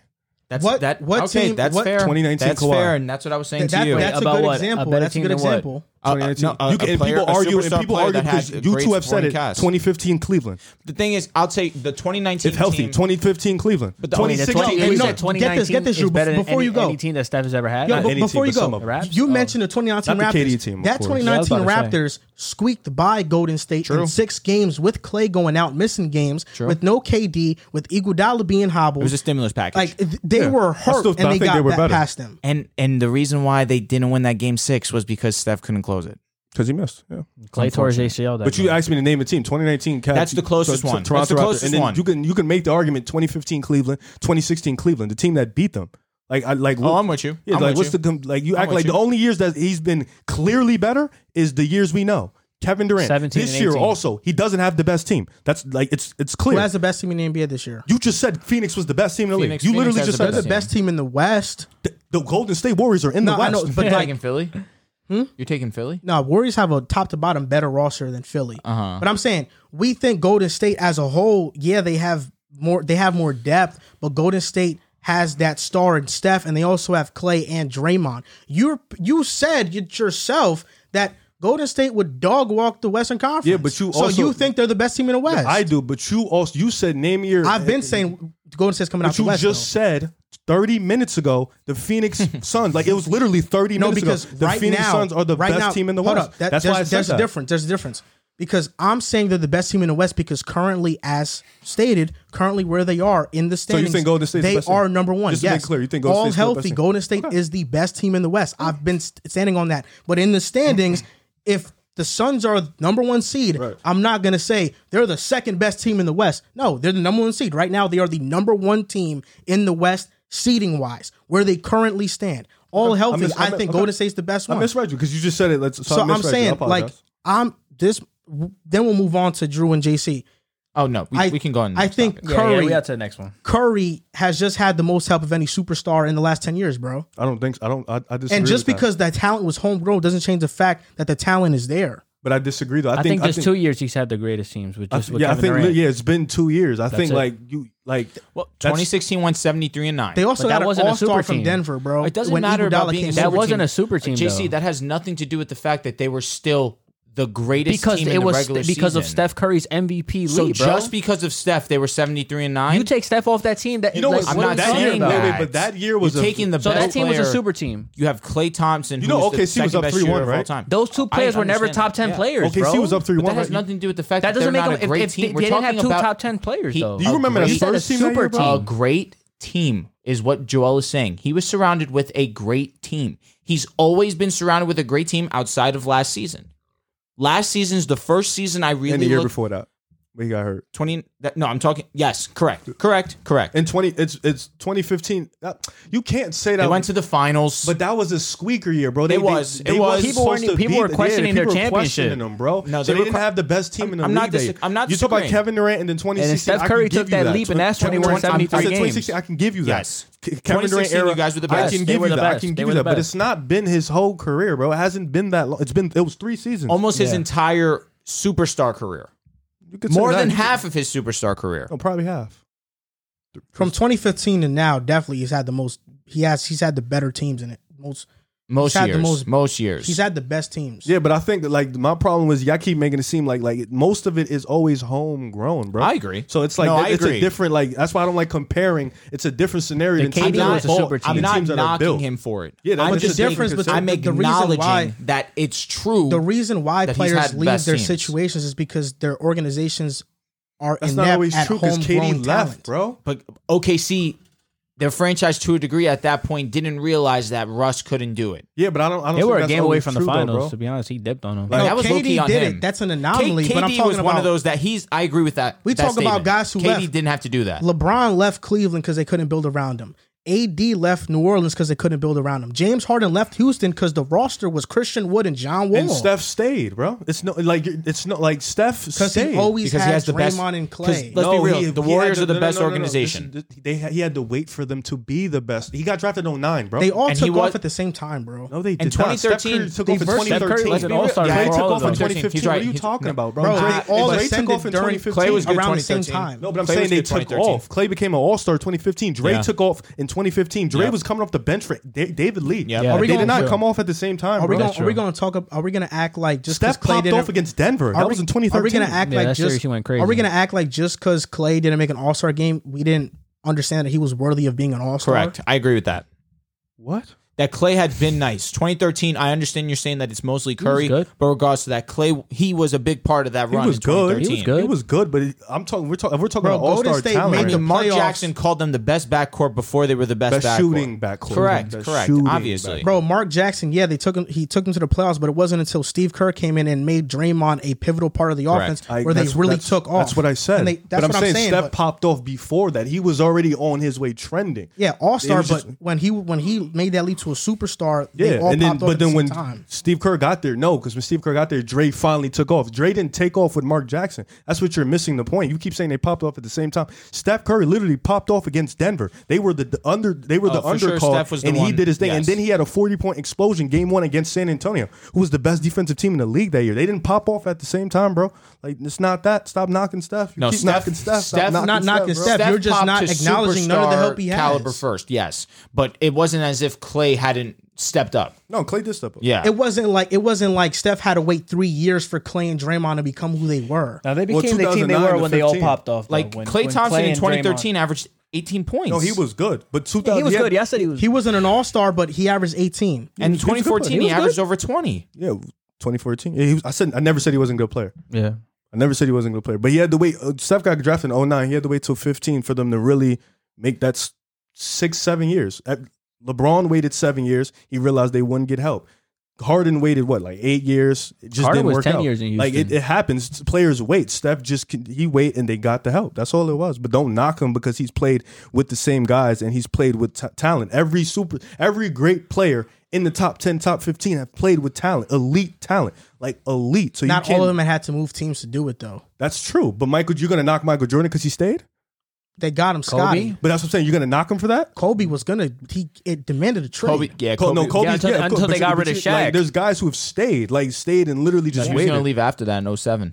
Speaker 2: That's
Speaker 1: What-
Speaker 2: that.
Speaker 1: what
Speaker 2: okay,
Speaker 1: team-
Speaker 2: that's
Speaker 1: what-
Speaker 2: fair.
Speaker 3: 2019
Speaker 2: That's
Speaker 3: Kawhi.
Speaker 2: fair, and that's what I was saying
Speaker 1: That-
Speaker 2: to you.
Speaker 1: that's a
Speaker 4: About
Speaker 1: good
Speaker 4: what? A
Speaker 1: example.
Speaker 4: better
Speaker 1: That's a
Speaker 4: team
Speaker 1: good
Speaker 4: than what?
Speaker 1: example.
Speaker 2: Uh, uh,
Speaker 3: 2019.
Speaker 2: no, a-
Speaker 3: you can,
Speaker 2: a
Speaker 3: and
Speaker 2: player-
Speaker 3: people
Speaker 2: a
Speaker 3: argue, and
Speaker 2: superstar
Speaker 3: people
Speaker 2: player
Speaker 3: argue
Speaker 2: that
Speaker 3: because
Speaker 2: had a
Speaker 3: you
Speaker 2: great
Speaker 3: two have said
Speaker 2: supporting
Speaker 3: it.
Speaker 2: cast.
Speaker 3: 2015 Cleveland,
Speaker 2: The thing is, I'll take the 2019
Speaker 3: if healthy.
Speaker 2: team-
Speaker 3: 2015 Cleveland, but
Speaker 2: the- I mean, the
Speaker 3: 2016
Speaker 2: 20
Speaker 4: And
Speaker 3: Cleveland.
Speaker 4: you
Speaker 1: no,
Speaker 4: said 2019
Speaker 1: get this, Drew,
Speaker 4: is better than
Speaker 1: before
Speaker 4: any,
Speaker 1: you go.
Speaker 4: any team that Steph has ever had.
Speaker 1: Yo,
Speaker 4: Not
Speaker 1: but
Speaker 3: any
Speaker 1: before
Speaker 3: team,
Speaker 1: you
Speaker 3: but some
Speaker 1: go,
Speaker 3: of them.
Speaker 4: Raps?
Speaker 1: you
Speaker 4: Oh.
Speaker 1: mentioned the 2019
Speaker 3: Not the
Speaker 1: Raptors.
Speaker 3: KD team, of
Speaker 1: that
Speaker 3: course.
Speaker 1: 2019
Speaker 4: Yeah, I was about to
Speaker 1: Raptors squeaked by Golden State in six games with Clay going out, missing games with no KD, with Iguodala being hobbled.
Speaker 2: it was a stimulus package.
Speaker 1: like th- they were hurt
Speaker 3: still-
Speaker 1: and
Speaker 3: I
Speaker 1: they
Speaker 3: think
Speaker 1: got
Speaker 3: they were
Speaker 1: ba-
Speaker 3: better.
Speaker 1: past them.
Speaker 2: and and the reason why they didn't win that game six was because Steph couldn't close it.
Speaker 3: because he missed. Yeah.
Speaker 4: Clay Torres ACL. That
Speaker 3: But you asked me to name a team. 2019. Cavs,
Speaker 2: That's the closest
Speaker 3: Tor- Tor-
Speaker 2: one. That's
Speaker 3: Toronto
Speaker 2: the
Speaker 3: Raptors.
Speaker 2: closest
Speaker 3: and then
Speaker 2: one.
Speaker 3: You can you can make the argument 2015 Cleveland, 2016 Cleveland, the team that beat them. Like I like.
Speaker 2: Oh, I'm with you.
Speaker 3: Yeah,
Speaker 2: I'm
Speaker 3: like
Speaker 2: with
Speaker 3: what's
Speaker 2: you.
Speaker 3: the com- like you act
Speaker 2: with
Speaker 3: like
Speaker 2: you.
Speaker 3: the only years that he's been clearly better is the years we know. Kevin Durant
Speaker 4: 17
Speaker 3: this
Speaker 4: and
Speaker 3: year
Speaker 4: 18.
Speaker 3: also he doesn't have the best team. That's like it's it's clear.
Speaker 1: Who has the best team in the NBA this year?
Speaker 3: You just said Phoenix was the best team in the
Speaker 2: Phoenix-
Speaker 3: league. You
Speaker 2: Phoenix
Speaker 3: literally
Speaker 2: has
Speaker 3: just
Speaker 2: the
Speaker 3: said
Speaker 1: They're the
Speaker 3: that.
Speaker 1: best team in the West.
Speaker 3: The Golden State Warriors are in
Speaker 1: No,
Speaker 3: the
Speaker 1: I
Speaker 3: West.
Speaker 1: know, but
Speaker 2: You're
Speaker 1: like,
Speaker 2: taking Philly? You're taking Philly?
Speaker 1: No, Warriors have a top to bottom better roster than Philly. But I'm saying we think Golden State as a whole, yeah, they have more they have more depth, but Golden State has that star and Steph, and they also have Clay and Draymond. You you said it yourself that Golden State would dog walk the Western Conference.
Speaker 3: Yeah, but you
Speaker 1: so
Speaker 3: also-
Speaker 1: you think they're the best team in the West?
Speaker 3: I do, but you also you said name your.
Speaker 1: I've been saying Golden State's coming out
Speaker 3: But
Speaker 1: the
Speaker 3: you
Speaker 1: West.
Speaker 3: just said 30 minutes ago the Phoenix Suns. Like it was literally 30
Speaker 1: No,
Speaker 3: minutes
Speaker 1: because
Speaker 3: ago. The
Speaker 1: right
Speaker 3: Phoenix
Speaker 1: now,
Speaker 3: Suns are the
Speaker 1: right
Speaker 3: best
Speaker 1: now-
Speaker 3: team in the
Speaker 1: hold
Speaker 3: world.
Speaker 1: That-
Speaker 3: That's
Speaker 1: there's,
Speaker 3: why I said
Speaker 1: there's
Speaker 3: that.
Speaker 1: a difference. There's a difference because I'm saying they're the best team in the West because currently, as stated, currently where they are in the
Speaker 3: you
Speaker 1: standings,
Speaker 3: think Golden State's the
Speaker 1: they
Speaker 3: best team?
Speaker 1: are number one.
Speaker 3: Just to
Speaker 1: yes,
Speaker 3: make clear, you think Golden
Speaker 1: all
Speaker 3: State's still the
Speaker 1: healthy,
Speaker 3: best team?
Speaker 1: Golden State is the best team in the West. I've been st- standing on that, but in the standings, if the Suns are number one seed. I'm not gonna say they're the second best team in the West. No, they're the number one seed right now. They are the number one team in the West, seeding wise, where they currently stand. All healthy, I,
Speaker 3: mis- I mi-
Speaker 1: think
Speaker 3: okay.
Speaker 1: Golden State's the best
Speaker 3: I
Speaker 1: one.
Speaker 3: misread you because you just said it. Let's, so
Speaker 1: So
Speaker 3: I
Speaker 1: I'm
Speaker 3: misread you. I
Speaker 1: saying,
Speaker 3: apologize.
Speaker 1: like, I'm this. Then we'll move on to Drew and JC.
Speaker 2: Oh no, we,
Speaker 1: I,
Speaker 2: we can go on.
Speaker 1: I think
Speaker 4: yeah, yeah,
Speaker 1: Curry
Speaker 4: we got to the next one.
Speaker 1: Curry has just had the most help of any superstar in the last ten years, bro.
Speaker 3: I don't think so. I don't. I, I disagree.
Speaker 1: And just
Speaker 3: with that.
Speaker 1: because that. talent was homegrown doesn't change the fact that the talent is there.
Speaker 3: but I disagree though. I,
Speaker 4: I think,
Speaker 3: I
Speaker 4: just two years he's had the greatest teams with just with
Speaker 3: yeah, I
Speaker 4: Kevin
Speaker 3: think
Speaker 4: Durant.
Speaker 3: yeah, it's been two years. I think
Speaker 4: it.
Speaker 3: like you like
Speaker 2: well,
Speaker 3: that's-
Speaker 2: 2016 won 73 and nine.
Speaker 1: They also
Speaker 4: But that
Speaker 1: got an
Speaker 4: wasn't a
Speaker 1: all star
Speaker 4: super
Speaker 1: from
Speaker 4: team.
Speaker 1: Denver, bro.
Speaker 2: it doesn't
Speaker 1: When
Speaker 2: matter about
Speaker 1: Iguodala
Speaker 2: being
Speaker 1: came
Speaker 2: a
Speaker 1: in.
Speaker 4: That
Speaker 2: super
Speaker 4: wasn't
Speaker 2: team.
Speaker 4: a super team,
Speaker 2: JC,
Speaker 4: though.
Speaker 2: that has nothing to do with the fact that they were still the greatest
Speaker 4: because
Speaker 2: team
Speaker 4: it
Speaker 2: in the
Speaker 4: was
Speaker 2: regular
Speaker 4: because of
Speaker 2: season.
Speaker 4: Steph Curry's MVP
Speaker 2: So
Speaker 4: lead, bro.
Speaker 2: just because of Steph, they were 73 and nine.
Speaker 4: you take Steph off that team, that
Speaker 3: You know
Speaker 4: like,
Speaker 3: what's-
Speaker 2: I'm
Speaker 4: what
Speaker 2: not
Speaker 4: are we
Speaker 3: that
Speaker 4: talking
Speaker 3: year-
Speaker 2: saying
Speaker 4: about?
Speaker 3: wait,
Speaker 2: that.
Speaker 3: wait, but that year was
Speaker 2: You're
Speaker 3: a-
Speaker 2: taking the
Speaker 4: So
Speaker 2: best
Speaker 4: that team was
Speaker 2: player.
Speaker 4: a super team.
Speaker 2: You have Clay Thompson.
Speaker 3: You know
Speaker 2: who is
Speaker 3: OKC
Speaker 2: the
Speaker 3: was
Speaker 2: second
Speaker 3: up
Speaker 2: best
Speaker 3: 3-1,
Speaker 2: shooter of all
Speaker 3: right?
Speaker 2: time.
Speaker 4: Those two
Speaker 2: I
Speaker 4: players were never
Speaker 2: understand
Speaker 4: top
Speaker 2: that.
Speaker 4: ten
Speaker 2: Yeah.
Speaker 4: players,
Speaker 3: OKC
Speaker 4: bro.
Speaker 3: was up three
Speaker 2: But
Speaker 3: one.
Speaker 2: that has nothing to do with the fact
Speaker 4: That
Speaker 2: that,
Speaker 4: doesn't
Speaker 2: they're
Speaker 4: make
Speaker 2: not
Speaker 4: them.
Speaker 2: a
Speaker 4: If,
Speaker 2: great
Speaker 4: if
Speaker 2: team.
Speaker 4: they,
Speaker 2: We're
Speaker 4: they didn't
Speaker 2: talking
Speaker 4: have two
Speaker 2: about
Speaker 4: top ten players,
Speaker 2: He-
Speaker 4: though.
Speaker 3: Do you remember
Speaker 2: Agreed.
Speaker 3: that
Speaker 2: He said
Speaker 4: a
Speaker 3: first team? that
Speaker 4: super
Speaker 3: year, bro?
Speaker 4: team.
Speaker 2: a great team is what Joel is saying. He was surrounded with a great team. He's always been surrounded with a great team outside of last season. Last season's the first season I really
Speaker 3: And the year
Speaker 2: looked-
Speaker 3: before that, we got hurt.
Speaker 2: 20 that, no, I'm talking yes, correct. Correct. Correct.
Speaker 3: In twenty, it's it's twenty fifteen. Uh, You can't say that.
Speaker 2: they went to the finals.
Speaker 3: But that was a squeaker year, bro. They,
Speaker 2: It was.
Speaker 3: They,
Speaker 2: It
Speaker 3: they
Speaker 2: was.
Speaker 3: wasn't
Speaker 2: People
Speaker 3: supposed
Speaker 4: weren't-
Speaker 3: to
Speaker 4: people
Speaker 3: be
Speaker 4: were
Speaker 3: there.
Speaker 4: questioning their
Speaker 3: People were
Speaker 4: championship.
Speaker 3: questioning them, bro.
Speaker 2: No, they
Speaker 3: So they,
Speaker 2: were
Speaker 3: didn't
Speaker 2: que-
Speaker 3: have the best team in the
Speaker 2: I'm
Speaker 3: league.
Speaker 2: not
Speaker 3: that
Speaker 2: disa-
Speaker 3: year.
Speaker 2: I'm not
Speaker 3: You talk about
Speaker 2: disagreeing.
Speaker 3: Kevin Durant and then 2016.
Speaker 4: Steph
Speaker 3: I can
Speaker 4: Curry
Speaker 3: give
Speaker 4: took
Speaker 3: you
Speaker 4: that leap, and that's when
Speaker 3: Kevin
Speaker 4: they won
Speaker 3: Durant- I said
Speaker 4: 73
Speaker 3: I can give you that.
Speaker 2: Yes.
Speaker 3: K- Kevin Durant
Speaker 2: 2016,
Speaker 3: era.
Speaker 2: you guys were the
Speaker 3: I
Speaker 2: best.
Speaker 3: can
Speaker 4: They
Speaker 3: give
Speaker 4: were
Speaker 3: you
Speaker 4: the
Speaker 3: that. I
Speaker 4: best.
Speaker 3: can
Speaker 4: They
Speaker 3: give
Speaker 4: were
Speaker 3: you
Speaker 4: the
Speaker 3: that. But
Speaker 4: best.
Speaker 3: it's not been his whole career, bro. It hasn't been that long. It's been. It was three seasons.
Speaker 2: almost his entire superstar career.
Speaker 3: You could say
Speaker 2: More
Speaker 3: that.
Speaker 2: than
Speaker 3: You could-
Speaker 2: half of his superstar career.
Speaker 3: No, probably half.
Speaker 1: From 2015 to now, definitely he's had the most. He has. He's had the better teams in it. Most
Speaker 2: Most
Speaker 1: He's had the
Speaker 2: years.
Speaker 1: most-
Speaker 2: most years.
Speaker 1: He's had the best teams.
Speaker 3: Yeah, but I think that, like my problem is y'all keep making it seem like like most of it is always homegrown, bro.
Speaker 2: I agree.
Speaker 3: So it's like
Speaker 2: No, I
Speaker 3: it's
Speaker 2: agree.
Speaker 3: a different like that's why I don't like comparing. It's a different scenario.
Speaker 4: The
Speaker 3: than teams
Speaker 4: KD
Speaker 3: that are
Speaker 4: was a
Speaker 3: built-
Speaker 4: super team.
Speaker 2: I'm
Speaker 3: than
Speaker 2: not
Speaker 3: teams that are
Speaker 2: knocking
Speaker 3: built.
Speaker 2: him for it.
Speaker 3: Yeah, that's
Speaker 2: I'm
Speaker 3: what
Speaker 2: just
Speaker 3: the
Speaker 1: difference
Speaker 2: saying,
Speaker 1: between-
Speaker 2: I'm
Speaker 1: the reason
Speaker 2: acknowledging
Speaker 1: why-
Speaker 2: that it's true.
Speaker 1: The reason why
Speaker 2: That he's
Speaker 1: players
Speaker 2: had the
Speaker 1: leave
Speaker 2: best
Speaker 1: their
Speaker 2: teams.
Speaker 1: situations is because their organizations are
Speaker 3: That's
Speaker 1: inept
Speaker 3: not always
Speaker 1: at
Speaker 3: true because
Speaker 1: homegrown
Speaker 3: KD
Speaker 1: talent.
Speaker 3: left, bro.
Speaker 2: but OKC, their franchise to a degree at that point didn't realize that Russ couldn't do it.
Speaker 3: Yeah, but I don't. I don't.
Speaker 4: They
Speaker 3: think
Speaker 4: were a
Speaker 3: that's
Speaker 4: game away
Speaker 3: always
Speaker 4: from
Speaker 3: true,
Speaker 4: the
Speaker 3: though,
Speaker 4: finals.
Speaker 3: bro.
Speaker 4: to be honest, he dipped on him.
Speaker 3: Like-
Speaker 1: No,
Speaker 2: that was low-key
Speaker 1: KD
Speaker 2: on
Speaker 1: did
Speaker 2: him.
Speaker 1: it. That's an anomaly.
Speaker 2: K-
Speaker 1: but I'm
Speaker 2: KD
Speaker 1: talking
Speaker 2: was
Speaker 1: about
Speaker 2: one of those that he's. I agree with that.
Speaker 1: We
Speaker 2: that
Speaker 1: talk about
Speaker 2: statement.
Speaker 1: guys who
Speaker 2: KD
Speaker 1: left.
Speaker 2: didn't have to do that.
Speaker 1: LeBron left Cleveland because they couldn't build around him. AD left New Orleans because they couldn't build around him. James Harden left Houston because the roster was Christian Wood and John Wall.
Speaker 3: And Steph stayed, bro. It's no like it's not like Steph
Speaker 1: because
Speaker 3: stayed
Speaker 1: he always
Speaker 2: because
Speaker 1: had
Speaker 2: he has the best-
Speaker 1: Draymond and
Speaker 2: 'cause
Speaker 1: Clay.
Speaker 2: let's- be real. The
Speaker 3: had
Speaker 2: Warriors
Speaker 3: to-
Speaker 2: are the
Speaker 3: no, no,
Speaker 2: best
Speaker 3: no, no, no.
Speaker 2: organization.
Speaker 3: This is- they had- he had to wait for them to be the best. He got drafted in 09, bro.
Speaker 1: they all
Speaker 2: and he
Speaker 1: took
Speaker 2: was-
Speaker 1: off at the same time, bro.
Speaker 3: no, they
Speaker 2: in
Speaker 3: did not. Steph
Speaker 2: 2013,
Speaker 3: Curry took
Speaker 1: they
Speaker 3: off in
Speaker 1: versed-
Speaker 4: Steph Curry
Speaker 3: 2013.
Speaker 4: was an all-star
Speaker 3: Clay
Speaker 4: for all
Speaker 3: took
Speaker 4: of
Speaker 3: off in
Speaker 4: them.
Speaker 3: 2015.
Speaker 2: He's right.
Speaker 3: What are you
Speaker 2: He's-
Speaker 3: talking about, bro?
Speaker 1: Bro,
Speaker 3: Clay-
Speaker 1: they all
Speaker 3: Clay took
Speaker 1: ascended
Speaker 3: off in
Speaker 1: during
Speaker 3: 2015.
Speaker 2: Clay was good
Speaker 1: around the same
Speaker 2: 2013.
Speaker 1: time.
Speaker 3: No, but I'm
Speaker 2: Clay was
Speaker 3: saying they
Speaker 2: good
Speaker 3: took
Speaker 2: 2013.
Speaker 3: off. Clay became an All Star 2015. Dre
Speaker 2: Yeah.
Speaker 3: took off in 2015. Dre
Speaker 2: Yep.
Speaker 3: was coming off the bench for Da- David Lee.
Speaker 2: Yep.
Speaker 4: Yeah. Are
Speaker 3: They
Speaker 4: we
Speaker 3: did
Speaker 1: gonna-
Speaker 3: not come off at the same time.
Speaker 1: Are we
Speaker 3: bro.
Speaker 1: going? Are we going to talk? ab- Are we going to act like just 'cause
Speaker 3: Steph
Speaker 1: Clay
Speaker 3: popped
Speaker 1: didn't,
Speaker 3: off against Denver.
Speaker 1: Are
Speaker 3: That
Speaker 1: we-
Speaker 3: was in 2013.
Speaker 1: Are we going to act
Speaker 4: Yeah,
Speaker 1: like
Speaker 4: that
Speaker 1: just?
Speaker 4: series he went
Speaker 1: Are we
Speaker 4: crazy.
Speaker 1: going to act like just because Clay didn't make an All Star game, we didn't understand that he was worthy of being an All Star?
Speaker 2: Correct. I agree with that.
Speaker 3: What?
Speaker 2: That Clay had been nice. 2013. I understand you're saying that it's mostly Curry,
Speaker 4: good.
Speaker 2: but regards to that, Clay he was a big part of that
Speaker 3: He
Speaker 2: run.
Speaker 3: was
Speaker 2: in
Speaker 3: good.
Speaker 2: 2013.
Speaker 4: He was good.
Speaker 3: He was good, but it- I'm talking. We're talking. We're talking
Speaker 1: Bro,
Speaker 3: about All Star
Speaker 1: Golden State
Speaker 3: talent.
Speaker 1: made
Speaker 3: right
Speaker 1: the
Speaker 3: now.
Speaker 2: Mark
Speaker 1: playoffs.
Speaker 2: Jackson called them the best backcourt before they were the best,
Speaker 3: Best
Speaker 2: backcourt.
Speaker 3: shooting backcourt.
Speaker 2: Correct,
Speaker 3: Best
Speaker 2: correct.
Speaker 3: shooting
Speaker 2: Obviously,
Speaker 1: Bro, Mark Jackson, yeah, they took him. He took him to the playoffs, but it wasn't until Steve Kerr came in and made Draymond a pivotal part of the
Speaker 2: Correct.
Speaker 1: offense
Speaker 3: I-
Speaker 1: where they
Speaker 3: that's-
Speaker 1: really
Speaker 3: that's-
Speaker 1: took off.
Speaker 3: That's what I said.
Speaker 1: And they, that's
Speaker 3: but I'm
Speaker 1: what
Speaker 3: saying,
Speaker 1: I'm saying.
Speaker 3: Steph
Speaker 1: but-
Speaker 3: popped off before that. He was already on his way trending.
Speaker 1: yeah, All
Speaker 3: It
Speaker 1: Star,
Speaker 3: was
Speaker 1: but
Speaker 3: just-
Speaker 1: when he when he made that leap to a superstar, they
Speaker 3: Yeah,
Speaker 1: all
Speaker 3: and then
Speaker 1: popped off at
Speaker 3: but then
Speaker 1: the
Speaker 3: when
Speaker 1: same time.
Speaker 3: Steve Kerr got there, no, because when Steve Kerr got there, Dre finally took off. Dre didn't take off with Mark Jackson. That's what you're missing the point. You keep saying they popped off at the same time. Steph Curry literally popped off against Denver. They were the, the under they were the
Speaker 2: Oh, for sure,
Speaker 3: undercall,
Speaker 2: Steph was the
Speaker 3: and he
Speaker 2: one-
Speaker 3: did his thing. And
Speaker 2: yes.
Speaker 3: then he had a 40 point explosion game one against San Antonio, who was the best defensive team in the league that year. They didn't pop off at the same time, bro. Like it's not that. Stop knocking Steph. You
Speaker 2: No,
Speaker 3: keep
Speaker 2: Steph-
Speaker 3: knocking Steph. Stop
Speaker 2: Steph-
Speaker 3: knocking
Speaker 1: not knocking
Speaker 3: bro.
Speaker 1: Steph. You're just
Speaker 2: popped
Speaker 1: not
Speaker 2: to
Speaker 1: acknowledging none of the
Speaker 2: superstar
Speaker 1: help he has.
Speaker 2: Caliber first, yes, but it wasn't as if Clay hadn't stepped up.
Speaker 3: No, Clay did step up.
Speaker 2: Yeah,
Speaker 1: It wasn't like it wasn't like Steph had to wait three years for Clay and Draymond to become who they were.
Speaker 4: Now they
Speaker 3: Well,
Speaker 4: became the team they
Speaker 3: 2009
Speaker 4: were
Speaker 3: to
Speaker 4: when they all
Speaker 3: 15.
Speaker 4: popped off. though,
Speaker 2: like
Speaker 4: when-
Speaker 2: Klay
Speaker 4: when
Speaker 2: Thompson in
Speaker 4: and Draymond-
Speaker 2: 2013 averaged 18 points.
Speaker 3: No, he was good, but 2000
Speaker 4: Yeah, he was
Speaker 3: had-
Speaker 4: good. Yeah, I said he was.
Speaker 1: He wasn't an All Star, but he averaged 18.
Speaker 2: and
Speaker 3: was a good player.
Speaker 2: 2014 he,
Speaker 4: He was
Speaker 2: averaged
Speaker 4: good.
Speaker 2: over 20.
Speaker 3: Yeah, 2014. Yeah, he was, I said I never said he wasn't a good player.
Speaker 4: yeah.
Speaker 3: I never said he wasn't a good player, but he had to wait. Uh, Steph got drafted in 09. He had to wait till 15 for them to really make that s- six, seven years. At- LeBron waited seven years. He realized they wouldn't get help. Harden waited what, like eight years? It just
Speaker 4: Harden
Speaker 3: didn't
Speaker 4: was
Speaker 3: work
Speaker 4: 10
Speaker 3: out.
Speaker 4: years in
Speaker 3: Like it,
Speaker 4: Houston.
Speaker 3: it happens. Players wait. Steph just can- he wait and they got the help. That's all it was. But don't knock him because he's played with the same guys and he's played with t- talent. Every super, every great player in the top ten, top fifteen have played with talent, elite talent, like elite. So
Speaker 1: Not
Speaker 3: you can't,
Speaker 1: all of them had to move teams to do it though.
Speaker 3: that's true. But Michael, you're gonna knock Michael Jordan because he stayed.
Speaker 1: They got him, Scotty.
Speaker 3: But that's what I'm saying. You're gonna knock him for that.
Speaker 1: Kobe was gonna he it demanded a trade.
Speaker 2: Kobe, yeah,
Speaker 3: Col-
Speaker 2: Kobe,
Speaker 3: no, Kobe.
Speaker 4: yeah, until- until they got rid of
Speaker 3: Like,
Speaker 4: Shaq.
Speaker 3: there's guys who have stayed, like stayed and literally
Speaker 2: no,
Speaker 3: just
Speaker 2: he was
Speaker 3: waited.
Speaker 2: going to leave after that in 07.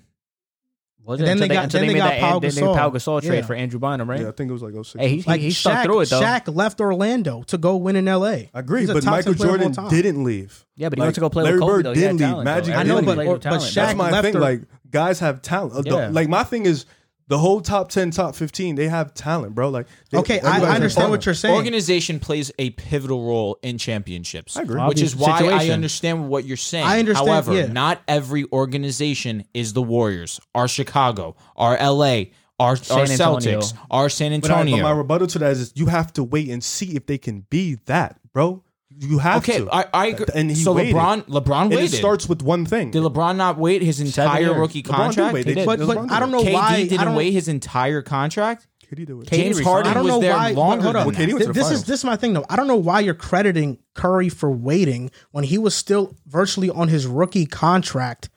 Speaker 4: Was
Speaker 1: And
Speaker 4: it
Speaker 1: then they
Speaker 4: until they
Speaker 1: got-
Speaker 4: until
Speaker 1: then
Speaker 4: they
Speaker 1: they
Speaker 4: made
Speaker 1: got
Speaker 4: that
Speaker 1: Pau
Speaker 4: and then they made
Speaker 1: Gasol.
Speaker 4: Pau Gasol
Speaker 1: Yeah.
Speaker 4: trade for Andrew Bynum, right?
Speaker 3: Yeah, I think it was like 06.
Speaker 4: Hey, he,
Speaker 1: Like
Speaker 4: he stuck
Speaker 1: Shaq,
Speaker 4: through it though.
Speaker 1: Shaq left Orlando to go win in L.A.
Speaker 3: I agree,
Speaker 1: He's a
Speaker 3: but
Speaker 1: top
Speaker 3: Michael
Speaker 1: 10 player of all
Speaker 3: Jordan
Speaker 1: time.
Speaker 3: didn't leave.
Speaker 4: yeah, but he
Speaker 3: Like,
Speaker 4: went to go play
Speaker 3: Larry
Speaker 4: with Kobe
Speaker 3: Bird
Speaker 4: though. He
Speaker 3: didn't
Speaker 4: had
Speaker 3: leave.
Speaker 4: talent, though.
Speaker 3: Magic
Speaker 1: I
Speaker 4: Everybody
Speaker 1: know,
Speaker 3: didn't
Speaker 1: but-
Speaker 3: leave.
Speaker 4: played with
Speaker 1: but
Speaker 4: talent.
Speaker 1: Shaq-
Speaker 3: That's my
Speaker 1: left
Speaker 3: thing.
Speaker 1: or-
Speaker 3: Like guys have talent. Uh, the-
Speaker 4: Yeah.
Speaker 3: Like my thing is the whole top ten, top fifteen, they have talent, bro. Like they-
Speaker 1: Okay, I,
Speaker 3: everybody
Speaker 1: I
Speaker 3: has
Speaker 1: understand
Speaker 3: talent.
Speaker 1: what you're saying.
Speaker 2: Organization plays a pivotal role in championships,
Speaker 3: I agree.
Speaker 2: which is
Speaker 4: Obvious
Speaker 2: why I
Speaker 4: situation.
Speaker 2: understand what you're saying.
Speaker 1: I understand,
Speaker 2: However,
Speaker 1: yeah.
Speaker 2: not every organization is the Warriors, our Chicago, our LA, our, our
Speaker 4: Antonio.
Speaker 2: Celtics, our San
Speaker 3: But, I, but
Speaker 2: Antonio.
Speaker 3: my rebuttal to that is you have to wait and see if they can be that, bro. You have
Speaker 2: okay,
Speaker 3: to.
Speaker 2: I, I agree.
Speaker 3: And he
Speaker 2: so
Speaker 3: waited.
Speaker 2: LeBron, LeBron
Speaker 3: And
Speaker 2: waited.
Speaker 3: it starts with one thing.
Speaker 2: Did LeBron not wait his entire
Speaker 4: years.
Speaker 2: rookie
Speaker 3: LeBron did
Speaker 2: contract?
Speaker 3: wait.
Speaker 2: He
Speaker 3: They-
Speaker 2: did.
Speaker 1: but
Speaker 3: Those
Speaker 1: but
Speaker 3: ones
Speaker 1: I don't know
Speaker 2: KD
Speaker 1: why I
Speaker 2: didn't
Speaker 1: don't,
Speaker 2: wait his entire contract.
Speaker 3: KD do it.
Speaker 2: James Harden
Speaker 1: I don't
Speaker 2: was
Speaker 1: know
Speaker 2: there
Speaker 1: why.
Speaker 2: longer
Speaker 1: hold
Speaker 2: than
Speaker 1: on.
Speaker 3: Well,
Speaker 2: that.
Speaker 3: KD went to the
Speaker 1: Th- this
Speaker 3: finals.
Speaker 1: is this is my thing though. I don't know why you're crediting Curry for waiting when he was still virtually on his rookie contract.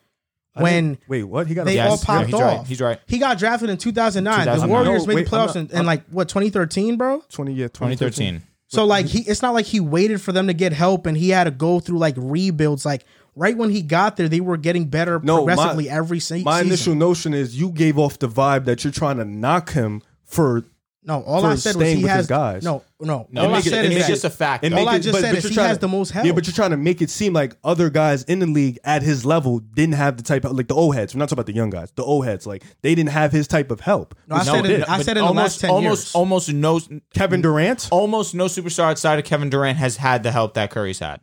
Speaker 1: When
Speaker 3: Wait, what? He got
Speaker 1: they
Speaker 3: a
Speaker 2: Yes,
Speaker 1: all
Speaker 3: yeah,
Speaker 1: popped
Speaker 2: he's
Speaker 1: off.
Speaker 2: right, he's right.
Speaker 1: He got drafted in 2009. The
Speaker 2: 2009.
Speaker 1: Warriors
Speaker 3: No,
Speaker 1: made
Speaker 3: wait,
Speaker 1: the playoffs
Speaker 3: I'm
Speaker 1: in,
Speaker 3: not-
Speaker 1: in like what 2013, bro.
Speaker 3: twenty yeah,
Speaker 2: 2013.
Speaker 1: So like he, it's not like he waited for them to get help and he had to go through like rebuilds. Like right when he got there, they were getting better
Speaker 3: No, my-
Speaker 1: progressively every se-
Speaker 3: My
Speaker 1: season.
Speaker 3: initial notion is you gave off the vibe that you're trying to knock him for
Speaker 1: No, all
Speaker 3: for
Speaker 1: I said was
Speaker 3: staying
Speaker 1: he
Speaker 3: with his
Speaker 1: has
Speaker 3: guys.
Speaker 1: No, no.
Speaker 2: No,
Speaker 1: all I
Speaker 2: make it-
Speaker 1: said
Speaker 2: and
Speaker 1: is
Speaker 2: make
Speaker 1: that-
Speaker 2: it- just a fact.
Speaker 3: and
Speaker 1: All
Speaker 3: make
Speaker 1: I just
Speaker 3: but-
Speaker 1: said
Speaker 3: but
Speaker 1: is
Speaker 3: you're
Speaker 1: he
Speaker 3: trying
Speaker 1: has
Speaker 3: to-
Speaker 1: the most
Speaker 3: Yeah,
Speaker 1: help.
Speaker 3: but you're trying to make it seem like other guys in the league at his level didn't have the type of like the old heads. We're not talking about the young guys. The old heads, like they didn't have his type of help.
Speaker 1: No, I
Speaker 3: Which
Speaker 1: said
Speaker 3: he
Speaker 1: in-
Speaker 3: did.
Speaker 1: I said in the last 10
Speaker 2: almost,
Speaker 1: years.
Speaker 2: Almost no,
Speaker 3: Kevin Durant.
Speaker 2: almost no superstar outside of Kevin Durant has had the help that Curry's had.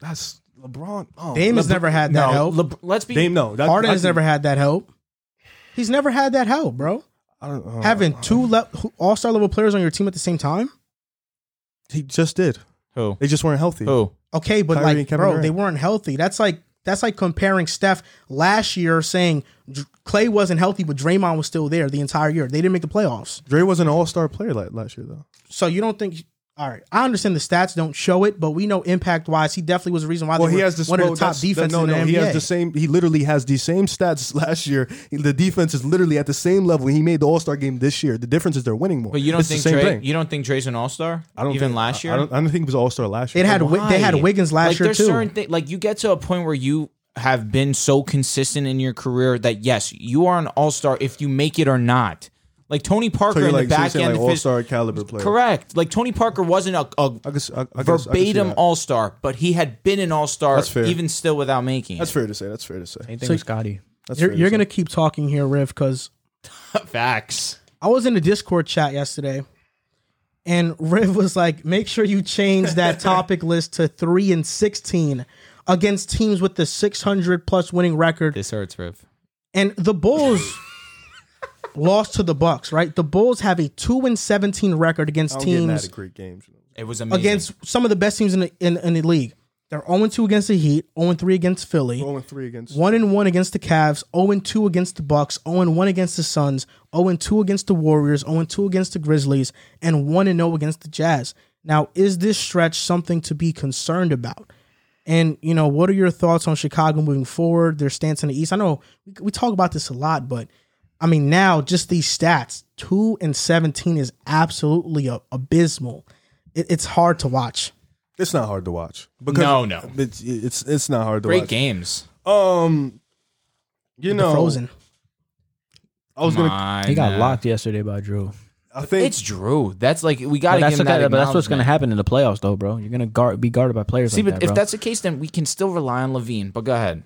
Speaker 3: That's LeBron. Oh,
Speaker 1: Dame has
Speaker 3: LeBron-
Speaker 1: never had that help.
Speaker 2: Le- let's be.
Speaker 3: Dame. No, that,
Speaker 1: Harden has
Speaker 3: I-
Speaker 1: never had that help. He's never had that help, bro.
Speaker 3: I don't, uh, know.
Speaker 1: Having two le- All Star level players on your team at the same time.
Speaker 3: he just did.
Speaker 2: who?
Speaker 3: They just weren't healthy.
Speaker 2: Who?
Speaker 1: Okay, but
Speaker 3: Kyrie
Speaker 1: like,
Speaker 3: and Kevin
Speaker 1: bro,
Speaker 3: Durant.
Speaker 1: they weren't healthy. That's like that's like comparing Steph last year saying Dr- Clay wasn't healthy, but Draymond was still there the entire year. They didn't make the playoffs.
Speaker 3: Dre was an All Star player la- last year though.
Speaker 1: So you don't think? All right, I understand the stats don't show it, but we know impact wise, he definitely was the reason why
Speaker 3: Well,
Speaker 1: they
Speaker 3: he
Speaker 1: were
Speaker 3: has this,
Speaker 1: one of
Speaker 3: well,
Speaker 1: the top
Speaker 3: that's-
Speaker 1: defenses
Speaker 3: No, no,
Speaker 1: in the
Speaker 3: he
Speaker 1: NBA.
Speaker 3: has the same. He literally has the same stats last year. The defense is literally at the same level. He made the All Star game this year. The difference is they're winning more.
Speaker 2: But you don't
Speaker 3: It's the
Speaker 2: think
Speaker 3: same
Speaker 2: Dre,
Speaker 3: thing.
Speaker 2: you don't think Dre's an All Star?
Speaker 3: I don't
Speaker 2: even
Speaker 3: think-
Speaker 2: last
Speaker 3: I-
Speaker 2: year.
Speaker 3: I don't, I don't think he was All Star last year.
Speaker 1: It had Wi- they had
Speaker 2: Why?
Speaker 1: Wiggins last
Speaker 2: like,
Speaker 1: year
Speaker 2: there's
Speaker 1: too.
Speaker 2: Certain thi- like you get to a point where you have been so consistent in your career that yes, you are an all star if you make it or not. Like Tony Parker
Speaker 3: So you're
Speaker 2: in
Speaker 3: like,
Speaker 2: the back end,
Speaker 3: like
Speaker 2: of
Speaker 3: All
Speaker 2: his-
Speaker 3: Star caliber player.
Speaker 2: correct. Like Tony Parker wasn't a, a
Speaker 3: I guess, I, I guess, I can see
Speaker 2: verbatim
Speaker 3: that.
Speaker 2: all star, but he had been an all star
Speaker 3: That's fair.
Speaker 2: even still without making.
Speaker 3: That's fair to say. That's fair to say.
Speaker 4: Same thing
Speaker 1: So-
Speaker 4: with Scotty.
Speaker 3: That's
Speaker 1: you're
Speaker 3: fair
Speaker 1: you're
Speaker 3: to
Speaker 1: gonna keep talking here, Riv, because
Speaker 2: it. facts.
Speaker 1: I was in the Discord chat yesterday, and Riv was like, "Make sure you change that topic list to three and sixteen against teams with the six hundred plus winning record."
Speaker 2: This hurts, Riv.
Speaker 1: And the Bulls lost to the Bucks, right? The Bulls have a two and seventeen record against
Speaker 3: say. I'm getting mad
Speaker 1: teams
Speaker 3: at great games.
Speaker 2: It was amazing.
Speaker 1: against some of the best teams in the, in, in the league. They're zero two against the Heat, zero three against Philly,
Speaker 3: Rolling three against.
Speaker 1: one and one against the Cavs, 0 and two against the Bucks, 0 and one against the Suns, 0 and two against the Warriors, 0 and two against the Grizzlies, and one and zero against the Jazz. Now, is this stretch something to be concerned about? And you know, what are your thoughts on Chicago moving forward? Their stance in the East. I know we, we talk about this a lot, but I mean, now just these stats, two and seventeen is absolutely a, abysmal. It, it's hard to watch.
Speaker 3: It's not hard to watch. Because
Speaker 2: No, no.
Speaker 3: It's it's, it's not hard to
Speaker 2: Great
Speaker 3: watch.
Speaker 2: games.
Speaker 3: Um, you know,
Speaker 1: Frozen.
Speaker 3: I was gonna.
Speaker 2: My
Speaker 4: He got
Speaker 2: man.
Speaker 4: locked yesterday by Drew.
Speaker 3: I think
Speaker 2: It's Drew. That's like we got
Speaker 4: But
Speaker 2: to
Speaker 4: that's,
Speaker 2: give him
Speaker 4: what-
Speaker 2: that.
Speaker 4: but that's what's going to
Speaker 2: acknowledgement.
Speaker 4: happen in the playoffs, though, bro. You're going to guard be guarded by players
Speaker 2: See,
Speaker 4: like
Speaker 2: but
Speaker 4: that,
Speaker 2: if
Speaker 4: bro.
Speaker 2: that's the case, then we can still rely on Levine. But go ahead.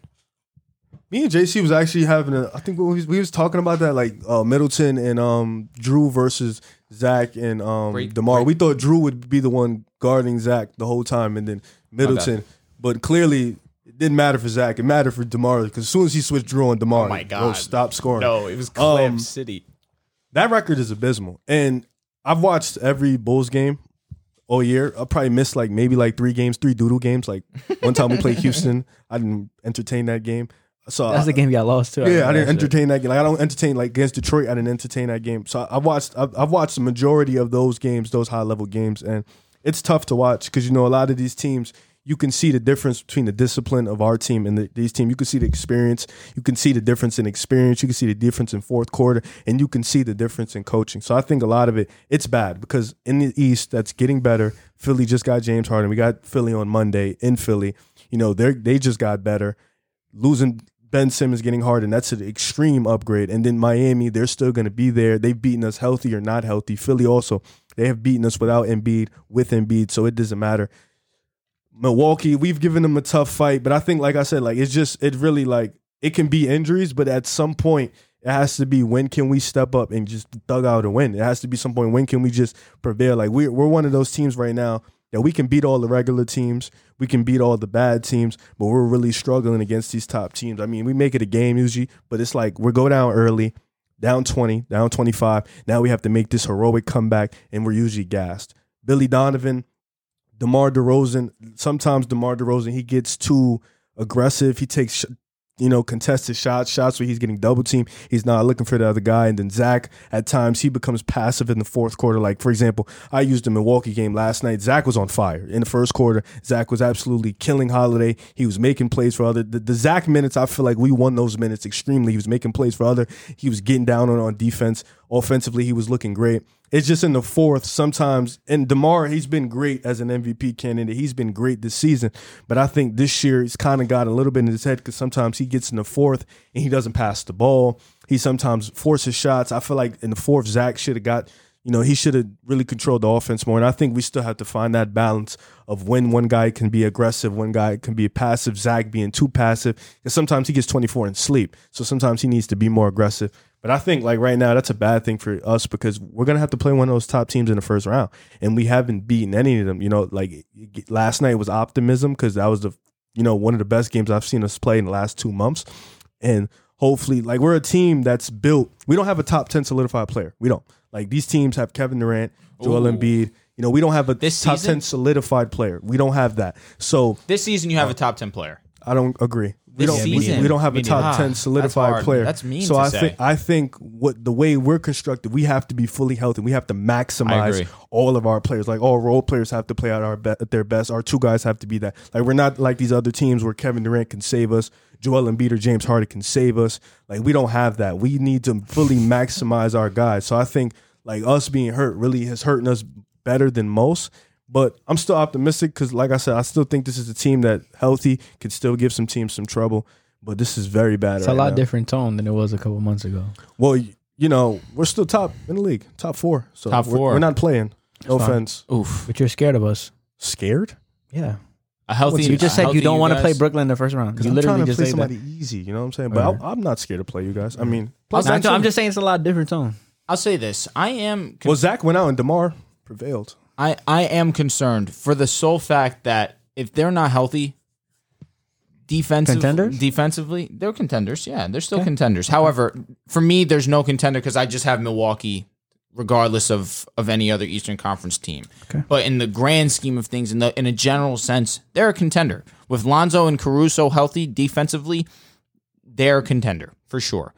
Speaker 3: me and JC was actually having a. I think we was, we was talking about that, like uh, Middleton and um Drew versus Zach and um
Speaker 2: Great-
Speaker 3: Demar.
Speaker 2: great-
Speaker 3: We thought Drew would be the one guarding Zach the whole time, and then Middleton. But clearly, it didn't matter for Zach. It mattered for Demar because as soon as he switched Drew on Demar, oh
Speaker 2: my God.
Speaker 3: stop scoring.
Speaker 2: it was
Speaker 3: Clam Um,
Speaker 2: City.
Speaker 3: that record is abysmal. And I've watched every Bulls game all year. I probably missed like maybe like three games, three doodle games. Like one time we played Houston, I didn't entertain that game. So
Speaker 4: that's
Speaker 3: I-
Speaker 4: the game you got lost to.
Speaker 3: yeah, I
Speaker 4: remember
Speaker 3: didn't
Speaker 4: that shit.
Speaker 3: entertain that game. Like I don't entertain like against Detroit. I didn't entertain that game. So I, I watched. I, I've watched the majority of those games, those high level games, and it's tough to watch because you know a lot of these teams. You can see the difference between the discipline of our team and the, these team. You can see the experience. You can see the difference in experience. You can see the difference in fourth quarter, and you can see the difference in coaching. So I think a lot of it, it's bad because in the East, that's getting better. Philly just got James Harden. We got Philly on Monday in Philly. You know they they just got better losing Ben Simmons getting Harden, that's an extreme upgrade. And then Miami, they're still going to be there. They've beaten us healthy or not healthy. Philly also, they have beaten us without Embiid, with Embiid, so it doesn't matter. Milwaukee, we've given them a tough fight, but I think, like I said, like it's just it really like it can be injuries, but at some point it has to be when can we step up and just thug out a win. It has to be some point when can we just prevail. Like we're we're one of those teams right now that we can beat all the regular teams, we can beat all the bad teams, but we're really struggling against these top teams. I mean, we make it a game usually, but it's like we go down early, down twenty, down twenty five. Now we have to make this heroic comeback, and we're usually gassed. Billy Donovan, DeMar DeRozan, sometimes DeMar DeRozan, he gets too aggressive. He takes, sh- you know, contested shots, shots where he's getting double teamed. He's not looking for the other guy. And then Zach, at times, he becomes passive in the fourth quarter. Like, for example, I used the Milwaukee game last night. Zach was on fire in the first quarter. Zach was absolutely killing Holiday. He was making plays for other. The, the Zach minutes, I feel like we won those minutes extremely. He was making plays for other. He was getting down on, on defense. Offensively, he was looking great. It's just in the fourth sometimes. And DeMar, he's been great as an MVP candidate. He's been great this season. But I think this year he's kind of got a little bit in his head because sometimes he gets in the fourth and he doesn't pass the ball. He sometimes forces shots. I feel like in the fourth, Zach should have got, You know, he should have really controlled the offense more. And I think we still have to find that balance of when one guy can be aggressive, one guy can be passive, Zach being too passive. And sometimes he gets 24 in sleep. So sometimes he needs to be more aggressive. But I think like right now, that's a bad thing for us because we're gonna have to play one of those top teams in the first round, and we haven't beaten any of them. You know, like last night was optimism because that was the you know one of the best games I've seen us play in the last two months, and hopefully, like we're a team that's built. We don't have a top ten solidified player. We don't like these teams have Kevin Durant, Joel
Speaker 2: Ooh.
Speaker 3: Embiid. You know, we don't have a
Speaker 2: This
Speaker 3: top
Speaker 2: season?
Speaker 3: ten solidified player. We don't have that. So
Speaker 2: This season, you have a top ten player.
Speaker 3: I don't agree. We
Speaker 2: This
Speaker 3: don't, we-
Speaker 2: season.
Speaker 3: we, don't have a
Speaker 2: Me neither.
Speaker 3: top
Speaker 2: Ah,
Speaker 3: ten
Speaker 2: that's
Speaker 3: solidified
Speaker 2: hard.
Speaker 3: player.
Speaker 2: That's mean
Speaker 3: So
Speaker 2: to
Speaker 3: I
Speaker 2: say.
Speaker 3: think I think what the way we're constructed, we have to be fully healthy. We have to maximize
Speaker 2: agree.
Speaker 3: all of our players. Like all role players have to play out our be- at their best. Our two guys have to be that. Like we're not like these other teams where Kevin Durant can save us, Joel Embiid or James Harden can save us. Like we don't have that. We need to fully maximize our guys. So I think like us being hurt really has hurting us better than most. But I'm still optimistic because, like I said, I still think this is a team that healthy can still give some teams some trouble. But this is very bad.
Speaker 4: It's
Speaker 3: right
Speaker 4: a lot
Speaker 3: now.
Speaker 4: different tone than it was a couple months ago.
Speaker 3: Well, y- you know, we're still top in the league, top four. So
Speaker 2: Top
Speaker 3: we're-
Speaker 2: four.
Speaker 3: We're, not playing. No offense.
Speaker 2: Oof.
Speaker 4: But you're scared of us.
Speaker 3: Scared?
Speaker 4: Yeah.
Speaker 2: A healthy.
Speaker 4: you just
Speaker 2: a
Speaker 4: said
Speaker 2: healthy
Speaker 4: you don't want to
Speaker 2: guys-
Speaker 4: play Brooklyn in the first round.
Speaker 3: Because
Speaker 4: You
Speaker 3: I'm
Speaker 4: literally
Speaker 3: trying to
Speaker 4: just
Speaker 3: play
Speaker 4: said
Speaker 3: somebody
Speaker 4: that.
Speaker 3: easy. You know what I'm saying? But
Speaker 4: Alright.
Speaker 3: I, I'm not scared to play you guys. I mean,
Speaker 2: Plus,
Speaker 4: Nah, I'm, ju-
Speaker 2: actually-
Speaker 4: I'm just saying it's a lot different tone.
Speaker 2: I'll say this. I am.
Speaker 3: well, Zach went out and Demar prevailed.
Speaker 2: I, I am concerned for the sole fact that if they're not healthy, defensive,
Speaker 4: Contenders?
Speaker 2: defensively, they're contenders. Yeah, they're still contenders. However, for me, there's no contender because I just have Milwaukee, regardless of, of any other Eastern Conference team. But in the grand scheme of things, in the in a general sense, they're a contender. With Lonzo and Caruso healthy defensively, they're a contender for sure.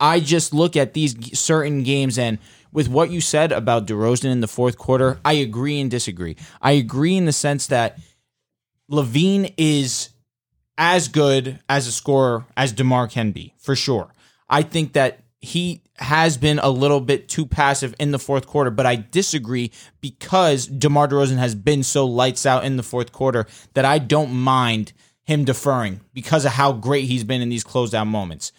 Speaker 2: I just look at these g- certain games and with what you said about DeRozan in the fourth quarter, I agree and disagree. I agree in the sense that Levine is as good as a scorer as DeMar can be, for sure. I think that he has been a little bit too passive in the fourth quarter, but I disagree because DeMar DeRozan has been so lights out in the fourth quarter that I don't mind him deferring because of how great he's been in these closeout moments.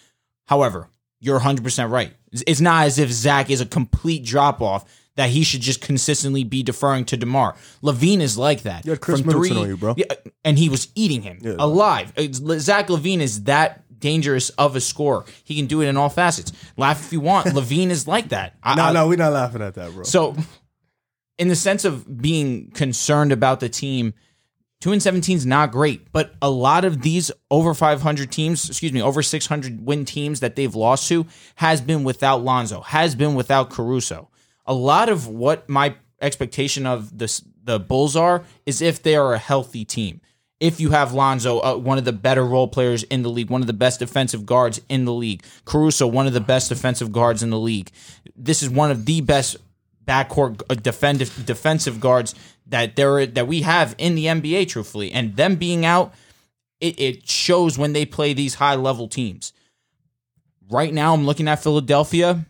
Speaker 2: However, you're 100% right. It's- It's not as if Zach is a complete drop off that he should just consistently be deferring to DeMar. Levine is like that. You
Speaker 3: had Chris Middleton on you, bro.
Speaker 2: yeah, uh, and he was eating him alive. It's- Zach Levine is that dangerous of a scorer. He can do it in all facets. Laugh if you want. Levine is like that. I, I-
Speaker 3: we're not laughing at that, bro.
Speaker 2: So, in the sense of being concerned about the team, two and seventeen is not great. But a lot of these over five hundred teams, excuse me, over six hundred win teams that they've lost to has been without Lonzo, has been without Caruso. A lot of what my expectation of the the Bulls are is if they are a healthy team. If you have Lonzo, uh, one of the better role players in the league, one of the best defensive guards in the league, Caruso, one of the best defensive guards in the league, this is one of the best backcourt uh, defensive defensive guards that there that we have in the NBA, truthfully, and them being out, it, it shows when they play these high level teams. Right now, I'm looking at Philadelphia.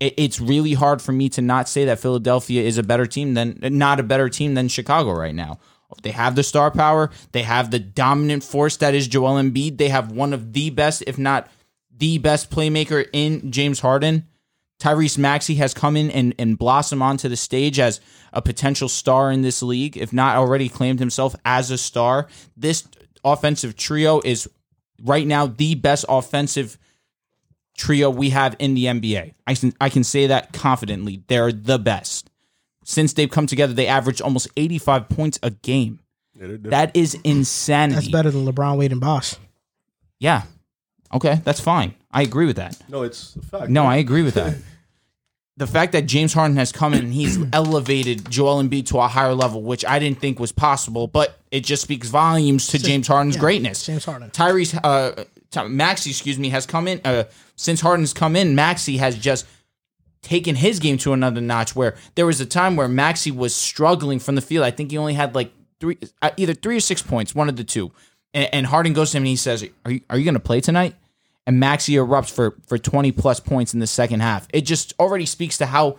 Speaker 2: It, it's really hard for me to not say that Philadelphia is a better team than not a better team than Chicago right now. They have the star power. They have the dominant force that is Joel Embiid. They have one of the best, if not the best, playmaker in James Harden. Tyrese Maxey has come in and, and blossomed onto the stage as a potential star in this league, if not already claimed himself as a star. This offensive trio is right now the best offensive trio we have in the NBA. I can, I can say that confidently. They're the best. Since they've come together, they average almost 85 points a game. That is insanity.
Speaker 1: That's better than LeBron, Wade, and Bosh.
Speaker 2: Yeah. Okay, that's fine. I agree with that.
Speaker 3: no, it's a fact.
Speaker 2: No, I agree with that. the fact that James Harden has come in and he's elevated Joel Embiid to a higher level, which I didn't think was possible, but it just speaks volumes to James Harden's greatness.
Speaker 1: James Harden.
Speaker 2: Tyrese uh, Ty- Maxey, excuse me, has come in. Uh, since Harden's come in, Maxey has just taken his game to another notch. Where there was a time where Maxey was struggling from the field. I think he only had like three, uh, either three or six points, one of the two. And, and Harden goes to him and he says, "Are you are you going to play tonight?" And Maxey erupts for for twenty plus points in the second half. It just already speaks to how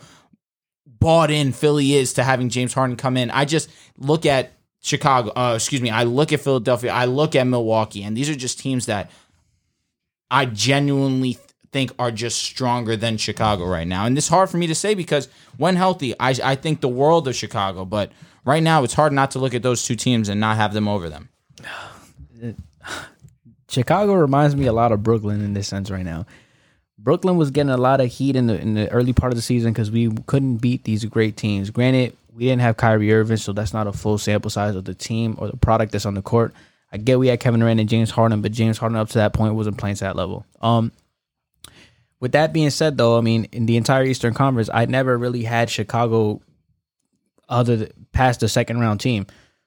Speaker 2: bought in Philly is to having James Harden come in. I just look at Chicago, uh, excuse me, I look at Philadelphia, I look at Milwaukee, and these are just teams that I genuinely th- think are just stronger than Chicago right now. And it's hard for me to say because when healthy, I, I think the world of Chicago. But right now, it's hard not to look at those two teams and not have them over them.
Speaker 4: Chicago reminds me a lot of Brooklyn in this sense right now. Brooklyn was getting a lot of heat in the in the early part of the season because we couldn't beat these great teams. Granted, we didn't have Kyrie Irving, so that's not a full sample size of the team or the product that's on the court. I get we had Kevin Durant and James Harden, but James Harden up to that point wasn't playing to that level. Um, with that being said, though, I mean, in the entire Eastern Conference, I never really had Chicago other th- past the second round team.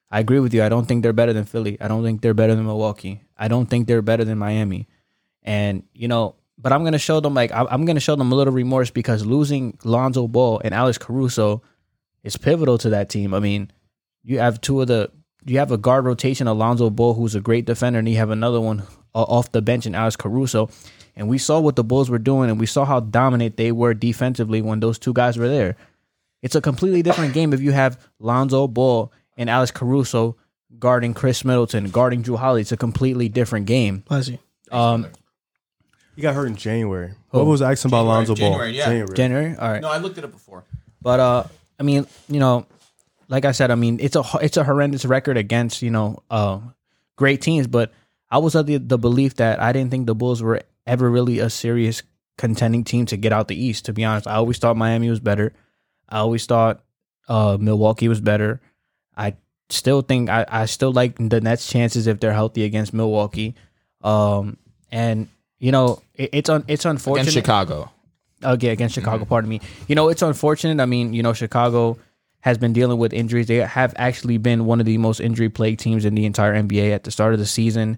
Speaker 4: I agree with you. I don't think they're better than Philly. I don't think they're better than Milwaukee. I don't think they're better than Miami. And you know, but I'm gonna show them like I- I'm gonna show them a little remorse because losing Lonzo Ball and Alex Caruso is pivotal to that team. I mean, you have two of the you have a guard rotation, Alonzo Bull, who's a great defender, and you have another one uh, off the bench in Alex Caruso. And we saw what the Bulls were doing, and we saw how dominant they were defensively when those two guys were there. It's a completely different game if you have Lonzo Ball and Alex Caruso guarding Chris Middleton, guarding Drew Holiday. It's a completely different game.
Speaker 1: Bless you.
Speaker 4: Um,
Speaker 3: He got hurt in January.
Speaker 1: Oh.
Speaker 3: What was I asking about
Speaker 2: January,
Speaker 3: Lonzo Ball?
Speaker 2: January, yeah.
Speaker 4: January, all right.
Speaker 2: I looked it up before.
Speaker 4: But uh, I mean, you know, like I said, I mean, it's a ho- it's a horrendous record against you know uh, great teams. But I was of the, the belief that I didn't think the Bulls were ever really a serious contending team to get out the East. To be honest, I always thought Miami was better. I always thought uh, Milwaukee was better. I still think I, I still like the Nets' chances if they're healthy against Milwaukee. Um, and you know, it, it's un, it's
Speaker 2: Against
Speaker 4: unfortunate
Speaker 2: Chicago.
Speaker 4: again against Chicago. Pardon me. You know, it's unfortunate. I mean, you know, Chicago has been dealing with injuries. They have actually been one of the most injury plagued teams in the entire NBA at the start of the season.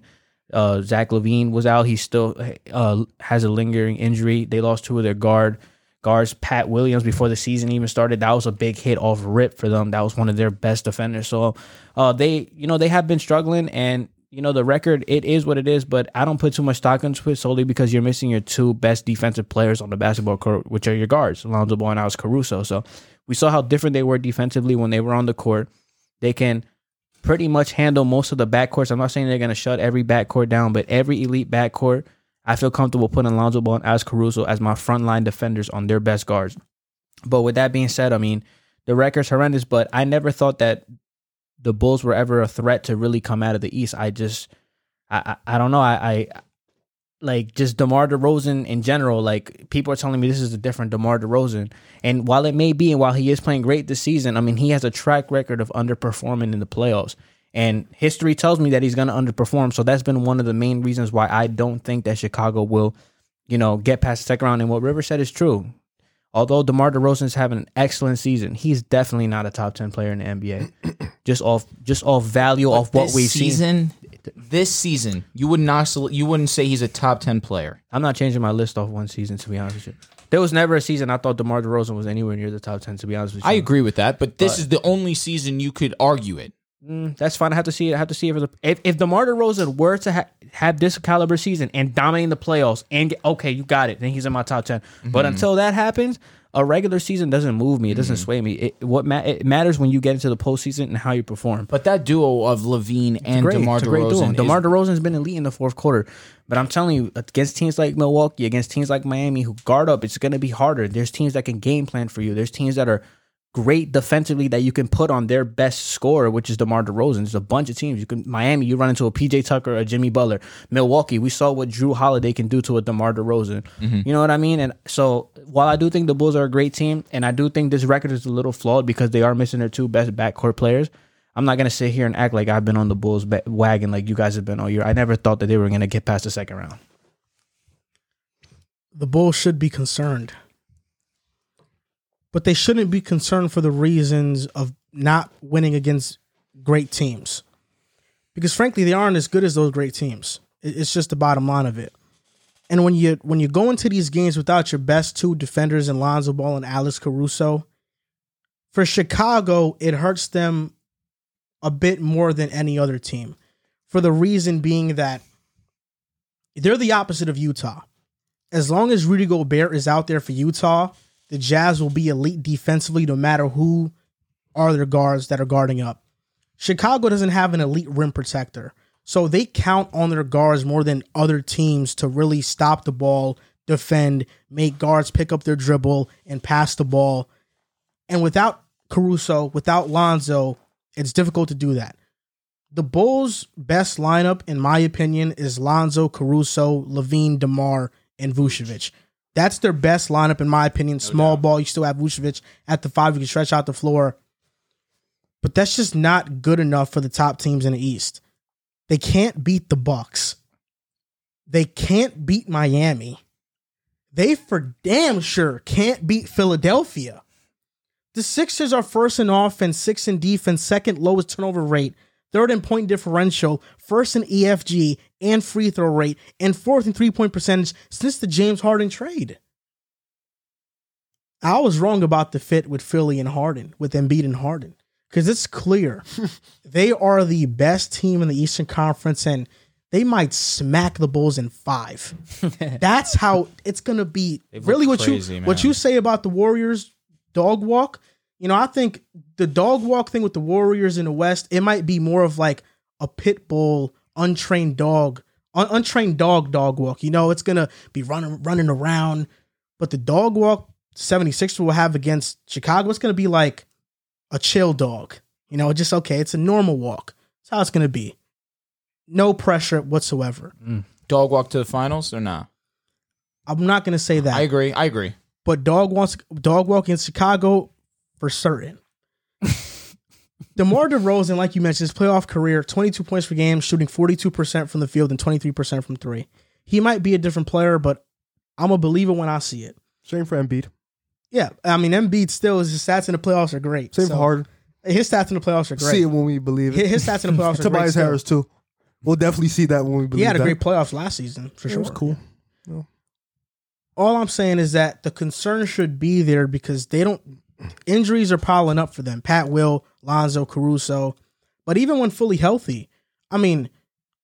Speaker 4: Uh, Zach Levine was out. He still uh, has a lingering injury. They lost two of their guard guards. Pat Williams before the season even started. That was a big hit off rip for them. That was one of their best defenders. So uh, they, you know, they have been struggling and. You know the record; it is what it is, but I don't put too much stock into it solely because you're missing your two best defensive players on the basketball court, which are your guards, Lonzo Ball and Alex Caruso. So we saw how different they were defensively when they were on the court. They can pretty much handle most of the backcourts. I'm not saying they're going to shut every backcourt down, but every elite backcourt, I feel comfortable putting Lonzo Ball and Alex Caruso as my frontline defenders on their best guards. But with that being said, I mean, the record's horrendous, but I never thought that the Bulls were ever a threat to really come out of the East. I just, I, I, I don't know. I, I, like just DeMar DeRozan in general, like people are telling me this is a different DeMar DeRozan. And while it may be, and while he is playing great this season, I mean, he has a track record of underperforming in the playoffs. And history tells me that he's going to underperform. So that's been one of the main reasons why I don't think that Chicago will, you know, get past the second round. And what Rivers said is true. Although DeMar DeRozan is having an excellent season, he's definitely not a top 10 player in the NBA. just off just off value, off what
Speaker 2: this
Speaker 4: we've seen.
Speaker 2: season, This season, you would not you wouldn't say he's a top ten player.
Speaker 4: I'm not changing my list off one season to be honest with you. There was never a season I thought DeMar DeRozan was anywhere near the top ten. To be honest with you,
Speaker 2: I agree with that, but this is the only season you could argue it.
Speaker 4: Mm, that's fine. I have to see it. I have to see if it's a- if, if DeMar DeRozan were to ha- have this caliber season and dominating the playoffs and get, okay, you got it. Then he's in my top 10 But until that happens, a regular season doesn't move me. It doesn't sway me. It, what ma- it matters when you get into the postseason and how you perform.
Speaker 2: But that duo of Levine and
Speaker 4: great.
Speaker 2: DeMar
Speaker 4: It's a great duo.
Speaker 2: DeRozan,
Speaker 4: DeMar
Speaker 2: is,
Speaker 4: DeRozan's been elite in the fourth quarter, but I'm telling you, against teams like Milwaukee, against teams like Miami who guard up, it's going to be harder. There's teams that can game plan for you. There's teams that are great defensively that you can put on their best scorer, which is DeMar DeRozan. There's a bunch of teams. You can Miami, you run into a PJ Tucker, a Jimmy Butler. Milwaukee, we saw what Drew Holiday can do to a DeMar DeRozan.
Speaker 2: Mm-hmm.
Speaker 4: You know what I mean? And so while I do think the Bulls are a great team, and I do think this record is a little flawed because they are missing their two best backcourt players. I'm not gonna sit here and act like I've been on the Bulls ba- wagon like you guys have been all year. I never thought that they were gonna get past the second round.
Speaker 1: the Bulls should be concerned. But they shouldn't be concerned for the reasons of not winning against great teams. Because frankly, they aren't as good as those great teams. It- It's just the bottom line of it. And when you when you go into these games without your best two defenders in Lonzo Ball and Alice Caruso, for Chicago, it hurts them a bit more than any other team. For the reason being that they're the opposite of Utah as long as Rudy Gobert is out there for Utah, the Jazz will be elite defensively no matter who are their guards that are guarding up. Chicago doesn't have an elite rim protector. So they count on their guards more than other teams to really stop the ball, defend, make guards pick up their dribble and pass the ball. And without Caruso, without Lonzo, it's difficult to do that. The Bulls' best lineup, in my opinion, is Lonzo, Caruso, Levine, DeMar, and Vucevic. That's their best lineup, in my opinion. Small ball, you still have Vucevic at the five. You can stretch out the floor. But that's just not good enough for the top teams in the East. They can't beat the Bucks. They can't beat Miami. They for damn sure can't beat Philadelphia. The Sixers are first in offense, sixth in defense, second lowest turnover rate, third in point differential, first in EFG and free throw rate, and fourth in three point percentage since the James Harden trade. I was wrong about the fit with Philly and Harden, with Embiid and Harden, because it's clear they are the best team in the Eastern Conference and they might smack the Bulls in five. That's how it's gonna be.
Speaker 2: They've
Speaker 1: really,
Speaker 2: looked
Speaker 1: what
Speaker 2: crazy,
Speaker 1: you what
Speaker 2: man.
Speaker 1: you say about the Warriors dog walk? You know, I think the dog walk thing with the Warriors in the West, it might be more of like a pit bull, untrained dog, un- untrained dog dog walk. You know, it's gonna be running running around. But the dog walk 76 will have against Chicago, it's gonna be like a chill dog. You know, just okay, it's a normal walk. That's how it's gonna be. No pressure whatsoever.
Speaker 3: Mm.
Speaker 2: Dog walk to the finals or nah?
Speaker 1: I'm not gonna say that.
Speaker 2: I agree. I agree.
Speaker 1: but dog wants dog walk in Chicago for certain. DeMar DeRozan, like you mentioned, his playoff career, 22 points per game, shooting 42% from the field and 23% from three. He might be a different player, but I'm a believer when I see it.
Speaker 3: Same for Embiid.
Speaker 1: Yeah, I mean, Embiid still, his stats in the playoffs are great.
Speaker 3: Same
Speaker 1: So,
Speaker 3: for Harden.
Speaker 1: His stats in the playoffs are
Speaker 3: See
Speaker 1: great.
Speaker 3: it when we believe it.
Speaker 1: His stats in the playoffs are great.
Speaker 3: Tobias
Speaker 1: still.
Speaker 3: Harris too. We'll definitely see that when we believe
Speaker 1: He had a
Speaker 3: that.
Speaker 1: great playoffs last season, for
Speaker 3: It
Speaker 1: sure.
Speaker 3: was cool.
Speaker 1: all I'm saying is that the concern should be there because they don't injuries are piling up for them. Pat Will, Lonzo, Caruso. But even when fully healthy, I mean,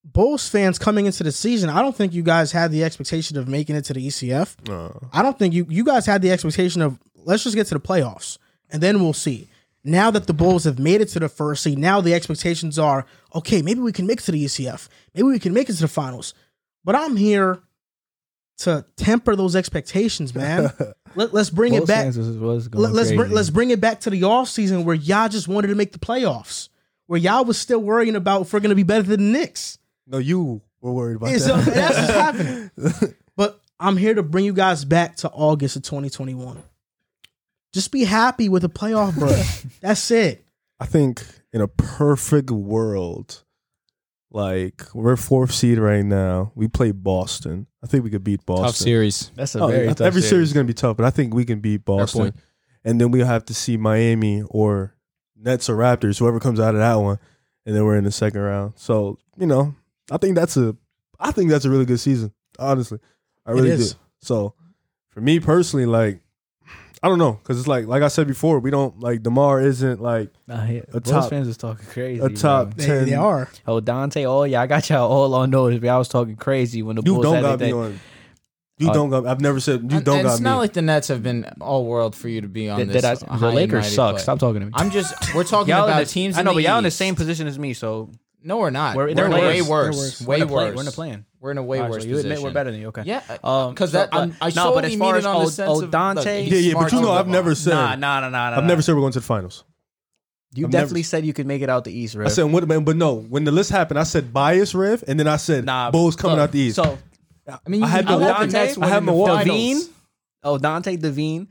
Speaker 1: Bulls fans coming into the season, I don't think you guys had the expectation of making it to the E ECF. I don't think you you guys had the expectation of let's just get to the playoffs and then we'll see. Now that the Bulls have made it to the first seed, now the expectations are okay. Maybe we can make it to the ECF. Maybe we can make it to the finals. But I'm here to temper those expectations, man. Let, us bring it
Speaker 4: Both
Speaker 1: back.
Speaker 4: fans was- was going
Speaker 1: Let, let's br-
Speaker 4: crazy.
Speaker 1: let's bring it back to the off season where y'all just wanted to make the playoffs, where y'all was still worrying about if we're gonna be better than the Knicks.
Speaker 3: No, you were worried about
Speaker 1: Yeah, so
Speaker 3: that.
Speaker 1: that's what's happening. But I'm here to bring you guys back to August of 2021. Just be happy with a playoff berth. That's it.
Speaker 3: I think in a perfect world, like we're fourth seed right now. We play Boston. I think we could beat Boston.
Speaker 2: Tough series.
Speaker 4: That's a
Speaker 3: Oh,
Speaker 4: very
Speaker 3: yeah.
Speaker 4: tough
Speaker 3: every series is going to be tough, but I think we can beat Boston.
Speaker 2: point.
Speaker 3: And then we have to see Miami or Nets or Raptors, whoever comes out of that one, and then we're in the second round. So you know, I think that's a, I think that's a really good season. Honestly, I really
Speaker 1: is.
Speaker 3: do. So for me personally, like I don't know, because it's like like I said before, we don't like Demar isn't like
Speaker 4: Nah, yeah.
Speaker 3: A
Speaker 4: Bulls
Speaker 3: top-
Speaker 4: fans was talking crazy.
Speaker 3: a top
Speaker 1: They,
Speaker 3: ten.
Speaker 1: they are.
Speaker 4: Oh, Dante, oh yeah, I got y'all all on notice. But I was talking crazy when the
Speaker 3: You
Speaker 4: Bulls
Speaker 3: don't
Speaker 4: had
Speaker 3: got
Speaker 4: that-
Speaker 3: me on. You
Speaker 4: Uh,
Speaker 3: don't got. I've never said you
Speaker 2: And-
Speaker 3: don't
Speaker 2: and
Speaker 3: got
Speaker 2: it's
Speaker 3: me.
Speaker 2: not like the Nets have been all world for you to be on
Speaker 4: that-
Speaker 2: this.
Speaker 4: that I-
Speaker 2: high
Speaker 4: the
Speaker 2: and
Speaker 4: Lakers
Speaker 2: mighty
Speaker 4: suck.
Speaker 2: play.
Speaker 4: Stop talking to me.
Speaker 2: I'm just. We're talking
Speaker 4: Y'all in
Speaker 2: about
Speaker 4: the-
Speaker 2: teams.
Speaker 4: I know,
Speaker 2: in the
Speaker 4: but y'all in the
Speaker 2: East.
Speaker 4: same position as me, so
Speaker 2: No, we're not.
Speaker 4: We're-
Speaker 2: We're,
Speaker 4: they're
Speaker 2: in a way
Speaker 4: worse.
Speaker 2: worse.
Speaker 1: They're worse.
Speaker 2: Way
Speaker 4: we're in
Speaker 2: worse.
Speaker 4: the play- we're in the plan.
Speaker 2: We're in a way
Speaker 4: All right,
Speaker 2: worse
Speaker 4: so you admit
Speaker 2: position.
Speaker 4: we're better than you, okay?
Speaker 2: Yeah,
Speaker 4: Um,
Speaker 2: because
Speaker 4: so,
Speaker 2: that
Speaker 4: but-
Speaker 2: I
Speaker 4: no,
Speaker 2: saw
Speaker 4: but
Speaker 2: what
Speaker 4: as
Speaker 2: he
Speaker 4: far
Speaker 2: mean
Speaker 4: as
Speaker 2: it on
Speaker 4: old-
Speaker 2: the sense
Speaker 4: old
Speaker 2: of,
Speaker 4: Dante-
Speaker 2: he's
Speaker 3: yeah, yeah,
Speaker 2: smart
Speaker 3: but you know,
Speaker 2: on the
Speaker 3: I've
Speaker 2: ball.
Speaker 3: never said.
Speaker 4: Nah, nah, nah, nah. nah,
Speaker 3: I've
Speaker 4: nah.
Speaker 3: never said we're going to the finals.
Speaker 4: You
Speaker 3: I've never-
Speaker 4: definitely said you could make it out the East, Riv.
Speaker 3: I said, what, man, but no, when the list happened, I said bias, Riv, and then I said Bulls coming
Speaker 4: so,
Speaker 3: out the East.
Speaker 4: So
Speaker 2: I mean,
Speaker 3: I had
Speaker 2: you
Speaker 3: the
Speaker 2: know
Speaker 3: Dante-
Speaker 2: the Nets
Speaker 3: I
Speaker 2: were
Speaker 3: had
Speaker 2: in the
Speaker 3: Milwaukee.
Speaker 2: finals.
Speaker 4: Devine, oh Dante Devine,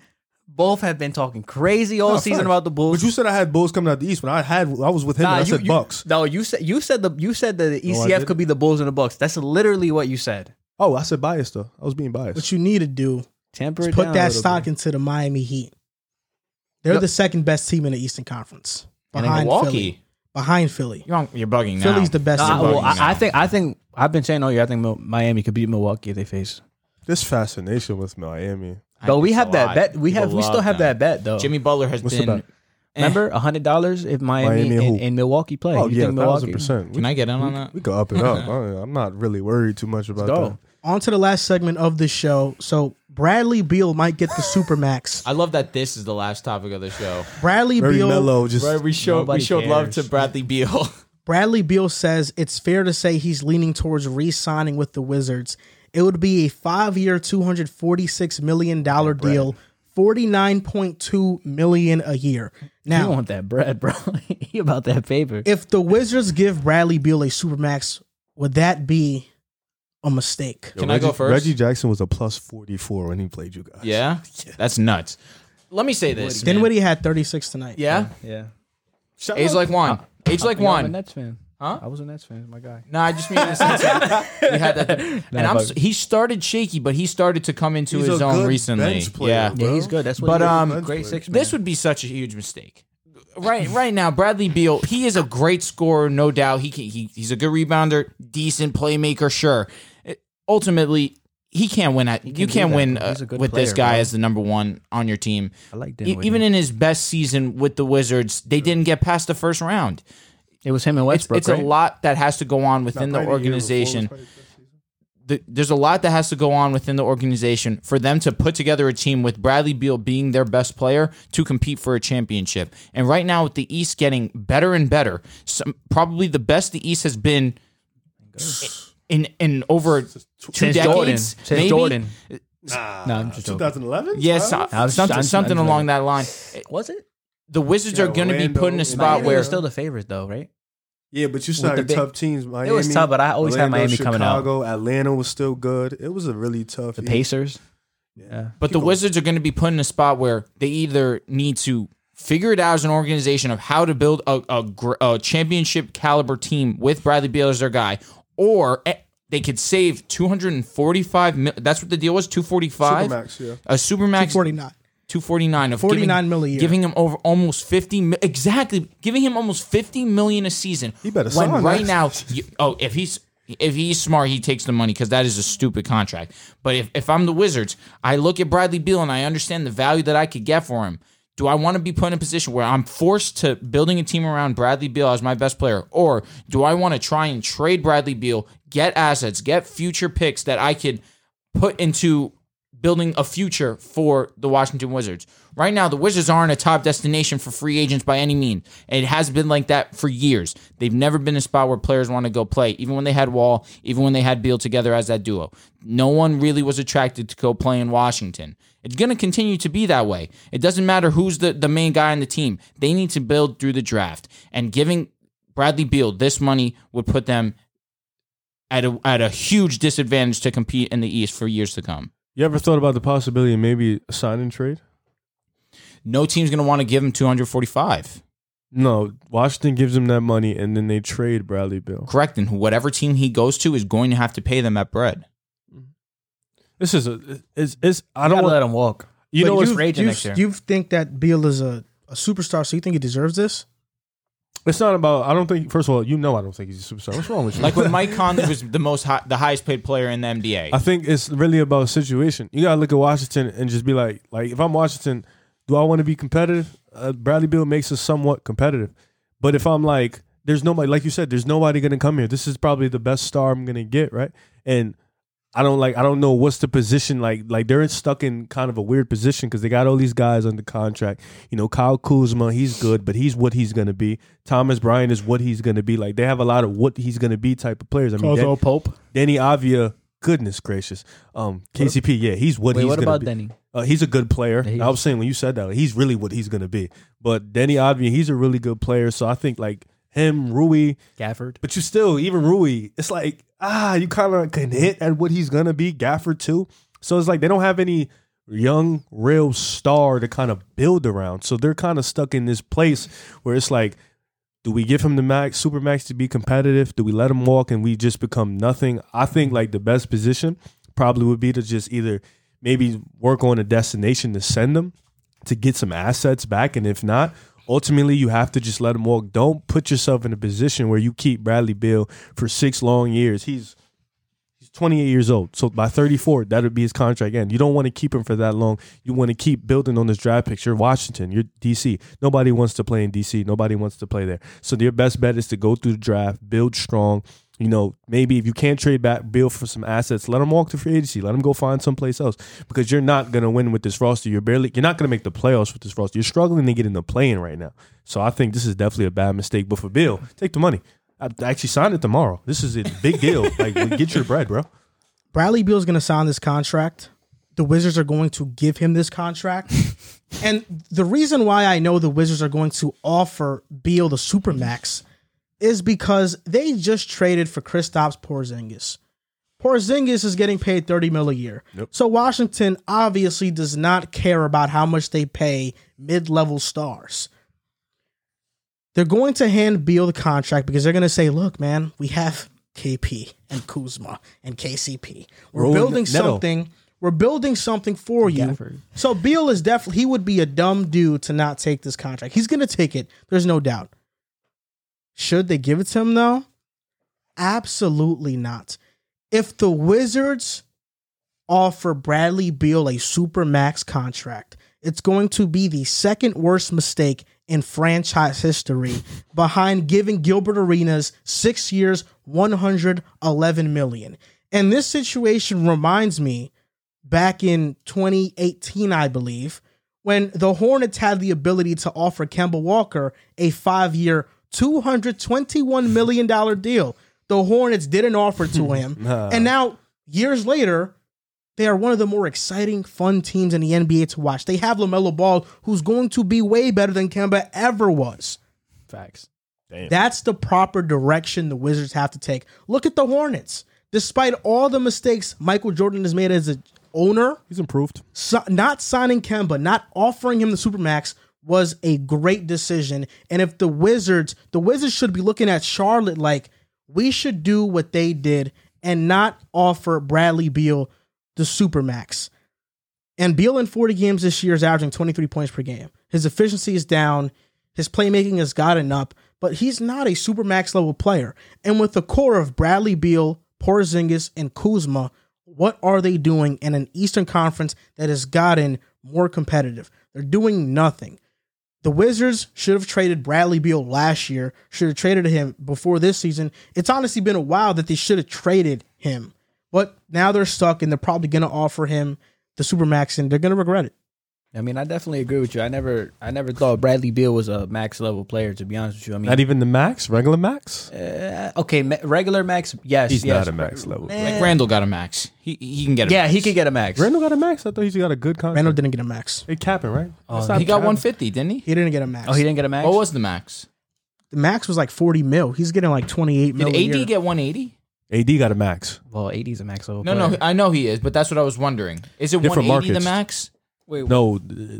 Speaker 4: both have been talking crazy all
Speaker 3: Nah,
Speaker 4: season
Speaker 3: facts.
Speaker 4: about the Bulls.
Speaker 3: But you said I had Bulls coming out the East when I had, I was with him
Speaker 4: Nah,
Speaker 3: and I
Speaker 4: you-
Speaker 3: said
Speaker 4: you-
Speaker 3: Bucks.
Speaker 4: No, you said you said the you said that the
Speaker 3: I
Speaker 4: ECF
Speaker 3: didn't.
Speaker 4: could be the Bulls and the Bucks. That's literally what you said.
Speaker 3: Oh, I said bias though. I was being biased.
Speaker 1: What you need to do
Speaker 4: Temper
Speaker 1: is
Speaker 4: it down
Speaker 1: put
Speaker 4: a
Speaker 1: that
Speaker 4: little
Speaker 1: stock
Speaker 4: bit.
Speaker 1: into the Miami Heat. They're the second best team in the Eastern Conference.
Speaker 2: And in
Speaker 1: Behind Philly.
Speaker 2: Milwaukee.
Speaker 1: Behind Philly.
Speaker 2: You're, on, you're bugging now.
Speaker 1: Philly's the best
Speaker 4: Nah,
Speaker 1: in the
Speaker 4: well,
Speaker 1: East.
Speaker 4: I, I think I think I've been saying all year. I think Mil- Miami could beat Milwaukee if they face.
Speaker 3: this fascination with Miami.
Speaker 2: I
Speaker 4: Though
Speaker 2: think
Speaker 4: we
Speaker 2: it's
Speaker 4: have
Speaker 2: a
Speaker 4: that
Speaker 2: lot.
Speaker 4: bet. We
Speaker 2: People
Speaker 4: have we still
Speaker 2: love
Speaker 4: have
Speaker 2: them.
Speaker 4: that bet though.
Speaker 2: Jimmy Butler has
Speaker 3: What's the
Speaker 2: been.
Speaker 3: bet?
Speaker 4: remember a hundred dollars if Miami,
Speaker 3: Miami and
Speaker 4: and,
Speaker 3: who?
Speaker 4: and Milwaukee play.
Speaker 3: Oh,
Speaker 4: you
Speaker 3: yeah,
Speaker 4: think Milwaukee?
Speaker 3: thousand percent. We,
Speaker 2: Can I get in on that?
Speaker 3: we go up and up. I, am not really worried too much about
Speaker 4: go.
Speaker 3: that.
Speaker 1: On to the last segment of the show. So Bradley Beal might get the Supermax.
Speaker 2: I love that this is the last topic of the show.
Speaker 1: Bradley
Speaker 3: Very
Speaker 1: Beal
Speaker 3: mellow. Just
Speaker 2: Right, we showed
Speaker 4: Nobody
Speaker 2: we showed love
Speaker 4: cares.
Speaker 2: to Bradley Beal.
Speaker 1: Bradley Beal says it's fair to say he's leaning towards re-signing with the Wizards It would be a five year, $246 million deal, $49.2 million a year.
Speaker 4: You
Speaker 1: Now,
Speaker 4: want that bread, bro? you about that paper?
Speaker 1: if the Wizards give Bradley Beal a supermax, would that be a mistake?
Speaker 2: Can I go first?
Speaker 3: Reggie Jackson was a plus 44 when he played you guys.
Speaker 2: Yeah? that's nuts. Let me say this. man.
Speaker 1: Dinwiddie had 36 tonight.
Speaker 2: Yeah,
Speaker 4: yeah.
Speaker 2: age like wine. Age like
Speaker 4: I'm a
Speaker 2: wine.
Speaker 4: Nets fan.
Speaker 2: Huh?
Speaker 4: I was a Nets fan. My guy.
Speaker 2: No, I just mean in the sense that we had that. and I'm, s- he started shaky, but he started to come into
Speaker 5: He's
Speaker 2: his
Speaker 5: a
Speaker 2: own
Speaker 5: good
Speaker 2: recently.
Speaker 5: bench player,
Speaker 2: yeah,
Speaker 4: Yeah, he's good. That's what.
Speaker 2: But,
Speaker 4: he is.
Speaker 2: um,
Speaker 4: great six.
Speaker 2: This would be such a huge mistake. Right, right now, Bradley Beal, he is a great scorer, no doubt. He can, he he's a good rebounder, decent playmaker, sure. It- ultimately, he can't win at you
Speaker 4: do
Speaker 2: can't
Speaker 4: that,
Speaker 2: win
Speaker 4: bro.
Speaker 2: uh,
Speaker 4: He's a good
Speaker 2: with this
Speaker 4: player,
Speaker 2: guy
Speaker 4: bro.
Speaker 2: as the number one on your team.
Speaker 4: I like
Speaker 2: E-
Speaker 4: Dinwiddie.
Speaker 2: even in his best season with the Wizards, they didn't get past the first round.
Speaker 4: it was him and
Speaker 2: It's,
Speaker 4: Westbrook.
Speaker 2: it's a
Speaker 4: right?
Speaker 2: lot that has to go on within the organization the, there's a lot that has to go on within the organization for them to put together a team with Bradley Beal being their best player to compete for a championship. And right now, with the East getting better and better, some, probably the best the East has been in in over two
Speaker 4: Since
Speaker 2: decades.
Speaker 4: Jordan. Since
Speaker 2: maybe.
Speaker 4: Jordan.
Speaker 5: Nah,
Speaker 4: No, I'm just joking.
Speaker 3: 2011?
Speaker 2: Yes,
Speaker 4: I was-
Speaker 2: something,
Speaker 4: I'm-
Speaker 2: something
Speaker 4: I'm-
Speaker 2: along that line.
Speaker 4: Was it?
Speaker 2: The Wizards
Speaker 5: Yeah,
Speaker 2: are going to be
Speaker 5: Orlando,
Speaker 2: put in a
Speaker 5: Miami
Speaker 2: spot
Speaker 4: Miami
Speaker 2: where
Speaker 4: was still the favorites, though, right?
Speaker 3: Yeah, but you
Speaker 4: the
Speaker 3: started
Speaker 4: big-
Speaker 3: tough teams. Miami,
Speaker 4: was tough, but I always had
Speaker 3: Orlando,
Speaker 4: Miami coming out.
Speaker 3: Chicago, Atlanta was still good. It was a really tough.
Speaker 4: The
Speaker 3: year.
Speaker 4: Pacers. Yeah.
Speaker 2: But the Wizards are going to be put in a spot where they either need to figure it out as an organization of how to build a, a, gr- a championship caliber team with Bradley Beal as their guy, or eh, they could save 245 mil. That's what the deal was 245?
Speaker 3: Supermax, yeah.
Speaker 2: A supermax
Speaker 1: 49.
Speaker 2: 249 of
Speaker 1: 49
Speaker 2: giving,
Speaker 1: mil a year.
Speaker 2: giving him over almost 50 mi- exactly giving him almost 50 million a season he
Speaker 3: better
Speaker 2: when
Speaker 3: sign
Speaker 2: right
Speaker 3: that.
Speaker 2: now you, oh if he's if he's smart he takes the money because that is a stupid contract but if, if i'm the wizards i look at bradley beal and i understand the value that i could get for him do I want to be put in a position where I'm forced to building a team around Bradley Beal as my best player? Or do I want to try and trade Bradley Beal, get assets, get future picks that I could put into building a future for the Washington Wizards. Right now, the Wizards aren't a top destination for free agents by any means. It has been like that for years. They've never been a spot where players want to go play, even when they had Wall, even when they had Beal together as that duo. No one really was attracted to go play in Washington. It's going to continue to be that way. It doesn't matter who's the, the main guy on the team. They need to build through the draft. And giving Bradley Beal this money would put them at a, at a huge disadvantage to compete in the East for years to come.
Speaker 3: You ever thought about the possibility of maybe a sign and trade?
Speaker 2: no team's going to want to give him 245.
Speaker 3: No, Washington gives him that money and then they trade Bradley Bill.
Speaker 2: Correct. And whatever team he goes to is going to have to pay them at bread.
Speaker 3: This is a it's, it's I
Speaker 4: I
Speaker 3: don't
Speaker 4: don't
Speaker 3: want
Speaker 4: let him walk.
Speaker 3: you
Speaker 1: But
Speaker 3: know it's,
Speaker 4: you've- raging
Speaker 1: you,
Speaker 4: next year.
Speaker 1: You think that Beal is a, a superstar, so you think he deserves this?
Speaker 3: it's not about I don't think first of all you know I don't think he's a superstar. What's wrong with you?
Speaker 2: Like when Mike Conley was the most high, the highest paid player in the NBA.
Speaker 3: I think it's really about situation. You gotta look at Washington and just be like, like if I'm Washington, do I want to be competitive? Uh, Bradley Beal makes us somewhat competitive, but if I'm like, there's nobody, like you said, there's nobody gonna come here. This is probably the best star I'm gonna get, right? And I don't like, I don't know what's the position like. Like they're stuck in kind of a weird position because they got all these guys under contract. You know, Kyle Kuzma, he's good, but he's what he's gonna be. Thomas Bryant is what he's gonna be. Like they have a lot of what he's gonna be type of players. I mean, that-
Speaker 4: Pope.
Speaker 3: Danny Avia, goodness gracious. Um, KCP, yeah, he's what
Speaker 4: Wait,
Speaker 3: he's
Speaker 4: what
Speaker 3: gonna
Speaker 4: about
Speaker 3: be.
Speaker 4: Denny?
Speaker 3: Uh, he's a good player.
Speaker 4: He
Speaker 3: I was saying when you said that, like, he's really what he's gonna be. But Danny Avia, he's a really good player. So I think like him, Rui,
Speaker 4: Gafford.
Speaker 3: but you still even Rui, it's like ah, you kind of can hit at what he's gonna be. Gafford too. So it's like they don't have any young real star to kind of build around. So they're kind of stuck in this place where it's like do we give him the max super max to be competitive? Do we let him walk and we just become nothing? I think like the best position probably would be to just either maybe work on a destination to send him to get some assets back. And if not, ultimately you have to just let him walk. Don't put yourself in a position where you keep Bradley Bill for six long years. He's he's 28 years old. So by 34, that would be his contract end. You don't want to keep him for that long. You want to keep building on this draft picks. You're Washington. You're DC. Nobody wants to play in DC. Nobody wants to play there. So your best bet is to go through the draft, build strong. You know, maybe if you can't trade back Bill for some assets, let him walk to free agency. Let him go find someplace else because you're not gonna win with this roster. You're barely, you're not gonna make the playoffs with this roster. You're struggling to get in the playing right now. So I think this is definitely a bad mistake. But for Bill, take the money. I I actually sign it tomorrow. This is a big deal. like, get your bread, bro.
Speaker 1: Bradley Beal's going to sign this contract. The Wizards are going to give him this contract. and the reason why I know the Wizards are going to offer Beal the supermax is because they just traded for Kristaps Porzingis. Porzingis is getting paid 30 mil a year. So Washington obviously does not care about how much they pay mid-level stars. They're going to hand Beal the contract because they're going to say, "Look, man, we have KP and Kuzma and KCP. We're
Speaker 3: Roll
Speaker 1: building
Speaker 3: Neto.
Speaker 1: something. We're building something for you." So Beal is definitely he would be a dumb dude to not take this contract. He's going to take it. There's no doubt. Should they give it to him though? Absolutely not. If the Wizards offer Bradley Beal a supermax contract, it's going to be the second worst mistake in franchise history behind giving Gilbert Arenas 6 years 111 million. And this situation reminds me back in 2018, I believe, when the Hornets had the ability to offer Kemba Walker a five year, $221 million deal. The Hornets didn't offer to him. And now, years later, they are one of the more exciting, fun teams in the NBA to watch. They have LaMelo Ball, who's going to be way better than Kemba ever was.
Speaker 4: Facts.
Speaker 1: That's the proper direction the Wizards have to take. Look at the Hornets. Despite all the mistakes Michael Jordan has made as a owner,
Speaker 3: He's improved.
Speaker 1: si- not signing Kemba, not offering him the supermax was a great decision. And if the Wizards, the Wizards should be looking at Charlotte like we should do what they did and not offer Bradley Beal the supermax. And Beal in 40 games this year is averaging 23 points per game. His efficiency is down. His playmaking has gotten up, but he's not a supermax level player. And with the core of Bradley Beal, Porzingis, and Kuzma, what are they doing in an Eastern Conference that has gotten more competitive? They're doing nothing. The Wizards should have traded Bradley Beal last year, should have traded him before this season. It's honestly been a while that they should have traded him. But now they're stuck and they're probably going to offer him the Supermax and they're going to regret it.
Speaker 4: I mean, I definitely agree with you. I never, I never thought Bradley Beal was a max level player. To be honest with you, I mean, uh,
Speaker 3: Not e even the max, regular max.
Speaker 4: okay, ma- regular max, yes,
Speaker 3: He's not
Speaker 4: yes.
Speaker 3: a max level.
Speaker 2: Like Randall got a max. He he can get a
Speaker 4: Yeah,
Speaker 2: max.
Speaker 4: he could get a max.
Speaker 3: Randall got a max. I thought he got a good contract.
Speaker 1: Randall didn't get a max.
Speaker 3: They capping, right? That's not
Speaker 2: Uh, He got
Speaker 3: capping.
Speaker 2: 150, didn't he?
Speaker 1: He didn't get a max.
Speaker 4: Oh, he didn't get a max.
Speaker 2: What was the max?
Speaker 1: the max was like 40 mil. He's getting like 28
Speaker 2: Did
Speaker 1: mil. a year.
Speaker 2: AD get 180?
Speaker 3: AD got a max.
Speaker 4: well, 80 is a max level.
Speaker 2: No, no, I know he is, but that's what I was wondering. Is it
Speaker 3: Different
Speaker 2: 180 the
Speaker 3: markets.
Speaker 2: max? Wait,
Speaker 3: No, uh,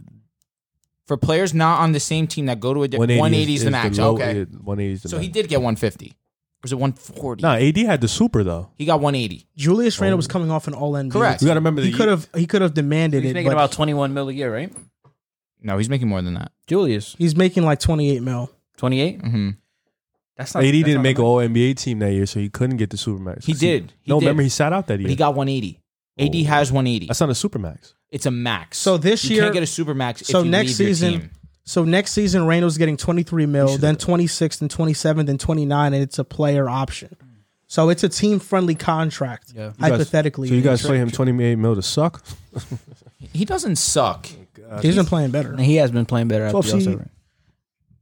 Speaker 2: for players not on the same team that go to a different
Speaker 3: 180,
Speaker 2: 180 is,
Speaker 3: is
Speaker 2: the max.
Speaker 3: low-
Speaker 2: okay.
Speaker 3: yeah, 180 is the
Speaker 2: so
Speaker 3: max.
Speaker 2: he did get 150. Or was it 140?
Speaker 3: Nah, AD had the super though.
Speaker 2: He got 180.
Speaker 1: Julius Randle
Speaker 4: Oh.
Speaker 1: was coming off an All NBA.
Speaker 2: Correct.
Speaker 3: You got to remember
Speaker 1: He
Speaker 3: the-
Speaker 1: could have he could have demanded
Speaker 4: He's
Speaker 1: it,
Speaker 4: making
Speaker 1: but
Speaker 4: about 21 mil a year, right?
Speaker 2: No, he's making more than that.
Speaker 4: Julius,
Speaker 1: he's making like 28 mil.
Speaker 4: 28.
Speaker 2: hmm
Speaker 4: That's not.
Speaker 3: AD
Speaker 4: that's
Speaker 3: didn't
Speaker 4: not
Speaker 3: make
Speaker 4: a
Speaker 3: an All NBA team that year, so he couldn't get the supermax.
Speaker 2: He did. He
Speaker 3: no,
Speaker 2: did.
Speaker 3: remember he sat out that
Speaker 2: But
Speaker 3: year.
Speaker 2: he got 180. AD has 180.
Speaker 3: That's not a supermax.
Speaker 2: It's a max.
Speaker 1: So this
Speaker 2: you
Speaker 1: year-
Speaker 2: can't get a super max.
Speaker 1: so
Speaker 2: if you
Speaker 1: next
Speaker 2: leave your
Speaker 1: season-
Speaker 2: team.
Speaker 1: So next season, Randall's getting 23 mil, then 26, then 27, then 29, and it's a player option. So it's a team friendly contract,
Speaker 4: Yeah. You
Speaker 3: You guys-
Speaker 1: hypothetically.
Speaker 3: so you guys play him twenty eight mil to suck.
Speaker 2: he doesn't suck.
Speaker 1: he's been playing better.
Speaker 4: And he has been playing better. After
Speaker 3: 12
Speaker 4: the
Speaker 3: seed.
Speaker 4: All-Star.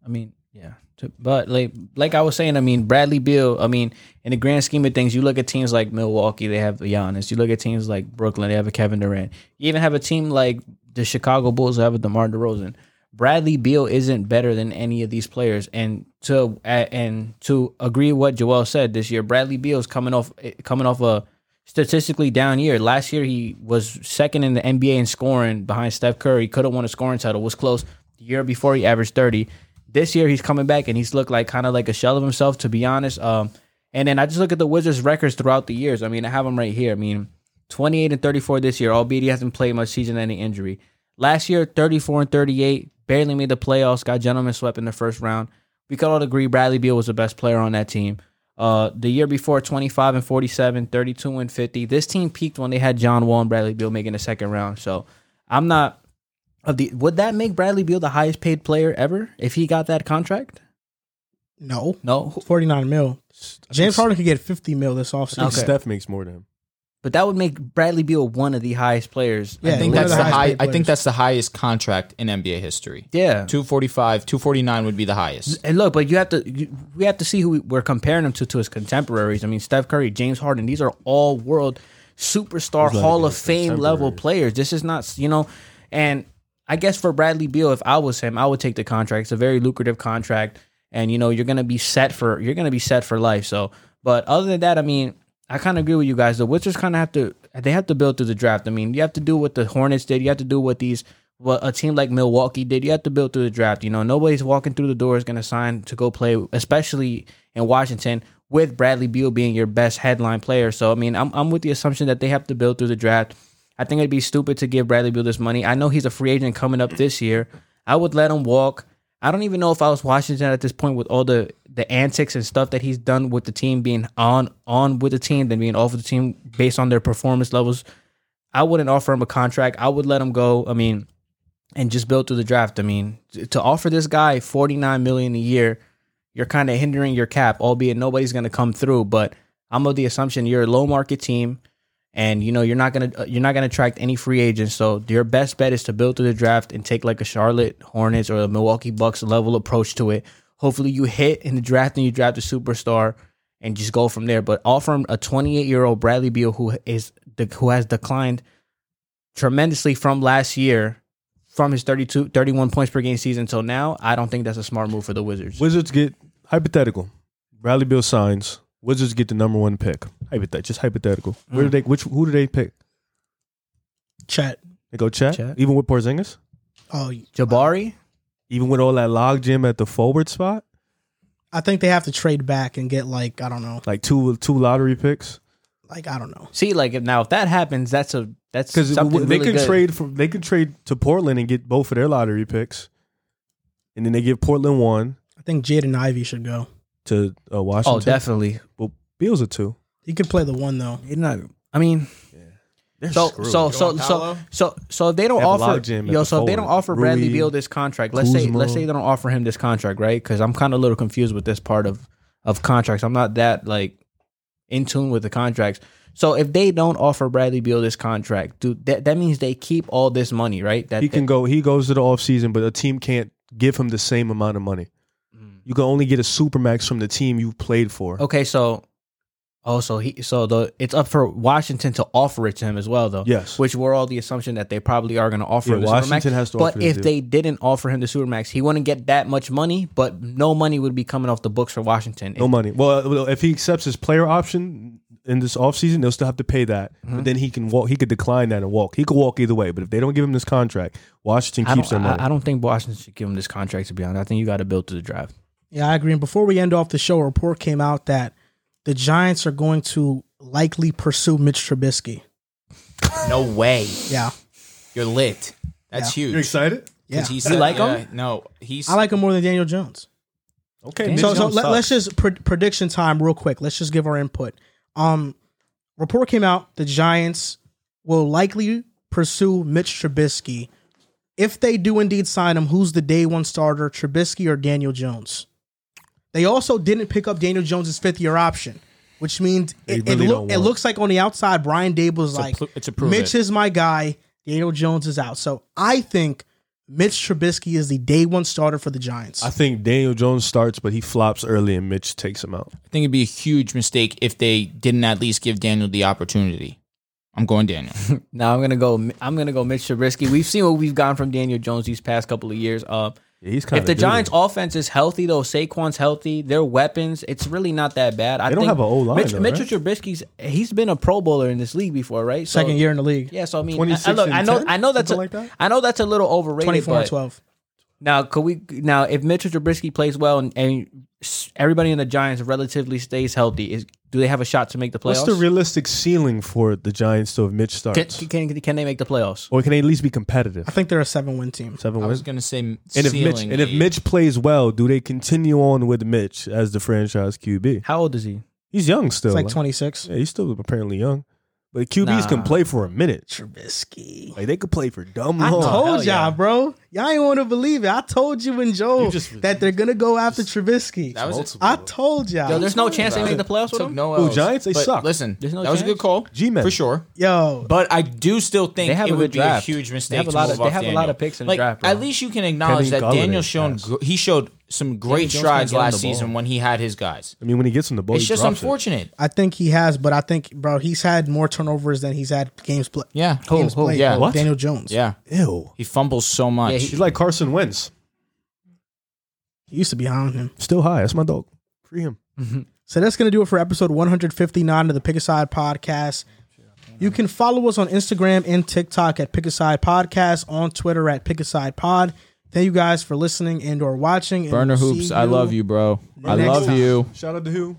Speaker 4: I mean, yeah. To- But like, like I was saying, I mean, Bradley Beal. I mean, in the grand scheme of things, you look at teams like Milwaukee, they have Giannis. You look at teams like Brooklyn, they have a Kevin Durant. You even have a team like the Chicago Bulls, who have a DeMar DeRozan. Bradley Beal isn't better than any of these players, and to a- and to agree with what Joel said this year, Bradley Beal is coming off eh, coming off a statistically down year. Last year he was second in the NBA in scoring behind Steph Curry. Could have won a scoring title. Was close. The year before he averaged thirty. This year he's coming back and he's looked like kind of like a shell of himself. To be honest, um, and then I just look at the Wizards' records throughout the years. I mean, I have them right here. I mean, twenty eight and thirty four this year. Albeit he hasn't played much season any injury. Last year, thirty four and thirty eight. Barely made the playoffs. Got gentlemen swept in the first round. We could all agree Bradley Beal was the best player on that team. Uh, the year before, 25 and 47, 32 and 50. This team peaked when they had John Wall and Bradley Beal making the second round. So I'm not of the. Would that make Bradley Beal the highest paid player ever if he got that contract?
Speaker 1: No,
Speaker 4: No,
Speaker 1: 49 mil. James Harden could get 50 mil this offseason.
Speaker 4: Okay.
Speaker 3: Steph makes more than him.
Speaker 4: but that would make Bradley Beal one of the highest players.
Speaker 1: Yeah,
Speaker 2: I think
Speaker 1: one
Speaker 2: that's
Speaker 1: of
Speaker 2: the,
Speaker 1: the highest
Speaker 2: high.
Speaker 1: paid
Speaker 2: I think
Speaker 1: players.
Speaker 2: that's the highest contract in NBA history.
Speaker 4: yeah.
Speaker 2: 245, 249 would be the highest.
Speaker 4: And look, but you have to you, we have to see who we, we're comparing him to to his contemporaries. I mean, Steph Curry, James Harden, these are all world superstar
Speaker 3: He's not
Speaker 4: Hall
Speaker 3: even
Speaker 4: of Fame level
Speaker 3: contemporary.
Speaker 4: players. This is not, you know, and I guess for Bradley Beal, if I was him, I would take the contract. It's a very lucrative contract, and you know you're gonna be set for you're gonna be set for life. So, but other than that, I mean, I kind of agree with you guys. The Wizards kind of have to they have to build through the draft. I mean, you have to do what the Hornets did. You have to do what these what a team like Milwaukee did. You have to build through the draft. You know, nobody's walking through the door is gonna sign to go play, especially in Washington with Bradley Beal being your best headline player. So I mean, I'm I'm with the assumption that they have to build through the draft. I think it'd be stupid to give Bradley Beal this money. I know he's a free agent coming up this year. I would let him walk. I don't even know if I was Washington at this point with all the the antics and stuff that he's done with the team being on on with the team then being off with the team based on their performance levels. I wouldn't offer him a contract. I would let him go. I mean, and just build through the draft. I mean, t- to offer this guy 49 million a year, you're kind of hindering your cap, albeit nobody's going to come through, but I'm of the assumption you're a low market team and you know you're not going to you're not going to attract any free agents. So your best bet is to build through the draft and take like a Charlotte Hornets or a Milwaukee Bucks level approach to it. Hopefully you hit in the draft and you draft a superstar and just go from there, but offer him a 28-year-old Bradley Beal who is who has declined tremendously from last year from his 32 31 points per game season till now i don't think that's a smart move for the wizards
Speaker 3: Wizards get hypothetical. Bradley Bill signs. Wizards get the number one pick. Hypothet- just hypothetical. Where do
Speaker 4: Mm.
Speaker 3: they? Which who do they pick?
Speaker 1: Chat.
Speaker 3: They go chat.
Speaker 4: Chet.
Speaker 3: Even with Porzingis.
Speaker 1: Oh,
Speaker 4: jabari
Speaker 3: Even with all that log jam at the forward spot,
Speaker 1: I think they have to trade back and get like I don't know,
Speaker 3: like two two lottery picks.
Speaker 1: like I don't know.
Speaker 4: see like if, now if that happens that's a that's
Speaker 3: Because
Speaker 4: something
Speaker 3: they
Speaker 4: really
Speaker 3: can
Speaker 4: good.
Speaker 3: trade from they can trade to Portland and get both of their lottery picks, and then they give Portland one
Speaker 1: I think Jade and Ivy should go.
Speaker 3: to uh, Washington.
Speaker 4: oh definitely
Speaker 3: Well, Beal's a two.
Speaker 1: You could play the one though.
Speaker 4: They're not i mean so, so so so so so if they don't
Speaker 3: They have a
Speaker 4: offer
Speaker 3: logjam at
Speaker 4: yo
Speaker 3: the
Speaker 4: so if they don't
Speaker 3: forward.
Speaker 4: offer Bradley
Speaker 3: Rui,
Speaker 4: Beal this contract let's say
Speaker 3: Kuzma.
Speaker 4: let's say they don't offer him this contract right because I'm kind of a little confused with this part of of contracts I'm not that like in tune with the contracts so if they don't offer Bradley Beal this contract dude that that means they keep all this money right that
Speaker 3: He can go. He goes to the offseason, but a team can't give him the same amount of money. You can only get a supermax from the team you played for.
Speaker 4: Mm. Okay, so oh, so he so the it's up for Washington to offer it to him as well, though.
Speaker 3: Yes.
Speaker 4: which we're all the assumption that they probably are going to offer
Speaker 3: Yeah,
Speaker 4: him the
Speaker 3: Washington
Speaker 4: supermax.
Speaker 3: has to
Speaker 4: but
Speaker 3: offer the
Speaker 4: if
Speaker 3: deal.
Speaker 4: they didn't offer him the supermax, he wouldn't get that much money. But no money would be coming off the books for Washington.
Speaker 3: No money. Well, if he accepts his player option in this offseason, they'll still have to pay that.
Speaker 4: Mm-hmm.
Speaker 3: But then he can walk. He could decline that and walk. He could walk either way. But if they don't give him this contract, Washington
Speaker 4: I
Speaker 3: keeps
Speaker 4: don't,
Speaker 3: their money.
Speaker 4: I, I don't think Washington should give him this contract. To be honest, I think you got to build to the draft.
Speaker 1: Yeah, I agree. And before we end off the show, a report came out that the Giants are going to likely pursue Mitch Trubisky.
Speaker 2: No way.
Speaker 1: Yeah,
Speaker 2: You're lit. That's huge.
Speaker 3: excited?
Speaker 1: yeah.
Speaker 2: 'Cause He said,
Speaker 4: like him?
Speaker 2: yeah, No, he's.
Speaker 1: I like him more than Daniel Jones.
Speaker 3: Okay.
Speaker 4: Damn.
Speaker 3: Mitch
Speaker 1: so so
Speaker 3: Jones
Speaker 1: let,
Speaker 3: sucks.
Speaker 1: us just pred- prediction time real quick. Let's just give our input. Um, report came out the Giants will likely pursue Mitch Trubisky. If they do indeed sign him, who's the day one starter, Trubisky or Daniel Jones? They also didn't pick up Daniel Jones' fifth year option, which means
Speaker 3: They
Speaker 1: it,
Speaker 3: really
Speaker 1: it, loo-
Speaker 3: don't
Speaker 1: it
Speaker 3: want-
Speaker 1: looks like on the outside, Brian Dable's
Speaker 2: a
Speaker 1: like,
Speaker 2: pl- it's a prove
Speaker 1: Mitch
Speaker 2: it.
Speaker 1: is my guy, Daniel Jones is out. So I think Mitch Trubisky is the day one starter for the Giants.
Speaker 3: I think Daniel Jones starts, but he flops early, and Mitch takes him out.
Speaker 2: I think it'd be a huge mistake if they didn't at least give Daniel the opportunity. I'm going Daniel.
Speaker 4: Now I'm gonna go. I'm gonna go Mitch Trubisky. We've seen what we've gotten from Daniel Jones these past couple of years. Uh,
Speaker 3: Yeah, he's kind
Speaker 4: if the Giants' offense is healthy, though, Saquon's healthy, their weapons, it's really not that bad. I
Speaker 3: They don't
Speaker 4: think
Speaker 3: have a O-line,
Speaker 4: Mitch,
Speaker 3: though,
Speaker 4: Mitchell Trubisky's he's been a Pro Bowler in this league before, right? So-
Speaker 1: Second year in the league.
Speaker 4: Yeah, so I mean, I,
Speaker 3: 26
Speaker 4: I look,
Speaker 3: and
Speaker 4: I know,
Speaker 3: 10?
Speaker 4: I know that's a,
Speaker 3: Something like that?
Speaker 4: I know that's a little overrated.
Speaker 1: 24 and
Speaker 4: but
Speaker 1: 12.
Speaker 4: Now, could we? Now, if Mitchell Trubisky plays well and, and s- everybody in the Giants relatively stays healthy, is do they have a shot to make the
Speaker 3: What's
Speaker 4: playoffs?
Speaker 3: the realistic ceiling for the Giants though if Mitch
Speaker 4: can,
Speaker 3: starts?
Speaker 4: can, can they make the playoffs?
Speaker 3: or can they at least be competitive?
Speaker 1: I think they're a seven win team.
Speaker 3: Seven
Speaker 2: I was
Speaker 3: wins.
Speaker 2: going to say and
Speaker 3: And if Mitch and if Mitch plays well, do they continue on with Mitch as the franchise QB?
Speaker 4: How old is he?
Speaker 3: He's young still.
Speaker 1: It's like 26.
Speaker 3: Yeah, he's still apparently young. But QBs
Speaker 4: Nah.
Speaker 3: can play for a minute.
Speaker 1: Trubisky.
Speaker 3: Like they could play for dumb
Speaker 1: I
Speaker 3: long.
Speaker 1: told
Speaker 4: Oh, hell
Speaker 1: y'all,
Speaker 4: yeah.
Speaker 1: bro. Y'all ain't want to believe it. I told you and Joel that they're gonna go after Trubisky.
Speaker 2: That was it.
Speaker 1: I told y'all.
Speaker 4: Yo, there's no chance they make the playoffs with
Speaker 2: Took
Speaker 4: him.
Speaker 2: no
Speaker 3: Ooh,
Speaker 2: L's.
Speaker 3: Giants, they
Speaker 2: But
Speaker 3: suck.
Speaker 2: Listen,
Speaker 4: There's no
Speaker 2: that was a
Speaker 4: chance.
Speaker 2: good call,
Speaker 3: G-men.
Speaker 2: for sure.
Speaker 1: Yo,
Speaker 2: But I do still think
Speaker 4: They have
Speaker 2: it
Speaker 4: a
Speaker 2: would
Speaker 4: good
Speaker 2: be
Speaker 4: draft.
Speaker 2: a huge
Speaker 4: They
Speaker 2: mistake.
Speaker 4: have a
Speaker 2: to
Speaker 4: lot
Speaker 2: move
Speaker 4: of- they
Speaker 2: off
Speaker 4: have a
Speaker 2: Daniel.
Speaker 4: lot of picks in the
Speaker 2: like,
Speaker 4: draft, bro.
Speaker 2: At least you can acknowledge
Speaker 3: Kenny
Speaker 2: that
Speaker 3: Galladay
Speaker 2: Daniel shown
Speaker 3: pass.
Speaker 2: gr- he showed some great
Speaker 4: Jones
Speaker 2: strides
Speaker 4: can't get on
Speaker 2: last
Speaker 4: the ball.
Speaker 2: season when he had his guys.
Speaker 3: I mean, when he gets in the ball,
Speaker 2: It's
Speaker 3: he
Speaker 2: just
Speaker 3: drops it.
Speaker 2: unfortunate.
Speaker 1: I think he has, but I think, bro, he's had more turnovers than he's had games play.
Speaker 2: Yeah.
Speaker 1: games played.
Speaker 2: yeah.
Speaker 1: bro.
Speaker 3: What?
Speaker 1: Daniel Jones.
Speaker 2: Yeah.
Speaker 3: Ew.
Speaker 2: He fumbles so much.
Speaker 4: Yeah,
Speaker 3: He's like Carson Wentz.
Speaker 1: he used to be on him.
Speaker 3: Still high. That's my dog. Free him.
Speaker 1: So that's going to do it for episode 159 of the Pick Aside Podcast. You can follow us on Instagram and TikTok at Pick Aside Podcast, on Twitter at Pick Aside Pod. Thank you guys for listening and or watching. and
Speaker 2: Burner
Speaker 1: we'll
Speaker 2: hoops.
Speaker 1: see
Speaker 2: I love you, bro. I
Speaker 1: next
Speaker 2: love
Speaker 1: time.
Speaker 2: you.
Speaker 3: Shout out to who?